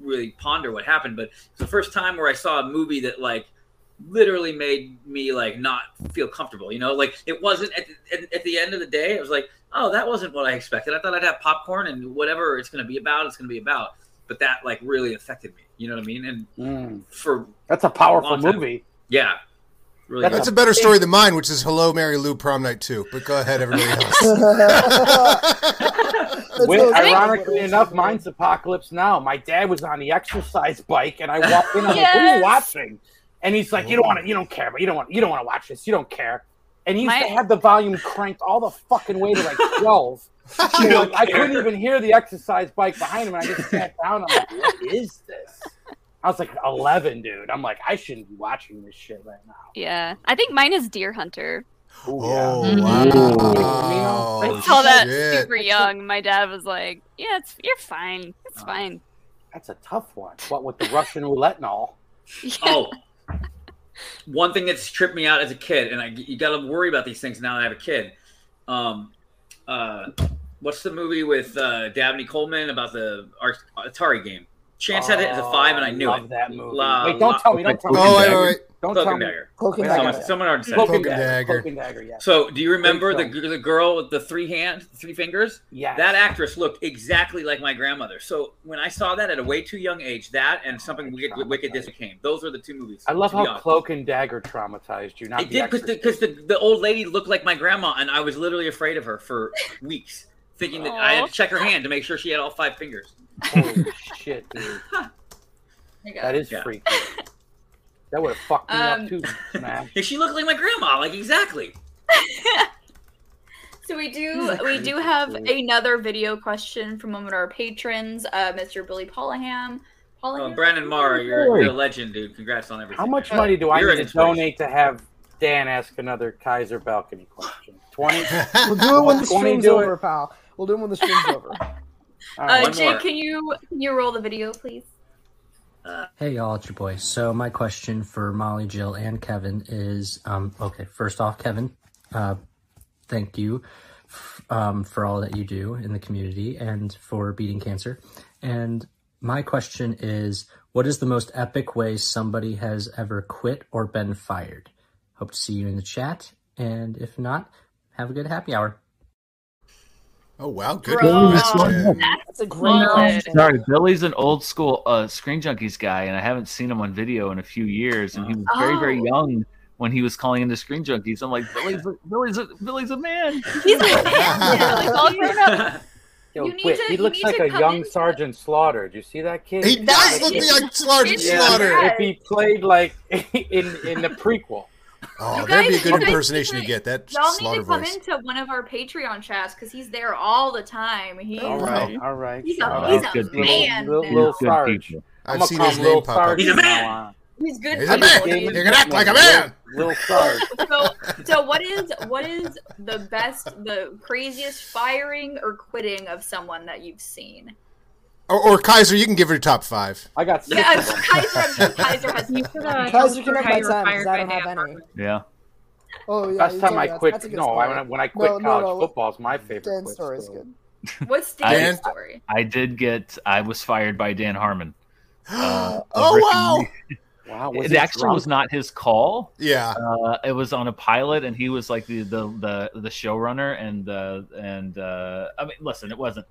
[SPEAKER 6] really ponder what happened. But it's the first time where I saw a movie that like literally made me like not feel comfortable. You know, like it wasn't at the, at, at the end of the day. It was like, oh, that wasn't what I expected. I thought I'd have popcorn and whatever it's going to be about, it's going to be about. But that like really affected me. You know what I mean? Um, And for
[SPEAKER 11] Mm. that's a powerful
[SPEAKER 6] long time.
[SPEAKER 11] movie.
[SPEAKER 6] Yeah. Really
[SPEAKER 13] That's a
[SPEAKER 6] good.
[SPEAKER 13] better story than mine, which is "Hello, Mary Lou, Prom Night 2. But go ahead,
[SPEAKER 1] [LAUGHS]
[SPEAKER 13] everybody else. [LAUGHS]
[SPEAKER 11] Which,
[SPEAKER 13] what-
[SPEAKER 11] ironically enough, mine's Apocalypse Now. My dad was on the exercise bike, and I walked in. I'm like, "What are
[SPEAKER 2] Yes.
[SPEAKER 11] you watching?" And he's like, "You don't want to. You don't care. But you don't want. You don't want to watch this. You don't care." And he used
[SPEAKER 2] My-
[SPEAKER 11] to have the volume cranked all the fucking way to like twelve. So, like, I couldn't even hear the exercise bike behind him, and I just sat down. I'm like, "What is this?" I was like, 11, dude. I'm like, I shouldn't be watching this shit right now.
[SPEAKER 2] Yeah, I think mine is Deer Hunter.
[SPEAKER 13] Oh,
[SPEAKER 11] wow.
[SPEAKER 6] Oh,
[SPEAKER 2] I saw that
[SPEAKER 13] shit.
[SPEAKER 2] super young. My dad was like, "Yeah, it's you're fine.
[SPEAKER 6] Oh.
[SPEAKER 2] It's fine."
[SPEAKER 11] That's a tough one. What with the Russian roulette and all?
[SPEAKER 6] [LAUGHS] Oh, one thing that's tripped me out as a kid, and I you gotta worry about these things now that I have a kid. Um, uh, what's the movie with uh, Dabney Coleman about the Ar- Atari game? Chance had it as a five, and I knew
[SPEAKER 11] Oh, love
[SPEAKER 6] it.
[SPEAKER 11] that movie.
[SPEAKER 6] La-
[SPEAKER 11] Wait, don't
[SPEAKER 6] la-
[SPEAKER 11] tell me, don't tell me.
[SPEAKER 13] Oh, wait, wait, wait.
[SPEAKER 11] Don't
[SPEAKER 6] Cloak
[SPEAKER 11] tell
[SPEAKER 6] and
[SPEAKER 11] me.
[SPEAKER 6] Dagger.
[SPEAKER 11] Cloak and
[SPEAKER 6] Someone-
[SPEAKER 11] Dagger.
[SPEAKER 6] Someone already said
[SPEAKER 11] Cloak
[SPEAKER 6] it.
[SPEAKER 11] and Dagger. Cloak and Dagger, yeah.
[SPEAKER 6] So, do you remember the,
[SPEAKER 11] Great
[SPEAKER 6] the girl with the three hand, three fingers?
[SPEAKER 11] Yes.
[SPEAKER 6] That actress looked exactly like my grandmother. So when I saw that at a way too young age, that and something wicked, wicked this came. Those are the two movies.
[SPEAKER 11] I love
[SPEAKER 6] to be
[SPEAKER 11] how
[SPEAKER 6] honest.
[SPEAKER 11] Cloak and Dagger traumatized you. Not
[SPEAKER 6] I
[SPEAKER 11] the
[SPEAKER 6] did because the,
[SPEAKER 11] Exorcist.
[SPEAKER 6] because the, the old lady looked like my grandma, and I was literally afraid of her for weeks, thinking that I had to
[SPEAKER 11] Aw.
[SPEAKER 6] check her hand to make sure she had all five fingers.
[SPEAKER 11] Holy shit,
[SPEAKER 6] [LAUGHS]
[SPEAKER 11] dude. That is
[SPEAKER 6] Yeah.
[SPEAKER 11] freaky. That would have fucked me
[SPEAKER 1] Um,
[SPEAKER 11] up too,
[SPEAKER 6] [LAUGHS]
[SPEAKER 11] man.
[SPEAKER 6] And she looked like my grandma, like exactly.
[SPEAKER 1] So we
[SPEAKER 6] This
[SPEAKER 1] do
[SPEAKER 6] is a
[SPEAKER 1] we do
[SPEAKER 6] creepy
[SPEAKER 1] have
[SPEAKER 6] story.
[SPEAKER 1] another video question from one of our patrons, uh, Mr. Billy Polaham.
[SPEAKER 6] Oh,
[SPEAKER 1] Polaham.
[SPEAKER 6] Brandon Marr, you're, you're a
[SPEAKER 11] Hey.
[SPEAKER 6] legend, dude. Congrats on everything.
[SPEAKER 11] How
[SPEAKER 1] uh,
[SPEAKER 11] much money do I
[SPEAKER 6] You're an
[SPEAKER 11] need to
[SPEAKER 6] inspiration.
[SPEAKER 11] donate to have Dan ask another Kaiser balcony question?
[SPEAKER 13] [LAUGHS]
[SPEAKER 11] Twenty.
[SPEAKER 10] We'll do it when the
[SPEAKER 11] 20
[SPEAKER 10] stream's
[SPEAKER 11] do it.
[SPEAKER 10] over, pal. We'll do it when the stream's
[SPEAKER 2] [LAUGHS]
[SPEAKER 10] over.
[SPEAKER 11] All right.
[SPEAKER 1] uh,
[SPEAKER 11] One
[SPEAKER 1] Jake,
[SPEAKER 11] more.
[SPEAKER 1] can you can you roll the video, please?
[SPEAKER 17] Hey y'all, it's your boy. So my question for Molly, Jill, and Kevin is, um, okay, first off, Kevin, uh, thank you f- um, for all that you do in the community and for beating cancer. And my question is, what is the most epic way somebody has ever quit or been fired? Hope to see you in the chat, and if not, have a good happy hour.
[SPEAKER 13] Oh wow, good
[SPEAKER 9] Bro.
[SPEAKER 13] question.
[SPEAKER 10] That's a
[SPEAKER 1] great question.
[SPEAKER 9] Sorry, Billy's an old school uh, Screen Junkies guy, and I haven't seen him on video in a few years. And he was very, very
[SPEAKER 1] Oh.
[SPEAKER 9] young when he was calling into Screen Junkies. I'm like, Billy's a, Billy's a, Billy's a man.
[SPEAKER 1] He's
[SPEAKER 13] [LAUGHS]
[SPEAKER 1] a man. Like all grown up.
[SPEAKER 11] Yo,
[SPEAKER 1] You need
[SPEAKER 11] quit.
[SPEAKER 1] to-
[SPEAKER 11] he
[SPEAKER 1] you
[SPEAKER 11] looks
[SPEAKER 1] need
[SPEAKER 11] like
[SPEAKER 1] to
[SPEAKER 11] a
[SPEAKER 1] come
[SPEAKER 11] young Sergeant Slaughter. Do you see that kid?
[SPEAKER 13] He does look like Sergeant
[SPEAKER 11] Yeah.
[SPEAKER 13] Slaughter.
[SPEAKER 11] If he played like [LAUGHS] in in the prequel.
[SPEAKER 13] Oh,
[SPEAKER 1] You
[SPEAKER 13] that'd be a
[SPEAKER 1] guys-
[SPEAKER 13] good
[SPEAKER 1] you guys
[SPEAKER 13] impersonation
[SPEAKER 1] need
[SPEAKER 13] to get. That
[SPEAKER 1] Y'all need
[SPEAKER 13] Slaughter
[SPEAKER 1] to come
[SPEAKER 13] voice.
[SPEAKER 1] into one of our Patreon chats because he's there all the time. He
[SPEAKER 11] All right, all right.
[SPEAKER 1] He's a-
[SPEAKER 11] all
[SPEAKER 1] he's
[SPEAKER 11] right.
[SPEAKER 1] a Good people. man
[SPEAKER 11] Little,
[SPEAKER 1] now.
[SPEAKER 11] little, little
[SPEAKER 1] Good
[SPEAKER 11] Sarge.
[SPEAKER 9] people.
[SPEAKER 11] I'm
[SPEAKER 13] I've
[SPEAKER 11] gonna
[SPEAKER 13] seen
[SPEAKER 11] call
[SPEAKER 13] his
[SPEAKER 11] him
[SPEAKER 13] name
[SPEAKER 11] Little
[SPEAKER 13] pop up.
[SPEAKER 11] Sarge
[SPEAKER 13] He's a
[SPEAKER 11] from
[SPEAKER 13] man.
[SPEAKER 11] now on.
[SPEAKER 1] he's good.
[SPEAKER 13] He's a
[SPEAKER 1] people.
[SPEAKER 13] man.
[SPEAKER 1] He's-
[SPEAKER 13] You can act like a man.
[SPEAKER 11] Little Sarge.
[SPEAKER 1] so so what is what is the best the craziest firing or quitting of someone that you've
[SPEAKER 6] [LAUGHS]
[SPEAKER 1] seen
[SPEAKER 13] Or, or Kaiser, you can give her your top five.
[SPEAKER 11] I got
[SPEAKER 1] yeah I'm-
[SPEAKER 11] [LAUGHS]
[SPEAKER 1] kaiser, kaiser has you
[SPEAKER 2] uh,
[SPEAKER 10] uh, Kaiser can have my time because I don't have any.
[SPEAKER 9] Yeah.
[SPEAKER 10] Oh yeah.
[SPEAKER 11] Last
[SPEAKER 10] you
[SPEAKER 11] time
[SPEAKER 10] do.
[SPEAKER 11] I
[SPEAKER 10] That's-
[SPEAKER 11] quit.
[SPEAKER 10] that's a good
[SPEAKER 11] no,
[SPEAKER 10] story.
[SPEAKER 11] I, when I when I quit
[SPEAKER 10] No, no,
[SPEAKER 11] college
[SPEAKER 10] no, look,
[SPEAKER 11] football is my favorite.
[SPEAKER 10] Dan's
[SPEAKER 11] quit
[SPEAKER 10] story is
[SPEAKER 11] story.
[SPEAKER 10] good.
[SPEAKER 1] [LAUGHS] what's the
[SPEAKER 9] Dan?
[SPEAKER 1] story
[SPEAKER 9] I did get, I was fired by Dan Harmon.
[SPEAKER 11] [GASPS]
[SPEAKER 9] Uh,
[SPEAKER 13] Oh,
[SPEAKER 9] of Rick and
[SPEAKER 13] wow.
[SPEAKER 9] Morty. [LAUGHS]
[SPEAKER 11] Wow,
[SPEAKER 9] it actually was not his call.
[SPEAKER 13] Yeah.
[SPEAKER 9] uh, it was on a pilot, and he was like the the the, the showrunner, and uh, and uh, I mean, listen, it wasn't.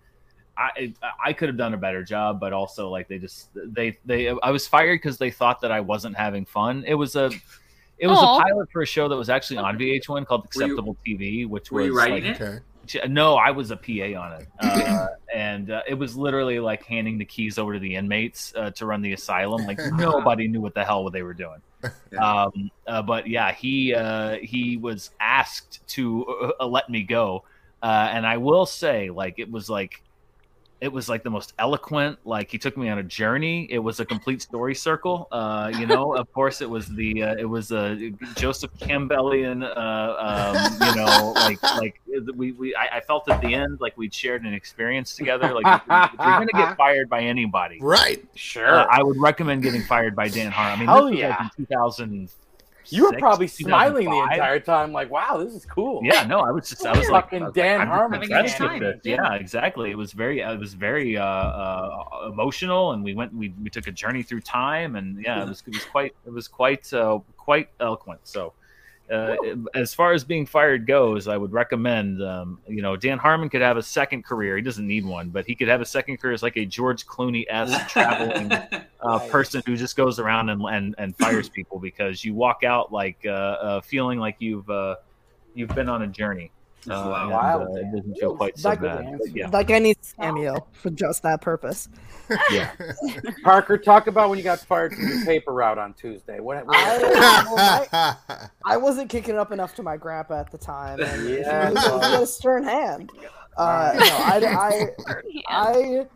[SPEAKER 9] I it- I could have done a better job, but also like they just they they I was fired because they thought that I wasn't having fun. It was a it was
[SPEAKER 2] Aw.
[SPEAKER 9] a pilot for a show that was actually on VH1 called Acceptable TV, which
[SPEAKER 6] were
[SPEAKER 9] was
[SPEAKER 6] you writing it?
[SPEAKER 9] like,
[SPEAKER 6] Okay.
[SPEAKER 9] She- no, I was a PA on it, uh, [CLEARS THROAT] and uh, it was literally like handing the keys over to the inmates uh, to run the asylum. Like nobody knew what the hell they were doing. Um, uh, but yeah, he uh, he was asked to uh, let me go, uh, and I will say, like, it was like it was like the most eloquent like he took me on a journey it was a complete story circle uh you know of course it was the uh, it was uh, joseph campbellian uh um, you know like like we we I, I felt at the end like we'd shared an experience together like if you're- if you're gonna
[SPEAKER 11] [LAUGHS]
[SPEAKER 9] get fired by anybody
[SPEAKER 13] Right.
[SPEAKER 9] sure i would recommend getting fired by dan Har. i mean
[SPEAKER 11] Hell
[SPEAKER 9] this was, like,
[SPEAKER 11] yeah.
[SPEAKER 9] in 2000
[SPEAKER 11] You were probably smiling the entire time, like, "Wow, this is cool."
[SPEAKER 9] yeah, no, I was just, I was like,
[SPEAKER 11] fucking
[SPEAKER 9] I was like,
[SPEAKER 11] Dan
[SPEAKER 9] I'm just
[SPEAKER 11] Harmon.
[SPEAKER 9] impressed with this. Yeah, exactly. It was very, it was very uh, uh, emotional, and we went, we, we took a journey through time, and yeah, it was, it was quite, it was quite, uh, quite eloquent. So, uh, as far as being fired goes, I would recommend, um, you know, Dan Harmon could have a second career. He doesn't need one, but he could have a second career as like a George Clooney esque traveling uh, person who just goes around and, and and fires people because you walk out like uh, uh, feeling like you've uh, you've been on a journey. Uh, and,
[SPEAKER 11] wild,
[SPEAKER 9] uh, it doesn't feel quite so
[SPEAKER 10] That-
[SPEAKER 9] bad. but yeah.
[SPEAKER 10] That guy needs a cameo for just that purpose.
[SPEAKER 9] yeah.
[SPEAKER 11] Parker, talk about when you got fired from your paper route on Tuesday. What? what-
[SPEAKER 10] I wasn't kicking it up enough to my grandpa at the time. And he-
[SPEAKER 11] Yeah,
[SPEAKER 10] he got a stern hand. Uh, no,
[SPEAKER 11] [LAUGHS]
[SPEAKER 10] I, I, I,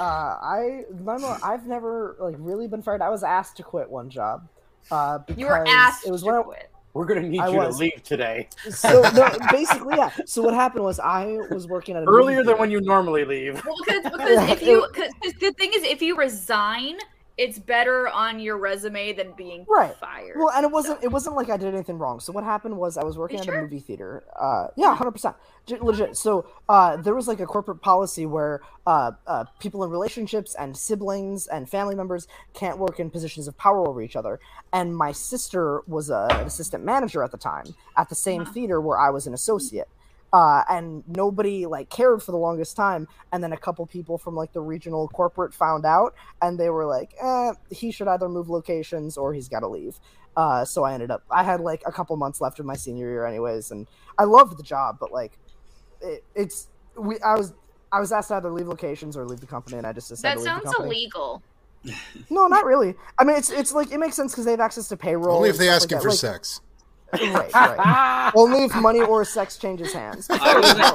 [SPEAKER 10] uh, I, my mo- I've never like really been fired. I was asked to quit one job. Uh, because
[SPEAKER 11] You were asked
[SPEAKER 10] it was when I-
[SPEAKER 11] [LAUGHS] We're gonna need
[SPEAKER 10] I
[SPEAKER 11] you
[SPEAKER 10] was.
[SPEAKER 11] to leave today.
[SPEAKER 10] so
[SPEAKER 11] [LAUGHS]
[SPEAKER 10] no, basically, yeah. So what happened was I was working at a
[SPEAKER 11] Earlier
[SPEAKER 10] movie
[SPEAKER 11] than when
[SPEAKER 10] [LAUGHS]
[SPEAKER 11] you normally leave.
[SPEAKER 1] Well, because, because if you, because the thing is, if you resign, it's better on your resume than being
[SPEAKER 10] Right.
[SPEAKER 1] fired.
[SPEAKER 10] Well, and it wasn't it wasn't like I did anything wrong. So what happened was I was working
[SPEAKER 1] You
[SPEAKER 10] at
[SPEAKER 1] sure?
[SPEAKER 10] a movie theater. Uh, yeah, hundred percent, legit. So uh, there was like a corporate policy where uh, uh, people in relationships and siblings and family members can't work in positions of power over each other. And my sister was a, an assistant manager at the time at the same theater where I was an associate. Uh, and nobody like cared for the longest time, and then a couple people from like the regional corporate found out, and they were like, eh, "He should either move locations or he's got to leave." Uh, so I ended up I had like a couple months left of my senior year anyways, and I loved the job, but like it, it's we I was I was asked to either leave locations or leave the company, and I just decided to leave
[SPEAKER 1] that
[SPEAKER 10] the
[SPEAKER 1] sounds
[SPEAKER 10] company.
[SPEAKER 1] illegal.
[SPEAKER 10] No, not really. I mean, it's it's like it makes sense because they have access to payroll.
[SPEAKER 13] Only if
[SPEAKER 10] and
[SPEAKER 13] they
[SPEAKER 10] stuff
[SPEAKER 13] ask
[SPEAKER 10] like
[SPEAKER 13] him
[SPEAKER 10] that,
[SPEAKER 13] for
[SPEAKER 10] like-
[SPEAKER 13] sex.
[SPEAKER 10] Right, right. Only if money or sex changes hands.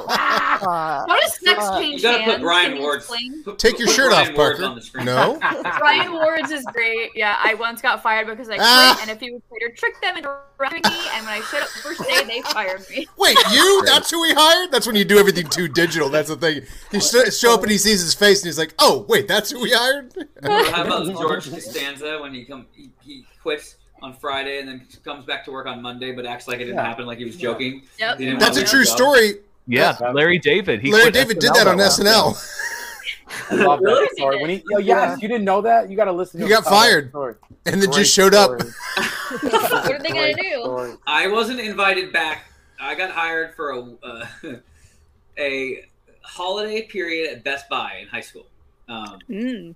[SPEAKER 10] Uh,
[SPEAKER 1] How does sex
[SPEAKER 10] uh,
[SPEAKER 1] change
[SPEAKER 6] You gotta put
[SPEAKER 1] hands?
[SPEAKER 6] Brian
[SPEAKER 1] Can you
[SPEAKER 6] Ward's-
[SPEAKER 1] explain?
[SPEAKER 13] Take your shirt off,
[SPEAKER 6] Brian Ward's
[SPEAKER 13] Parker.
[SPEAKER 6] on the
[SPEAKER 1] [LAUGHS]
[SPEAKER 6] screen.
[SPEAKER 13] No.
[SPEAKER 1] Brian Ward's is great. Yeah, I once got fired because I quit,
[SPEAKER 13] Ah.
[SPEAKER 1] and a few weeks later, tricked them into hiring me. And when I showed up the first day, they fired me.
[SPEAKER 13] [LAUGHS] Wait, you? That's who we hired? That's when you do everything too digital. That's the thing. You sh- show up and he sees his face and he's like, "Oh, wait, that's who we hired."
[SPEAKER 6] How
[SPEAKER 13] [LAUGHS]
[SPEAKER 6] about George Costanza when he come he, he quits on Friday and then comes back to work on Monday, but acts like it didn't
[SPEAKER 13] Yeah.
[SPEAKER 6] happen, like he was joking.
[SPEAKER 1] Yep.
[SPEAKER 6] He didn't
[SPEAKER 13] That's a
[SPEAKER 6] want to
[SPEAKER 13] true
[SPEAKER 6] go.
[SPEAKER 13] story.
[SPEAKER 9] Yeah, Larry David. He
[SPEAKER 13] Larry
[SPEAKER 9] quit
[SPEAKER 13] David did
[SPEAKER 9] SNL
[SPEAKER 13] that on
[SPEAKER 9] way.
[SPEAKER 13] SNL.
[SPEAKER 11] I love
[SPEAKER 13] Really?
[SPEAKER 11] that story. When he, oh, yes, you didn't know that. You got to listen. to
[SPEAKER 13] He got
[SPEAKER 11] him tell that
[SPEAKER 13] fired
[SPEAKER 11] story.
[SPEAKER 13] and then just showed up.
[SPEAKER 1] what are they gonna do?
[SPEAKER 6] I wasn't invited back. I got hired for a uh, [LAUGHS] a holiday period at Best Buy in high school. Um,
[SPEAKER 2] Mm.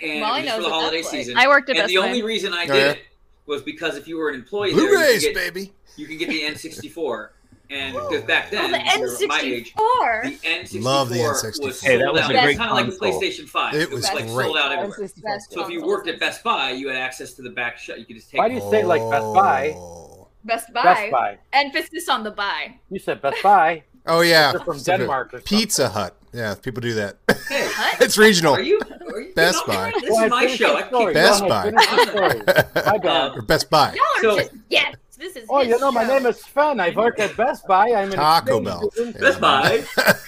[SPEAKER 6] and
[SPEAKER 2] Molly
[SPEAKER 6] it was for
[SPEAKER 2] knows
[SPEAKER 6] the
[SPEAKER 2] what
[SPEAKER 6] holiday
[SPEAKER 2] that's like.
[SPEAKER 6] season.
[SPEAKER 2] I worked at
[SPEAKER 6] and
[SPEAKER 2] Best
[SPEAKER 6] the
[SPEAKER 2] Buy.
[SPEAKER 6] only reason I
[SPEAKER 2] Oh,
[SPEAKER 6] did
[SPEAKER 2] yeah?
[SPEAKER 6] it was because if you were an employee there, you
[SPEAKER 13] Blu-rays,
[SPEAKER 6] could get,
[SPEAKER 13] baby.
[SPEAKER 6] you could get the N64. And [LAUGHS] because back
[SPEAKER 1] Oh,
[SPEAKER 6] then,
[SPEAKER 1] the
[SPEAKER 6] if you were my age,
[SPEAKER 1] N64.
[SPEAKER 6] the N64
[SPEAKER 13] Love the
[SPEAKER 6] was
[SPEAKER 13] N64.
[SPEAKER 6] sold
[SPEAKER 13] Hey, that was
[SPEAKER 6] out.
[SPEAKER 13] a
[SPEAKER 6] It
[SPEAKER 13] great
[SPEAKER 6] kind of like the
[SPEAKER 13] console.
[SPEAKER 6] PlayStation 5.
[SPEAKER 13] It was
[SPEAKER 6] like
[SPEAKER 13] great.
[SPEAKER 6] sold out everywhere.
[SPEAKER 1] Best
[SPEAKER 6] So if you
[SPEAKER 1] console.
[SPEAKER 6] worked at Best Buy, you had access to the back shot. You could just take.
[SPEAKER 11] Why do you say like
[SPEAKER 13] Oh.
[SPEAKER 11] Best Buy?
[SPEAKER 1] Best Buy.
[SPEAKER 11] Best Buy.
[SPEAKER 1] Emphasis on the buy.
[SPEAKER 11] You said Best Buy.
[SPEAKER 13] Oh yeah,
[SPEAKER 11] They're from Denmark or
[SPEAKER 13] Pizza Hut. Yeah, people do that. [LAUGHS]
[SPEAKER 1] Hut?
[SPEAKER 13] it's regional.
[SPEAKER 6] Are you?
[SPEAKER 13] Best
[SPEAKER 9] Oh,
[SPEAKER 13] Buy.
[SPEAKER 6] This is my show. I can't.
[SPEAKER 13] Best Buy. [LAUGHS] Or Best Buy.
[SPEAKER 1] Y'all are just yes. This is
[SPEAKER 11] Oh,
[SPEAKER 1] his
[SPEAKER 11] you know, my
[SPEAKER 1] show.
[SPEAKER 11] name is Sven. I work at Best Buy. I'm an
[SPEAKER 13] Taco
[SPEAKER 11] exchange
[SPEAKER 13] Bell.
[SPEAKER 11] student.
[SPEAKER 6] Best Buy.
[SPEAKER 13] [LAUGHS]
[SPEAKER 6] I was,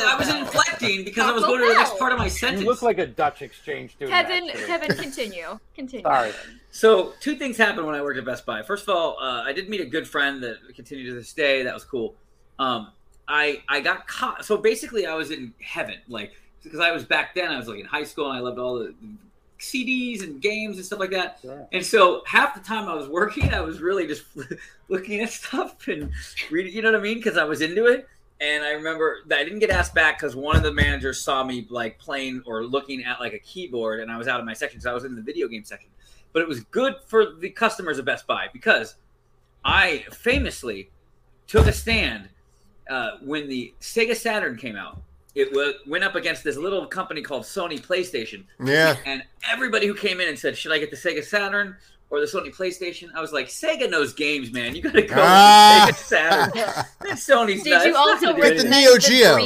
[SPEAKER 6] I was inflecting because I was going to the next part of my sentence.
[SPEAKER 11] You look like a Dutch exchange student.
[SPEAKER 1] Kevin,
[SPEAKER 11] actually.
[SPEAKER 1] Kevin, continue. Continue.
[SPEAKER 6] So two things happened when I worked at Best Buy. First of all, uh, I did meet a good friend that continued to this day. That was cool. Um, I I got caught. So basically, I was in heaven, like because I was back then. I was like in high school, and I loved all the CDs and games and stuff like that. And so half the time I was working, I was really just [LAUGHS] looking at stuff and reading. You know what I mean? Because I was into it. And I remember that I didn't get asked back because one of the managers saw me like playing or looking at like a keyboard, and I was out of my section because I was in the video game section. But it was good for the customers of Best Buy because I famously took a stand uh, when the Sega Saturn came out, it wa went up against this little company called Sony PlayStation.
[SPEAKER 13] Yeah.
[SPEAKER 6] And everybody who came in and said, "Should I get the Sega Saturn or the Sony PlayStation?" I was like, "Sega knows games, man. You gotta go
[SPEAKER 13] Ah.
[SPEAKER 6] with the Sega Saturn.
[SPEAKER 1] [LAUGHS]
[SPEAKER 6] that Sony's
[SPEAKER 1] Did
[SPEAKER 6] nuts.
[SPEAKER 1] you also
[SPEAKER 6] Nothing to do
[SPEAKER 1] get
[SPEAKER 6] with
[SPEAKER 1] the
[SPEAKER 6] it.
[SPEAKER 1] Neo Geo?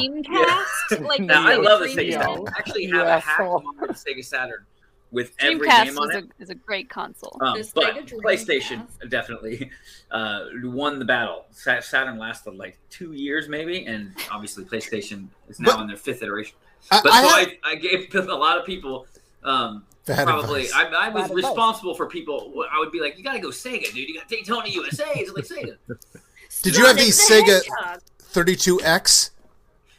[SPEAKER 1] Dreamcast? Like,
[SPEAKER 6] no, I
[SPEAKER 1] the
[SPEAKER 6] love the
[SPEAKER 1] Dreamcast.
[SPEAKER 6] Sega Saturn. I actually have a hack on the Sega Saturn with every game on
[SPEAKER 2] Dreamcast
[SPEAKER 6] it.
[SPEAKER 2] is a, is a great console.
[SPEAKER 6] Um, but PlayStation definitely uh, won the battle. Sa- Saturn lasted like two years, maybe, and obviously PlayStation is now in their fifth iteration.
[SPEAKER 13] I-
[SPEAKER 6] but
[SPEAKER 13] I
[SPEAKER 6] so
[SPEAKER 13] have-
[SPEAKER 6] I, I gave [LAUGHS] a lot of people. Um,
[SPEAKER 13] Bad
[SPEAKER 6] probably,
[SPEAKER 13] advice.
[SPEAKER 6] I, I was
[SPEAKER 13] Bad advice.
[SPEAKER 6] responsible for people. I would be like, "You gotta go Sega, dude. You got Daytona USA. It's like Sega."
[SPEAKER 13] Did you have the
[SPEAKER 6] Sonic the
[SPEAKER 13] Sega 32X?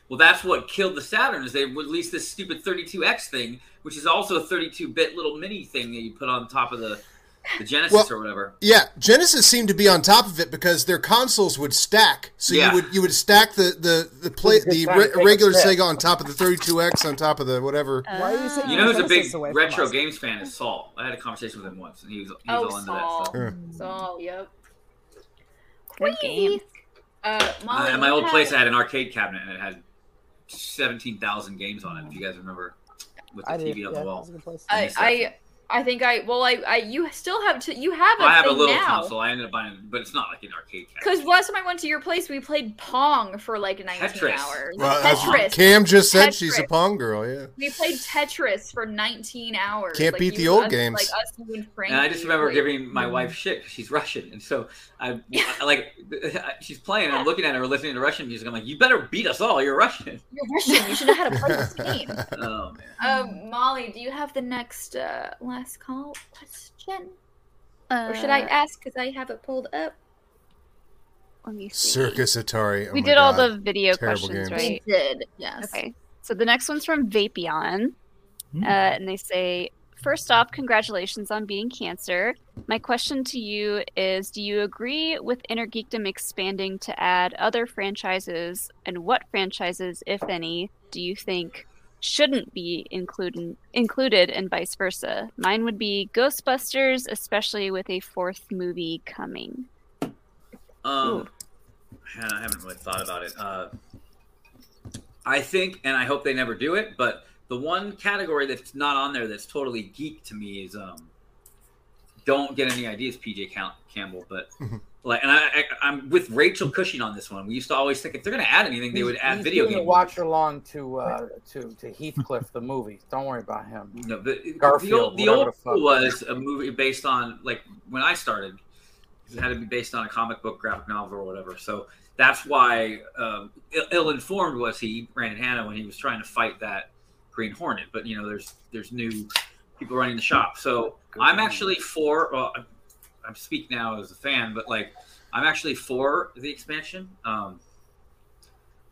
[SPEAKER 6] Well, that's what killed the Saturn. Is they released this stupid 32X thing, which is also a 32-bit little mini thing that you put on top of the, the Genesis
[SPEAKER 13] Well,
[SPEAKER 6] or whatever.
[SPEAKER 13] Yeah, Genesis seemed to be on top of it because their consoles would stack. So
[SPEAKER 6] Yeah.
[SPEAKER 13] you would you would stack the the the play
[SPEAKER 6] Good
[SPEAKER 13] the
[SPEAKER 6] time
[SPEAKER 13] re-
[SPEAKER 6] to take a
[SPEAKER 13] regular
[SPEAKER 6] sip.
[SPEAKER 13] Sega on top of the 32X on top of the whatever.
[SPEAKER 6] Why are you
[SPEAKER 13] saying
[SPEAKER 6] You know who's a
[SPEAKER 13] Genesis
[SPEAKER 6] big
[SPEAKER 13] away from
[SPEAKER 6] retro
[SPEAKER 13] us?
[SPEAKER 6] games fan is Saul. I had a conversation with him once, and he was, he was
[SPEAKER 1] Oh,
[SPEAKER 6] all into
[SPEAKER 1] Saul.
[SPEAKER 6] that stuff. Uh,
[SPEAKER 1] Saul, yep. Good game. Uh,
[SPEAKER 6] Uh,
[SPEAKER 1] Molly,
[SPEAKER 6] at my
[SPEAKER 1] you
[SPEAKER 6] old
[SPEAKER 1] had-
[SPEAKER 6] place, I had an arcade cabinet, and it had seventeen thousand games on it. If you guys remember, with the
[SPEAKER 1] I
[SPEAKER 6] TV on the wall.
[SPEAKER 1] I, I I think I well I, I you still have to you have a
[SPEAKER 6] Well, I have a
[SPEAKER 1] thing
[SPEAKER 6] little
[SPEAKER 1] now.
[SPEAKER 6] console. I ended up buying, but it's not like an arcade cabinet.
[SPEAKER 1] Because last time I went to your place, we played Pong for like 19
[SPEAKER 6] Tetris.
[SPEAKER 2] Uh,
[SPEAKER 1] hours.
[SPEAKER 13] Well, that's-
[SPEAKER 1] Tetris.
[SPEAKER 13] Cam just said she's a
[SPEAKER 1] Tetris.
[SPEAKER 13] Pong girl. Yeah.
[SPEAKER 1] We played Tetris for 19 hours.
[SPEAKER 13] Can't
[SPEAKER 1] Like,
[SPEAKER 13] beat
[SPEAKER 1] you-
[SPEAKER 13] the old
[SPEAKER 1] us-
[SPEAKER 13] games.
[SPEAKER 1] Like us, you and Frank.
[SPEAKER 6] And I just remember giving my wife shit. 'cause She's Russian, and so I, I like [LAUGHS] she's playing. and I'm looking at her, listening to Russian music. I'm like, "You better beat us all. You're Russian."
[SPEAKER 1] You're Russian. You should know how
[SPEAKER 13] [LAUGHS]
[SPEAKER 1] to play this
[SPEAKER 6] [LAUGHS]
[SPEAKER 1] game.
[SPEAKER 6] Oh man.
[SPEAKER 1] Um, Molly, do you have the next uh, last call question? or should I
[SPEAKER 2] Uh,
[SPEAKER 1] ask because I have it pulled up?
[SPEAKER 2] Let me see.
[SPEAKER 13] Circus Atari. oh
[SPEAKER 2] we
[SPEAKER 13] my
[SPEAKER 2] did all
[SPEAKER 13] God.
[SPEAKER 2] the video
[SPEAKER 13] Terrible
[SPEAKER 2] questions,
[SPEAKER 13] games.
[SPEAKER 2] right?
[SPEAKER 1] We did, yes.
[SPEAKER 2] Okay. So the next one's from Vapion. Uh, and they say, First off, congratulations on beating cancer. My question to you is Do you agree with Intergeekdom expanding to add other franchises? And what franchises, if any, do you think shouldn't be included, included and vice versa? Mine would be Ghostbusters, especially with a fourth movie coming.
[SPEAKER 6] Um, man, I haven't really thought about it. Uh, I think, and I hope they never do it, but the one category that's not on there that's totally geek to me is um, don't get any ideas, PJ Cam- Campbell. But
[SPEAKER 11] Mm-hmm.
[SPEAKER 6] like, and I, I, I'm with Rachel Cushing on this one. We used to always think if they're going to add anything, they would add
[SPEAKER 11] He's
[SPEAKER 6] video
[SPEAKER 11] doing a
[SPEAKER 6] games.
[SPEAKER 11] watch along to uh, to to Heathcliff the movie. Don't worry about him.
[SPEAKER 6] No, the,
[SPEAKER 11] Garfield.
[SPEAKER 6] the old, the
[SPEAKER 11] whatever
[SPEAKER 6] old
[SPEAKER 11] the fuck.
[SPEAKER 6] school was a movie based on like when I started, it had to be based on a comic book, graphic novel, or whatever. So that's why um, ill informed was he Brandon Hanna when he was trying to fight that Green Hornet. But you know, there's there's new people running the shop. So I'm actually for. Well, I'm, I'm speak now as a fan, but like I'm actually for the expansion. Um,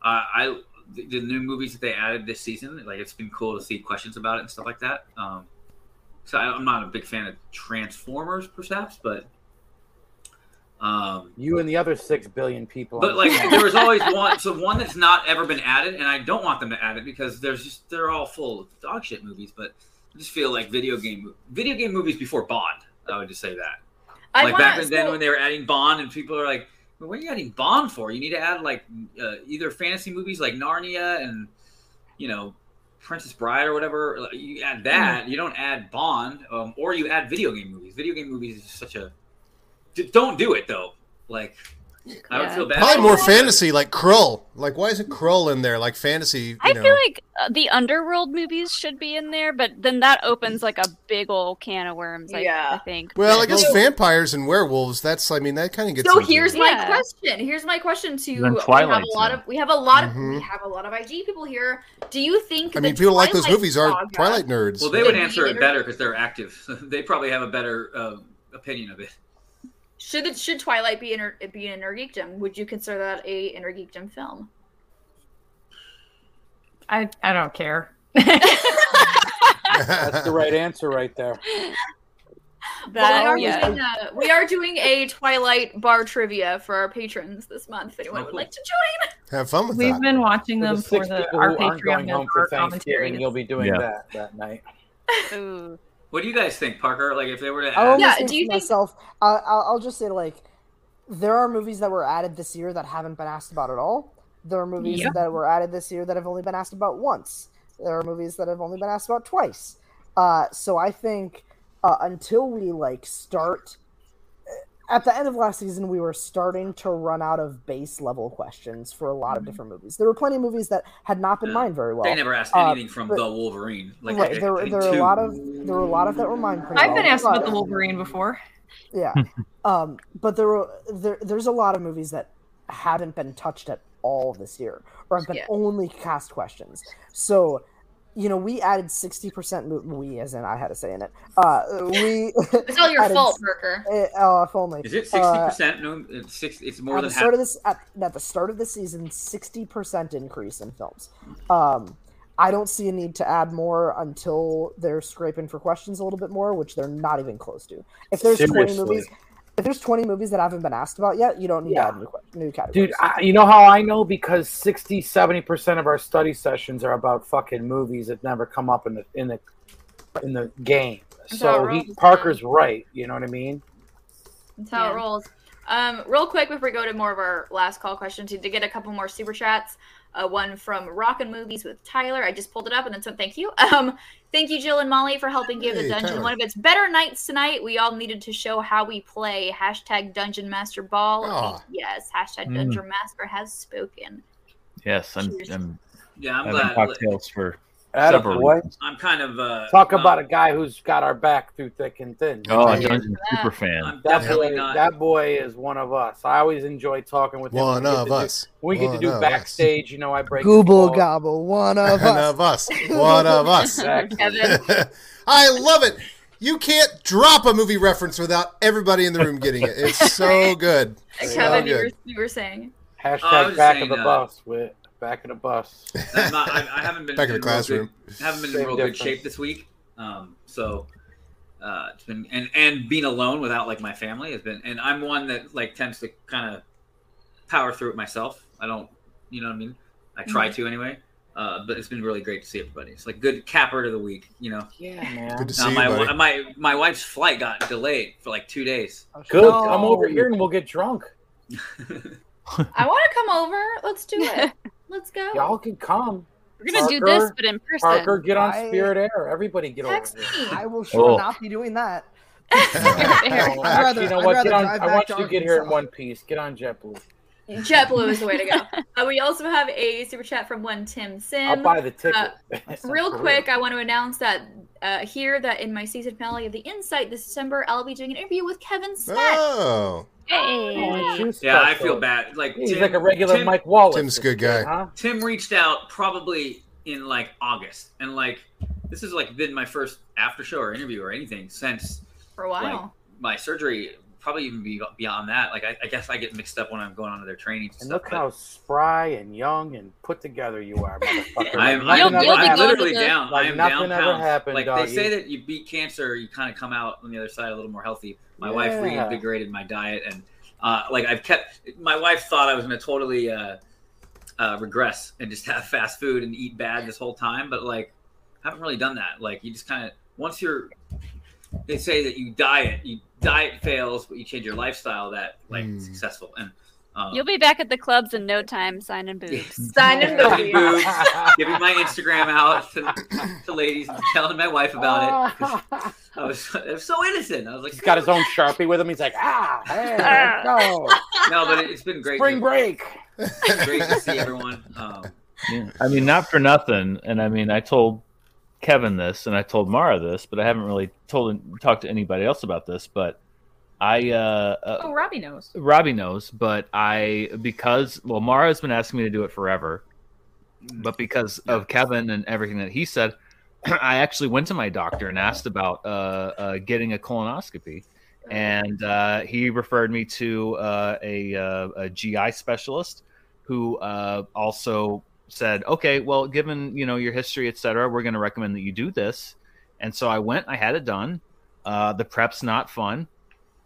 [SPEAKER 6] I, Uh, I the, the new movies that they added this season, like it's been cool to see questions about it and stuff like that. Um, so I, I'm not a big fan of Transformers, perhaps, but um,
[SPEAKER 11] you and the other six billion people.
[SPEAKER 6] but like there
[SPEAKER 1] [LAUGHS]
[SPEAKER 6] was always one, so one that's not ever been added, and I don't want them to add it because there's just they're all full of dog shit movies. But I just feel like video game video game movies before Bond. I would just say that.
[SPEAKER 1] I
[SPEAKER 6] like
[SPEAKER 1] wanna-
[SPEAKER 6] back then
[SPEAKER 1] so-
[SPEAKER 6] when they were adding Bond, and people are like, well, "What are you adding Bond for? You need to add like uh, either fantasy movies like Narnia and you know Princess Bride or whatever. like, You add
[SPEAKER 1] Mm.
[SPEAKER 6] that. You don't add Bond, um, or you add video game movies. Video game movies is just such a D- don't do it though. Like I would
[SPEAKER 2] Yeah.
[SPEAKER 6] feel bad.
[SPEAKER 13] Probably
[SPEAKER 6] for
[SPEAKER 13] more
[SPEAKER 6] them.
[SPEAKER 13] fantasy, like Krull. Like, why isn't Krull in there? Like fantasy. You
[SPEAKER 2] I
[SPEAKER 13] know.
[SPEAKER 2] feel like uh, the underworld movies should be in there, but then that opens like a big old can of worms. I, I
[SPEAKER 1] Yeah.
[SPEAKER 2] think.
[SPEAKER 13] Well, I
[SPEAKER 2] But-
[SPEAKER 13] guess vampires and werewolves. That's. I mean, that kind of gets.
[SPEAKER 1] So
[SPEAKER 13] into it.
[SPEAKER 1] here's my question. Here's my question to
[SPEAKER 13] Then
[SPEAKER 1] we have
[SPEAKER 13] Twilight
[SPEAKER 1] a lot of we have a lot of we
[SPEAKER 13] Mhm.
[SPEAKER 1] have a lot of IG people here. Do you think
[SPEAKER 13] I
[SPEAKER 1] the
[SPEAKER 13] mean, people like those
[SPEAKER 1] Twilight
[SPEAKER 13] movies are
[SPEAKER 1] Saga-
[SPEAKER 13] Twilight nerds.
[SPEAKER 6] Well, they would answer it better because they're active. [LAUGHS] they probably have a better uh, opinion of it.
[SPEAKER 1] Should it, should Twilight be inter, be an intergeekdom? Would you consider that a intergeekdom film? [LAUGHS]
[SPEAKER 7] I, I don't care.
[SPEAKER 11] That's the right answer right there.
[SPEAKER 1] well, we are,
[SPEAKER 11] yeah.
[SPEAKER 1] doing a, we are doing a Twilight bar trivia for our patrons this month. If
[SPEAKER 13] Oh,
[SPEAKER 1] anyone would like to join,
[SPEAKER 13] Have fun with
[SPEAKER 7] We've
[SPEAKER 13] that.
[SPEAKER 7] been watching
[SPEAKER 11] For
[SPEAKER 7] them
[SPEAKER 11] the
[SPEAKER 7] for
[SPEAKER 11] six
[SPEAKER 7] the
[SPEAKER 11] people
[SPEAKER 7] our
[SPEAKER 11] who aren't going
[SPEAKER 7] Patreon
[SPEAKER 11] home
[SPEAKER 7] and
[SPEAKER 11] for
[SPEAKER 7] our
[SPEAKER 11] Thanksgiving,
[SPEAKER 7] commentary.
[SPEAKER 11] you'll be doing
[SPEAKER 9] Yeah.
[SPEAKER 11] that that night.
[SPEAKER 10] [LAUGHS]
[SPEAKER 6] What do you guys think, Parker? Like, if they were to
[SPEAKER 10] I
[SPEAKER 6] add,
[SPEAKER 10] will Oh, yeah, do you myself. I I'll, I'll just say like, there are movies that were added this year that haven't been asked about at all. There are movies
[SPEAKER 7] Yep.
[SPEAKER 10] that were added this year that have only been asked about once. There are movies that have only been asked about twice. Uh, so I think uh, until we like start uh, at the end of last season, we were starting to run out of base level questions for a
[SPEAKER 7] Mm-hmm.
[SPEAKER 10] lot of different movies. There were plenty of movies that had not been mined very well.
[SPEAKER 6] They never asked
[SPEAKER 10] Uh,
[SPEAKER 6] anything from
[SPEAKER 10] but-
[SPEAKER 6] the Wolverine. Like
[SPEAKER 10] right,
[SPEAKER 6] they-
[SPEAKER 10] there,
[SPEAKER 6] they
[SPEAKER 10] were- there were a
[SPEAKER 6] do.
[SPEAKER 10] lot of there were a lot of that were mined pretty
[SPEAKER 7] I've
[SPEAKER 10] well,
[SPEAKER 7] been asked
[SPEAKER 10] but-
[SPEAKER 7] about the Wolverine before.
[SPEAKER 10] yeah. um, but there were there, there's a lot of movies that haven't been touched at all this year, or have been
[SPEAKER 7] Yeah.
[SPEAKER 10] only cast questions. So, you know, we added sixty percent. We, as in, I had a say in it. Uh, we.
[SPEAKER 1] It's all your
[SPEAKER 10] [LAUGHS] added-
[SPEAKER 1] fault, Parker.
[SPEAKER 10] Eh, Oh, if only.
[SPEAKER 6] Is it sixty
[SPEAKER 10] Uh,
[SPEAKER 6] percent? No, it's six. It's more
[SPEAKER 10] at
[SPEAKER 6] than
[SPEAKER 10] the
[SPEAKER 6] half.
[SPEAKER 10] start of this at, at the start of the season 60% increase in films um i don't see a need to add more until they're scraping for questions a little bit more which they're not even close to if there's 20
[SPEAKER 11] Seriously.
[SPEAKER 10] movies if there's 20 movies that haven't been asked about yet you don't need to add new, que- new categories
[SPEAKER 11] Dude, I, you know how I know? Because 60, 70% of our study sessions are about fucking movies that never come up in the in the in the game.
[SPEAKER 1] That's
[SPEAKER 11] So
[SPEAKER 1] how it
[SPEAKER 11] he,
[SPEAKER 1] rolls,
[SPEAKER 11] Parker's right, you know what I mean?
[SPEAKER 1] That's how it rolls. Um, real quick before we go to more of our last call questions, we did get a couple more super chats. Uh, one from Rockin' Movies with Tyler. I just pulled it up and then so thank you. [LAUGHS] Um, thank you, Jill and Molly, for helping give
[SPEAKER 13] Hey,
[SPEAKER 1] the dungeon
[SPEAKER 13] Tyler.
[SPEAKER 1] one of its better nights tonight. We all needed to show how we play. Hashtag Dungeon Master Ball.
[SPEAKER 13] Aw.
[SPEAKER 1] Yes, hashtag
[SPEAKER 9] Mm.
[SPEAKER 1] Dungeon Master has spoken.
[SPEAKER 9] Yes, I'm. I'm
[SPEAKER 6] Yeah, I'm
[SPEAKER 9] having
[SPEAKER 6] glad-
[SPEAKER 9] cocktails for
[SPEAKER 11] Atta
[SPEAKER 9] several.
[SPEAKER 11] boy.
[SPEAKER 9] reasons.
[SPEAKER 6] I'm kind of uh,
[SPEAKER 11] Talk
[SPEAKER 6] not-
[SPEAKER 11] about a guy who's got our back through thick and thin.
[SPEAKER 9] Oh, a dungeon super fan.
[SPEAKER 11] That
[SPEAKER 6] Definitely
[SPEAKER 11] boy,
[SPEAKER 6] not.
[SPEAKER 11] that boy is one of us. I always enjoy talking with him.
[SPEAKER 13] One
[SPEAKER 11] We get
[SPEAKER 13] of
[SPEAKER 11] to do-
[SPEAKER 13] us.
[SPEAKER 11] we get
[SPEAKER 13] One
[SPEAKER 11] to
[SPEAKER 13] of
[SPEAKER 11] do
[SPEAKER 13] us.
[SPEAKER 11] backstage. You know, I break.
[SPEAKER 10] Google gobble
[SPEAKER 13] [LAUGHS]
[SPEAKER 10] one of
[SPEAKER 13] One
[SPEAKER 10] us
[SPEAKER 13] of us. One of us.
[SPEAKER 11] Exactly.
[SPEAKER 13] [LAUGHS] I love it. You can't drop a movie reference without everybody in the room getting it. It's
[SPEAKER 6] [LAUGHS]
[SPEAKER 13] so good. So
[SPEAKER 1] [LAUGHS] Kevin, you were,
[SPEAKER 13] good.
[SPEAKER 1] you were saying.
[SPEAKER 11] Hashtag
[SPEAKER 6] Oh, I was
[SPEAKER 11] back of
[SPEAKER 6] saying,
[SPEAKER 11] the
[SPEAKER 6] uh,
[SPEAKER 11] bus. With back of the
[SPEAKER 6] [LAUGHS]
[SPEAKER 11] bus.
[SPEAKER 6] I'm not, I, I haven't been
[SPEAKER 13] [LAUGHS] Back in
[SPEAKER 6] in
[SPEAKER 13] the
[SPEAKER 6] real
[SPEAKER 13] classroom.
[SPEAKER 6] good- haven't been
[SPEAKER 11] Same
[SPEAKER 6] in real
[SPEAKER 11] difference.
[SPEAKER 6] good shape this week. Um, so uh, it's been and and being alone without like my family has been. And I'm one that like tends to kind of power through it myself. I don't, you know what I mean. I try
[SPEAKER 11] Mhm.
[SPEAKER 6] to anyway. Uh, but it's been really great to see everybody. It's like good capper of the week, you know.
[SPEAKER 11] Yeah, man.
[SPEAKER 13] Good to
[SPEAKER 6] Uh,
[SPEAKER 13] see you,
[SPEAKER 6] my,
[SPEAKER 13] buddy.
[SPEAKER 6] my my wife's flight got delayed for like two days. [LAUGHS]
[SPEAKER 11] Good. Come over here and we'll get drunk.
[SPEAKER 1] I want to come over. Let's do it. Let's go.
[SPEAKER 11] Y'all can come.
[SPEAKER 2] We're gonna do this, but in person.
[SPEAKER 11] Parker, get on
[SPEAKER 10] I-
[SPEAKER 11] Spirit Air. Everybody get over
[SPEAKER 1] Text
[SPEAKER 11] here.
[SPEAKER 10] i will sure
[SPEAKER 11] Oh.
[SPEAKER 10] not be doing [LAUGHS] that
[SPEAKER 11] Oh,
[SPEAKER 10] I'd rather-
[SPEAKER 11] actually, you know
[SPEAKER 10] I'd
[SPEAKER 11] what?
[SPEAKER 10] rather
[SPEAKER 11] Get on,
[SPEAKER 10] drive
[SPEAKER 11] I
[SPEAKER 10] back
[SPEAKER 11] want
[SPEAKER 10] to
[SPEAKER 11] you to get here in
[SPEAKER 10] Arkansas.
[SPEAKER 11] one piece. Get on JetBlue.
[SPEAKER 1] JetBlue is the way to go. Uh, we also have a super chat from one Tim Sim.
[SPEAKER 11] I'll buy the ticket.
[SPEAKER 1] Uh,
[SPEAKER 11] That's
[SPEAKER 1] real
[SPEAKER 11] for
[SPEAKER 1] quick, I want to announce that uh, here that in my season finale of The Insight this December, I'll be doing an interview with Kevin Smack.
[SPEAKER 13] Oh.
[SPEAKER 11] Aren't you
[SPEAKER 6] Yeah, I
[SPEAKER 11] special?
[SPEAKER 6] feel bad. Like
[SPEAKER 11] He's
[SPEAKER 6] Tim-
[SPEAKER 11] like a regular
[SPEAKER 6] Tim-
[SPEAKER 11] Mike Wallace.
[SPEAKER 13] Tim's a good guy.
[SPEAKER 11] Huh?
[SPEAKER 6] Tim reached out probably in like August, and like this has like been my first after show or interview or anything since
[SPEAKER 1] For a while.
[SPEAKER 6] like my surgery. Probably even be beyond that. Like I, I guess I get mixed up when I'm going on to their trainings.
[SPEAKER 11] And
[SPEAKER 6] And
[SPEAKER 11] look
[SPEAKER 6] stuff,
[SPEAKER 11] how spry and young and put together you are, motherfucker.
[SPEAKER 6] but I'm,
[SPEAKER 11] Like
[SPEAKER 6] I'm,
[SPEAKER 11] nothing ever
[SPEAKER 6] I'm
[SPEAKER 11] happened.
[SPEAKER 6] literally down.
[SPEAKER 11] Like
[SPEAKER 6] I am
[SPEAKER 11] nothing
[SPEAKER 6] down
[SPEAKER 11] ever
[SPEAKER 6] pounds.
[SPEAKER 11] happened.
[SPEAKER 6] like
[SPEAKER 11] doggy.
[SPEAKER 6] they say that you beat cancer, you kind of come out on the other side a little more healthy. My wife
[SPEAKER 11] Yeah.
[SPEAKER 6] reinvigorated my diet, and uh, like I've kept. My wife thought I was going to totally uh, uh, regress and just have fast food and eat bad this whole time, but like I haven't really done that. Like you just kind of once you're. They say that you diet, you diet fails, but you change your lifestyle. That like
[SPEAKER 13] Hmm.
[SPEAKER 6] successful and. Um,
[SPEAKER 2] You'll be back at the clubs in no time, signing boobs.
[SPEAKER 13] [LAUGHS]
[SPEAKER 1] Signing
[SPEAKER 11] [LAUGHS]
[SPEAKER 6] Giving boobs, giving my Instagram out to, to ladies, and telling my wife about it.
[SPEAKER 11] [LAUGHS]
[SPEAKER 6] I was, I was so innocent. I was like,
[SPEAKER 11] He's got his own sharpie with him. He's like, ah, hey,
[SPEAKER 6] Uh,
[SPEAKER 11] let's go.
[SPEAKER 6] [LAUGHS] no, but it, it's been great.
[SPEAKER 11] Spring
[SPEAKER 6] to,
[SPEAKER 11] break.
[SPEAKER 6] it's been great to see everyone. Um,
[SPEAKER 9] Yeah. I mean, not for nothing. And I mean, I told Kevin this, and I told Mara this, but I haven't really told talked to anybody else about this. But I, uh, uh,
[SPEAKER 7] Oh, Robbie knows.
[SPEAKER 9] Robbie knows, but I because well, Mara's been asking me to do it forever, but because of Kevin and everything that he said, [CLEARS THROAT] I actually went to my doctor and asked about uh, uh, getting a colonoscopy, and uh, he referred me to uh, a, uh, a GI specialist who uh, also said, "Okay, well, given you know your history, et cetera, we're going to recommend that you do this." And so I went, I had it done. Uh, the prep's not fun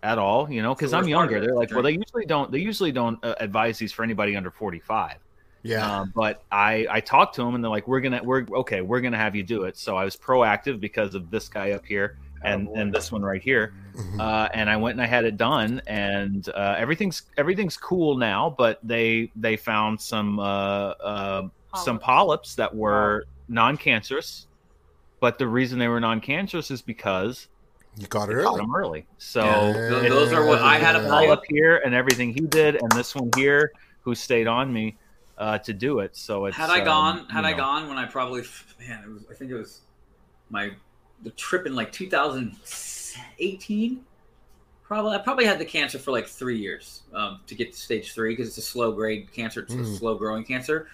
[SPEAKER 9] at all, you know, because
[SPEAKER 6] So
[SPEAKER 9] I'm
[SPEAKER 6] where's part of
[SPEAKER 9] younger.
[SPEAKER 6] it?
[SPEAKER 9] They're like, well,
[SPEAKER 6] Drink.
[SPEAKER 9] they usually don't. They usually don't uh, advise these for anybody under 45.
[SPEAKER 13] Yeah.
[SPEAKER 9] Um, but I I talked to them and they're like, we're gonna we're okay, we're gonna have you do it. So I was proactive because of this guy up here
[SPEAKER 13] Oh,
[SPEAKER 9] and and this one right here.
[SPEAKER 13] Mm-hmm.
[SPEAKER 9] Uh, and I went and I had it done, and uh, everything's everything's cool now. But they they found some uh, uh, some polyps that were non-cancerous. But the reason they were non-cancerous is because
[SPEAKER 13] you caught
[SPEAKER 9] it
[SPEAKER 13] early.
[SPEAKER 9] early. So
[SPEAKER 13] Yeah. Th- those are what I had a
[SPEAKER 9] polyp
[SPEAKER 13] polyp.
[SPEAKER 9] here, and everything he did, and this one here who stayed on me uh, to do it. So it's
[SPEAKER 6] had I
[SPEAKER 9] um,
[SPEAKER 6] gone,
[SPEAKER 9] you
[SPEAKER 6] had I
[SPEAKER 9] know.
[SPEAKER 6] gone when I probably, man, it was, I think it was my the trip in like 2018. Probably, I probably had the cancer for like three years um, to get to stage three because it's a slow grade cancer, it's a
[SPEAKER 9] Hmm.
[SPEAKER 18] Mm.
[SPEAKER 6] slow growing cancer.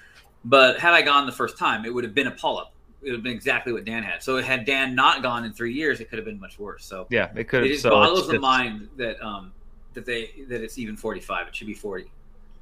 [SPEAKER 6] But had I gone the first time, it would have been a polyp. It would have been exactly what Dan had. So had Dan not gone in three years, it could have been much worse. So
[SPEAKER 9] Yeah, it could have-
[SPEAKER 6] It just
[SPEAKER 9] so it's-
[SPEAKER 6] boggles the
[SPEAKER 9] it's-
[SPEAKER 6] mind that um that they that it's even 45. It should be 40.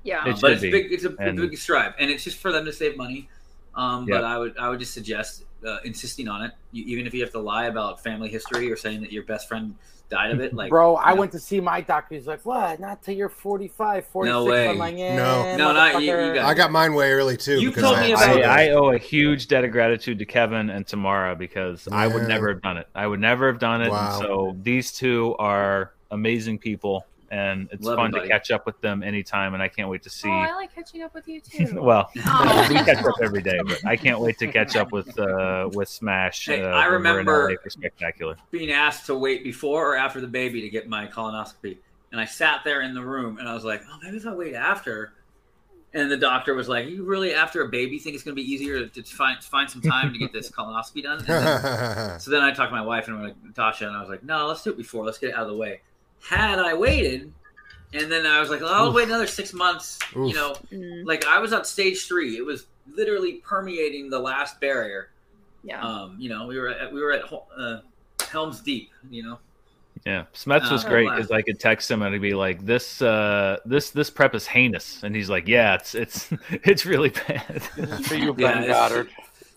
[SPEAKER 1] Yeah.
[SPEAKER 9] It
[SPEAKER 6] Um, but
[SPEAKER 9] should
[SPEAKER 6] it's
[SPEAKER 9] be.
[SPEAKER 6] big. It's a
[SPEAKER 9] And-
[SPEAKER 6] big strive, and it's just for them to save money. Um,
[SPEAKER 9] Yeah.
[SPEAKER 6] But I would I would just suggest uh, insisting on it, you, even if you have to lie about family history or saying that your best friend died of it. Like,
[SPEAKER 11] Bro,
[SPEAKER 6] you
[SPEAKER 11] I
[SPEAKER 6] know,
[SPEAKER 11] went to see my doctor. He's like, what? Not till you're 45, 46.
[SPEAKER 6] No way.
[SPEAKER 11] I'm like, eh,
[SPEAKER 13] No.
[SPEAKER 6] No, not you- you
[SPEAKER 11] motherfucker.
[SPEAKER 13] I got mine way early too. because I,
[SPEAKER 9] I, I owe a huge debt of gratitude to Kevin and Tamara because I would
[SPEAKER 13] Yeah.
[SPEAKER 9] never have done it. I would never have done it.
[SPEAKER 13] Wow.
[SPEAKER 9] And so these two are amazing people, and it's
[SPEAKER 6] Love
[SPEAKER 9] fun
[SPEAKER 6] you,
[SPEAKER 9] to
[SPEAKER 6] buddy.
[SPEAKER 9] catch up with them anytime. And I can't wait to see.
[SPEAKER 7] Oh, I like catching up with [LAUGHS] you too.
[SPEAKER 9] [LAUGHS] well,
[SPEAKER 7] [LAUGHS] Aw.
[SPEAKER 9] we catch
[SPEAKER 13] [LAUGHS]
[SPEAKER 9] up every day, but I can't wait to catch up with uh, with Smash.
[SPEAKER 6] Hey,
[SPEAKER 9] uh,
[SPEAKER 6] I
[SPEAKER 9] when we're in
[SPEAKER 6] remember-
[SPEAKER 9] LA for spectacular.
[SPEAKER 6] being asked to wait before or after the baby to get my colonoscopy, and I sat there in the room and I was like, oh, maybe if I wait after. And the doctor was like, "You really after a baby think it's going to be easier to find find some time to
[SPEAKER 18] [LAUGHS]
[SPEAKER 6] get this colonoscopy done?" And then- so then I talked to my wife and I'm like Natasha, and I was like, "No, let's do it before. Let's get it out of the way." Had I waited, and then I was like, "I'll
[SPEAKER 18] Oof.
[SPEAKER 6] wait another six months," you
[SPEAKER 18] Oof.
[SPEAKER 6] [LAUGHS] know, Mm-hmm. like I was on stage three. It was literally permeating the last barrier.
[SPEAKER 1] Yeah.
[SPEAKER 6] Um, you know, we were at, we were at Hel- uh, Helms Deep. You know.
[SPEAKER 9] Yeah, Smets was
[SPEAKER 6] Uh,
[SPEAKER 9] great because I could text him and he'd be like, "This, uh, this, this prep is heinous," and he's like, "Yeah, it's, it's, [LAUGHS] it's really bad."
[SPEAKER 11] for
[SPEAKER 9] [LAUGHS]
[SPEAKER 11] you,
[SPEAKER 6] Yeah, it's-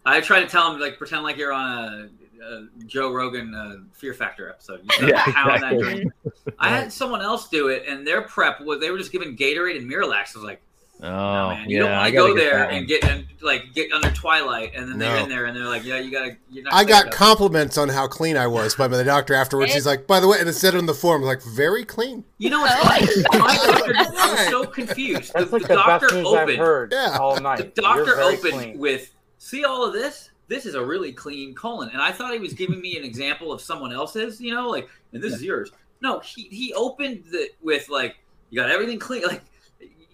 [SPEAKER 6] I try to tell him like pretend like you're on a, a Joe Rogan uh, Fear Factor episode. You try to
[SPEAKER 9] Yeah,
[SPEAKER 6] pound that
[SPEAKER 9] exactly.
[SPEAKER 6] drink. I had someone else do it, and their prep was they were just giving Gatorade and Miralax. I was like,
[SPEAKER 9] Oh,
[SPEAKER 6] man, you
[SPEAKER 9] yeah,
[SPEAKER 6] don't
[SPEAKER 9] I
[SPEAKER 6] want to
[SPEAKER 9] gotta
[SPEAKER 6] go
[SPEAKER 9] get
[SPEAKER 6] there
[SPEAKER 9] that one.
[SPEAKER 6] and get and, like get under Twilight, and then they're
[SPEAKER 13] No.
[SPEAKER 6] in there and they're like, yeah, you gotta. You're not
[SPEAKER 13] I got
[SPEAKER 6] cleared up.
[SPEAKER 13] compliments on how clean I was by the doctor afterwards. He's like, by the way, and it said on the form, like, very
[SPEAKER 11] [LAUGHS]
[SPEAKER 13] clean.
[SPEAKER 6] You know what's funny? My doctor was so confused. The,
[SPEAKER 11] like
[SPEAKER 6] the
[SPEAKER 11] the best
[SPEAKER 6] doctor
[SPEAKER 11] news I've
[SPEAKER 6] opened
[SPEAKER 11] heard all night.
[SPEAKER 6] The
[SPEAKER 11] You're
[SPEAKER 6] doctor
[SPEAKER 11] very
[SPEAKER 6] opened
[SPEAKER 11] clean.
[SPEAKER 6] with, "See all of this? This is a really clean colon." And I thought he was giving me an example of someone else's, you know, like, and this is yours. No, he he opened the with like, "You got everything clean." [LAUGHS] Like,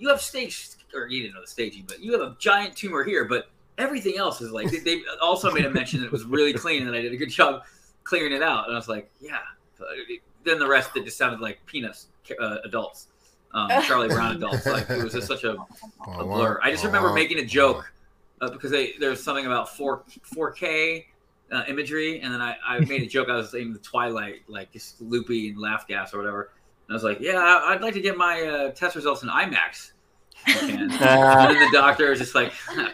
[SPEAKER 6] you have stage, or you didn't know the staging, but you have a giant tumor here, but everything else is like they, they also made a mention that it was really clean and that I did a good job clearing it out. And I was like, yeah. So it- Then the rest it just sounded like peanuts uh, adults, um, Charlie Brown adults. Like it was just such a, a blur. I just remember making a joke uh, because they, there was something about four four K uh, imagery, and then I, I made a joke. I was saying the Twilight, like just loopy and laugh gas or whatever. And I was like, yeah, I- I'd like to get my uh, test results in IMAX. And, and then the doctor was just like, [LAUGHS]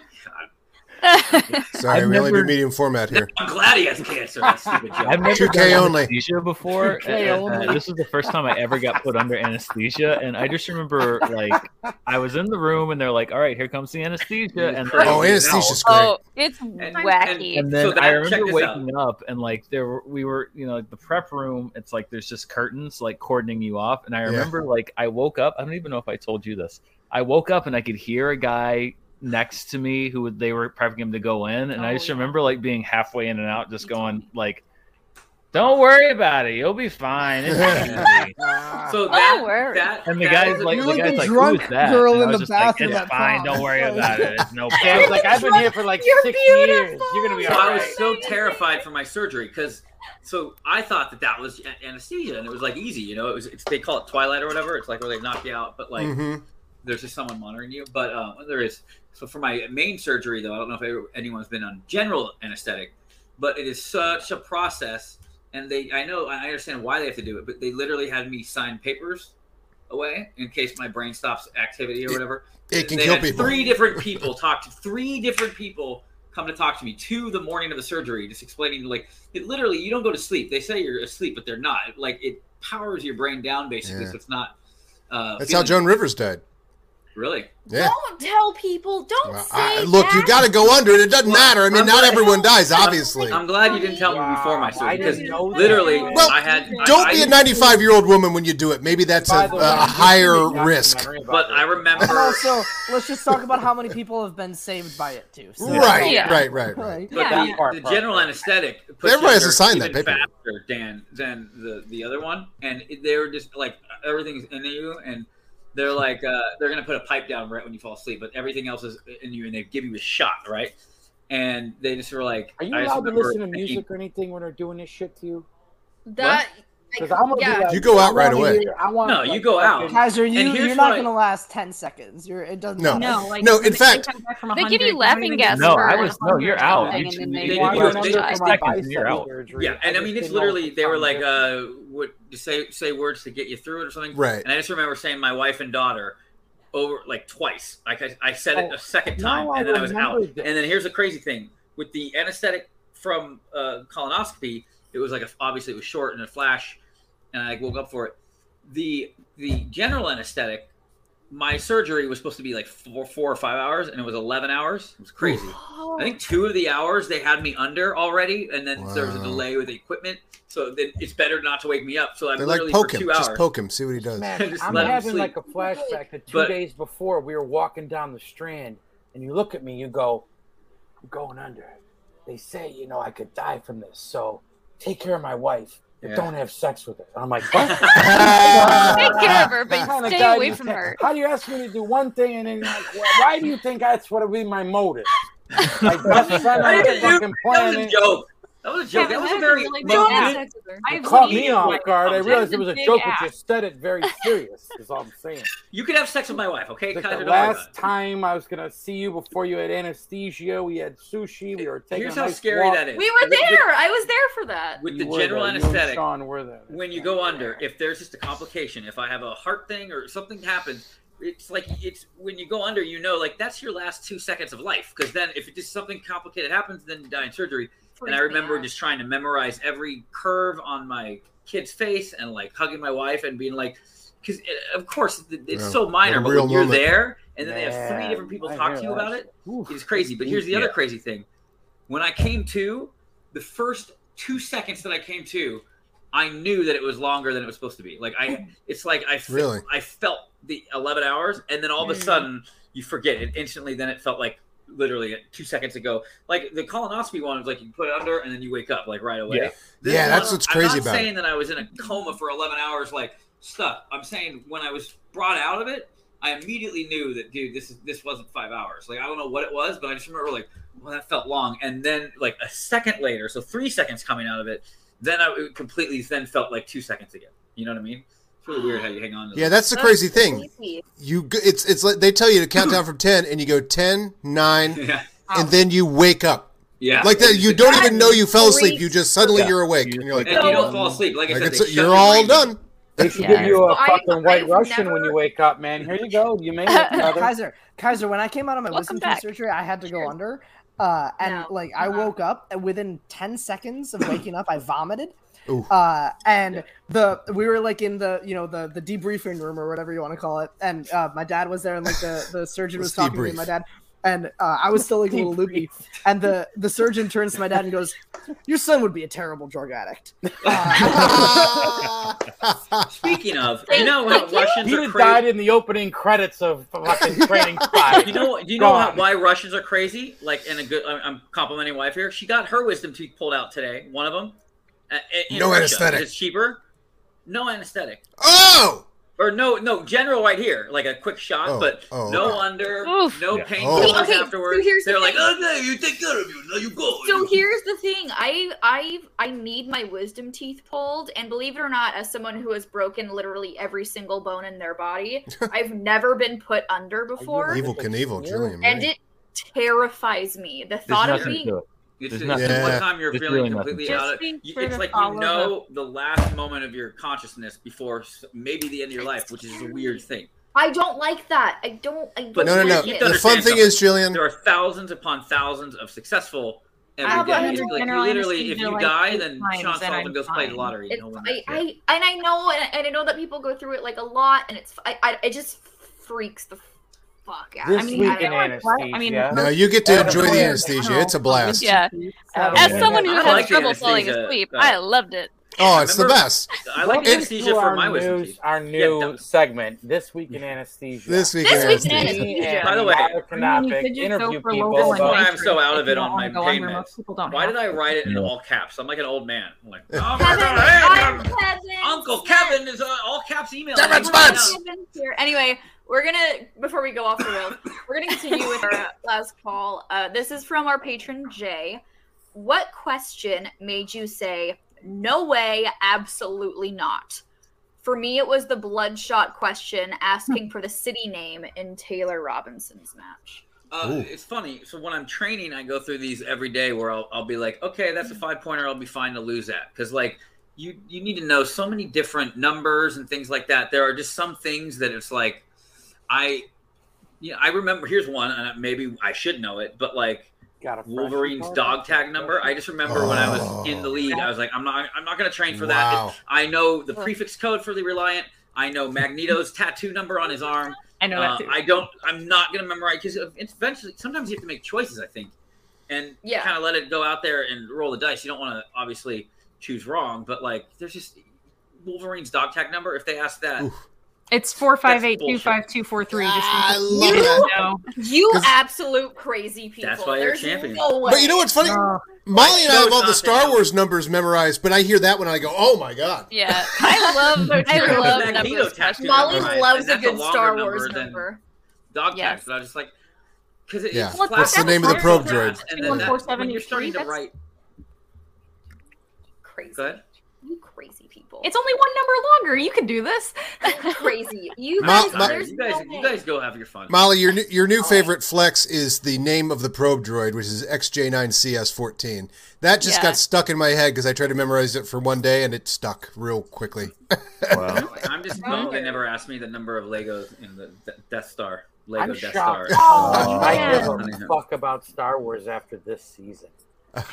[SPEAKER 13] Sorry,
[SPEAKER 9] I've
[SPEAKER 13] we only
[SPEAKER 9] never-
[SPEAKER 13] do medium format
[SPEAKER 6] [LAUGHS]
[SPEAKER 13] here.
[SPEAKER 6] I'm glad he has cancer. That stupid joke.
[SPEAKER 9] I've
[SPEAKER 6] [LAUGHS]
[SPEAKER 9] never
[SPEAKER 13] 2K
[SPEAKER 9] done
[SPEAKER 13] only.
[SPEAKER 9] anesthesia before.
[SPEAKER 13] 2K
[SPEAKER 9] and, uh,
[SPEAKER 13] only.
[SPEAKER 9] this is the first time I ever got put under anesthesia, and I just remember like I was in the room and they're like, "All right, here comes the anesthesia," and then-
[SPEAKER 13] Oh, anesthesia's
[SPEAKER 2] Oh, it's wacky.
[SPEAKER 9] And then
[SPEAKER 2] So that-
[SPEAKER 9] I
[SPEAKER 2] check
[SPEAKER 9] remember
[SPEAKER 2] this
[SPEAKER 9] waking up and like there were, we were, you know, like, the prep room. It's like there's just curtains like cordoning you off. And I
[SPEAKER 13] Yeah.
[SPEAKER 9] remember like I woke up. I don't even know if I told you this. I woke up and I could hear a guy next to me who they were prepping him to go in, and I just remember like being halfway in and out, just going like, "Don't worry about it. You'll be fine."
[SPEAKER 3] [LAUGHS]
[SPEAKER 9] It's easy." Oh,
[SPEAKER 6] So
[SPEAKER 2] that,
[SPEAKER 6] that
[SPEAKER 9] And the
[SPEAKER 6] that
[SPEAKER 9] guy's
[SPEAKER 6] is a-
[SPEAKER 9] like, the
[SPEAKER 6] like
[SPEAKER 9] guy's
[SPEAKER 6] the
[SPEAKER 9] like,
[SPEAKER 6] drunk
[SPEAKER 9] "Who is that?"
[SPEAKER 6] girl
[SPEAKER 9] and I
[SPEAKER 6] in
[SPEAKER 9] was
[SPEAKER 6] the
[SPEAKER 9] just like,
[SPEAKER 6] bathroom
[SPEAKER 9] "It's
[SPEAKER 6] at
[SPEAKER 9] fine.
[SPEAKER 6] prom."
[SPEAKER 9] Don't worry about it. It's
[SPEAKER 6] [LAUGHS]
[SPEAKER 9] no
[SPEAKER 11] I was
[SPEAKER 9] problem."
[SPEAKER 11] like, I've been here for like six years. You're gonna be
[SPEAKER 6] So
[SPEAKER 11] all
[SPEAKER 6] I
[SPEAKER 11] right.
[SPEAKER 6] was so terrified for my surgery because so I thought that that was a- anesthesia and it was like easy, you know. It was it's, they call it twilight or whatever. It's like where they knock you out, but like
[SPEAKER 11] Mm-hmm.
[SPEAKER 13] Mhm.
[SPEAKER 6] there's just someone monitoring you. But um, there is so for my main surgery though, I don't know if ever- anyone's been on general anesthetic, but it is such a process, and they I know I understand why they have to do it, but they literally had me sign papers away in case my brain stops activity or whatever.
[SPEAKER 13] it can
[SPEAKER 6] They
[SPEAKER 13] kill
[SPEAKER 6] had
[SPEAKER 13] people. [LAUGHS]
[SPEAKER 6] Three different people talk to three different people come to talk to me to the morning of the surgery, just explaining like it literally you don't go to sleep. They say you're asleep, but they're not. Like it powers your brain down basically,
[SPEAKER 13] Yeah.
[SPEAKER 6] so it's not. Uh,
[SPEAKER 13] That's how
[SPEAKER 6] feeling-
[SPEAKER 13] Joan Rivers died.
[SPEAKER 6] Really?
[SPEAKER 13] Yeah.
[SPEAKER 1] Don't tell people. Don't
[SPEAKER 13] Well,
[SPEAKER 1] say.
[SPEAKER 13] I- look, you got to go under it. It doesn't matter. I mean, not everyone dies, obviously.
[SPEAKER 6] I'm glad you didn't tell me before myself because
[SPEAKER 11] didn't know that.
[SPEAKER 6] literally
[SPEAKER 13] Well,
[SPEAKER 6] I had. I-
[SPEAKER 13] Don't
[SPEAKER 6] I
[SPEAKER 13] be a
[SPEAKER 6] used-
[SPEAKER 13] 95 year old woman when you do it. Maybe that's a, a higher risk.
[SPEAKER 6] But I remember.
[SPEAKER 3] And also, let's just talk about how many people have been saved by it too. so-
[SPEAKER 13] Right, Yeah. right, right,
[SPEAKER 6] But
[SPEAKER 13] right.
[SPEAKER 6] the,
[SPEAKER 13] Yeah.
[SPEAKER 6] the
[SPEAKER 13] Part, part,
[SPEAKER 6] general anesthetic. puts
[SPEAKER 13] Everybody
[SPEAKER 6] you
[SPEAKER 13] has to
[SPEAKER 6] under
[SPEAKER 13] sign that
[SPEAKER 6] even
[SPEAKER 13] paper.
[SPEAKER 6] faster, Dan, than the the other one, and it- they're just like everything's in you, and they're like uh, they're gonna put a pipe down right when you fall asleep, but everything else is in you, and they give you a shot, right? And they just were like,
[SPEAKER 11] Are you
[SPEAKER 6] I just
[SPEAKER 11] allowed to
[SPEAKER 6] remember
[SPEAKER 11] listen to
[SPEAKER 6] thinking,
[SPEAKER 11] music or anything when they're doing this shit to you?
[SPEAKER 1] That-
[SPEAKER 11] Because I'm gonna
[SPEAKER 3] yeah.
[SPEAKER 11] be like,
[SPEAKER 13] You go out
[SPEAKER 11] I
[SPEAKER 13] right
[SPEAKER 11] wanna
[SPEAKER 13] away.
[SPEAKER 11] hear- I want
[SPEAKER 6] No, you go out.
[SPEAKER 3] Kaiser, you,
[SPEAKER 6] And here's
[SPEAKER 3] you're not
[SPEAKER 6] what I-
[SPEAKER 3] going to last 10 seconds. You're, it doesn't
[SPEAKER 13] No.
[SPEAKER 3] matter.
[SPEAKER 13] No, like, No, in they- fact- they
[SPEAKER 2] They give you laughing gas.
[SPEAKER 9] No,
[SPEAKER 2] for
[SPEAKER 9] I was no.
[SPEAKER 2] 100
[SPEAKER 9] You're out.
[SPEAKER 2] something,
[SPEAKER 9] You,
[SPEAKER 2] and then
[SPEAKER 9] they
[SPEAKER 2] they
[SPEAKER 9] give
[SPEAKER 2] walk
[SPEAKER 9] you
[SPEAKER 2] around
[SPEAKER 9] a
[SPEAKER 2] your
[SPEAKER 9] seconds,
[SPEAKER 2] body
[SPEAKER 9] and you're out.
[SPEAKER 6] Yeah, and I mean it's literally they were like, uh, what just say say words to get you through it or something.
[SPEAKER 13] Right.
[SPEAKER 6] And I just remember saying my wife and daughter over like twice. Like I, I said it
[SPEAKER 11] Oh,
[SPEAKER 6] a second
[SPEAKER 11] now
[SPEAKER 6] time,
[SPEAKER 11] I
[SPEAKER 6] and then I was out.
[SPEAKER 11] remember
[SPEAKER 6] And then here's the crazy thing: with the anesthetic from uh, colonoscopy, it was like a, obviously it was short and a flash, and I woke up for it. The the general anesthetic, my surgery was supposed to be like four four or five hours, and it was eleven hours. It was crazy. I
[SPEAKER 2] [LAUGHS]
[SPEAKER 6] think two of the hours they had me under already, and then there was a
[SPEAKER 13] Wow.
[SPEAKER 6] delay with the equipment. So then it's better not to wake me up. So I'm
[SPEAKER 13] They're like,
[SPEAKER 6] literally
[SPEAKER 13] poke
[SPEAKER 6] for
[SPEAKER 13] him.
[SPEAKER 6] two
[SPEAKER 13] Just
[SPEAKER 6] hours.
[SPEAKER 13] poke him. See what he does.
[SPEAKER 6] Man, Just
[SPEAKER 11] I'm
[SPEAKER 6] let 'em
[SPEAKER 11] having
[SPEAKER 6] sleep.
[SPEAKER 11] like a flashback that two
[SPEAKER 6] But-
[SPEAKER 11] days before we were walking down the strand, and you look at me, you go, "I'm going under." They say, you know, I could die from this, so take care of my wife, but
[SPEAKER 6] Yeah.
[SPEAKER 11] don't have sex with her. And
[SPEAKER 6] [LAUGHS]
[SPEAKER 11] I'm like, what?
[SPEAKER 2] Take care of her, but
[SPEAKER 11] What kind of
[SPEAKER 2] stay
[SPEAKER 11] guy do
[SPEAKER 2] away
[SPEAKER 11] you
[SPEAKER 2] from
[SPEAKER 11] think-
[SPEAKER 2] her.
[SPEAKER 11] How do you ask me to do one thing and then like, well, why do you think that's what would be my motive? Like, that's not
[SPEAKER 6] I
[SPEAKER 11] a
[SPEAKER 6] didn't do-
[SPEAKER 11] fucking
[SPEAKER 6] That was a
[SPEAKER 11] plan.
[SPEAKER 6] joke. That was a joke. That was a very morbid-
[SPEAKER 11] It caught me off guard. I realized it was a joke, but you said it very serious. Is all I'm saying.
[SPEAKER 6] You could have sex with my wife, okay?
[SPEAKER 11] Like
[SPEAKER 6] Kaiser,
[SPEAKER 11] the
[SPEAKER 6] don't worry about
[SPEAKER 11] last time I was gonna see you before you had anesthesia, we had sushi. We were
[SPEAKER 6] it.
[SPEAKER 11] taking.
[SPEAKER 6] Here's
[SPEAKER 11] a
[SPEAKER 6] how
[SPEAKER 11] nice
[SPEAKER 6] scary
[SPEAKER 11] walk.
[SPEAKER 6] that is.
[SPEAKER 1] We were there. I was there for that.
[SPEAKER 6] With
[SPEAKER 11] You
[SPEAKER 6] the
[SPEAKER 11] were
[SPEAKER 6] general
[SPEAKER 11] there. You and
[SPEAKER 6] anesthetic,
[SPEAKER 11] Sean were there.
[SPEAKER 6] when you go under, if there's just a complication, if I have a heart thing or something happens, it's like it's when you go under, you know, like that's your last two seconds of life. Because then, if it just something complicated happens, then you die in surgery. And I
[SPEAKER 1] Freaks me
[SPEAKER 6] remember
[SPEAKER 1] out.
[SPEAKER 6] just trying to memorize every curve on my kid's face and like hugging my wife and being like, because of course it- it's
[SPEAKER 13] Yeah,
[SPEAKER 6] so minor,
[SPEAKER 13] what a
[SPEAKER 6] but
[SPEAKER 13] real
[SPEAKER 6] when you're
[SPEAKER 13] moment.
[SPEAKER 6] there, and then they have three
[SPEAKER 13] Man,
[SPEAKER 6] different people
[SPEAKER 13] I
[SPEAKER 6] talk
[SPEAKER 13] hear
[SPEAKER 6] to you
[SPEAKER 13] that
[SPEAKER 6] about it. it's crazy. But
[SPEAKER 13] deep.
[SPEAKER 6] here's the other
[SPEAKER 13] Yeah.
[SPEAKER 6] crazy thing: when I came to, the first two seconds that I came to, I knew that it was longer than it was supposed to be. Like
[SPEAKER 13] [LAUGHS]
[SPEAKER 6] I, it's like I fe-
[SPEAKER 13] Really?
[SPEAKER 6] I felt the eleven hours, and then all of a
[SPEAKER 13] Mm.
[SPEAKER 6] sudden you forget it instantly. Then it felt like literally two seconds ago. Like the colonoscopy one was like you put it under and then you wake up like right away.
[SPEAKER 13] Yeah.
[SPEAKER 6] This
[SPEAKER 13] Yeah,
[SPEAKER 6] one,
[SPEAKER 13] that's what's
[SPEAKER 6] I'm
[SPEAKER 13] crazy
[SPEAKER 6] not
[SPEAKER 13] about
[SPEAKER 6] saying that I was in a coma for eleven hours, like stuck. I'm saying when I was brought out of it, I immediately knew that dude, this is this wasn't five hours. Like I don't know what it was, but I just remember like, well, that felt long. And then like a second later, so three seconds coming out of it, then I it completely then felt like two seconds again. You know what I mean? It's really weird how you hang on. to
[SPEAKER 13] Yeah,
[SPEAKER 6] that.
[SPEAKER 13] that's the crazy thing. You go- it's it's like they tell you to
[SPEAKER 6] [CLEARS THROAT]
[SPEAKER 13] count down from 10 and you go 10, 9 and then you wake up.
[SPEAKER 6] Yeah.
[SPEAKER 13] Like that you don't
[SPEAKER 6] That
[SPEAKER 13] even know you fell asleep.
[SPEAKER 6] freaks
[SPEAKER 13] You just suddenly
[SPEAKER 6] me
[SPEAKER 13] you're awake and you're like "Oh."
[SPEAKER 6] And you don't fall asleep. Like I said,
[SPEAKER 13] it's-
[SPEAKER 6] they shut
[SPEAKER 13] you're
[SPEAKER 6] your
[SPEAKER 13] all
[SPEAKER 6] brain
[SPEAKER 13] done.
[SPEAKER 11] They should give you a fucking white Russian when you wake up, man. Here you go. You
[SPEAKER 10] [LAUGHS]
[SPEAKER 11] made it, brother.
[SPEAKER 10] Kaiser, Kaiser, when I came out of my
[SPEAKER 11] Welcome
[SPEAKER 10] wisdom
[SPEAKER 11] back.
[SPEAKER 10] tooth surgery, I had to go under. Uh, and like I
[SPEAKER 13] Uh-uh.
[SPEAKER 10] woke up and within 10 seconds of waking up, I vomited.
[SPEAKER 13] Ooh.
[SPEAKER 10] Uh, and the we were like in the you know the the debriefing room or whatever you want to call it, and uh, my dad was there and like the
[SPEAKER 11] [LAUGHS]
[SPEAKER 10] the surgeon was
[SPEAKER 13] Let's
[SPEAKER 10] talking to
[SPEAKER 13] debrief.
[SPEAKER 10] me, my dad, and uh, I was still like a little loopy, and the the surgeon turns to my dad and goes, "Your son would be a terrible drug addict."
[SPEAKER 13] [LAUGHS]
[SPEAKER 6] Speaking of, you know what Russians
[SPEAKER 11] He'd
[SPEAKER 6] are
[SPEAKER 11] have
[SPEAKER 6] crazy.
[SPEAKER 11] died in the opening credits of fucking Training Five.
[SPEAKER 6] you know, you know how,
[SPEAKER 11] Gone.
[SPEAKER 6] why Russians are crazy. Like, and a good, I'm- I'm complimenting wife here. She got her wisdom teeth pulled out today. One of them. uh, in
[SPEAKER 13] No
[SPEAKER 6] Russia.
[SPEAKER 13] anesthetic.
[SPEAKER 6] It's cheaper. No anesthetic.
[SPEAKER 13] Oh.
[SPEAKER 6] Or no, no general right here, like a quick shot,
[SPEAKER 13] Oh,
[SPEAKER 6] but
[SPEAKER 13] oh,
[SPEAKER 6] no
[SPEAKER 13] okay.
[SPEAKER 6] under,
[SPEAKER 1] Oof.
[SPEAKER 6] no
[SPEAKER 13] Yeah.
[SPEAKER 6] painkillers
[SPEAKER 13] Oh. Okay, so
[SPEAKER 6] afterwards.
[SPEAKER 1] here's the
[SPEAKER 6] They're like,
[SPEAKER 1] thing.
[SPEAKER 6] oh no, you take care of you. Now you go.
[SPEAKER 13] Oh,
[SPEAKER 1] So
[SPEAKER 6] You-
[SPEAKER 1] here's the thing. I I I need my wisdom teeth pulled, and believe it or not, as someone who has broken literally every single bone in
[SPEAKER 13] [LAUGHS]
[SPEAKER 1] their body, I've never been put under before.
[SPEAKER 13] Evil Knievel, Julian.
[SPEAKER 1] and it terrifies me. The
[SPEAKER 13] There's
[SPEAKER 1] thought of
[SPEAKER 13] nothing
[SPEAKER 1] being
[SPEAKER 13] to it.
[SPEAKER 6] It's
[SPEAKER 13] There's
[SPEAKER 6] just
[SPEAKER 13] nothing
[SPEAKER 6] it's
[SPEAKER 13] to
[SPEAKER 6] one
[SPEAKER 13] it.
[SPEAKER 6] time you're
[SPEAKER 13] There's
[SPEAKER 6] feeling
[SPEAKER 13] really nothing
[SPEAKER 6] completely
[SPEAKER 13] to it.
[SPEAKER 6] out of
[SPEAKER 1] Just being
[SPEAKER 6] you-
[SPEAKER 1] free
[SPEAKER 6] It's
[SPEAKER 1] to
[SPEAKER 6] like you
[SPEAKER 1] follow
[SPEAKER 6] know the last moment of your consciousness before s- maybe the end of your life, which is a weird thing.
[SPEAKER 1] I don't like that. I don't I don't
[SPEAKER 6] But
[SPEAKER 13] no, no, no.
[SPEAKER 1] like it.
[SPEAKER 6] You
[SPEAKER 13] The
[SPEAKER 6] understand
[SPEAKER 13] fun thing
[SPEAKER 6] something.
[SPEAKER 13] is, Julian.
[SPEAKER 6] There are thousands upon thousands of successful
[SPEAKER 1] I'll
[SPEAKER 6] every
[SPEAKER 1] go
[SPEAKER 6] day.
[SPEAKER 1] under
[SPEAKER 6] Like,
[SPEAKER 1] general
[SPEAKER 6] literally, if
[SPEAKER 1] anesthesia,
[SPEAKER 6] you
[SPEAKER 1] like,
[SPEAKER 6] die,
[SPEAKER 1] eight
[SPEAKER 6] then
[SPEAKER 1] times,
[SPEAKER 6] Sean
[SPEAKER 1] and
[SPEAKER 6] Sullivan
[SPEAKER 1] I'm
[SPEAKER 6] goes play the
[SPEAKER 1] fine.
[SPEAKER 6] lottery.
[SPEAKER 1] It's,
[SPEAKER 6] No one
[SPEAKER 1] I, I and I know and, and I know that people go through it like a lot, and it's I, I it just freaks the fuck out.
[SPEAKER 11] This
[SPEAKER 1] I mean,
[SPEAKER 11] week
[SPEAKER 1] I don't
[SPEAKER 11] in
[SPEAKER 1] know.
[SPEAKER 11] anesthesia.
[SPEAKER 1] I mean,
[SPEAKER 13] No, you get to enjoy the anesthesia. It's a blast.
[SPEAKER 2] Yeah.
[SPEAKER 1] So-
[SPEAKER 2] As someone who
[SPEAKER 1] I
[SPEAKER 2] has
[SPEAKER 1] like
[SPEAKER 2] trouble falling
[SPEAKER 11] anesthesia,
[SPEAKER 2] asleep,
[SPEAKER 11] uh,
[SPEAKER 2] I loved it.
[SPEAKER 13] Oh, it's the best.
[SPEAKER 6] [LAUGHS] I like
[SPEAKER 11] Welcome
[SPEAKER 6] anesthesia
[SPEAKER 11] to
[SPEAKER 6] for
[SPEAKER 11] our
[SPEAKER 6] my wisdom
[SPEAKER 11] news- Our new segment, This Week in Anesthesia.
[SPEAKER 13] This Week in This Week in
[SPEAKER 6] Anesthesia.
[SPEAKER 11] Me and
[SPEAKER 6] By the way,
[SPEAKER 11] Robert
[SPEAKER 6] I mean, you
[SPEAKER 11] Knoppik
[SPEAKER 6] could just
[SPEAKER 11] interview
[SPEAKER 6] go for
[SPEAKER 11] people
[SPEAKER 6] local
[SPEAKER 11] about-
[SPEAKER 6] I'm so out of it on my
[SPEAKER 7] wanna go on your
[SPEAKER 6] payments.
[SPEAKER 7] People don't
[SPEAKER 6] Why
[SPEAKER 7] have
[SPEAKER 6] did I
[SPEAKER 7] to.
[SPEAKER 6] write it in all caps? I'm like an old man. I'm like, oh my
[SPEAKER 1] Kevin,
[SPEAKER 6] god,
[SPEAKER 1] I'm
[SPEAKER 6] hey,
[SPEAKER 1] Kevin
[SPEAKER 6] Uncle
[SPEAKER 1] Smith.
[SPEAKER 6] Kevin is on all caps email.
[SPEAKER 1] We're
[SPEAKER 6] Like,
[SPEAKER 1] not
[SPEAKER 6] no.
[SPEAKER 1] even here. Anyway, we're gonna before we go off the rails, we're gonna continue with our last call. Uh, this is from our patron Jay. What question made you say no way, absolutely not? For me, it was the bloodshot question asking for the city name in Taylor Robinson's match.
[SPEAKER 6] Uh, it's funny. So when I'm training, I go through these every day where I'll, I'll be like, okay, that's a five pointer. I'll be fine to lose that because like you you need to know so many different numbers and things like that. There are just some things that it's like I you know, I remember. Here's one, and maybe I should know it, but like Wolverine's dog tag number. I just remember when I was in the league, I was like, I'm not I'm not gonna train for
[SPEAKER 13] Wow.
[SPEAKER 6] that. I know the
[SPEAKER 7] Ugh.
[SPEAKER 6] prefix code for the Reliant. I
[SPEAKER 1] [LAUGHS]
[SPEAKER 6] know Magneto's tattoo number on his arm. Uh,
[SPEAKER 7] I know that too.
[SPEAKER 6] I don't. I'm not gonna memorize because eventually, sometimes you have to make choices. I think, and
[SPEAKER 1] Yeah.
[SPEAKER 6] kind of let it go out there and roll the dice. You don't want to obviously choose wrong, but like, there's just Wolverine's dog tag number. If they ask that,
[SPEAKER 7] It's four five eight two five two four three. Just
[SPEAKER 13] Ah, I
[SPEAKER 7] in case
[SPEAKER 1] love
[SPEAKER 7] you know.
[SPEAKER 1] You
[SPEAKER 7] [LAUGHS]
[SPEAKER 1] absolute crazy people.
[SPEAKER 6] That's why you're
[SPEAKER 1] There's
[SPEAKER 6] champion.
[SPEAKER 1] no way.
[SPEAKER 13] But you know what's funny? Molly and I
[SPEAKER 6] Show's
[SPEAKER 13] have all the
[SPEAKER 6] not
[SPEAKER 13] Star Wars numbers memorized, but I hear that one and I go, "Oh my god!"
[SPEAKER 1] [LAUGHS]
[SPEAKER 2] Yeah, I love. I
[SPEAKER 6] There's
[SPEAKER 2] love
[SPEAKER 6] Magneto
[SPEAKER 2] numbers.
[SPEAKER 6] tattoo
[SPEAKER 1] Molly
[SPEAKER 6] memorized,
[SPEAKER 1] loves
[SPEAKER 6] and
[SPEAKER 1] a
[SPEAKER 6] that's
[SPEAKER 1] good
[SPEAKER 6] longer
[SPEAKER 1] Star Wars
[SPEAKER 7] [LAUGHS]
[SPEAKER 6] than
[SPEAKER 1] number.
[SPEAKER 6] Dog
[SPEAKER 1] Yes.
[SPEAKER 6] tags, but I was just like, because it,
[SPEAKER 13] Yeah.
[SPEAKER 6] it's
[SPEAKER 13] What's
[SPEAKER 6] class-
[SPEAKER 13] the name of the
[SPEAKER 6] it's
[SPEAKER 13] probe
[SPEAKER 6] class,
[SPEAKER 13] droid?
[SPEAKER 6] And then that, when you're
[SPEAKER 7] 21473,
[SPEAKER 6] starting to
[SPEAKER 7] that's-
[SPEAKER 6] write,
[SPEAKER 1] Crazy.
[SPEAKER 6] go ahead.
[SPEAKER 1] You crazy people.
[SPEAKER 7] It's only one number longer. You can do this.
[SPEAKER 1] crazy.
[SPEAKER 13] [LAUGHS]
[SPEAKER 1] You
[SPEAKER 13] Ma-
[SPEAKER 1] guys,
[SPEAKER 13] ma-
[SPEAKER 1] there's
[SPEAKER 6] You guys,
[SPEAKER 1] no way.
[SPEAKER 6] you guys go have your fun.
[SPEAKER 13] Molly, your new, your new favorite flex is the name of the probe droid, which is XJ9CS14. That just
[SPEAKER 2] Yeah.
[SPEAKER 13] got stuck in my head because I tried to memorize it for one day and it stuck real quickly. [LAUGHS]
[SPEAKER 9] Wow.
[SPEAKER 6] I'm just bummed they never asked me the number of Legos in the De- Death Star. Lego
[SPEAKER 11] I'm
[SPEAKER 6] Death
[SPEAKER 11] shocked.
[SPEAKER 6] Star.
[SPEAKER 11] how much
[SPEAKER 6] Oh,
[SPEAKER 11] I give
[SPEAKER 6] man.
[SPEAKER 11] a fuck about Star Wars after this season.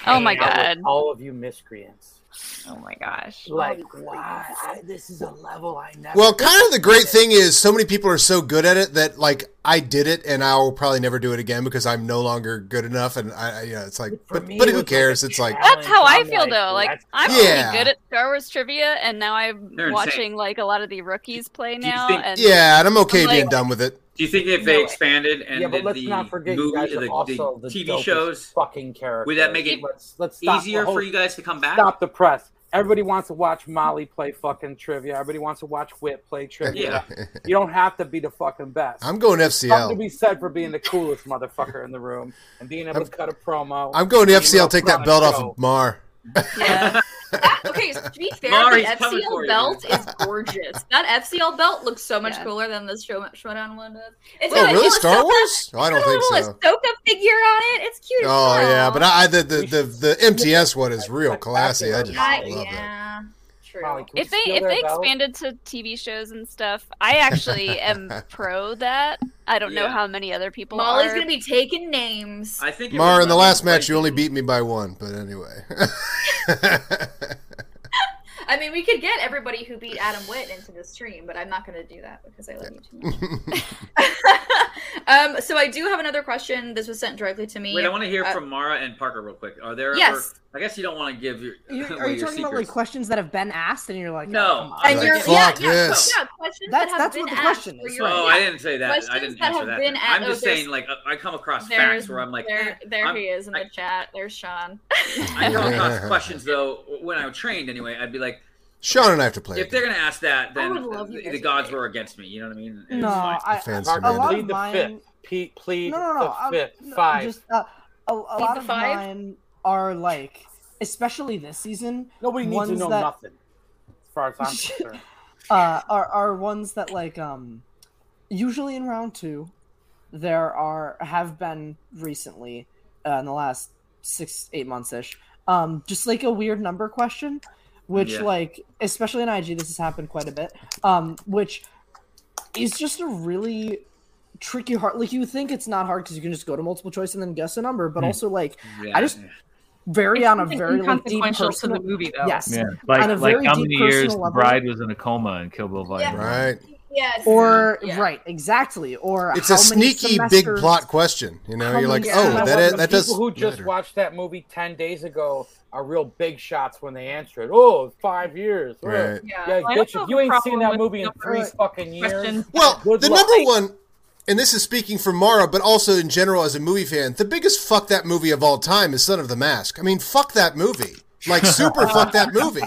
[SPEAKER 2] Oh my
[SPEAKER 11] Hang out with
[SPEAKER 2] God.
[SPEAKER 11] All of you miscreants.
[SPEAKER 7] Oh my gosh.
[SPEAKER 11] Like, wow, I- this is a level I never.
[SPEAKER 13] Well, kind of the great thing is so many people are so good at it that like I did it and I'll probably never do it again because I'm no longer good enough and I, I you know, it's like but,
[SPEAKER 11] me,
[SPEAKER 13] but
[SPEAKER 11] it
[SPEAKER 13] who
[SPEAKER 11] was like
[SPEAKER 13] cares? it's like
[SPEAKER 2] That's how I
[SPEAKER 11] I'm
[SPEAKER 2] feel
[SPEAKER 11] like,
[SPEAKER 2] though. Like
[SPEAKER 11] that's-
[SPEAKER 2] I'm
[SPEAKER 13] Yeah.
[SPEAKER 2] really good at Star Wars trivia, and now I'm
[SPEAKER 6] They're insane.
[SPEAKER 2] watching like a lot of the rookies play now.
[SPEAKER 6] think-
[SPEAKER 2] and
[SPEAKER 13] yeah, and I'm okay
[SPEAKER 2] I'm like-
[SPEAKER 13] being done with it.
[SPEAKER 6] Do you think if they expanded and
[SPEAKER 11] yeah, but
[SPEAKER 6] did
[SPEAKER 11] let's
[SPEAKER 6] the
[SPEAKER 11] not forget you
[SPEAKER 6] movie,
[SPEAKER 11] guys
[SPEAKER 6] the,
[SPEAKER 11] are also
[SPEAKER 6] the
[SPEAKER 11] the
[SPEAKER 6] TV
[SPEAKER 11] dopest
[SPEAKER 6] shows,
[SPEAKER 11] fucking characters.
[SPEAKER 6] would that make it
[SPEAKER 11] let's, let's stop the
[SPEAKER 6] easier
[SPEAKER 11] whole-
[SPEAKER 6] for you guys to come back?
[SPEAKER 11] Stop the press. Everybody wants to watch Molly play fucking trivia. Everybody wants to watch Whit play trivia.
[SPEAKER 13] [LAUGHS] Yeah.
[SPEAKER 11] You don't have to be the fucking best.
[SPEAKER 13] I'm going
[SPEAKER 11] Something to
[SPEAKER 13] FCL.
[SPEAKER 11] be said for being the coolest motherfucker in the rorom and being able to cut a promo.
[SPEAKER 13] I'm going to
[SPEAKER 11] being able
[SPEAKER 13] FCL. Take
[SPEAKER 11] put on
[SPEAKER 13] that
[SPEAKER 11] a
[SPEAKER 13] belt off
[SPEAKER 11] show.
[SPEAKER 13] of Mar.
[SPEAKER 1] okay, so
[SPEAKER 6] [LAUGHS]
[SPEAKER 1] to be fair,
[SPEAKER 6] Mari's
[SPEAKER 1] the
[SPEAKER 6] coming
[SPEAKER 1] FCL
[SPEAKER 6] for you.
[SPEAKER 1] belt is gorgeous. that FCL belt looks so much cooler than this show, Showdown one does. It's
[SPEAKER 13] Oh,
[SPEAKER 1] got a
[SPEAKER 13] really?
[SPEAKER 1] little
[SPEAKER 13] Star Wars?
[SPEAKER 1] Ahsoka-
[SPEAKER 13] Oh, I
[SPEAKER 1] it's
[SPEAKER 13] don't
[SPEAKER 1] got
[SPEAKER 13] think
[SPEAKER 1] a
[SPEAKER 13] so.
[SPEAKER 1] little Ahsoka figure on it. It's cute. as
[SPEAKER 13] Oh
[SPEAKER 1] hell.
[SPEAKER 13] yeah, but I, I the, the the
[SPEAKER 11] [LAUGHS]
[SPEAKER 13] the MTS one is real classy. I just
[SPEAKER 1] I-
[SPEAKER 13] love it.
[SPEAKER 1] yeah, true.
[SPEAKER 11] Molly, can we
[SPEAKER 2] If they
[SPEAKER 11] steal
[SPEAKER 2] if
[SPEAKER 11] their
[SPEAKER 2] they
[SPEAKER 11] belt?
[SPEAKER 2] expanded to TV shows and stuff, I actually
[SPEAKER 13] [LAUGHS]
[SPEAKER 2] am pro that. I don't know
[SPEAKER 6] Yeah.
[SPEAKER 2] how many other people.
[SPEAKER 1] Molly's
[SPEAKER 2] are.
[SPEAKER 1] gonna be taking names.
[SPEAKER 6] I think it
[SPEAKER 13] Mar,
[SPEAKER 6] would
[SPEAKER 13] in the
[SPEAKER 6] let
[SPEAKER 13] last
[SPEAKER 6] me
[SPEAKER 13] match,
[SPEAKER 6] play-
[SPEAKER 13] you only beat me by one, but anyway. [LAUGHS]
[SPEAKER 1] I mean, we could get everybody who beat Adam Witt into the stream, but I'm not going to do that because I love you too much.
[SPEAKER 13] [LAUGHS]
[SPEAKER 1] um, so I do have another question. This was sent directly to me.
[SPEAKER 6] Wait, I want to hear
[SPEAKER 1] Uh,
[SPEAKER 6] from Mara and Parker real quick. Are there?
[SPEAKER 1] Yes.
[SPEAKER 6] Ever, I guess you don't want to give your. [LAUGHS]
[SPEAKER 3] You-
[SPEAKER 6] away
[SPEAKER 3] are you
[SPEAKER 6] your
[SPEAKER 3] talking about like
[SPEAKER 6] secrets.
[SPEAKER 3] questions that have been asked and you're like,
[SPEAKER 6] No.
[SPEAKER 3] oh, come on.
[SPEAKER 1] And
[SPEAKER 13] Like,
[SPEAKER 1] your
[SPEAKER 13] fuck
[SPEAKER 1] yeah, yeah,
[SPEAKER 13] this.
[SPEAKER 1] yeah, questions
[SPEAKER 3] That's-
[SPEAKER 1] that have
[SPEAKER 3] that's
[SPEAKER 1] been
[SPEAKER 3] what the
[SPEAKER 1] asked
[SPEAKER 3] question
[SPEAKER 1] for
[SPEAKER 3] is,
[SPEAKER 1] your-
[SPEAKER 6] oh,
[SPEAKER 1] yeah.
[SPEAKER 6] I didn't say that. I
[SPEAKER 1] Questions
[SPEAKER 6] didn't
[SPEAKER 1] that
[SPEAKER 6] answer
[SPEAKER 1] have
[SPEAKER 6] that.
[SPEAKER 1] been
[SPEAKER 6] then.
[SPEAKER 1] at-
[SPEAKER 6] I'm just
[SPEAKER 1] oh, there's-
[SPEAKER 6] saying, like, uh, I come across
[SPEAKER 1] There's-
[SPEAKER 6] facts where I'm like, "Eh,
[SPEAKER 1] there, there
[SPEAKER 6] I'm-
[SPEAKER 1] he is in the chat. There's Sean.
[SPEAKER 6] I come [LAUGHS] across questions though when I trained anyway. I'd be like,
[SPEAKER 13] Sean and I have to play.
[SPEAKER 6] if they're gonna ask that,
[SPEAKER 1] I
[SPEAKER 6] then
[SPEAKER 1] would love you
[SPEAKER 6] the,
[SPEAKER 1] guys
[SPEAKER 6] the
[SPEAKER 1] to
[SPEAKER 6] gods were against me. You know what I mean? And
[SPEAKER 3] No,
[SPEAKER 6] it's fine.
[SPEAKER 3] I,
[SPEAKER 13] Fans
[SPEAKER 11] Parker,
[SPEAKER 3] a lot
[SPEAKER 11] plead
[SPEAKER 3] of
[SPEAKER 11] the
[SPEAKER 3] mine.
[SPEAKER 11] fifth. Pe- plead
[SPEAKER 3] No, no, no.
[SPEAKER 11] the
[SPEAKER 3] I'm-
[SPEAKER 11] fifth.
[SPEAKER 3] no,
[SPEAKER 11] Five.
[SPEAKER 3] Just, uh, a, a lot
[SPEAKER 1] the
[SPEAKER 3] of
[SPEAKER 1] five?
[SPEAKER 3] mine are like, especially this season.
[SPEAKER 11] Nobody needs to
[SPEAKER 3] ones
[SPEAKER 11] know
[SPEAKER 3] that,
[SPEAKER 11] nothing. As far
[SPEAKER 7] [LAUGHS]
[SPEAKER 11] as I'm concerned.
[SPEAKER 3] uh, are are ones that like um usually in round two there are have been recently uh, in the last six eight months ish um just like a weird number question which
[SPEAKER 10] Yeah.
[SPEAKER 3] like especially in ig this has happened quite a bit um which is just a really tricky hard like you think it's not hard because you can just go to multiple choice and then guess a number but
[SPEAKER 9] Hmm.
[SPEAKER 3] also like
[SPEAKER 6] Yeah,
[SPEAKER 3] i just
[SPEAKER 6] yeah.
[SPEAKER 3] very
[SPEAKER 7] It's
[SPEAKER 3] on a
[SPEAKER 7] something
[SPEAKER 3] very like, deep
[SPEAKER 7] inconsequential to the
[SPEAKER 3] personal
[SPEAKER 7] movie, though.
[SPEAKER 3] yes
[SPEAKER 9] Yeah.
[SPEAKER 3] on a
[SPEAKER 9] Like, like
[SPEAKER 3] very
[SPEAKER 9] how
[SPEAKER 3] deep
[SPEAKER 9] many years
[SPEAKER 3] personal
[SPEAKER 9] the
[SPEAKER 3] level-
[SPEAKER 9] bride was in a coma in Kill Bill Volume
[SPEAKER 1] Yeah.
[SPEAKER 9] One?
[SPEAKER 13] Right.
[SPEAKER 1] Yes.
[SPEAKER 10] Or right, exactly. Or
[SPEAKER 13] It's a
[SPEAKER 10] how many
[SPEAKER 13] sneaky big
[SPEAKER 10] semesters-
[SPEAKER 13] plot question. You know,
[SPEAKER 10] How
[SPEAKER 13] you're like,
[SPEAKER 10] many
[SPEAKER 13] oh, that
[SPEAKER 11] the
[SPEAKER 13] that
[SPEAKER 11] people
[SPEAKER 13] does.
[SPEAKER 11] who just watched that movie ten days ago are real big shots when they answer it. Oh, five years. Oh,
[SPEAKER 13] Right.
[SPEAKER 11] Yeah,
[SPEAKER 7] Yeah, I
[SPEAKER 11] bitch,
[SPEAKER 7] also
[SPEAKER 11] if you
[SPEAKER 7] have a
[SPEAKER 11] ain't seen
[SPEAKER 7] problem
[SPEAKER 11] that
[SPEAKER 7] with
[SPEAKER 11] movie in
[SPEAKER 7] the
[SPEAKER 11] three
[SPEAKER 7] first
[SPEAKER 11] fucking years.
[SPEAKER 13] Well,
[SPEAKER 11] good
[SPEAKER 13] the
[SPEAKER 11] luck.
[SPEAKER 13] number one, and this is speaking for Mara, but also in general as a movie fan, the biggest fuck that movie of all time is Son of the Mask. I mean, fuck that movie. Like, super fuck that movie.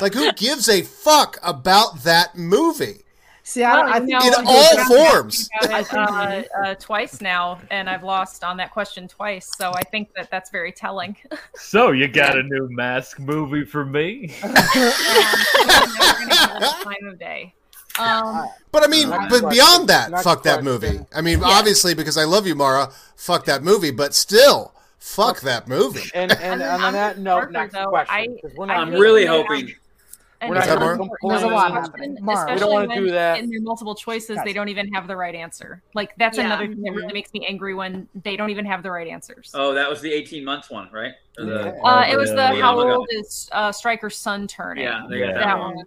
[SPEAKER 13] Like, who gives a fuck about that movie?
[SPEAKER 10] See, I don't. I
[SPEAKER 7] Well,
[SPEAKER 10] think
[SPEAKER 7] no,
[SPEAKER 13] in
[SPEAKER 7] I've
[SPEAKER 13] all
[SPEAKER 7] been
[SPEAKER 13] [LAUGHS] forms.
[SPEAKER 7] asked about it, uh, uh, twice now, and I've lost on that question twice. So I think that that's very
[SPEAKER 1] [LAUGHS]
[SPEAKER 7] telling. [LAUGHS]
[SPEAKER 9] So you got a new mask movie for me?
[SPEAKER 7] time of day.
[SPEAKER 11] Uh,
[SPEAKER 7] Um,
[SPEAKER 13] But I mean,
[SPEAKER 7] Next
[SPEAKER 13] but
[SPEAKER 7] question.
[SPEAKER 13] beyond that,
[SPEAKER 7] Next
[SPEAKER 13] fuck that
[SPEAKER 7] question.
[SPEAKER 13] movie. I mean, obviously, because I love you, Mara, fuck that movie, but still, fuck that movie.
[SPEAKER 11] [LAUGHS] And and, and on that note, next question. 'cause we're not-
[SPEAKER 13] I'm really hoping-
[SPEAKER 7] And
[SPEAKER 13] We're not
[SPEAKER 7] it's
[SPEAKER 13] gonna
[SPEAKER 7] important
[SPEAKER 11] complain.
[SPEAKER 7] to
[SPEAKER 11] There's a lot
[SPEAKER 7] question,
[SPEAKER 11] happening. Mark.
[SPEAKER 7] Especially
[SPEAKER 11] We don't wanna
[SPEAKER 7] when
[SPEAKER 11] do that.
[SPEAKER 7] in their multiple choices,
[SPEAKER 11] Gotcha.
[SPEAKER 7] they don't even have the right answer. Like that's
[SPEAKER 1] Yeah.
[SPEAKER 7] another thing that really makes me angry when they don't even have the right answers.
[SPEAKER 6] Oh, that was the 18 months one, right? Or the-
[SPEAKER 10] Oh,
[SPEAKER 6] Oh
[SPEAKER 7] Uh,
[SPEAKER 3] Oh,
[SPEAKER 7] it was the
[SPEAKER 6] Yeah.
[SPEAKER 7] how old is uh, Striker's son turning?
[SPEAKER 6] Yeah, they got
[SPEAKER 7] that,
[SPEAKER 6] that
[SPEAKER 7] one.
[SPEAKER 6] one.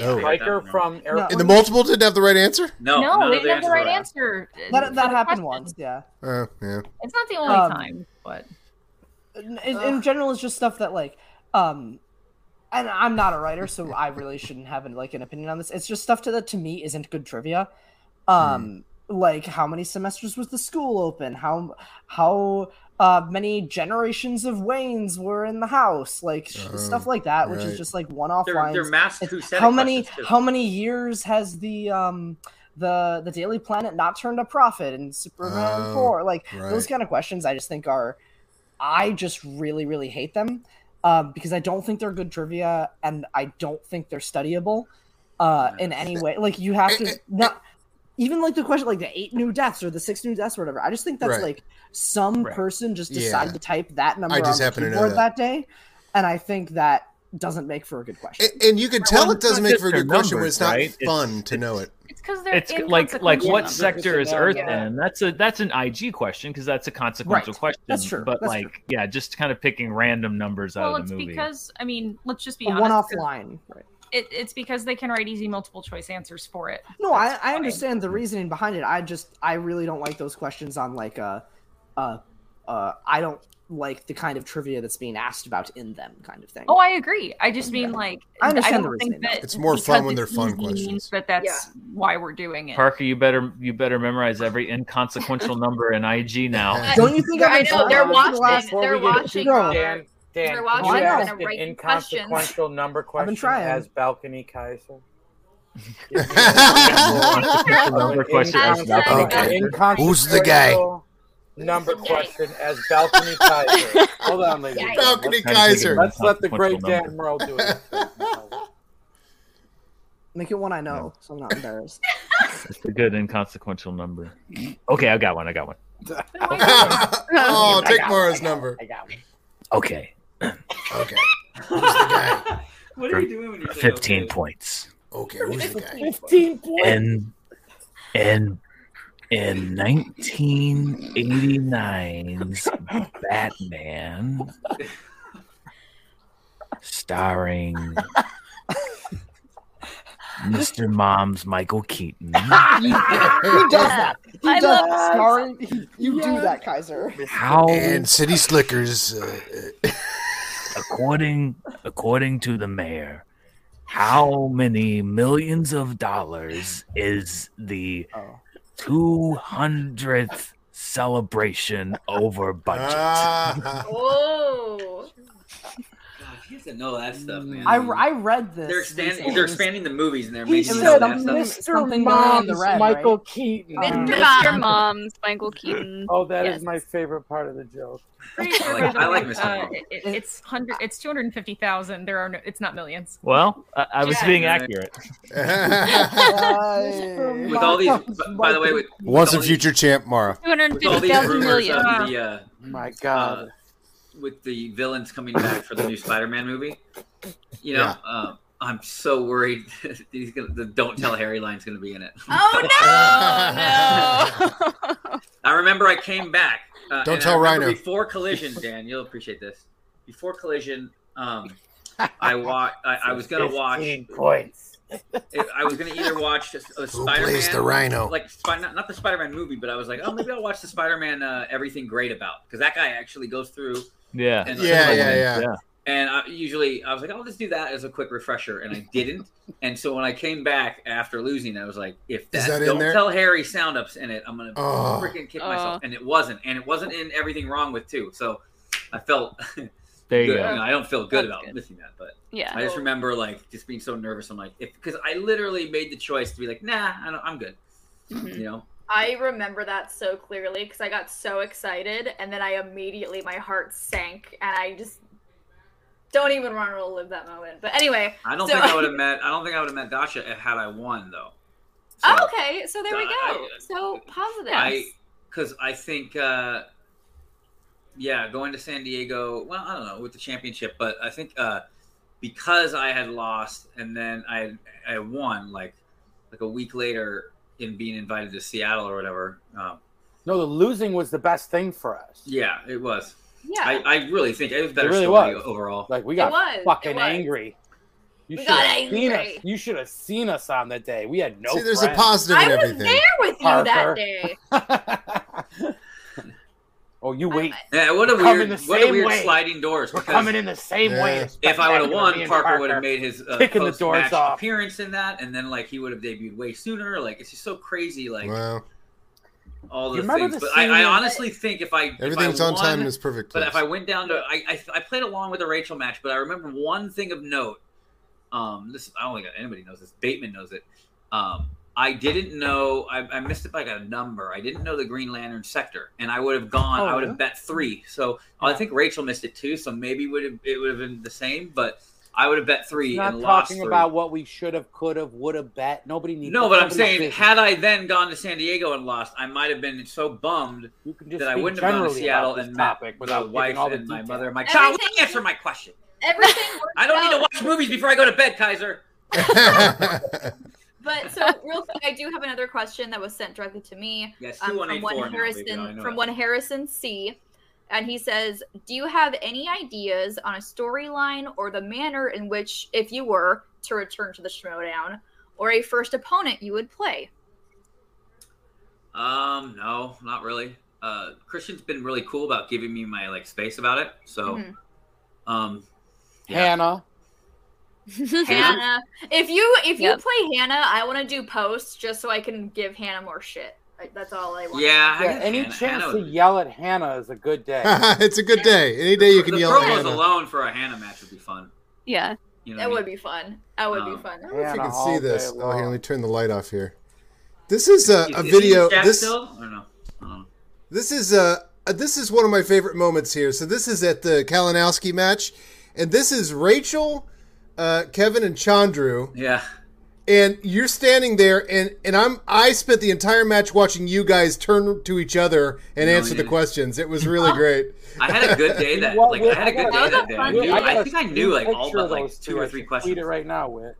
[SPEAKER 13] Oh.
[SPEAKER 11] Hiker from Air-
[SPEAKER 13] And the multiple didn't have the right answer?
[SPEAKER 6] No,
[SPEAKER 7] No, they didn't have the right answer.
[SPEAKER 10] that that happened once. Yeah.
[SPEAKER 13] Uh, yeah.
[SPEAKER 7] It's not the only
[SPEAKER 10] Um,
[SPEAKER 7] time, but
[SPEAKER 10] in, in- in general it's just stuff that like um and i'm not a writer so i really shouldn't have like an opinion on this it's just stuff to, that to me isn't good trivia um
[SPEAKER 13] Hmm.
[SPEAKER 10] like how many semesters was the school open how how uh, many generations of Waynes were in the house, like sh stuff
[SPEAKER 6] Oh,
[SPEAKER 10] like that, which
[SPEAKER 6] right.
[SPEAKER 10] is just like one-off
[SPEAKER 6] They're-
[SPEAKER 10] lines.
[SPEAKER 6] they're masked
[SPEAKER 10] It's
[SPEAKER 6] who said
[SPEAKER 10] how
[SPEAKER 6] it
[SPEAKER 10] many
[SPEAKER 6] questions, too.
[SPEAKER 10] how many years has the um the the Daily Planet not turned a profit in Superman
[SPEAKER 17] Oh,
[SPEAKER 10] Four? Like those
[SPEAKER 17] right.
[SPEAKER 10] kind of questions, I just think are I just really, really hate them um, because I don't think they're good trivia and I don't think they're studyable uh, in any way. Like you
[SPEAKER 13] Eh,
[SPEAKER 10] have to not even like the question, like the eight new deaths or the six new deaths or whatever. I just think that's
[SPEAKER 13] Right.
[SPEAKER 10] like some person just decided
[SPEAKER 13] Yeah.
[SPEAKER 10] to type that number
[SPEAKER 13] just
[SPEAKER 10] on the
[SPEAKER 13] happen to know
[SPEAKER 10] keyboard that.
[SPEAKER 13] that.
[SPEAKER 10] day, and I think that doesn't make for a good question.
[SPEAKER 13] And, and you can tell it doesn't make for a
[SPEAKER 9] They're
[SPEAKER 13] good question when it's not
[SPEAKER 9] numbers, right?
[SPEAKER 13] fun to know it.
[SPEAKER 7] it's because they're
[SPEAKER 9] It's like like what
[SPEAKER 7] inconsequential.
[SPEAKER 9] sector is Earth
[SPEAKER 7] Yeah.
[SPEAKER 9] in? That's a that's an IG question because that's a consequential
[SPEAKER 7] Right.
[SPEAKER 9] question.
[SPEAKER 7] That's true.
[SPEAKER 9] But
[SPEAKER 7] That's
[SPEAKER 9] like yeah, just kind of picking random numbers
[SPEAKER 7] Well,
[SPEAKER 9] out of
[SPEAKER 7] it's
[SPEAKER 9] the movie.
[SPEAKER 7] because I mean, let's just be
[SPEAKER 10] A
[SPEAKER 7] honest.
[SPEAKER 10] one-off
[SPEAKER 7] 'cause
[SPEAKER 10] line. Right.
[SPEAKER 7] It, it's because they can write easy multiple choice answers for it.
[SPEAKER 10] No, I, I understand the reasoning behind it. I just I really don't like those questions on like uh uh uh I don't like the kind of trivia that's being asked about in them kind of thing.
[SPEAKER 7] Oh, I agree. I just mean like
[SPEAKER 10] I understand
[SPEAKER 7] don't
[SPEAKER 10] the
[SPEAKER 7] think
[SPEAKER 10] reasoning, though.
[SPEAKER 7] that
[SPEAKER 10] It's more
[SPEAKER 7] because
[SPEAKER 10] fun when
[SPEAKER 7] it's
[SPEAKER 10] they're fun
[SPEAKER 7] easy means
[SPEAKER 10] questions.
[SPEAKER 7] That that's why we're doing it.
[SPEAKER 9] Parker, you better you better memorize
[SPEAKER 7] [LAUGHS]
[SPEAKER 9] every inconsequential number in IG now.
[SPEAKER 10] Don't you think
[SPEAKER 1] I
[SPEAKER 10] I've been
[SPEAKER 1] know they're
[SPEAKER 10] talking about this for the last-
[SPEAKER 1] watching. They're watching.
[SPEAKER 11] Dan, Dan,
[SPEAKER 1] They're
[SPEAKER 11] can
[SPEAKER 1] watching
[SPEAKER 11] you
[SPEAKER 1] and
[SPEAKER 11] ask
[SPEAKER 1] they're
[SPEAKER 11] an
[SPEAKER 1] writing
[SPEAKER 11] inconsequential
[SPEAKER 1] questions.
[SPEAKER 11] number
[SPEAKER 10] I've
[SPEAKER 11] question
[SPEAKER 10] been trying.
[SPEAKER 11] as
[SPEAKER 13] [LAUGHS]
[SPEAKER 11] balcony Kaiser?
[SPEAKER 9] Number question as Balcony Kaiser.
[SPEAKER 11] Inconsequential
[SPEAKER 13] Who's the guy?
[SPEAKER 11] Number question as balcony Kaiser. Hold on, ladies. and gentlemen.
[SPEAKER 13] Balcony
[SPEAKER 11] Let's try to
[SPEAKER 13] Kaiser.
[SPEAKER 11] take it. Let's let the great
[SPEAKER 13] Inconsequential
[SPEAKER 11] Dan Merle do it.
[SPEAKER 10] [LAUGHS] Make it one I know, so I'm not embarrassed.
[SPEAKER 13] [LAUGHS]
[SPEAKER 9] It's a good inconsequential number. Okay, I got one. I got one.
[SPEAKER 13] oh,
[SPEAKER 9] I
[SPEAKER 13] take
[SPEAKER 9] got
[SPEAKER 13] Mara's number.
[SPEAKER 14] Okay.
[SPEAKER 13] okay.
[SPEAKER 14] What
[SPEAKER 13] are you
[SPEAKER 14] doing when you're 15 points.
[SPEAKER 13] Okay, who's the guy?
[SPEAKER 14] And and in 1989's Batman, starring
[SPEAKER 6] [LAUGHS]
[SPEAKER 14] Mr. Mom's Michael Keaton,
[SPEAKER 6] [LAUGHS]
[SPEAKER 10] he does that. He
[SPEAKER 7] I
[SPEAKER 10] does that.
[SPEAKER 7] love that.
[SPEAKER 10] Starring, he- you do that,
[SPEAKER 13] [LAUGHS]
[SPEAKER 10] Kaiser.
[SPEAKER 14] how
[SPEAKER 13] And City Slickers. Uh, uh,
[SPEAKER 14] according according to the mayor, how many millions of dollars is the two hundredth celebration over budget?
[SPEAKER 13] Ah, [LAUGHS]
[SPEAKER 1] Oh.
[SPEAKER 6] God, he doesn't know that stuff, man.
[SPEAKER 10] I, I read this.
[SPEAKER 6] they're expanding.
[SPEAKER 10] recently.
[SPEAKER 6] They're expanding the movies, and they're
[SPEAKER 10] He
[SPEAKER 6] making
[SPEAKER 10] said
[SPEAKER 6] all that stuff.
[SPEAKER 10] Mr. Something going on in the Mom's red, Michael right?
[SPEAKER 11] Keaton.
[SPEAKER 2] Mr.
[SPEAKER 11] Mr.
[SPEAKER 2] Mom's Michael Keaton.
[SPEAKER 11] Um, Oh, that is
[SPEAKER 2] Yes.
[SPEAKER 11] my favorite part of the joke.
[SPEAKER 7] Pretty sure
[SPEAKER 11] like-
[SPEAKER 7] that,
[SPEAKER 11] I like
[SPEAKER 7] uh,
[SPEAKER 11] Mr. Mom.
[SPEAKER 7] it- it- it's hundred. It's two hundred and fifty thousand. There are no. It's not millions. [LAUGHS]
[SPEAKER 9] Well, I, I was
[SPEAKER 7] Yeah.
[SPEAKER 9] being accurate.
[SPEAKER 13] [LAUGHS]
[SPEAKER 6] With all these, b- by the way, with
[SPEAKER 13] Once a future champ, Mara.
[SPEAKER 2] Two hundred
[SPEAKER 6] with all
[SPEAKER 2] fifty
[SPEAKER 6] these
[SPEAKER 2] thousand
[SPEAKER 6] rumors
[SPEAKER 2] million.
[SPEAKER 6] of the, uh,
[SPEAKER 11] my
[SPEAKER 6] God, with the villains coming back for the new Spider-Man movie, you know, um, I'm so worried [LAUGHS] that he's gonna. The "Don't tell Harry" line's gonna be in it.
[SPEAKER 1] Oh
[SPEAKER 6] [LAUGHS] no! I remember I came back. Uh,
[SPEAKER 13] Don't
[SPEAKER 6] and I
[SPEAKER 13] tell
[SPEAKER 6] remember
[SPEAKER 13] Rhino.
[SPEAKER 6] Before Collision, Dan, you'll appreciate this. Before Collision, um, I wa- I, I was gonna watch.
[SPEAKER 11] points.
[SPEAKER 6] It- I was gonna either watch a, a Spider-Man,
[SPEAKER 13] plays the Rhino?
[SPEAKER 6] like Spi- not, not the Spider-Man movie, but I was like, oh, maybe I'll watch the Spider-Man uh, Everything Great About because that guy actually goes through.
[SPEAKER 9] Yeah.
[SPEAKER 6] and-
[SPEAKER 13] Yeah, yeah, yeah. Yeah.
[SPEAKER 6] And I, usually I was like, I'll just do that as a quick refresher, and I didn't. and so when I came back after losing, I was like, if
[SPEAKER 13] Is
[SPEAKER 6] that,
[SPEAKER 13] that in
[SPEAKER 6] don't
[SPEAKER 13] there?
[SPEAKER 6] tell Harry sound ups in it, I'm gonna
[SPEAKER 13] Oh.
[SPEAKER 6] freaking kick
[SPEAKER 13] Oh.
[SPEAKER 6] myself. And it wasn't, and it wasn't in Everything Wrong with Two. So I felt.
[SPEAKER 9] There you
[SPEAKER 6] good.
[SPEAKER 9] go.
[SPEAKER 6] know, I don't feel good
[SPEAKER 9] That's
[SPEAKER 6] about
[SPEAKER 9] good.
[SPEAKER 6] missing that, but
[SPEAKER 9] Yeah.
[SPEAKER 6] I just remember like just being so nervous. I'm like, if because I literally made the choice to be like, nah, I don't, I'm good.
[SPEAKER 9] Mm-hmm.
[SPEAKER 6] You know,
[SPEAKER 1] I remember that so clearly because I got so excited and then I immediately my heart sank and I just don't even want to relive that moment. But anyway,
[SPEAKER 6] I don't
[SPEAKER 1] so- [LAUGHS]
[SPEAKER 6] think I
[SPEAKER 9] [LAUGHS]
[SPEAKER 6] would have met. I don't think I would have met Dasha if- had I won though.
[SPEAKER 1] Oh, okay, so there we
[SPEAKER 6] I-
[SPEAKER 1] go. So positive.
[SPEAKER 6] I because I think uh, yeah, going to San Diego. Well, I don't know with the championship, but I think uh, because I had lost and then I I won like like a week later in being invited to Seattle or whatever. Um,
[SPEAKER 11] No, the losing was the best thing for us.
[SPEAKER 6] yeah, it was.
[SPEAKER 1] Yeah.
[SPEAKER 6] I, I really think it was a better
[SPEAKER 11] it really
[SPEAKER 6] story
[SPEAKER 11] was
[SPEAKER 6] overall.
[SPEAKER 11] Like we
[SPEAKER 6] It
[SPEAKER 11] got
[SPEAKER 6] was, it
[SPEAKER 11] fucking
[SPEAKER 6] was.
[SPEAKER 11] angry. You
[SPEAKER 1] We
[SPEAKER 11] should have
[SPEAKER 1] got
[SPEAKER 11] seen us.
[SPEAKER 1] angry.
[SPEAKER 11] You should have seen us on that day. We had no.
[SPEAKER 13] See, there's a
[SPEAKER 11] friends.
[SPEAKER 13] positive
[SPEAKER 1] I was there with you
[SPEAKER 11] Parker.
[SPEAKER 1] that day.
[SPEAKER 11] Oh, you wait.
[SPEAKER 6] Yeah, what a
[SPEAKER 11] We're coming
[SPEAKER 6] weird,
[SPEAKER 11] the
[SPEAKER 6] what a
[SPEAKER 11] same
[SPEAKER 6] weird
[SPEAKER 11] way.
[SPEAKER 6] sliding doors. We're
[SPEAKER 11] coming in the same way as
[SPEAKER 6] If I would have
[SPEAKER 11] Spectacular, me
[SPEAKER 6] won,
[SPEAKER 11] and
[SPEAKER 6] Parker
[SPEAKER 11] Parker
[SPEAKER 6] would have made his uh,
[SPEAKER 11] kicking the doors
[SPEAKER 6] post-match
[SPEAKER 11] off.
[SPEAKER 6] appearance in that, and then like he would have debuted way sooner. Like it's just so crazy. Like all
[SPEAKER 13] You
[SPEAKER 6] those
[SPEAKER 13] remember
[SPEAKER 6] things.
[SPEAKER 13] the
[SPEAKER 6] But I, I
[SPEAKER 13] scene-
[SPEAKER 6] honestly think if I if I
[SPEAKER 13] Everything's on time
[SPEAKER 6] won-
[SPEAKER 13] in its perfect
[SPEAKER 6] But if
[SPEAKER 13] place.
[SPEAKER 6] I went down to I, I I played along with the Rachel match, but I remember one thing of note. Um, this I don't think anybody knows this. Bateman knows it. Um, I didn't know. I, I missed it by like a number. I didn't know the Green Lantern sector, and I would have gone. I
[SPEAKER 11] Oh.
[SPEAKER 6] would have bet three. So I think Rachel missed it too. So maybe would have it would have been the same, but I would have bet three
[SPEAKER 11] Not
[SPEAKER 6] and lost
[SPEAKER 11] talking
[SPEAKER 6] three.
[SPEAKER 11] about what we should have, could have, would have bet. Nobody needs.
[SPEAKER 6] No, but I'm
[SPEAKER 11] nobody's
[SPEAKER 6] saying,
[SPEAKER 11] business.
[SPEAKER 6] had I then gone to San Diego and lost, I might have been so bummed
[SPEAKER 11] just
[SPEAKER 6] that I
[SPEAKER 11] speak
[SPEAKER 6] wouldn't have gone to
[SPEAKER 11] generally
[SPEAKER 6] Seattle
[SPEAKER 11] about this
[SPEAKER 6] and met
[SPEAKER 11] topic
[SPEAKER 6] my
[SPEAKER 11] without giving
[SPEAKER 6] wife
[SPEAKER 11] all the
[SPEAKER 6] and my
[SPEAKER 11] detail.
[SPEAKER 6] mother. and My child, will you answer my question.
[SPEAKER 1] Everything worked
[SPEAKER 6] I don't need to
[SPEAKER 1] out.
[SPEAKER 6] watch movies before I go to bed, Kaiser.
[SPEAKER 1] But
[SPEAKER 6] [LAUGHS]
[SPEAKER 1] so, real quick, I do have another question that was sent directly to me. Um,
[SPEAKER 6] Yes,
[SPEAKER 1] from
[SPEAKER 6] 2184 now,
[SPEAKER 1] one
[SPEAKER 6] baby,
[SPEAKER 1] Harrison
[SPEAKER 6] I know
[SPEAKER 1] from
[SPEAKER 6] that.
[SPEAKER 1] one Harrison C, and he says, "Do you have any ideas on a storyline or the manner in which, if you were to return to the Schmodown, or a first opponent you would play?"
[SPEAKER 6] Um, no, not really. Uh, Christian's been really cool about giving me my like space about it. So,
[SPEAKER 1] Mhm.
[SPEAKER 6] um,
[SPEAKER 11] Hannah.
[SPEAKER 1] Hannah, if you if you
[SPEAKER 6] Yep.
[SPEAKER 1] play Hannah, I want to do posts just so I can give Hannah more shit. I, that's all I want.
[SPEAKER 11] any
[SPEAKER 6] Hannah-
[SPEAKER 11] chance
[SPEAKER 6] Hannah
[SPEAKER 11] to yell at Hannah is a good day.
[SPEAKER 13] [LAUGHS] [LAUGHS] it's a good day. Any day you can
[SPEAKER 6] the
[SPEAKER 13] yell at
[SPEAKER 6] promos
[SPEAKER 13] Hannah.
[SPEAKER 6] alone for a Hannah match would be fun.
[SPEAKER 2] Yeah.
[SPEAKER 6] You know
[SPEAKER 1] that
[SPEAKER 6] what I Um,
[SPEAKER 1] would be fun. That would be fun.
[SPEAKER 13] I don't know if you
[SPEAKER 6] Hannah
[SPEAKER 13] can
[SPEAKER 6] all
[SPEAKER 13] see this.
[SPEAKER 6] day
[SPEAKER 13] Oh, here, let me turn the light off here. This is a,
[SPEAKER 6] Is-
[SPEAKER 13] a
[SPEAKER 6] is he
[SPEAKER 13] video.
[SPEAKER 6] in chat
[SPEAKER 13] This
[SPEAKER 6] still? I don't know.
[SPEAKER 13] this is a, a- this is one of my favorite moments here. So this is at the Kalinowski match, and this is Rachel, uh, Kevin, and Chandru.
[SPEAKER 6] Yeah.
[SPEAKER 13] And you're standing there, and and I'm I spent the entire match watching you guys turn to each other and
[SPEAKER 6] No,
[SPEAKER 13] answer the
[SPEAKER 6] you didn't.
[SPEAKER 13] questions. It was really great.
[SPEAKER 6] I had a
[SPEAKER 11] [LAUGHS]
[SPEAKER 6] good day that
[SPEAKER 11] Well,
[SPEAKER 6] like
[SPEAKER 11] Whit,
[SPEAKER 6] I had a good
[SPEAKER 11] gotta-
[SPEAKER 6] day that day. I,
[SPEAKER 11] Whit,
[SPEAKER 6] knew, I
[SPEAKER 11] gotta
[SPEAKER 6] think I
[SPEAKER 11] see
[SPEAKER 6] knew
[SPEAKER 11] a
[SPEAKER 6] like all
[SPEAKER 11] picture
[SPEAKER 6] but
[SPEAKER 11] of
[SPEAKER 6] like
[SPEAKER 11] those
[SPEAKER 6] two or three questions.
[SPEAKER 11] Tweet it right now, Whit.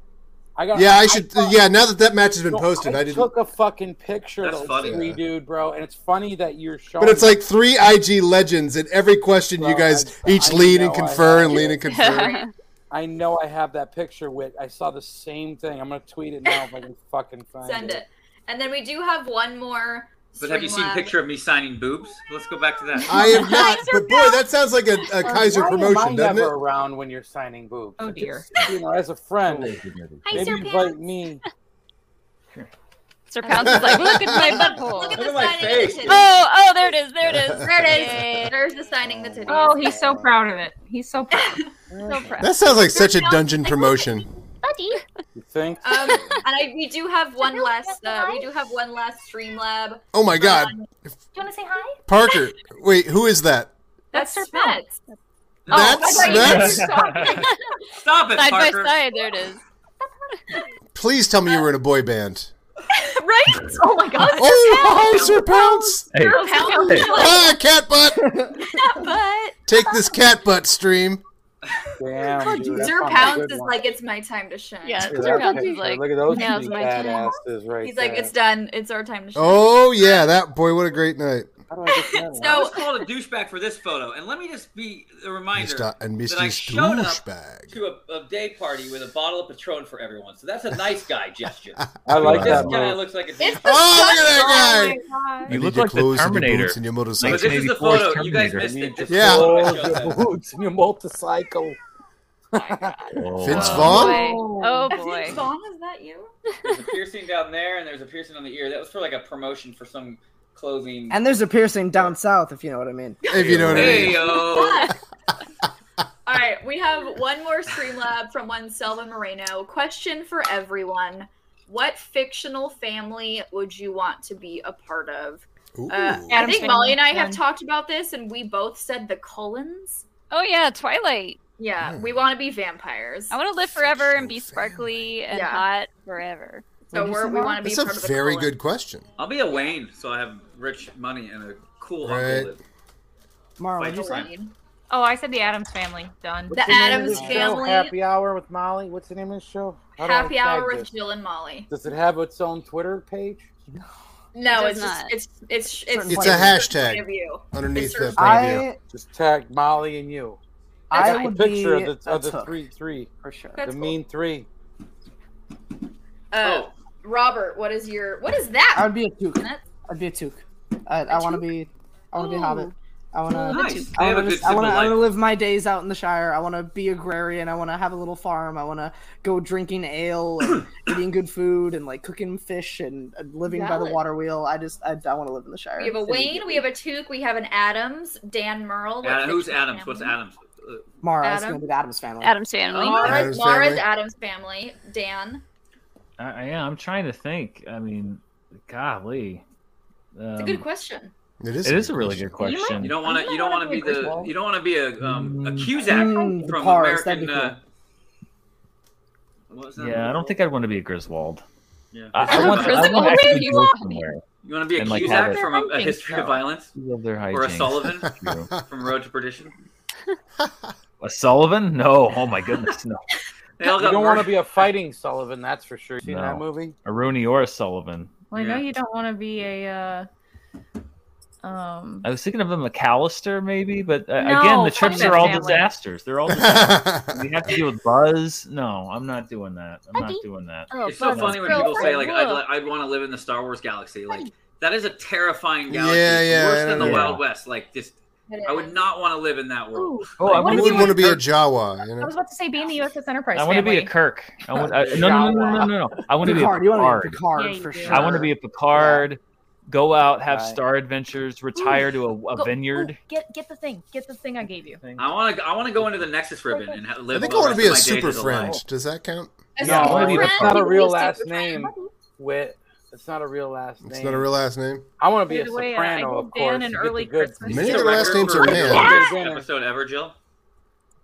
[SPEAKER 11] I got.
[SPEAKER 13] Yeah, I should. Yeah, now that that match has been
[SPEAKER 11] No,
[SPEAKER 13] posted, I, didn't.
[SPEAKER 11] took a fucking picture
[SPEAKER 6] That's
[SPEAKER 11] of those
[SPEAKER 6] funny.
[SPEAKER 11] three, dude, bro. And it's funny that you're showing.
[SPEAKER 13] But it's like three IG legends, and every question you guys each lean and
[SPEAKER 11] know I
[SPEAKER 13] confer
[SPEAKER 11] have
[SPEAKER 13] and lean
[SPEAKER 11] it.
[SPEAKER 13] and confer.
[SPEAKER 11] I know I have that picture. Whit. I saw the same thing. I'm gonna tweet it now if I can fucking find
[SPEAKER 1] Send it. And then we do have one more.
[SPEAKER 6] But have you seen a
[SPEAKER 1] Streamlabs-
[SPEAKER 6] picture of me signing boobs? Let's go back to that.
[SPEAKER 13] I
[SPEAKER 6] [LAUGHS]
[SPEAKER 13] am not, but boy, that sounds like a, [LAUGHS] a Kaiser
[SPEAKER 11] Why am I
[SPEAKER 13] promotion, doesn't
[SPEAKER 11] never
[SPEAKER 13] it?
[SPEAKER 11] around when you're signing boobs.
[SPEAKER 7] Oh, dear.
[SPEAKER 11] You know, as a friend,
[SPEAKER 2] Hi,
[SPEAKER 11] maybe
[SPEAKER 2] Sir
[SPEAKER 11] invite me.
[SPEAKER 2] Sir Pounce is like, look at my
[SPEAKER 1] [LAUGHS]
[SPEAKER 2] butthole.
[SPEAKER 1] Look at the signing of the titties.
[SPEAKER 2] Oh, oh, there it is. There
[SPEAKER 13] [LAUGHS]
[SPEAKER 2] it is.
[SPEAKER 1] There it is.
[SPEAKER 2] Yay.
[SPEAKER 1] There's the signing of the titties.
[SPEAKER 7] Oh, he's so proud of it. He's so
[SPEAKER 1] [LAUGHS]
[SPEAKER 7] proud.
[SPEAKER 2] so proud.
[SPEAKER 13] That sounds like such a dungeon promotion.
[SPEAKER 1] buddy.
[SPEAKER 11] You think?
[SPEAKER 13] [LAUGHS]
[SPEAKER 1] Um, and I, we do have one last. Uh, we do have one last Um, Streamlab.
[SPEAKER 13] Oh my God,
[SPEAKER 15] you want to say hi?
[SPEAKER 13] Parker! Wait, who is that?
[SPEAKER 1] That's Sir Pets.
[SPEAKER 11] Oh,
[SPEAKER 13] That's that's.
[SPEAKER 6] [LAUGHS]
[SPEAKER 11] [LAUGHS]
[SPEAKER 6] Stop it,
[SPEAKER 2] Side by
[SPEAKER 6] Parker.
[SPEAKER 2] side, there it [LAUGHS] is.
[SPEAKER 13] Please tell me you were in a boy band.
[SPEAKER 1] right? Oh my god.
[SPEAKER 13] Oh, hi, Sir Pounce.
[SPEAKER 1] Hey. Sir Pounce. Hey.
[SPEAKER 13] Ah, cat
[SPEAKER 1] [LAUGHS]
[SPEAKER 13] butt.
[SPEAKER 1] But
[SPEAKER 13] Take this cat butt stream.
[SPEAKER 11] Damn, dude, that's
[SPEAKER 1] Oh, Sir
[SPEAKER 11] not a
[SPEAKER 1] Pounce
[SPEAKER 11] good
[SPEAKER 1] is
[SPEAKER 11] one.
[SPEAKER 1] like, it's my time to shine.
[SPEAKER 2] Yeah,
[SPEAKER 11] Look at that picture. Look at those
[SPEAKER 2] now's
[SPEAKER 11] three
[SPEAKER 2] my time.
[SPEAKER 11] badasses right
[SPEAKER 1] He's like,
[SPEAKER 11] there.
[SPEAKER 1] it's done. It's our time to shine.
[SPEAKER 13] Oh yeah, that boy! What a great night.
[SPEAKER 11] How do I get
[SPEAKER 13] [LAUGHS]
[SPEAKER 11] that?
[SPEAKER 6] I was called a douchebag for this photo, and let me just be a reminder
[SPEAKER 13] Mr. and
[SPEAKER 6] that I
[SPEAKER 13] Mrs.
[SPEAKER 6] showed up
[SPEAKER 13] Douchebag.
[SPEAKER 6] to a, a day party with a bottle of Patron for everyone. So that's a
[SPEAKER 13] [LAUGHS]
[SPEAKER 6] nice guy gesture.
[SPEAKER 13] I like
[SPEAKER 6] this
[SPEAKER 13] that
[SPEAKER 6] guy
[SPEAKER 13] move.
[SPEAKER 6] looks like a
[SPEAKER 13] It's
[SPEAKER 6] douchebag.
[SPEAKER 13] the Oh, look at that sun- guy!
[SPEAKER 6] Oh my God.
[SPEAKER 13] You look like the Terminator.
[SPEAKER 6] So this is the photo. You guys missed it. This is the
[SPEAKER 11] [LAUGHS]
[SPEAKER 6] photo I showed them.
[SPEAKER 11] your boots and your
[SPEAKER 6] [LAUGHS]
[SPEAKER 11] motorcycle.
[SPEAKER 13] Vince Vaughn?
[SPEAKER 2] Oh boy.
[SPEAKER 1] is that you?
[SPEAKER 6] There's a piercing down there, and there's a piercing on the ear. That was for like a promotion for some clothing.
[SPEAKER 10] And there's a piercing down south, if you know what I mean.
[SPEAKER 13] If you know what I mean. [LAUGHS]
[SPEAKER 6] Hey-o.
[SPEAKER 13] Oh.
[SPEAKER 1] All right, we have one more Streamlab from one Selva Moreno. Question for everyone What fictional family would you want to be a part of?
[SPEAKER 13] Ooh.
[SPEAKER 1] Uh, I
[SPEAKER 2] Adam's
[SPEAKER 1] think Molly
[SPEAKER 2] family,
[SPEAKER 1] and I
[SPEAKER 2] yeah.
[SPEAKER 1] have talked about this, and we both said the Cullens.
[SPEAKER 2] Oh yeah, Twilight.
[SPEAKER 1] Yeah, we want to be vampires.
[SPEAKER 2] I want to live forever and be sparkly and
[SPEAKER 1] Yeah.
[SPEAKER 2] hot forever.
[SPEAKER 1] So we're, we want to be
[SPEAKER 13] That's
[SPEAKER 1] part of
[SPEAKER 13] a
[SPEAKER 1] the
[SPEAKER 13] very
[SPEAKER 1] Cullens.
[SPEAKER 13] good question.
[SPEAKER 6] I'll be a Wayne, so I have rich money and a cool
[SPEAKER 13] Right.
[SPEAKER 6] uncle.
[SPEAKER 10] Mara,
[SPEAKER 6] what'd you say?
[SPEAKER 15] Oh, I said the Adams family. Done.
[SPEAKER 11] What's name of this show? Happy Hour with Molly. What's the name of the show? How do I
[SPEAKER 1] Happy
[SPEAKER 11] tag
[SPEAKER 1] hour with
[SPEAKER 11] this?
[SPEAKER 1] Jill and Molly.
[SPEAKER 11] Does it have its own Twitter page?
[SPEAKER 1] No,
[SPEAKER 2] It does
[SPEAKER 1] it's just,
[SPEAKER 2] not.
[SPEAKER 1] it's it's it's
[SPEAKER 13] It's a hashtag
[SPEAKER 1] of you.
[SPEAKER 13] underneath
[SPEAKER 1] It's
[SPEAKER 13] the
[SPEAKER 1] her-
[SPEAKER 13] point of view.
[SPEAKER 11] Just tag Molly and you.
[SPEAKER 10] I
[SPEAKER 11] Take a
[SPEAKER 10] would
[SPEAKER 11] picture
[SPEAKER 10] be
[SPEAKER 11] of the, of
[SPEAKER 10] a
[SPEAKER 11] the
[SPEAKER 10] took.
[SPEAKER 11] three three
[SPEAKER 10] for sure.
[SPEAKER 11] The
[SPEAKER 1] That's
[SPEAKER 11] mean three.
[SPEAKER 6] Oh.
[SPEAKER 1] Uh, Robert, what is your what is that?
[SPEAKER 10] I would be a toque.
[SPEAKER 1] That-
[SPEAKER 10] I'd be a toque. I, I want to be. I want to be a hobbit. I want
[SPEAKER 1] Ooh,
[SPEAKER 10] to.
[SPEAKER 1] the Oh. Nice. toque.
[SPEAKER 10] I
[SPEAKER 1] They have
[SPEAKER 10] want
[SPEAKER 1] a
[SPEAKER 10] to.
[SPEAKER 1] good
[SPEAKER 10] I want
[SPEAKER 1] simple
[SPEAKER 10] to
[SPEAKER 1] life.
[SPEAKER 10] live my days out in the Shire. I want to be agrarian. I want to have a little farm. I want to go drinking ale
[SPEAKER 1] [COUGHS]
[SPEAKER 10] and eating good food and like cooking fish and, and living by
[SPEAKER 1] Valid.
[SPEAKER 10] the water wheel. I just. I, I want to live in the Shire.
[SPEAKER 1] We have a Wayne, we have a Took, we have an Adams, Dan Merle. what
[SPEAKER 6] Adam, who's
[SPEAKER 1] fictional
[SPEAKER 6] Adams? What's
[SPEAKER 1] family?
[SPEAKER 6] Adams? Uh,
[SPEAKER 10] Mara. It's
[SPEAKER 1] Adam.
[SPEAKER 10] going to be the Adams family.
[SPEAKER 2] Adam's family.
[SPEAKER 1] Mara's,
[SPEAKER 9] Adams
[SPEAKER 1] Adams, Mara's
[SPEAKER 9] family.
[SPEAKER 1] Adams family. Dan.
[SPEAKER 9] I, I am. I'm trying to think. I mean, golly.
[SPEAKER 1] It's
[SPEAKER 6] Um,
[SPEAKER 1] a good question.
[SPEAKER 13] It
[SPEAKER 9] is. It is a really good question.
[SPEAKER 6] You don't want to. You don't want to be the. You don't want to be a um, a Cusack
[SPEAKER 10] Mm, the
[SPEAKER 6] from
[SPEAKER 10] Pars, that'd
[SPEAKER 6] American.
[SPEAKER 10] be
[SPEAKER 6] Uh, what was that?
[SPEAKER 9] Yeah, I don't think I'd want to be a Griswold.
[SPEAKER 6] Yeah.
[SPEAKER 9] I, I
[SPEAKER 6] Is
[SPEAKER 9] want
[SPEAKER 6] there a
[SPEAKER 9] I want
[SPEAKER 6] Griswold?
[SPEAKER 9] to actually
[SPEAKER 6] You
[SPEAKER 9] go
[SPEAKER 6] want-
[SPEAKER 9] somewhere.
[SPEAKER 6] You want to be a
[SPEAKER 9] and, like,
[SPEAKER 6] Cusack
[SPEAKER 9] have it-
[SPEAKER 6] from a, a History of Violence,
[SPEAKER 9] Love their
[SPEAKER 6] or a
[SPEAKER 9] hijinks. [LAUGHS]
[SPEAKER 6] Sullivan
[SPEAKER 9] True.
[SPEAKER 6] from Road to Perdition?
[SPEAKER 9] A Sullivan? No. Oh my goodness, no.
[SPEAKER 11] You
[SPEAKER 6] got
[SPEAKER 11] don't want to
[SPEAKER 6] worse.
[SPEAKER 11] be a fighting Sullivan, that's for sure. You seen
[SPEAKER 9] No.
[SPEAKER 11] that movie?
[SPEAKER 9] A Rooney or a Sullivan.
[SPEAKER 15] Well, I know you don't want to be a. Uh, um.
[SPEAKER 9] I was thinking of a McAllister, maybe, but uh,
[SPEAKER 15] No,
[SPEAKER 9] again, the
[SPEAKER 15] fuck
[SPEAKER 9] trips
[SPEAKER 15] that
[SPEAKER 9] are all
[SPEAKER 15] family.
[SPEAKER 9] disasters. They're [LAUGHS] all disasters. we have to deal with Buzz. No, I'm not doing that. I'm not doing that.
[SPEAKER 6] it's so funny when people say like I'd, li- I'd want to live in the Star Wars galaxy. Like that is a terrifying galaxy.
[SPEAKER 13] Yeah,
[SPEAKER 6] It's
[SPEAKER 13] yeah,
[SPEAKER 6] worse
[SPEAKER 13] I
[SPEAKER 6] than the
[SPEAKER 13] know.
[SPEAKER 6] Wild West. Like just, I would not want to live in that world.
[SPEAKER 9] Oh, I
[SPEAKER 13] I
[SPEAKER 9] want to
[SPEAKER 13] wouldn't
[SPEAKER 9] be
[SPEAKER 13] want to be a Jawa. You
[SPEAKER 15] I
[SPEAKER 13] know?
[SPEAKER 15] was about to say being the USS Enterprise.
[SPEAKER 9] I want to be a
[SPEAKER 15] family.
[SPEAKER 9] Kirk. I want, I, no, no, no, no, no, no, no. I want to be a
[SPEAKER 10] Picard, you wanna be a
[SPEAKER 9] Picard.
[SPEAKER 10] Picard
[SPEAKER 15] Yeah, you
[SPEAKER 10] for
[SPEAKER 15] do.
[SPEAKER 10] sure.
[SPEAKER 9] I want to be a Picard. Go out, have
[SPEAKER 6] Right.
[SPEAKER 9] star adventures, retire to a, a
[SPEAKER 15] Go-
[SPEAKER 9] vineyard.
[SPEAKER 15] ooh, get get the thing. Get the thing I gave you.
[SPEAKER 6] I want to. I want to go into the Nexus ribbon and ha-
[SPEAKER 13] I
[SPEAKER 6] live.
[SPEAKER 13] think I
[SPEAKER 11] Oh,
[SPEAKER 6] all the
[SPEAKER 13] want to be a
[SPEAKER 6] rest of my
[SPEAKER 13] super
[SPEAKER 6] days as
[SPEAKER 13] friend.
[SPEAKER 6] lion.
[SPEAKER 13] Does that count?
[SPEAKER 1] A
[SPEAKER 11] No,
[SPEAKER 13] super friend?
[SPEAKER 11] it's not a real
[SPEAKER 13] Super
[SPEAKER 11] last
[SPEAKER 13] friend.
[SPEAKER 11] name. With it's not a real last name.
[SPEAKER 13] It's not a real last name.
[SPEAKER 11] I want to be a
[SPEAKER 15] By the way, uh, I
[SPEAKER 11] soprano,
[SPEAKER 15] gave
[SPEAKER 11] of
[SPEAKER 15] Dan
[SPEAKER 11] course.
[SPEAKER 15] an
[SPEAKER 11] to get the
[SPEAKER 15] early
[SPEAKER 11] good-
[SPEAKER 15] Christmas
[SPEAKER 13] Many of
[SPEAKER 6] The
[SPEAKER 13] their last
[SPEAKER 6] record
[SPEAKER 13] names
[SPEAKER 6] for
[SPEAKER 13] are
[SPEAKER 6] the
[SPEAKER 13] man.
[SPEAKER 6] longest Episode ever, Jill?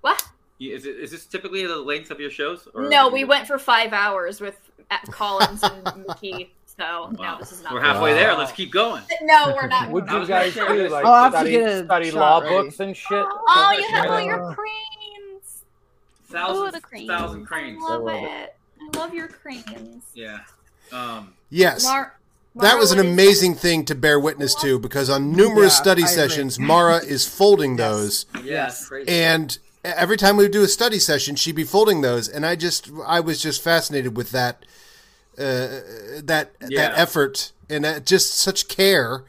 [SPEAKER 1] What?
[SPEAKER 6] You- Is, it, is this typically the length of your shows? Or
[SPEAKER 1] No, we went for five hours with at
[SPEAKER 2] [LAUGHS]
[SPEAKER 1] Collins and McKee. So no, this is not.
[SPEAKER 6] We're halfway there. Let's keep going.
[SPEAKER 1] No,
[SPEAKER 2] [LAUGHS]
[SPEAKER 1] we're not.
[SPEAKER 11] Would
[SPEAKER 6] I
[SPEAKER 11] you
[SPEAKER 6] was gonna
[SPEAKER 11] guys
[SPEAKER 6] share
[SPEAKER 11] do
[SPEAKER 6] this.
[SPEAKER 11] like
[SPEAKER 6] Oh, I'll have to get
[SPEAKER 11] study,
[SPEAKER 10] a
[SPEAKER 11] study
[SPEAKER 10] shot
[SPEAKER 11] law
[SPEAKER 10] ready.
[SPEAKER 11] books and shit?
[SPEAKER 1] Oh, you have all your cranes.
[SPEAKER 6] Thousands,
[SPEAKER 1] Ooh, the
[SPEAKER 6] thousand cranes.
[SPEAKER 1] I love it. I love your cranes.
[SPEAKER 6] Yeah. Um,
[SPEAKER 13] Yes.
[SPEAKER 1] Mar-
[SPEAKER 13] that
[SPEAKER 1] Mara,
[SPEAKER 13] was an
[SPEAKER 1] what is-
[SPEAKER 13] amazing thing to bear witness to because on numerous
[SPEAKER 6] Yeah,
[SPEAKER 13] study
[SPEAKER 6] I agree.
[SPEAKER 13] sessions, Mara is folding those.
[SPEAKER 6] Yeah, it's crazy.
[SPEAKER 13] And e, every time we would do a study session, she'd be folding those, and I just I was just fascinated with that uh, that
[SPEAKER 6] Yeah.
[SPEAKER 13] that effort and that, just such care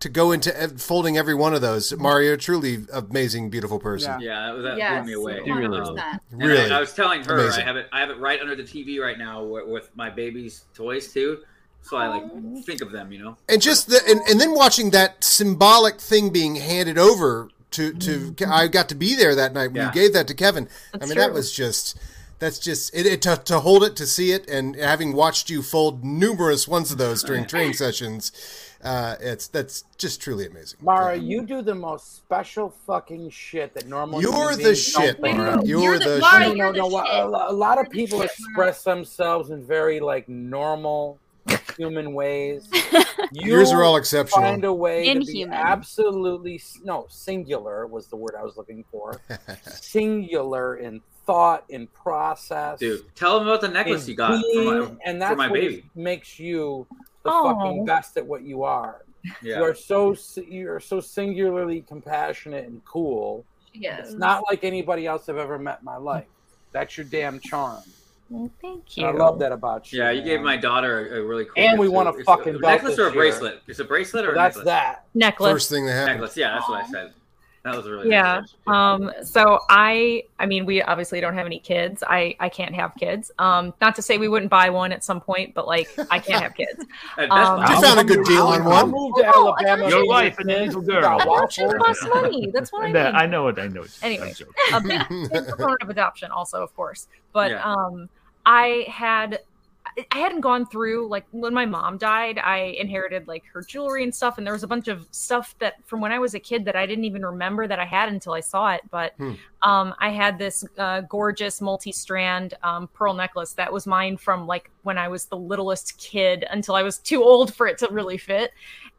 [SPEAKER 13] to go into ev- folding every one of those. Mario, truly amazing, beautiful person.
[SPEAKER 6] Yeah, that, that
[SPEAKER 1] Yes,
[SPEAKER 6] blew me away.
[SPEAKER 13] You really did. 100%.
[SPEAKER 6] And
[SPEAKER 13] Really.
[SPEAKER 6] I, I was telling her
[SPEAKER 13] Amazing.
[SPEAKER 6] I have it. I have it right under the TV right now with, with my baby's toys too. So I like think of them, you know.
[SPEAKER 13] And just the and, and then watching that symbolic thing being handed over to to I got to be there that night when
[SPEAKER 6] Yeah.
[SPEAKER 13] you gave that to Kevin. I
[SPEAKER 6] That's
[SPEAKER 13] mean, that
[SPEAKER 6] true.
[SPEAKER 13] was just that's just it, it to, to hold it to see it and having watched you fold numerous ones of those during training sessions. Uh, it's that's just truly amazing.
[SPEAKER 11] Mara, you do the most special fucking shit that normal.
[SPEAKER 13] You're
[SPEAKER 11] human
[SPEAKER 13] the
[SPEAKER 11] beings don't
[SPEAKER 13] shit,
[SPEAKER 11] think
[SPEAKER 13] Mara.
[SPEAKER 11] of.
[SPEAKER 13] You're You're the- the Mara,
[SPEAKER 11] No,
[SPEAKER 13] you're
[SPEAKER 11] no,
[SPEAKER 13] the
[SPEAKER 11] no,
[SPEAKER 13] shit.
[SPEAKER 11] A, lo- a lot of people express themselves in very like normal
[SPEAKER 13] [LAUGHS]
[SPEAKER 11] human ways.
[SPEAKER 13] Yours are all exceptional.
[SPEAKER 11] Find a way to be
[SPEAKER 2] Inhuman.
[SPEAKER 11] absolutely s- no singular was the word I was looking
[SPEAKER 13] [LAUGHS]
[SPEAKER 11] for. singular in thought, in process,
[SPEAKER 6] Dude, tell them about the necklace
[SPEAKER 11] in
[SPEAKER 6] you got for my,
[SPEAKER 11] being, and that's
[SPEAKER 6] for my
[SPEAKER 11] what
[SPEAKER 6] baby.
[SPEAKER 11] makes you the
[SPEAKER 2] Aw.
[SPEAKER 7] Oh.
[SPEAKER 11] fucking best at what you are.
[SPEAKER 6] Yeah.
[SPEAKER 11] You are so you are so singularly compassionate and cool.
[SPEAKER 7] She is.
[SPEAKER 11] It's not like anybody else I've ever met in my life. That's your damn charm.
[SPEAKER 7] Well, thank
[SPEAKER 11] And I love that about you.
[SPEAKER 6] Yeah, you gave my daughter a, a really cool.
[SPEAKER 11] And we
[SPEAKER 6] it's
[SPEAKER 11] want a
[SPEAKER 6] it's
[SPEAKER 11] fucking belt
[SPEAKER 6] necklace or a
[SPEAKER 11] this year.
[SPEAKER 6] bracelet. It's a bracelet or a
[SPEAKER 11] That's
[SPEAKER 6] necklace?
[SPEAKER 11] that.
[SPEAKER 7] Necklace.
[SPEAKER 13] First thing that happens.
[SPEAKER 6] Necklace. Yeah, that's what I said. That was a really
[SPEAKER 7] yeah um so i i mean we obviously don't have any kids i i can't have kids um not to say we wouldn't buy one at some point but like i can't have kids
[SPEAKER 11] [LAUGHS]
[SPEAKER 6] Hey, that's
[SPEAKER 7] um,
[SPEAKER 13] fine. You found a good deal on
[SPEAKER 11] I
[SPEAKER 13] one.
[SPEAKER 11] moved to
[SPEAKER 7] Oh,
[SPEAKER 11] Alabama.
[SPEAKER 7] Your
[SPEAKER 14] wife and angel girl.
[SPEAKER 7] adoption costs money
[SPEAKER 14] [LAUGHS]
[SPEAKER 7] that's what i mean
[SPEAKER 14] No, I know it. I know it.
[SPEAKER 7] anyway, um,
[SPEAKER 14] I'm joking.
[SPEAKER 7] a big, big proponent of adoption, also, of course. But
[SPEAKER 14] Yeah.
[SPEAKER 7] um, I had I- I hadn't gone through like when my mom died, I inherited like her jewelry and stuff, and there was a bunch of stuff that from when I was a kid that I didn't even remember that I had until I saw it. But um, I had this uh, gorgeous multi-strand um, pearl necklace that was mine from like when I was the littlest kid until I was too old for it to really fit,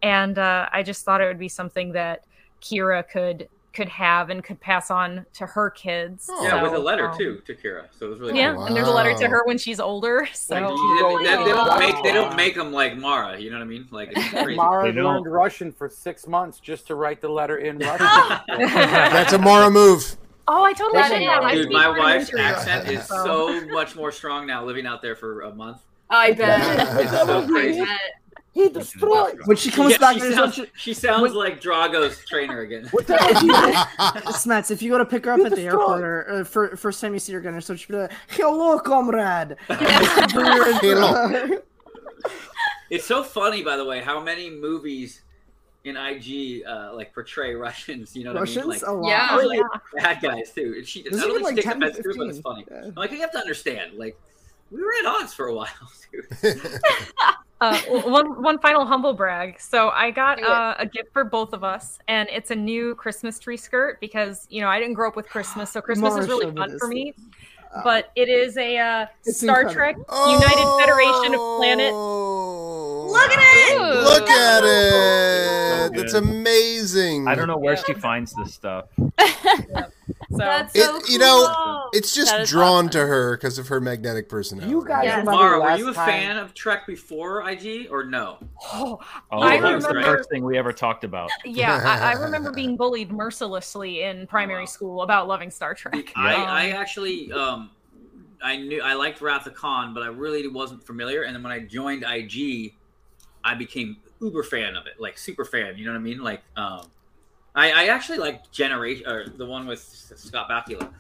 [SPEAKER 7] and uh, I just thought it would be something that Kira could could have and could pass on to her kids.
[SPEAKER 13] Oh.
[SPEAKER 6] Yeah, with
[SPEAKER 7] So,
[SPEAKER 6] a letter
[SPEAKER 7] um,
[SPEAKER 6] too to Kira. So it was really
[SPEAKER 7] yeah,
[SPEAKER 6] cool.
[SPEAKER 7] and there's a letter to her when she's older. [LAUGHS] So
[SPEAKER 6] Like, you- they, they don't make they don't make them like Mara. You know what I mean? Like it's crazy.
[SPEAKER 11] Mara learned Russian for six months just to write the letter
[SPEAKER 6] [LAUGHS]
[SPEAKER 11] in Russian.
[SPEAKER 13] That's a Mara move.
[SPEAKER 7] Oh, I totally
[SPEAKER 11] That
[SPEAKER 7] should
[SPEAKER 11] is-
[SPEAKER 7] have. I
[SPEAKER 6] Dude,
[SPEAKER 7] speak
[SPEAKER 6] my
[SPEAKER 7] Russian
[SPEAKER 6] wife's
[SPEAKER 7] too.
[SPEAKER 6] accent
[SPEAKER 7] [LAUGHS]
[SPEAKER 6] is so much more strong now. Living out there for a month.
[SPEAKER 1] I [LAUGHS]
[SPEAKER 6] bet. It's so crazy.
[SPEAKER 1] Uh,
[SPEAKER 11] He destroyed.
[SPEAKER 3] When she comes
[SPEAKER 6] Yeah,
[SPEAKER 3] back,
[SPEAKER 6] she
[SPEAKER 3] there's
[SPEAKER 6] sounds,
[SPEAKER 3] a-
[SPEAKER 6] she sounds like Drago's trainer again.
[SPEAKER 3] [LAUGHS] Smets, if you go to pick her up at the airport or, or fir- first time you see her gunner, so she'd be like, "Hello, comrade."
[SPEAKER 6] [LAUGHS]
[SPEAKER 10] [LAUGHS]
[SPEAKER 6] Hello. It's so funny, by the way, how many movies in IG uh, like portray Russians. You know what I
[SPEAKER 3] Russians? Oh,
[SPEAKER 6] mean?
[SPEAKER 3] A
[SPEAKER 6] Like,
[SPEAKER 3] lot.
[SPEAKER 7] Yeah.
[SPEAKER 6] really
[SPEAKER 7] Yeah.
[SPEAKER 6] bad guys too. And she
[SPEAKER 3] There's
[SPEAKER 6] not
[SPEAKER 3] even,
[SPEAKER 6] only
[SPEAKER 3] like,
[SPEAKER 6] takes
[SPEAKER 3] 10 to
[SPEAKER 6] offense to it, but it's funny. I'm like, you have to understand, like. We were at odds for a while, dude.
[SPEAKER 7] uh, one one final humble brag. So I got uh, a gift for both of us, and it's a new Christmas tree skirt because you know I didn't grow up with Christmas, so Christmas
[SPEAKER 4] Mara
[SPEAKER 7] is really
[SPEAKER 4] showed me
[SPEAKER 7] fun
[SPEAKER 4] this
[SPEAKER 7] for me. But it is a uh,
[SPEAKER 4] It's
[SPEAKER 7] Star
[SPEAKER 4] incredible. Oh.
[SPEAKER 7] Trek United Federation of Planets.
[SPEAKER 13] Look
[SPEAKER 7] at it!
[SPEAKER 13] Look at it. That's
[SPEAKER 9] good.
[SPEAKER 13] amazing.
[SPEAKER 9] I don't know where she finds this stuff.
[SPEAKER 7] So
[SPEAKER 13] It, You know, it's just drawn to her because of her magnetic personality.
[SPEAKER 11] You guys
[SPEAKER 6] Yeah,
[SPEAKER 11] remember
[SPEAKER 6] Mara, were
[SPEAKER 11] last
[SPEAKER 6] you a
[SPEAKER 11] time-
[SPEAKER 6] fan of Trek before IG or no?
[SPEAKER 7] Oh,
[SPEAKER 9] Oh,
[SPEAKER 7] I
[SPEAKER 9] that was the
[SPEAKER 7] remember-
[SPEAKER 9] first thing we ever talked about.
[SPEAKER 7] Yeah,
[SPEAKER 4] [LAUGHS]
[SPEAKER 7] I, I remember being bullied mercilessly in primary school about loving Star Trek. Um,
[SPEAKER 6] I, I actually um I knew I liked Wrath of Khan, but I really wasn't familiar. And then when I joined IG, I became uber fan of it, like super fan. You know what I mean? Like um, I, I actually liked Generation or the one with Scott Bakula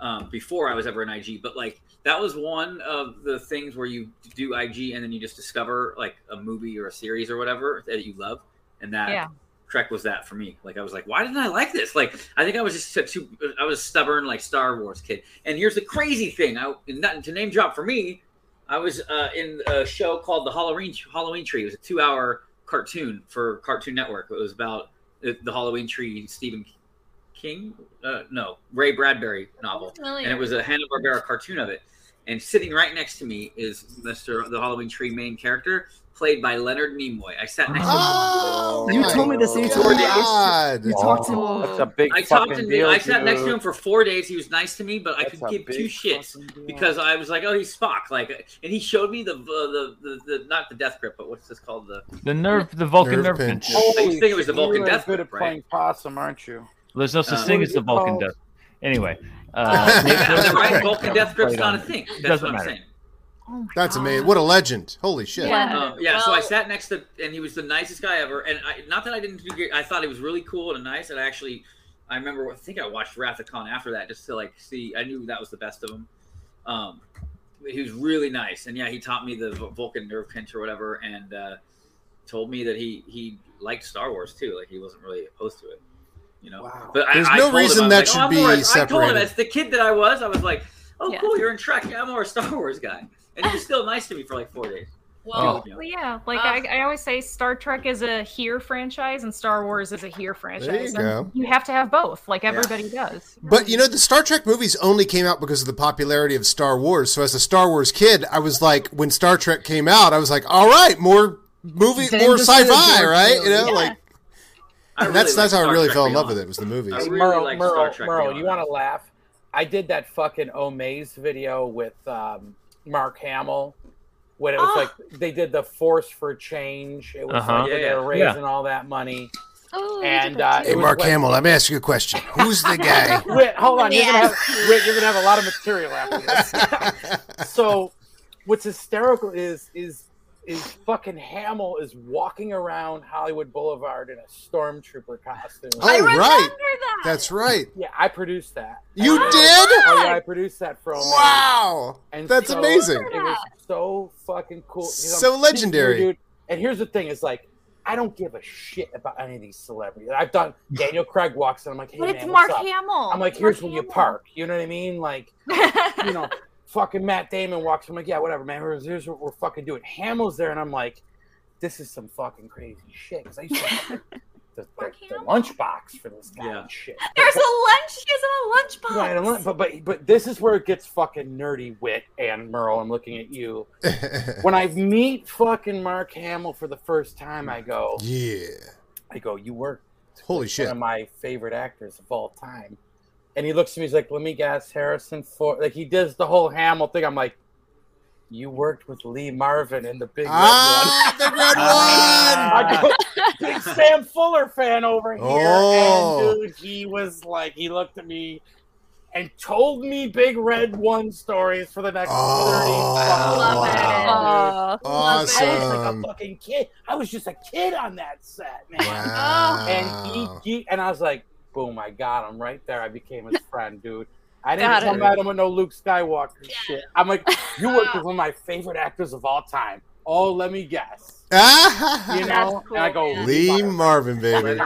[SPEAKER 6] um, before I was ever in IG. But like that was one of the things where you do IG and then you just discover like a movie or a series or whatever that you love, and that
[SPEAKER 7] Yeah.
[SPEAKER 6] Trek was that for me. Like I was like, why didn't I like this? Like I think I was just a too I was a stubborn like Star Wars kid. And here's the crazy thing. I not to name drop for me, I was uh, in a show called The Halloween Halloween Tree. It was a two hour cartoon for Cartoon Network. It was about uh, the, the Halloween Tree Stephen King, uh, no Ray Bradbury novel,
[SPEAKER 7] familiar.
[SPEAKER 6] and it was a Hanna Barbera cartoon of it. And sitting right next to me is Mr. the Halloween Tree main character, played by Leonard Nimoy. I sat next to
[SPEAKER 13] Oh,
[SPEAKER 6] him.
[SPEAKER 3] You told me this. and You told me I
[SPEAKER 13] God.
[SPEAKER 3] you talked to
[SPEAKER 6] Oh.
[SPEAKER 3] him.
[SPEAKER 11] That's a big
[SPEAKER 6] I talked
[SPEAKER 11] fucking
[SPEAKER 6] to him.
[SPEAKER 11] deal.
[SPEAKER 6] I sat next to
[SPEAKER 11] dude.
[SPEAKER 6] him for four days. He was nice to me, but I could
[SPEAKER 11] a
[SPEAKER 6] give
[SPEAKER 11] big
[SPEAKER 6] two shits because I was like, "Oh, he's Spock." Like, and he showed me the uh, the, the the not the death grip, but what's this called? The
[SPEAKER 9] The nerve, the Vulcan nerve,
[SPEAKER 13] Nerve
[SPEAKER 9] pinch.
[SPEAKER 13] pinch.
[SPEAKER 6] I used to think it was the
[SPEAKER 11] Holy
[SPEAKER 6] Vulcan
[SPEAKER 11] shit,
[SPEAKER 6] Death
[SPEAKER 11] You're as good
[SPEAKER 6] Grip,
[SPEAKER 11] at playing possum, aren't you?
[SPEAKER 9] There's no such
[SPEAKER 6] Uh,
[SPEAKER 9] thing as the Vulcan death.
[SPEAKER 11] [LAUGHS]
[SPEAKER 9] Anyway,
[SPEAKER 7] [LAUGHS]
[SPEAKER 9] uh,
[SPEAKER 6] yeah,
[SPEAKER 9] Vulcan
[SPEAKER 6] right.
[SPEAKER 9] Death
[SPEAKER 6] Vulcan
[SPEAKER 9] Grip
[SPEAKER 6] death grip's
[SPEAKER 9] played
[SPEAKER 6] not a
[SPEAKER 9] on it.
[SPEAKER 6] thing.
[SPEAKER 9] It
[SPEAKER 6] That's
[SPEAKER 9] doesn't
[SPEAKER 6] what I'm
[SPEAKER 9] matter.
[SPEAKER 6] saying.
[SPEAKER 13] That's amazing. What a legend. Holy shit.
[SPEAKER 6] Um, yeah. so I sat next to, and he was the nicest guy ever. And I, not that I didn't, do, I thought he was really cool and nice. And I actually, I remember, I think I watched Wrath of Khan after that just to like see. I knew that was the best of him. Um, he was really nice, and yeah, he taught me the Vul- Vulcan nerve pinch or whatever, and uh, told me that he he liked Star Wars too. Like he wasn't really opposed to it. You know, but
[SPEAKER 13] There's
[SPEAKER 6] I,
[SPEAKER 13] no
[SPEAKER 6] I told
[SPEAKER 13] reason
[SPEAKER 6] him, I
[SPEAKER 13] that
[SPEAKER 6] was
[SPEAKER 13] should
[SPEAKER 6] like, "Oh, I'm
[SPEAKER 13] be
[SPEAKER 6] more- I told him
[SPEAKER 13] separated."
[SPEAKER 6] as the kid that I was, I was like, "Oh,
[SPEAKER 7] Yeah.
[SPEAKER 6] cool, you're in Trek. Yeah, I'm more a Star Wars guy," and he was still nice to me for like four days.
[SPEAKER 7] Well,
[SPEAKER 6] Yeah.
[SPEAKER 7] well, yeah. Uh, Like I, I always say, Star Trek is a here franchise, and Star Wars is a here franchise. and
[SPEAKER 13] go.
[SPEAKER 7] you have to have both, like everybody does.
[SPEAKER 13] But you know, the Star Trek movies only came out because of the popularity of Star Wars. So as a Star Wars kid, I was like, when Star Trek came out, I was like, all right, more movie,
[SPEAKER 3] Then
[SPEAKER 13] more
[SPEAKER 3] just do
[SPEAKER 13] sci-fi,
[SPEAKER 3] more
[SPEAKER 13] right?
[SPEAKER 3] film.
[SPEAKER 13] You know,
[SPEAKER 3] Yeah.
[SPEAKER 13] like.
[SPEAKER 6] I
[SPEAKER 13] And that's that's
[SPEAKER 11] really like
[SPEAKER 13] how I
[SPEAKER 11] Star
[SPEAKER 13] really
[SPEAKER 11] Trek
[SPEAKER 13] fell in
[SPEAKER 11] Beyond.
[SPEAKER 13] love with it was the movies.
[SPEAKER 11] Hey, Merle,
[SPEAKER 6] like
[SPEAKER 11] Merle,
[SPEAKER 6] Star Trek
[SPEAKER 11] Merle,
[SPEAKER 6] Beyond.
[SPEAKER 11] you want to laugh? I did that fucking Omaze video with um, Mark Hamill, when it was like they did the force for change. It was
[SPEAKER 13] Uh-huh.
[SPEAKER 11] like
[SPEAKER 13] Yeah,
[SPEAKER 11] they were
[SPEAKER 13] yeah.
[SPEAKER 11] raising all that money. and uh,
[SPEAKER 13] Hey,
[SPEAKER 11] it was
[SPEAKER 13] Mark
[SPEAKER 11] like-
[SPEAKER 13] Hamill, let me ask you a question. Who's [LAUGHS] the
[SPEAKER 11] [LAUGHS]
[SPEAKER 13] guy?
[SPEAKER 11] Wait, hold on. You're gonna,
[SPEAKER 14] Yeah.
[SPEAKER 11] have, Whit, you're gonna have a lot of material after
[SPEAKER 13] [LAUGHS]
[SPEAKER 11] this. so, what's hysterical is is is fucking Hamill is walking around Hollywood Boulevard in a stormtrooper costume.
[SPEAKER 13] Oh, right. That's right.
[SPEAKER 11] Yeah, I produced that.
[SPEAKER 13] You did?
[SPEAKER 11] And- Oh, yeah, I produced that for. Omega.
[SPEAKER 13] Wow. That's amazing.
[SPEAKER 11] It was so fucking cool. You know,
[SPEAKER 13] So
[SPEAKER 11] this
[SPEAKER 13] legendary.
[SPEAKER 11] dude- And here's the thing: is like. I don't give a shit about any of these celebrities. I've done
[SPEAKER 13] [LAUGHS]
[SPEAKER 11] Daniel Craig walks in. I'm like, hey
[SPEAKER 1] But
[SPEAKER 11] man,
[SPEAKER 1] it's
[SPEAKER 11] what's
[SPEAKER 1] Mark
[SPEAKER 11] up?
[SPEAKER 1] Hamill.
[SPEAKER 11] I'm like,
[SPEAKER 1] It's
[SPEAKER 11] here's when
[SPEAKER 1] Mark
[SPEAKER 11] you park. You know what I mean?
[SPEAKER 1] [LAUGHS]
[SPEAKER 11] Like, you know, fucking Matt Damon walks. I'm like, yeah, whatever, man. Here's, here's what we're fucking doing. Hamill's there, and I'm like, this is some fucking crazy shit. 'Cause I used
[SPEAKER 1] [LAUGHS]
[SPEAKER 11] to the, the, the lunchbox for this guy and shit.
[SPEAKER 1] There's a lunch. She has a lunchbox.
[SPEAKER 11] Right, I'm not- but but but this is where it gets fucking nerdy, wit and Merle. I'm looking
[SPEAKER 13] [LAUGHS]
[SPEAKER 11] at you. when I meet fucking Mark Hamill for the first time, I go,
[SPEAKER 13] yeah.
[SPEAKER 11] I go, you were
[SPEAKER 13] Holy
[SPEAKER 11] one
[SPEAKER 13] shit.
[SPEAKER 11] of my favorite actors of all time. And he looks at me, he's like, let me guess, Harrison Ford. Like he does the whole Hamill thing. I'm like, you worked with Lee Marvin in the Big Red
[SPEAKER 13] Ah,
[SPEAKER 11] One.
[SPEAKER 13] Big Red One!
[SPEAKER 11] [LAUGHS] I go, Big Sam Fuller fan over here.
[SPEAKER 13] Oh.
[SPEAKER 11] And dude, he was like, he looked at me and told me Big Red One stories for the next 30 fucking minutes,
[SPEAKER 13] wow.
[SPEAKER 11] dude. I was like a
[SPEAKER 13] Oh, Awesome.
[SPEAKER 11] fucking kid. I was just a kid on that set, man.
[SPEAKER 13] Wow.
[SPEAKER 11] And he, he- and I was like, boom, I got him right there. I became his friend, dude. I didn't
[SPEAKER 14] Got
[SPEAKER 11] come
[SPEAKER 14] it.
[SPEAKER 11] at him with no Luke Skywalker shit. I'm like,
[SPEAKER 14] [LAUGHS]
[SPEAKER 11] you worked with one of my favorite actors of all time. Oh, let me
[SPEAKER 13] [LAUGHS]
[SPEAKER 11] guess.
[SPEAKER 13] Ah?
[SPEAKER 11] you know, and I go,
[SPEAKER 13] Lee Marvin, baby.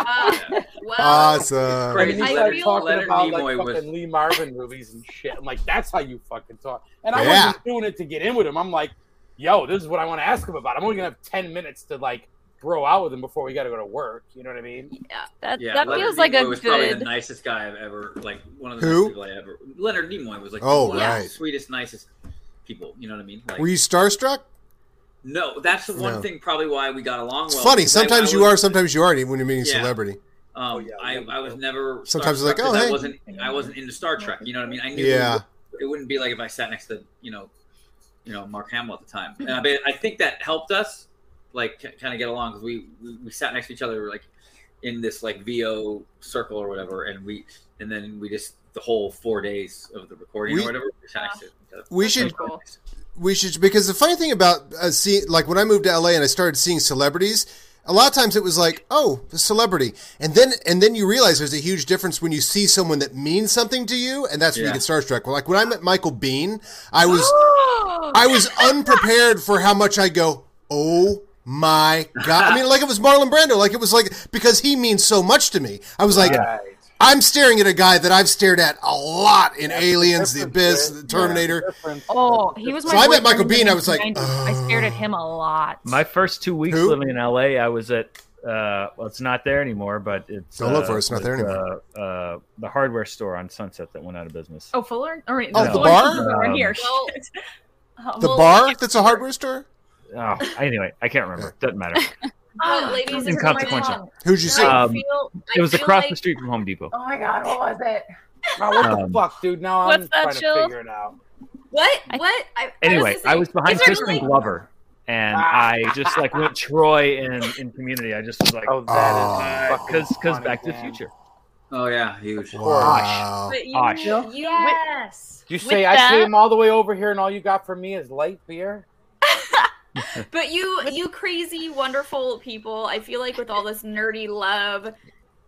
[SPEAKER 13] Awesome.
[SPEAKER 11] Crazy.
[SPEAKER 6] I
[SPEAKER 11] started
[SPEAKER 6] feel-
[SPEAKER 11] talking
[SPEAKER 6] Leonard
[SPEAKER 11] about like,
[SPEAKER 6] Nimoy
[SPEAKER 11] fucking
[SPEAKER 6] was-
[SPEAKER 11] Lee Marvin movies and shit. I'm like, that's how you fucking talk. And I
[SPEAKER 13] Yeah.
[SPEAKER 11] wasn't doing it to get in with him. I'm like, yo, this is what I want to ask him about. I'm only gonna have ten minutes to like bro out with him before we got to go to work. You know what I mean?
[SPEAKER 1] Yeah, that,
[SPEAKER 6] Yeah,
[SPEAKER 2] that
[SPEAKER 6] Leonard
[SPEAKER 2] feels like a
[SPEAKER 6] Nimoy was probably the
[SPEAKER 2] good-
[SPEAKER 6] nicest guy I've ever like one of the
[SPEAKER 13] Who?
[SPEAKER 6] nicest people I ever. Leonard Nimoy was like
[SPEAKER 13] Oh,
[SPEAKER 6] one of
[SPEAKER 13] right.
[SPEAKER 6] the sweetest, nicest people. You know what I mean? Like, Oh,
[SPEAKER 13] Were you starstruck?
[SPEAKER 6] no, that's the one
[SPEAKER 13] No.
[SPEAKER 6] thing probably why we got along.
[SPEAKER 13] It's
[SPEAKER 6] well,
[SPEAKER 13] funny.
[SPEAKER 6] because I-
[SPEAKER 13] Sometimes
[SPEAKER 6] I
[SPEAKER 13] you
[SPEAKER 6] was-
[SPEAKER 13] are, sometimes you aren't when you're meeting a
[SPEAKER 6] Yeah.
[SPEAKER 13] celebrity.
[SPEAKER 6] Um, I, I was never.
[SPEAKER 13] Sometimes it's like,
[SPEAKER 6] starstruck
[SPEAKER 13] oh,
[SPEAKER 6] 'cause
[SPEAKER 13] hey.
[SPEAKER 6] I wasn't I wasn't into Star Trek. You know what I mean? I knew.
[SPEAKER 13] Yeah.
[SPEAKER 6] It wouldn't be like if I sat next to you know, you know Mark Hamill at the time. And I, bet- I think that helped us like kind of get along because we, we we sat next to each other like in this like VO circle or whatever, and we and then we just the whole four days of the recording
[SPEAKER 13] We-
[SPEAKER 6] or whatever we sat next to each other.
[SPEAKER 13] We should. We should because the funny thing about uh, see, like when I moved to LA and I started seeing celebrities, a lot of times it was like, oh, the celebrity, and then and then you realize there's a huge difference when you see someone that means something to you, and that's when
[SPEAKER 14] Yeah.
[SPEAKER 13] you get starstruck. Well, like when I met Michael Bean, I was
[SPEAKER 6] Oh,
[SPEAKER 13] I
[SPEAKER 1] [LAUGHS]
[SPEAKER 13] was unprepared for how much I go, oh. My God! I mean, like it was Marlon Brando. Like it was like because he means so much to me. I was like,
[SPEAKER 14] Right.
[SPEAKER 13] I'm staring at a guy that I've stared at a lot in Aliens, The Abyss, The Terminator.
[SPEAKER 7] Oh, he was.
[SPEAKER 13] So
[SPEAKER 7] My
[SPEAKER 13] I met
[SPEAKER 7] boyfriend
[SPEAKER 13] Michael
[SPEAKER 7] in the
[SPEAKER 13] Biehn, I was like,
[SPEAKER 7] 1990s. I stared at him a lot.
[SPEAKER 9] My first two weeks living in LA, I was at uh, well, it's not there anymore, but it's
[SPEAKER 13] Don't
[SPEAKER 9] uh,
[SPEAKER 13] Oh, look for it, it's not there
[SPEAKER 9] anymore. Uh, uh, the hardware store on Sunset that went out of business.
[SPEAKER 7] Oh, Fuller. All right.
[SPEAKER 9] Oh,
[SPEAKER 7] no,
[SPEAKER 9] the
[SPEAKER 7] Fuller's
[SPEAKER 9] bar?
[SPEAKER 7] is over
[SPEAKER 9] Um,
[SPEAKER 7] here. [LAUGHS] Shit. Oh, well,
[SPEAKER 13] Um, that's a hardware store.
[SPEAKER 9] Oh, anyway, I can't remember. Doesn't
[SPEAKER 7] [LAUGHS]
[SPEAKER 9] matter.
[SPEAKER 7] uh, [GASPS]
[SPEAKER 15] Oh, ladies, this is my
[SPEAKER 9] Inconsequential.
[SPEAKER 15] song.
[SPEAKER 13] Who'd you
[SPEAKER 15] see? I
[SPEAKER 9] Um,
[SPEAKER 15] feel-
[SPEAKER 9] it was
[SPEAKER 15] I feel
[SPEAKER 9] across the
[SPEAKER 15] like-
[SPEAKER 9] street from Home Depot.
[SPEAKER 15] Oh my god, what was it?
[SPEAKER 11] Now, what the
[SPEAKER 9] Um,
[SPEAKER 11] fuck, dude? Now I'm
[SPEAKER 15] What's that,
[SPEAKER 11] trying
[SPEAKER 15] Jill?
[SPEAKER 11] to figure it out.
[SPEAKER 1] What? What? I,
[SPEAKER 9] Anyway, I was behind
[SPEAKER 1] is there
[SPEAKER 9] Crispin
[SPEAKER 1] like-
[SPEAKER 9] Glover, and I just like went Troy in in Community. I just was like, oh,
[SPEAKER 13] Ah.
[SPEAKER 6] that is
[SPEAKER 9] because because Back to the Future.
[SPEAKER 6] Oh yeah, huge.
[SPEAKER 9] Wow.
[SPEAKER 7] But you-
[SPEAKER 9] Osh.
[SPEAKER 11] Jill?
[SPEAKER 7] Yes.
[SPEAKER 11] You
[SPEAKER 7] With
[SPEAKER 11] say I
[SPEAKER 7] that-
[SPEAKER 11] came all the way over here, and all you got for me is light beer.
[SPEAKER 1] But you, you crazy, wonderful people. I feel like with all this nerdy love,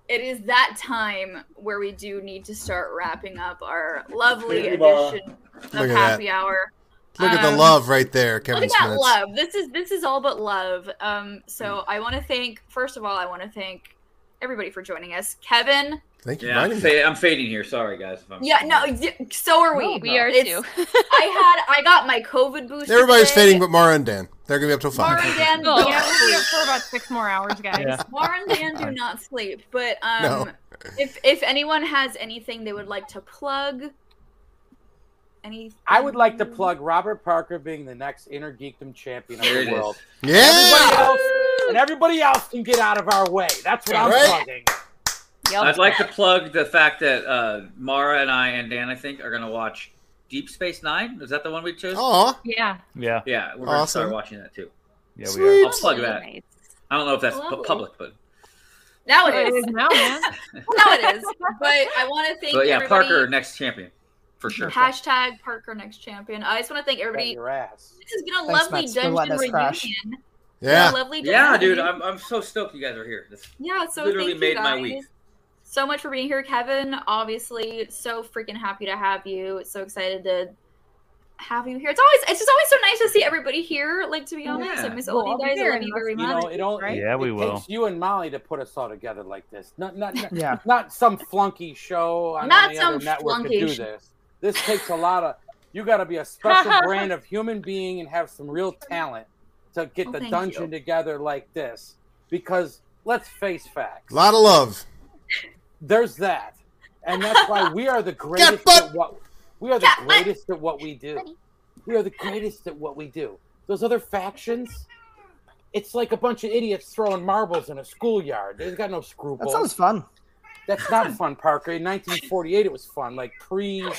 [SPEAKER 1] it is that time where we do need to start wrapping up our lovely
[SPEAKER 13] Pretty ball.
[SPEAKER 1] edition of
[SPEAKER 13] Look at
[SPEAKER 1] Happy
[SPEAKER 13] that.
[SPEAKER 1] Hour.
[SPEAKER 13] Look at the
[SPEAKER 1] Um,
[SPEAKER 13] love right there, Kevin
[SPEAKER 1] Look at
[SPEAKER 13] Smith.
[SPEAKER 1] that love. This is this is all but love. Um,
[SPEAKER 13] Mm.
[SPEAKER 1] so I want to thank first of all, I want to thank everybody for joining us. Kevin,
[SPEAKER 13] Thank
[SPEAKER 6] you. Yeah, I'm, fa- I'm fading here. Sorry guys. If I'm
[SPEAKER 1] yeah, no, y- so are we.
[SPEAKER 2] We are
[SPEAKER 1] too. [LAUGHS] I had I got my COVID booster.
[SPEAKER 13] Everybody's
[SPEAKER 1] today.
[SPEAKER 13] fading but Mara and Dan. They're going to be up till 5.
[SPEAKER 1] Warren Dan,
[SPEAKER 7] Oh.
[SPEAKER 1] yeah, we'll be up
[SPEAKER 7] for about six more
[SPEAKER 6] [LAUGHS]
[SPEAKER 7] hours, guys.
[SPEAKER 13] Yeah.
[SPEAKER 1] Warren Dan do not sleep. But um,
[SPEAKER 13] No.
[SPEAKER 1] if if anyone has anything they would like to plug, any
[SPEAKER 11] I would like to plug Robert Parker being the next Inner Geekdom champion of
[SPEAKER 6] There it
[SPEAKER 11] the
[SPEAKER 6] is.
[SPEAKER 11] world.
[SPEAKER 13] Yeah!
[SPEAKER 11] Everybody else, and everybody else can get out of our way. That's what I'm
[SPEAKER 13] Right.
[SPEAKER 11] plugging.
[SPEAKER 6] I'd like to plug the fact that uh, Mara and I and Dan, I think, are going to watch Deep Space Nine? Is that the one we chose?
[SPEAKER 13] Aw.
[SPEAKER 7] Yeah.
[SPEAKER 9] Yeah.
[SPEAKER 6] Yeah, we're gonna start
[SPEAKER 13] Uh-huh. Awesome.
[SPEAKER 6] watching that too.
[SPEAKER 13] we
[SPEAKER 9] Yeah,
[SPEAKER 13] are. Sweet.
[SPEAKER 6] I'll plug that.
[SPEAKER 1] Nice.
[SPEAKER 6] I don't know if that's pu-
[SPEAKER 1] Lovely.
[SPEAKER 6] public, but
[SPEAKER 1] [LAUGHS] Now
[SPEAKER 7] It
[SPEAKER 1] it is.
[SPEAKER 7] is [LAUGHS] now, man.
[SPEAKER 1] [LAUGHS] now it is. But I want to thank
[SPEAKER 6] but yeah,
[SPEAKER 1] everybody.
[SPEAKER 6] Parker next champion for sure.
[SPEAKER 1] Hashtag Parker next champion. I just want to thank everybody. This has been a
[SPEAKER 6] Thanks,
[SPEAKER 1] lovely
[SPEAKER 6] Max, for
[SPEAKER 1] dungeon
[SPEAKER 6] letting us
[SPEAKER 1] reunion.
[SPEAKER 6] crash.
[SPEAKER 1] Yeah. Lovely
[SPEAKER 6] Yeah,
[SPEAKER 1] dungeon
[SPEAKER 6] dude,
[SPEAKER 1] reunion.
[SPEAKER 6] I'm, I'm so stoked you guys are here. This
[SPEAKER 1] Yeah, so
[SPEAKER 6] literally
[SPEAKER 1] thank
[SPEAKER 6] made
[SPEAKER 1] you guys.
[SPEAKER 6] my week.
[SPEAKER 1] so much for being here, Kevin. Obviously, so freaking happy to have you. So excited to have you here. It's always it's just always so nice to see everybody here. Like to be honest, I miss all
[SPEAKER 11] Well, I'll
[SPEAKER 1] of
[SPEAKER 11] be
[SPEAKER 1] you guys. I
[SPEAKER 11] there
[SPEAKER 1] love you very
[SPEAKER 11] unless-
[SPEAKER 1] much.
[SPEAKER 11] You know, it only,
[SPEAKER 1] right?
[SPEAKER 9] Yeah, we
[SPEAKER 11] it
[SPEAKER 9] will.
[SPEAKER 11] Takes you and Molly to put us all together like this. Not not, not
[SPEAKER 10] Yeah.
[SPEAKER 11] not some flunky show on
[SPEAKER 1] Not
[SPEAKER 11] any
[SPEAKER 1] some
[SPEAKER 11] other network to
[SPEAKER 1] flunky
[SPEAKER 11] do
[SPEAKER 1] sh-
[SPEAKER 11] this. This takes a lot of. You got to be a special
[SPEAKER 1] [LAUGHS]
[SPEAKER 11] brand of human being and have some real talent to get
[SPEAKER 1] Well,
[SPEAKER 11] the
[SPEAKER 1] thank
[SPEAKER 11] dungeon
[SPEAKER 1] you.
[SPEAKER 11] together like this. Because let's face facts.
[SPEAKER 13] Lot of love.
[SPEAKER 11] There's that, and that's why we are the greatest at what we are the greatest at what we do. We are the greatest at what we do. Those other factions, it's like a bunch of idiots throwing marbles in a schoolyard. They've got no
[SPEAKER 10] That
[SPEAKER 11] scruples.
[SPEAKER 10] sounds fun.
[SPEAKER 11] That's not fun, Parker. In 1948, it was fun. Like pre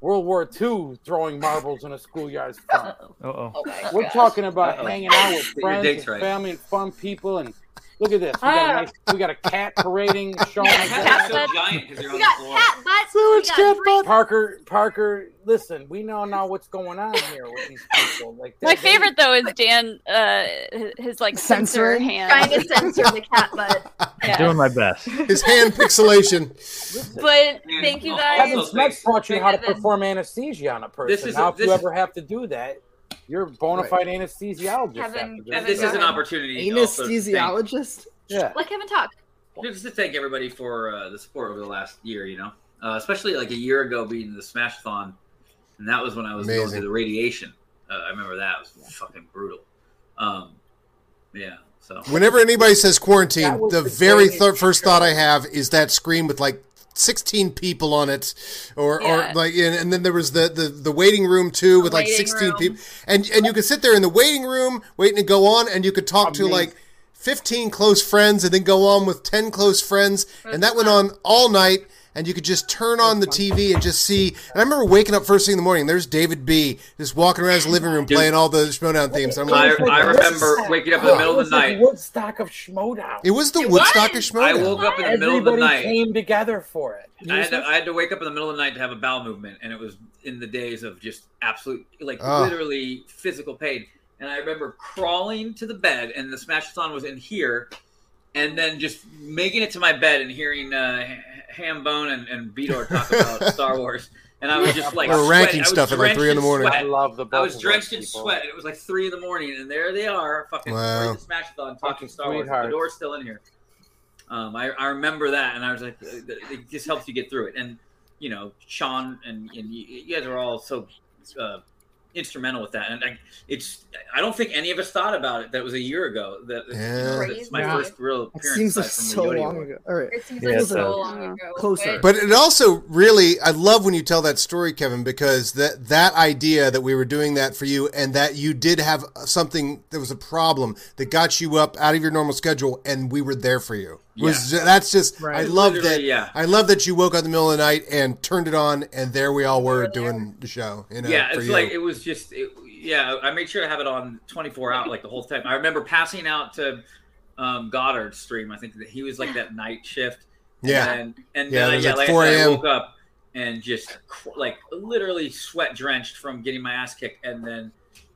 [SPEAKER 11] World War II, throwing marbles in a schoolyard is fun.
[SPEAKER 14] Oh,
[SPEAKER 9] Uh-oh.
[SPEAKER 11] We're talking about
[SPEAKER 9] Uh-oh.
[SPEAKER 11] hanging out with
[SPEAKER 9] [LAUGHS] Get your
[SPEAKER 11] friends,
[SPEAKER 9] dates
[SPEAKER 11] and
[SPEAKER 9] right.
[SPEAKER 11] family, and fun people. And look at this. We got a,
[SPEAKER 1] Ah.
[SPEAKER 11] nice, we got a cat parading, showing.
[SPEAKER 9] [LAUGHS]
[SPEAKER 11] us
[SPEAKER 1] Cat
[SPEAKER 11] everything.
[SPEAKER 1] butt. We
[SPEAKER 11] on
[SPEAKER 1] got
[SPEAKER 11] the floor.
[SPEAKER 1] cat butts. we got three-
[SPEAKER 11] Parker, Parker, listen, we know now what's going on here with these people. Like
[SPEAKER 2] My
[SPEAKER 11] they-
[SPEAKER 2] favorite though is Dan, uh, his- his like censor
[SPEAKER 11] Censoring?
[SPEAKER 2] hand,
[SPEAKER 1] Trying to censor the cat butt.
[SPEAKER 2] Yeah.
[SPEAKER 9] Doing my best.
[SPEAKER 13] His hand pixelation.
[SPEAKER 1] But thank you guys.
[SPEAKER 11] Kevin Smith taught you how to
[SPEAKER 1] Kevin.
[SPEAKER 11] perform anesthesia on a person.
[SPEAKER 6] is a-
[SPEAKER 11] now, if
[SPEAKER 6] this
[SPEAKER 11] you
[SPEAKER 6] is-
[SPEAKER 11] ever have to do that, you're a bona
[SPEAKER 6] Right.
[SPEAKER 11] fide anesthesiologist.
[SPEAKER 1] Kevin-
[SPEAKER 11] after
[SPEAKER 6] And this is an opportunity. to also thank-
[SPEAKER 10] Anesthesiologist.
[SPEAKER 11] Yeah.
[SPEAKER 1] Let Kevin talk.
[SPEAKER 6] Just to thank everybody for uh, the support over the last year, you know, uh, especially like a year ago being the Smashathon, and that was when I was going
[SPEAKER 13] Amazing.
[SPEAKER 6] through the radiation. Uh, I remember that it was fucking brutal. Um, yeah. So
[SPEAKER 13] Whenever anybody says quarantine,
[SPEAKER 6] That was
[SPEAKER 13] the
[SPEAKER 6] the
[SPEAKER 13] very
[SPEAKER 6] greatest
[SPEAKER 13] th- first thought I have is that screen with like 16 people on it, or,
[SPEAKER 6] Yeah.
[SPEAKER 13] or like, and, and then there was the, the, the waiting room too with like
[SPEAKER 6] waiting
[SPEAKER 13] 16
[SPEAKER 6] room.
[SPEAKER 13] people, and and you could sit there in the waiting room waiting to go on, and you could talk to like 15 close friends, and then go on with 10 close friends, and that went on all night. And you could just turn on the TV and just see. And I remember waking up first thing in the morning. There's David B. just walking around his living room playing all the Schmodown themes. I'm
[SPEAKER 6] I,
[SPEAKER 13] like,
[SPEAKER 6] I remember waking up in the middle of the night.
[SPEAKER 11] Woodstock of Schmodown.
[SPEAKER 13] It was the Woodstock of Schmodown.
[SPEAKER 6] I woke up in the middle of the
[SPEAKER 11] Everybody
[SPEAKER 6] night.
[SPEAKER 11] came together for it.
[SPEAKER 6] I had, to, I had to wake up in the middle of the night to have a bowel movement, and it was in the days of just absolute, like
[SPEAKER 13] Oh.
[SPEAKER 6] literally physical pain. And I remember crawling to the bed, and the Smashathon was in here, and then just making it to my bed and hearing uh, Ha- Hambone and, and Beator
[SPEAKER 13] [LAUGHS]
[SPEAKER 6] talk about Star Wars. And I was just like,
[SPEAKER 13] We're
[SPEAKER 6] sweat-
[SPEAKER 13] ranking
[SPEAKER 6] I was
[SPEAKER 13] stuff at, like,
[SPEAKER 6] drenched
[SPEAKER 13] three in the morning.
[SPEAKER 6] sweat.
[SPEAKER 13] I love the
[SPEAKER 6] I
[SPEAKER 13] both of
[SPEAKER 6] was
[SPEAKER 13] those
[SPEAKER 6] drenched in
[SPEAKER 13] people.
[SPEAKER 6] sweat. and It was like three in the morning, and there they are, fucking
[SPEAKER 13] Wow.
[SPEAKER 6] wow. the Smashathon talking Star Wars. The
[SPEAKER 11] sweethearts.
[SPEAKER 6] door's still in here. Um, I, I remember that, and I was like, uh, it just helps you get through it. And you know, Sean and, and you, you guys are all so uh, instrumental with that. And I, it's I don't think any of us thought about it. That was a year ago. That you know,
[SPEAKER 10] Yeah.
[SPEAKER 6] that's my
[SPEAKER 10] Yeah.
[SPEAKER 6] first real
[SPEAKER 10] It
[SPEAKER 6] appearance.
[SPEAKER 10] seems like
[SPEAKER 6] aside from
[SPEAKER 10] so
[SPEAKER 6] the Yodi
[SPEAKER 10] long
[SPEAKER 6] Award.
[SPEAKER 10] ago. All right.
[SPEAKER 1] It seems
[SPEAKER 13] like Yeah, so so-
[SPEAKER 1] long ago.
[SPEAKER 10] Closer.
[SPEAKER 13] But it also really, I love when you tell that story, Kevin, because that that idea that we were doing that for you, and that you did have something that was a problem that got you up out of your normal schedule, and we were there for you. Was ju- that's just I
[SPEAKER 6] Right.
[SPEAKER 13] love that.
[SPEAKER 6] Literally, yeah.
[SPEAKER 13] I love that you woke up in the middle of the night and turned it on, and there we all were doing the show. You know,
[SPEAKER 6] yeah,
[SPEAKER 13] for
[SPEAKER 6] it's
[SPEAKER 13] you.
[SPEAKER 6] like it was just it, yeah. I made sure to have it on twenty four out like the whole time. I remember passing out to um, Goddard's stream. I think that he was like that night shift.
[SPEAKER 13] Yeah.
[SPEAKER 6] and and
[SPEAKER 13] Yeah,
[SPEAKER 6] then,
[SPEAKER 13] it
[SPEAKER 6] I-
[SPEAKER 13] was
[SPEAKER 6] yeah,
[SPEAKER 13] like
[SPEAKER 6] like,
[SPEAKER 13] 4
[SPEAKER 6] I, said, I
[SPEAKER 13] a.m..
[SPEAKER 6] woke up and just cr- like literally sweat drenched from getting my ass kicked, and then.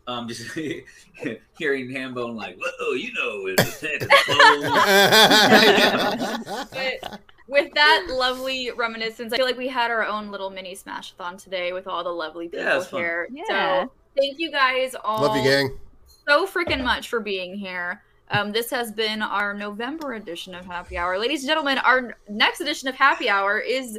[SPEAKER 6] Um, just [LAUGHS] hearing Hambone like, whoa, you know,
[SPEAKER 13] [LAUGHS]
[SPEAKER 6] it's
[SPEAKER 1] [LAUGHS] But with that lovely reminiscence, I feel like we had our own little mini smashathon today with all the lovely people
[SPEAKER 13] Yeah, it was fun.
[SPEAKER 1] here.
[SPEAKER 2] Yeah.
[SPEAKER 1] So thank you guys all
[SPEAKER 13] love you, gang.
[SPEAKER 1] so freaking much for being here. Um, this has been our November edition of Happy Hour. Ladies and gentlemen, our next edition of Happy Hour is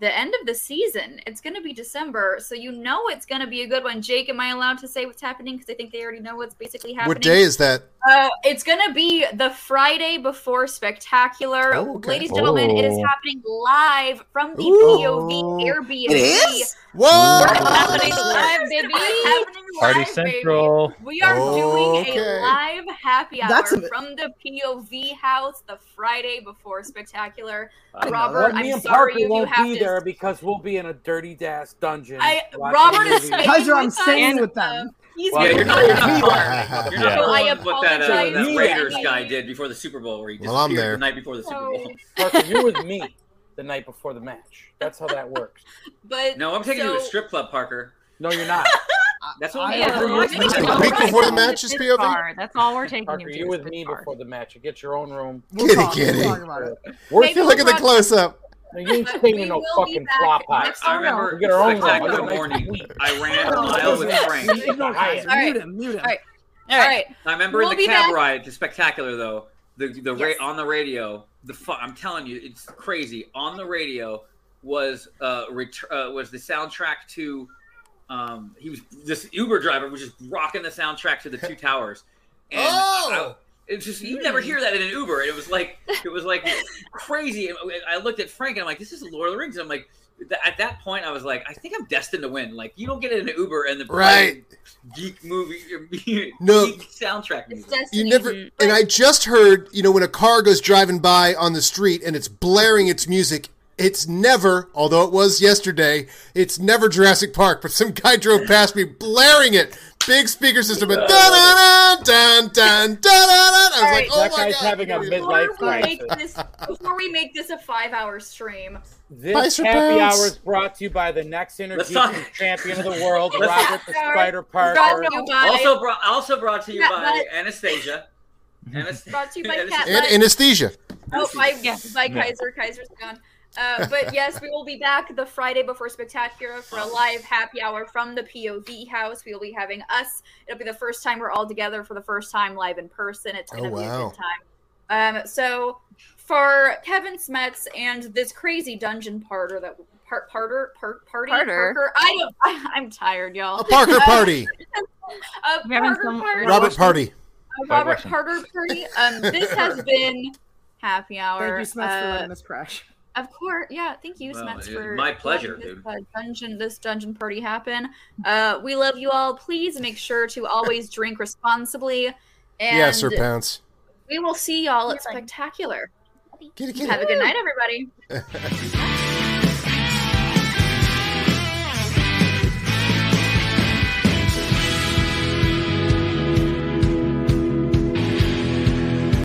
[SPEAKER 1] the end of the season. It's going to be December, so you know it's going to be a good one. Jake, am I allowed to say what's happening? Because I think they already know what's basically happening.
[SPEAKER 13] What day is that?
[SPEAKER 1] Uh, it's gonna be the Friday before Spectacular,
[SPEAKER 13] Oh, okay.
[SPEAKER 1] ladies and gentlemen. It is
[SPEAKER 13] Oh.
[SPEAKER 1] happening live from the
[SPEAKER 13] Ooh.
[SPEAKER 1] POV Airbnb.
[SPEAKER 13] It is? Whoa!
[SPEAKER 1] It's happening live baby. Happening
[SPEAKER 9] Party
[SPEAKER 1] live,
[SPEAKER 9] Central.
[SPEAKER 1] Baby. We are doing
[SPEAKER 9] Okay.
[SPEAKER 1] a live happy hour
[SPEAKER 9] That's a-
[SPEAKER 1] from the POV house the Friday before Spectacular.
[SPEAKER 11] I know.
[SPEAKER 1] Robert,
[SPEAKER 11] Well, me
[SPEAKER 1] I'm
[SPEAKER 11] and
[SPEAKER 1] sorry
[SPEAKER 11] Parker
[SPEAKER 1] if you
[SPEAKER 11] won't
[SPEAKER 1] have
[SPEAKER 11] be
[SPEAKER 1] to.
[SPEAKER 11] there because we'll be in a dirty ass dungeon.
[SPEAKER 1] I-
[SPEAKER 11] watching
[SPEAKER 1] Robert
[SPEAKER 11] movies.
[SPEAKER 1] is You guys are on with us, staying
[SPEAKER 11] [LAUGHS]
[SPEAKER 10] with them.
[SPEAKER 1] He's
[SPEAKER 11] Well,
[SPEAKER 1] been
[SPEAKER 11] you're
[SPEAKER 1] on
[SPEAKER 11] not-
[SPEAKER 1] the
[SPEAKER 11] You're
[SPEAKER 1] bar. Yeah.
[SPEAKER 11] not
[SPEAKER 1] So I
[SPEAKER 11] doing what that, uh, that
[SPEAKER 1] apologize to
[SPEAKER 11] Raiders
[SPEAKER 1] you.
[SPEAKER 11] guy
[SPEAKER 6] I did before the Super Bowl where he
[SPEAKER 11] Well, I'm
[SPEAKER 6] disappeared
[SPEAKER 11] there.
[SPEAKER 6] the night before the Super Bowl.
[SPEAKER 11] Parker, you with me the night before the match. That's how that works.
[SPEAKER 1] [LAUGHS] But
[SPEAKER 6] No, I'm taking you to a
[SPEAKER 1] so-
[SPEAKER 6] strip club, Parker.
[SPEAKER 11] No, you're
[SPEAKER 1] [LAUGHS]
[SPEAKER 11] not.
[SPEAKER 6] That's
[SPEAKER 11] what
[SPEAKER 6] what
[SPEAKER 11] we
[SPEAKER 6] we
[SPEAKER 11] have.
[SPEAKER 6] do. Week before the match is POV?
[SPEAKER 11] That's all we're taking. Parker, you with me before the match. You get your own room.
[SPEAKER 13] Kitty, kitty.
[SPEAKER 11] We're
[SPEAKER 13] Maybe Look at the Rob- close-up.
[SPEAKER 11] No, you ain't staying in no fucking flop house.
[SPEAKER 6] I remember
[SPEAKER 11] We get our own
[SPEAKER 6] spectacular
[SPEAKER 11] room. [LAUGHS]
[SPEAKER 6] morning. I
[SPEAKER 1] [LAUGHS]
[SPEAKER 6] ran a
[SPEAKER 11] Oh,
[SPEAKER 6] mile with
[SPEAKER 11] yeah.
[SPEAKER 6] Frank.
[SPEAKER 11] Ignore Kaiser.
[SPEAKER 1] All right.
[SPEAKER 10] Mute him, mute him.
[SPEAKER 1] All right. All right.
[SPEAKER 6] I remember
[SPEAKER 1] We'll
[SPEAKER 6] in
[SPEAKER 1] be
[SPEAKER 6] the cab
[SPEAKER 1] back.
[SPEAKER 6] ride to Spectacular though. The the
[SPEAKER 1] Yes.
[SPEAKER 6] ra- on the radio. The fu- I'm telling you, it's crazy. On the radio was uh, ret- uh was the soundtrack to um he was this Uber driver was just rocking the soundtrack to the
[SPEAKER 13] [LAUGHS]
[SPEAKER 6] Two Towers. And
[SPEAKER 13] Oh!
[SPEAKER 6] I- it's just you never hear that in an Uber. It was like it was
[SPEAKER 1] [LAUGHS]
[SPEAKER 6] like crazy. And I looked at Frank and I'm like, this is Lord of the Rings. And I'm like, th- at that point I was like, I think I'm destined to win. Like you don't get in an Uber and the
[SPEAKER 13] Right.
[SPEAKER 6] geek movie [LAUGHS] geek
[SPEAKER 13] No.
[SPEAKER 6] soundtrack music.
[SPEAKER 13] You never,
[SPEAKER 1] Mm.
[SPEAKER 13] and I just heard, you know, when a car goes driving by on the street and it's blaring its music, it's never, although it was yesterday, it's never Jurassic Park, but some guy drove past me blaring it. Big speaker system, and dun dun dun dun dun dun. I was like, oh
[SPEAKER 11] that
[SPEAKER 13] my
[SPEAKER 11] guy's
[SPEAKER 13] god.
[SPEAKER 11] having a midlife
[SPEAKER 1] Before we
[SPEAKER 11] crisis.
[SPEAKER 1] make this, before we make this a five-hour stream,
[SPEAKER 11] This
[SPEAKER 13] Vice or
[SPEAKER 11] happy
[SPEAKER 13] pounds?
[SPEAKER 11] hour is brought to you by the next
[SPEAKER 6] Let's
[SPEAKER 11] energy
[SPEAKER 6] talk-
[SPEAKER 11] champion of the world,
[SPEAKER 6] Let's
[SPEAKER 11] Robert the
[SPEAKER 6] talk-
[SPEAKER 11] Spider Parker.
[SPEAKER 1] Brought to you by-
[SPEAKER 6] Also brought also brought to you
[SPEAKER 1] Yeah,
[SPEAKER 6] by
[SPEAKER 1] but-
[SPEAKER 13] [LAUGHS]
[SPEAKER 6] Anastasia. Anas-
[SPEAKER 1] brought to you by
[SPEAKER 6] [LAUGHS] Anastasia.
[SPEAKER 1] Cat
[SPEAKER 13] And anesthesia.
[SPEAKER 1] Oh,
[SPEAKER 13] [LAUGHS]
[SPEAKER 1] by, by
[SPEAKER 13] Yeah.
[SPEAKER 1] Kaiser. Kaiser's gone. Uh, but yes, we will be back the Friday before Spectacular for a live happy hour from the POV house. We will be having us. It'll be the first time we're all together for the first time live in person. It's
[SPEAKER 13] Oh,
[SPEAKER 1] going to be a
[SPEAKER 13] wow.
[SPEAKER 1] good time. Um, so for Kevin Smets and this crazy dungeon parter that part parter part party
[SPEAKER 2] Parter.
[SPEAKER 1] Parker, I don't, [LAUGHS] I, I'm tired, y'all.
[SPEAKER 13] A Parker
[SPEAKER 1] [LAUGHS]
[SPEAKER 13] party.
[SPEAKER 1] Uh,
[SPEAKER 2] We're having
[SPEAKER 1] Parker
[SPEAKER 2] some-
[SPEAKER 1] party.
[SPEAKER 13] Robert Party.
[SPEAKER 1] Uh, Robert Carter party. Um, this has
[SPEAKER 10] [LAUGHS]
[SPEAKER 1] been happy hour.
[SPEAKER 10] Thank you, Smith, for
[SPEAKER 1] Uh,
[SPEAKER 10] letting us crash.
[SPEAKER 1] Of course, yeah. Thank you,
[SPEAKER 10] Well,
[SPEAKER 1] Smets,
[SPEAKER 10] it-
[SPEAKER 1] for
[SPEAKER 10] my
[SPEAKER 1] letting
[SPEAKER 10] pleasure,
[SPEAKER 1] This,
[SPEAKER 10] dude.
[SPEAKER 1] uh, dungeon, this dungeon party happen. Uh, we love you all. Please make sure to always drink responsibly. And
[SPEAKER 13] Yeah, Sir Pounce.
[SPEAKER 1] We will see y'all at Spectacular.
[SPEAKER 13] Kitty, [LAUGHS]
[SPEAKER 1] Have a good night, everybody.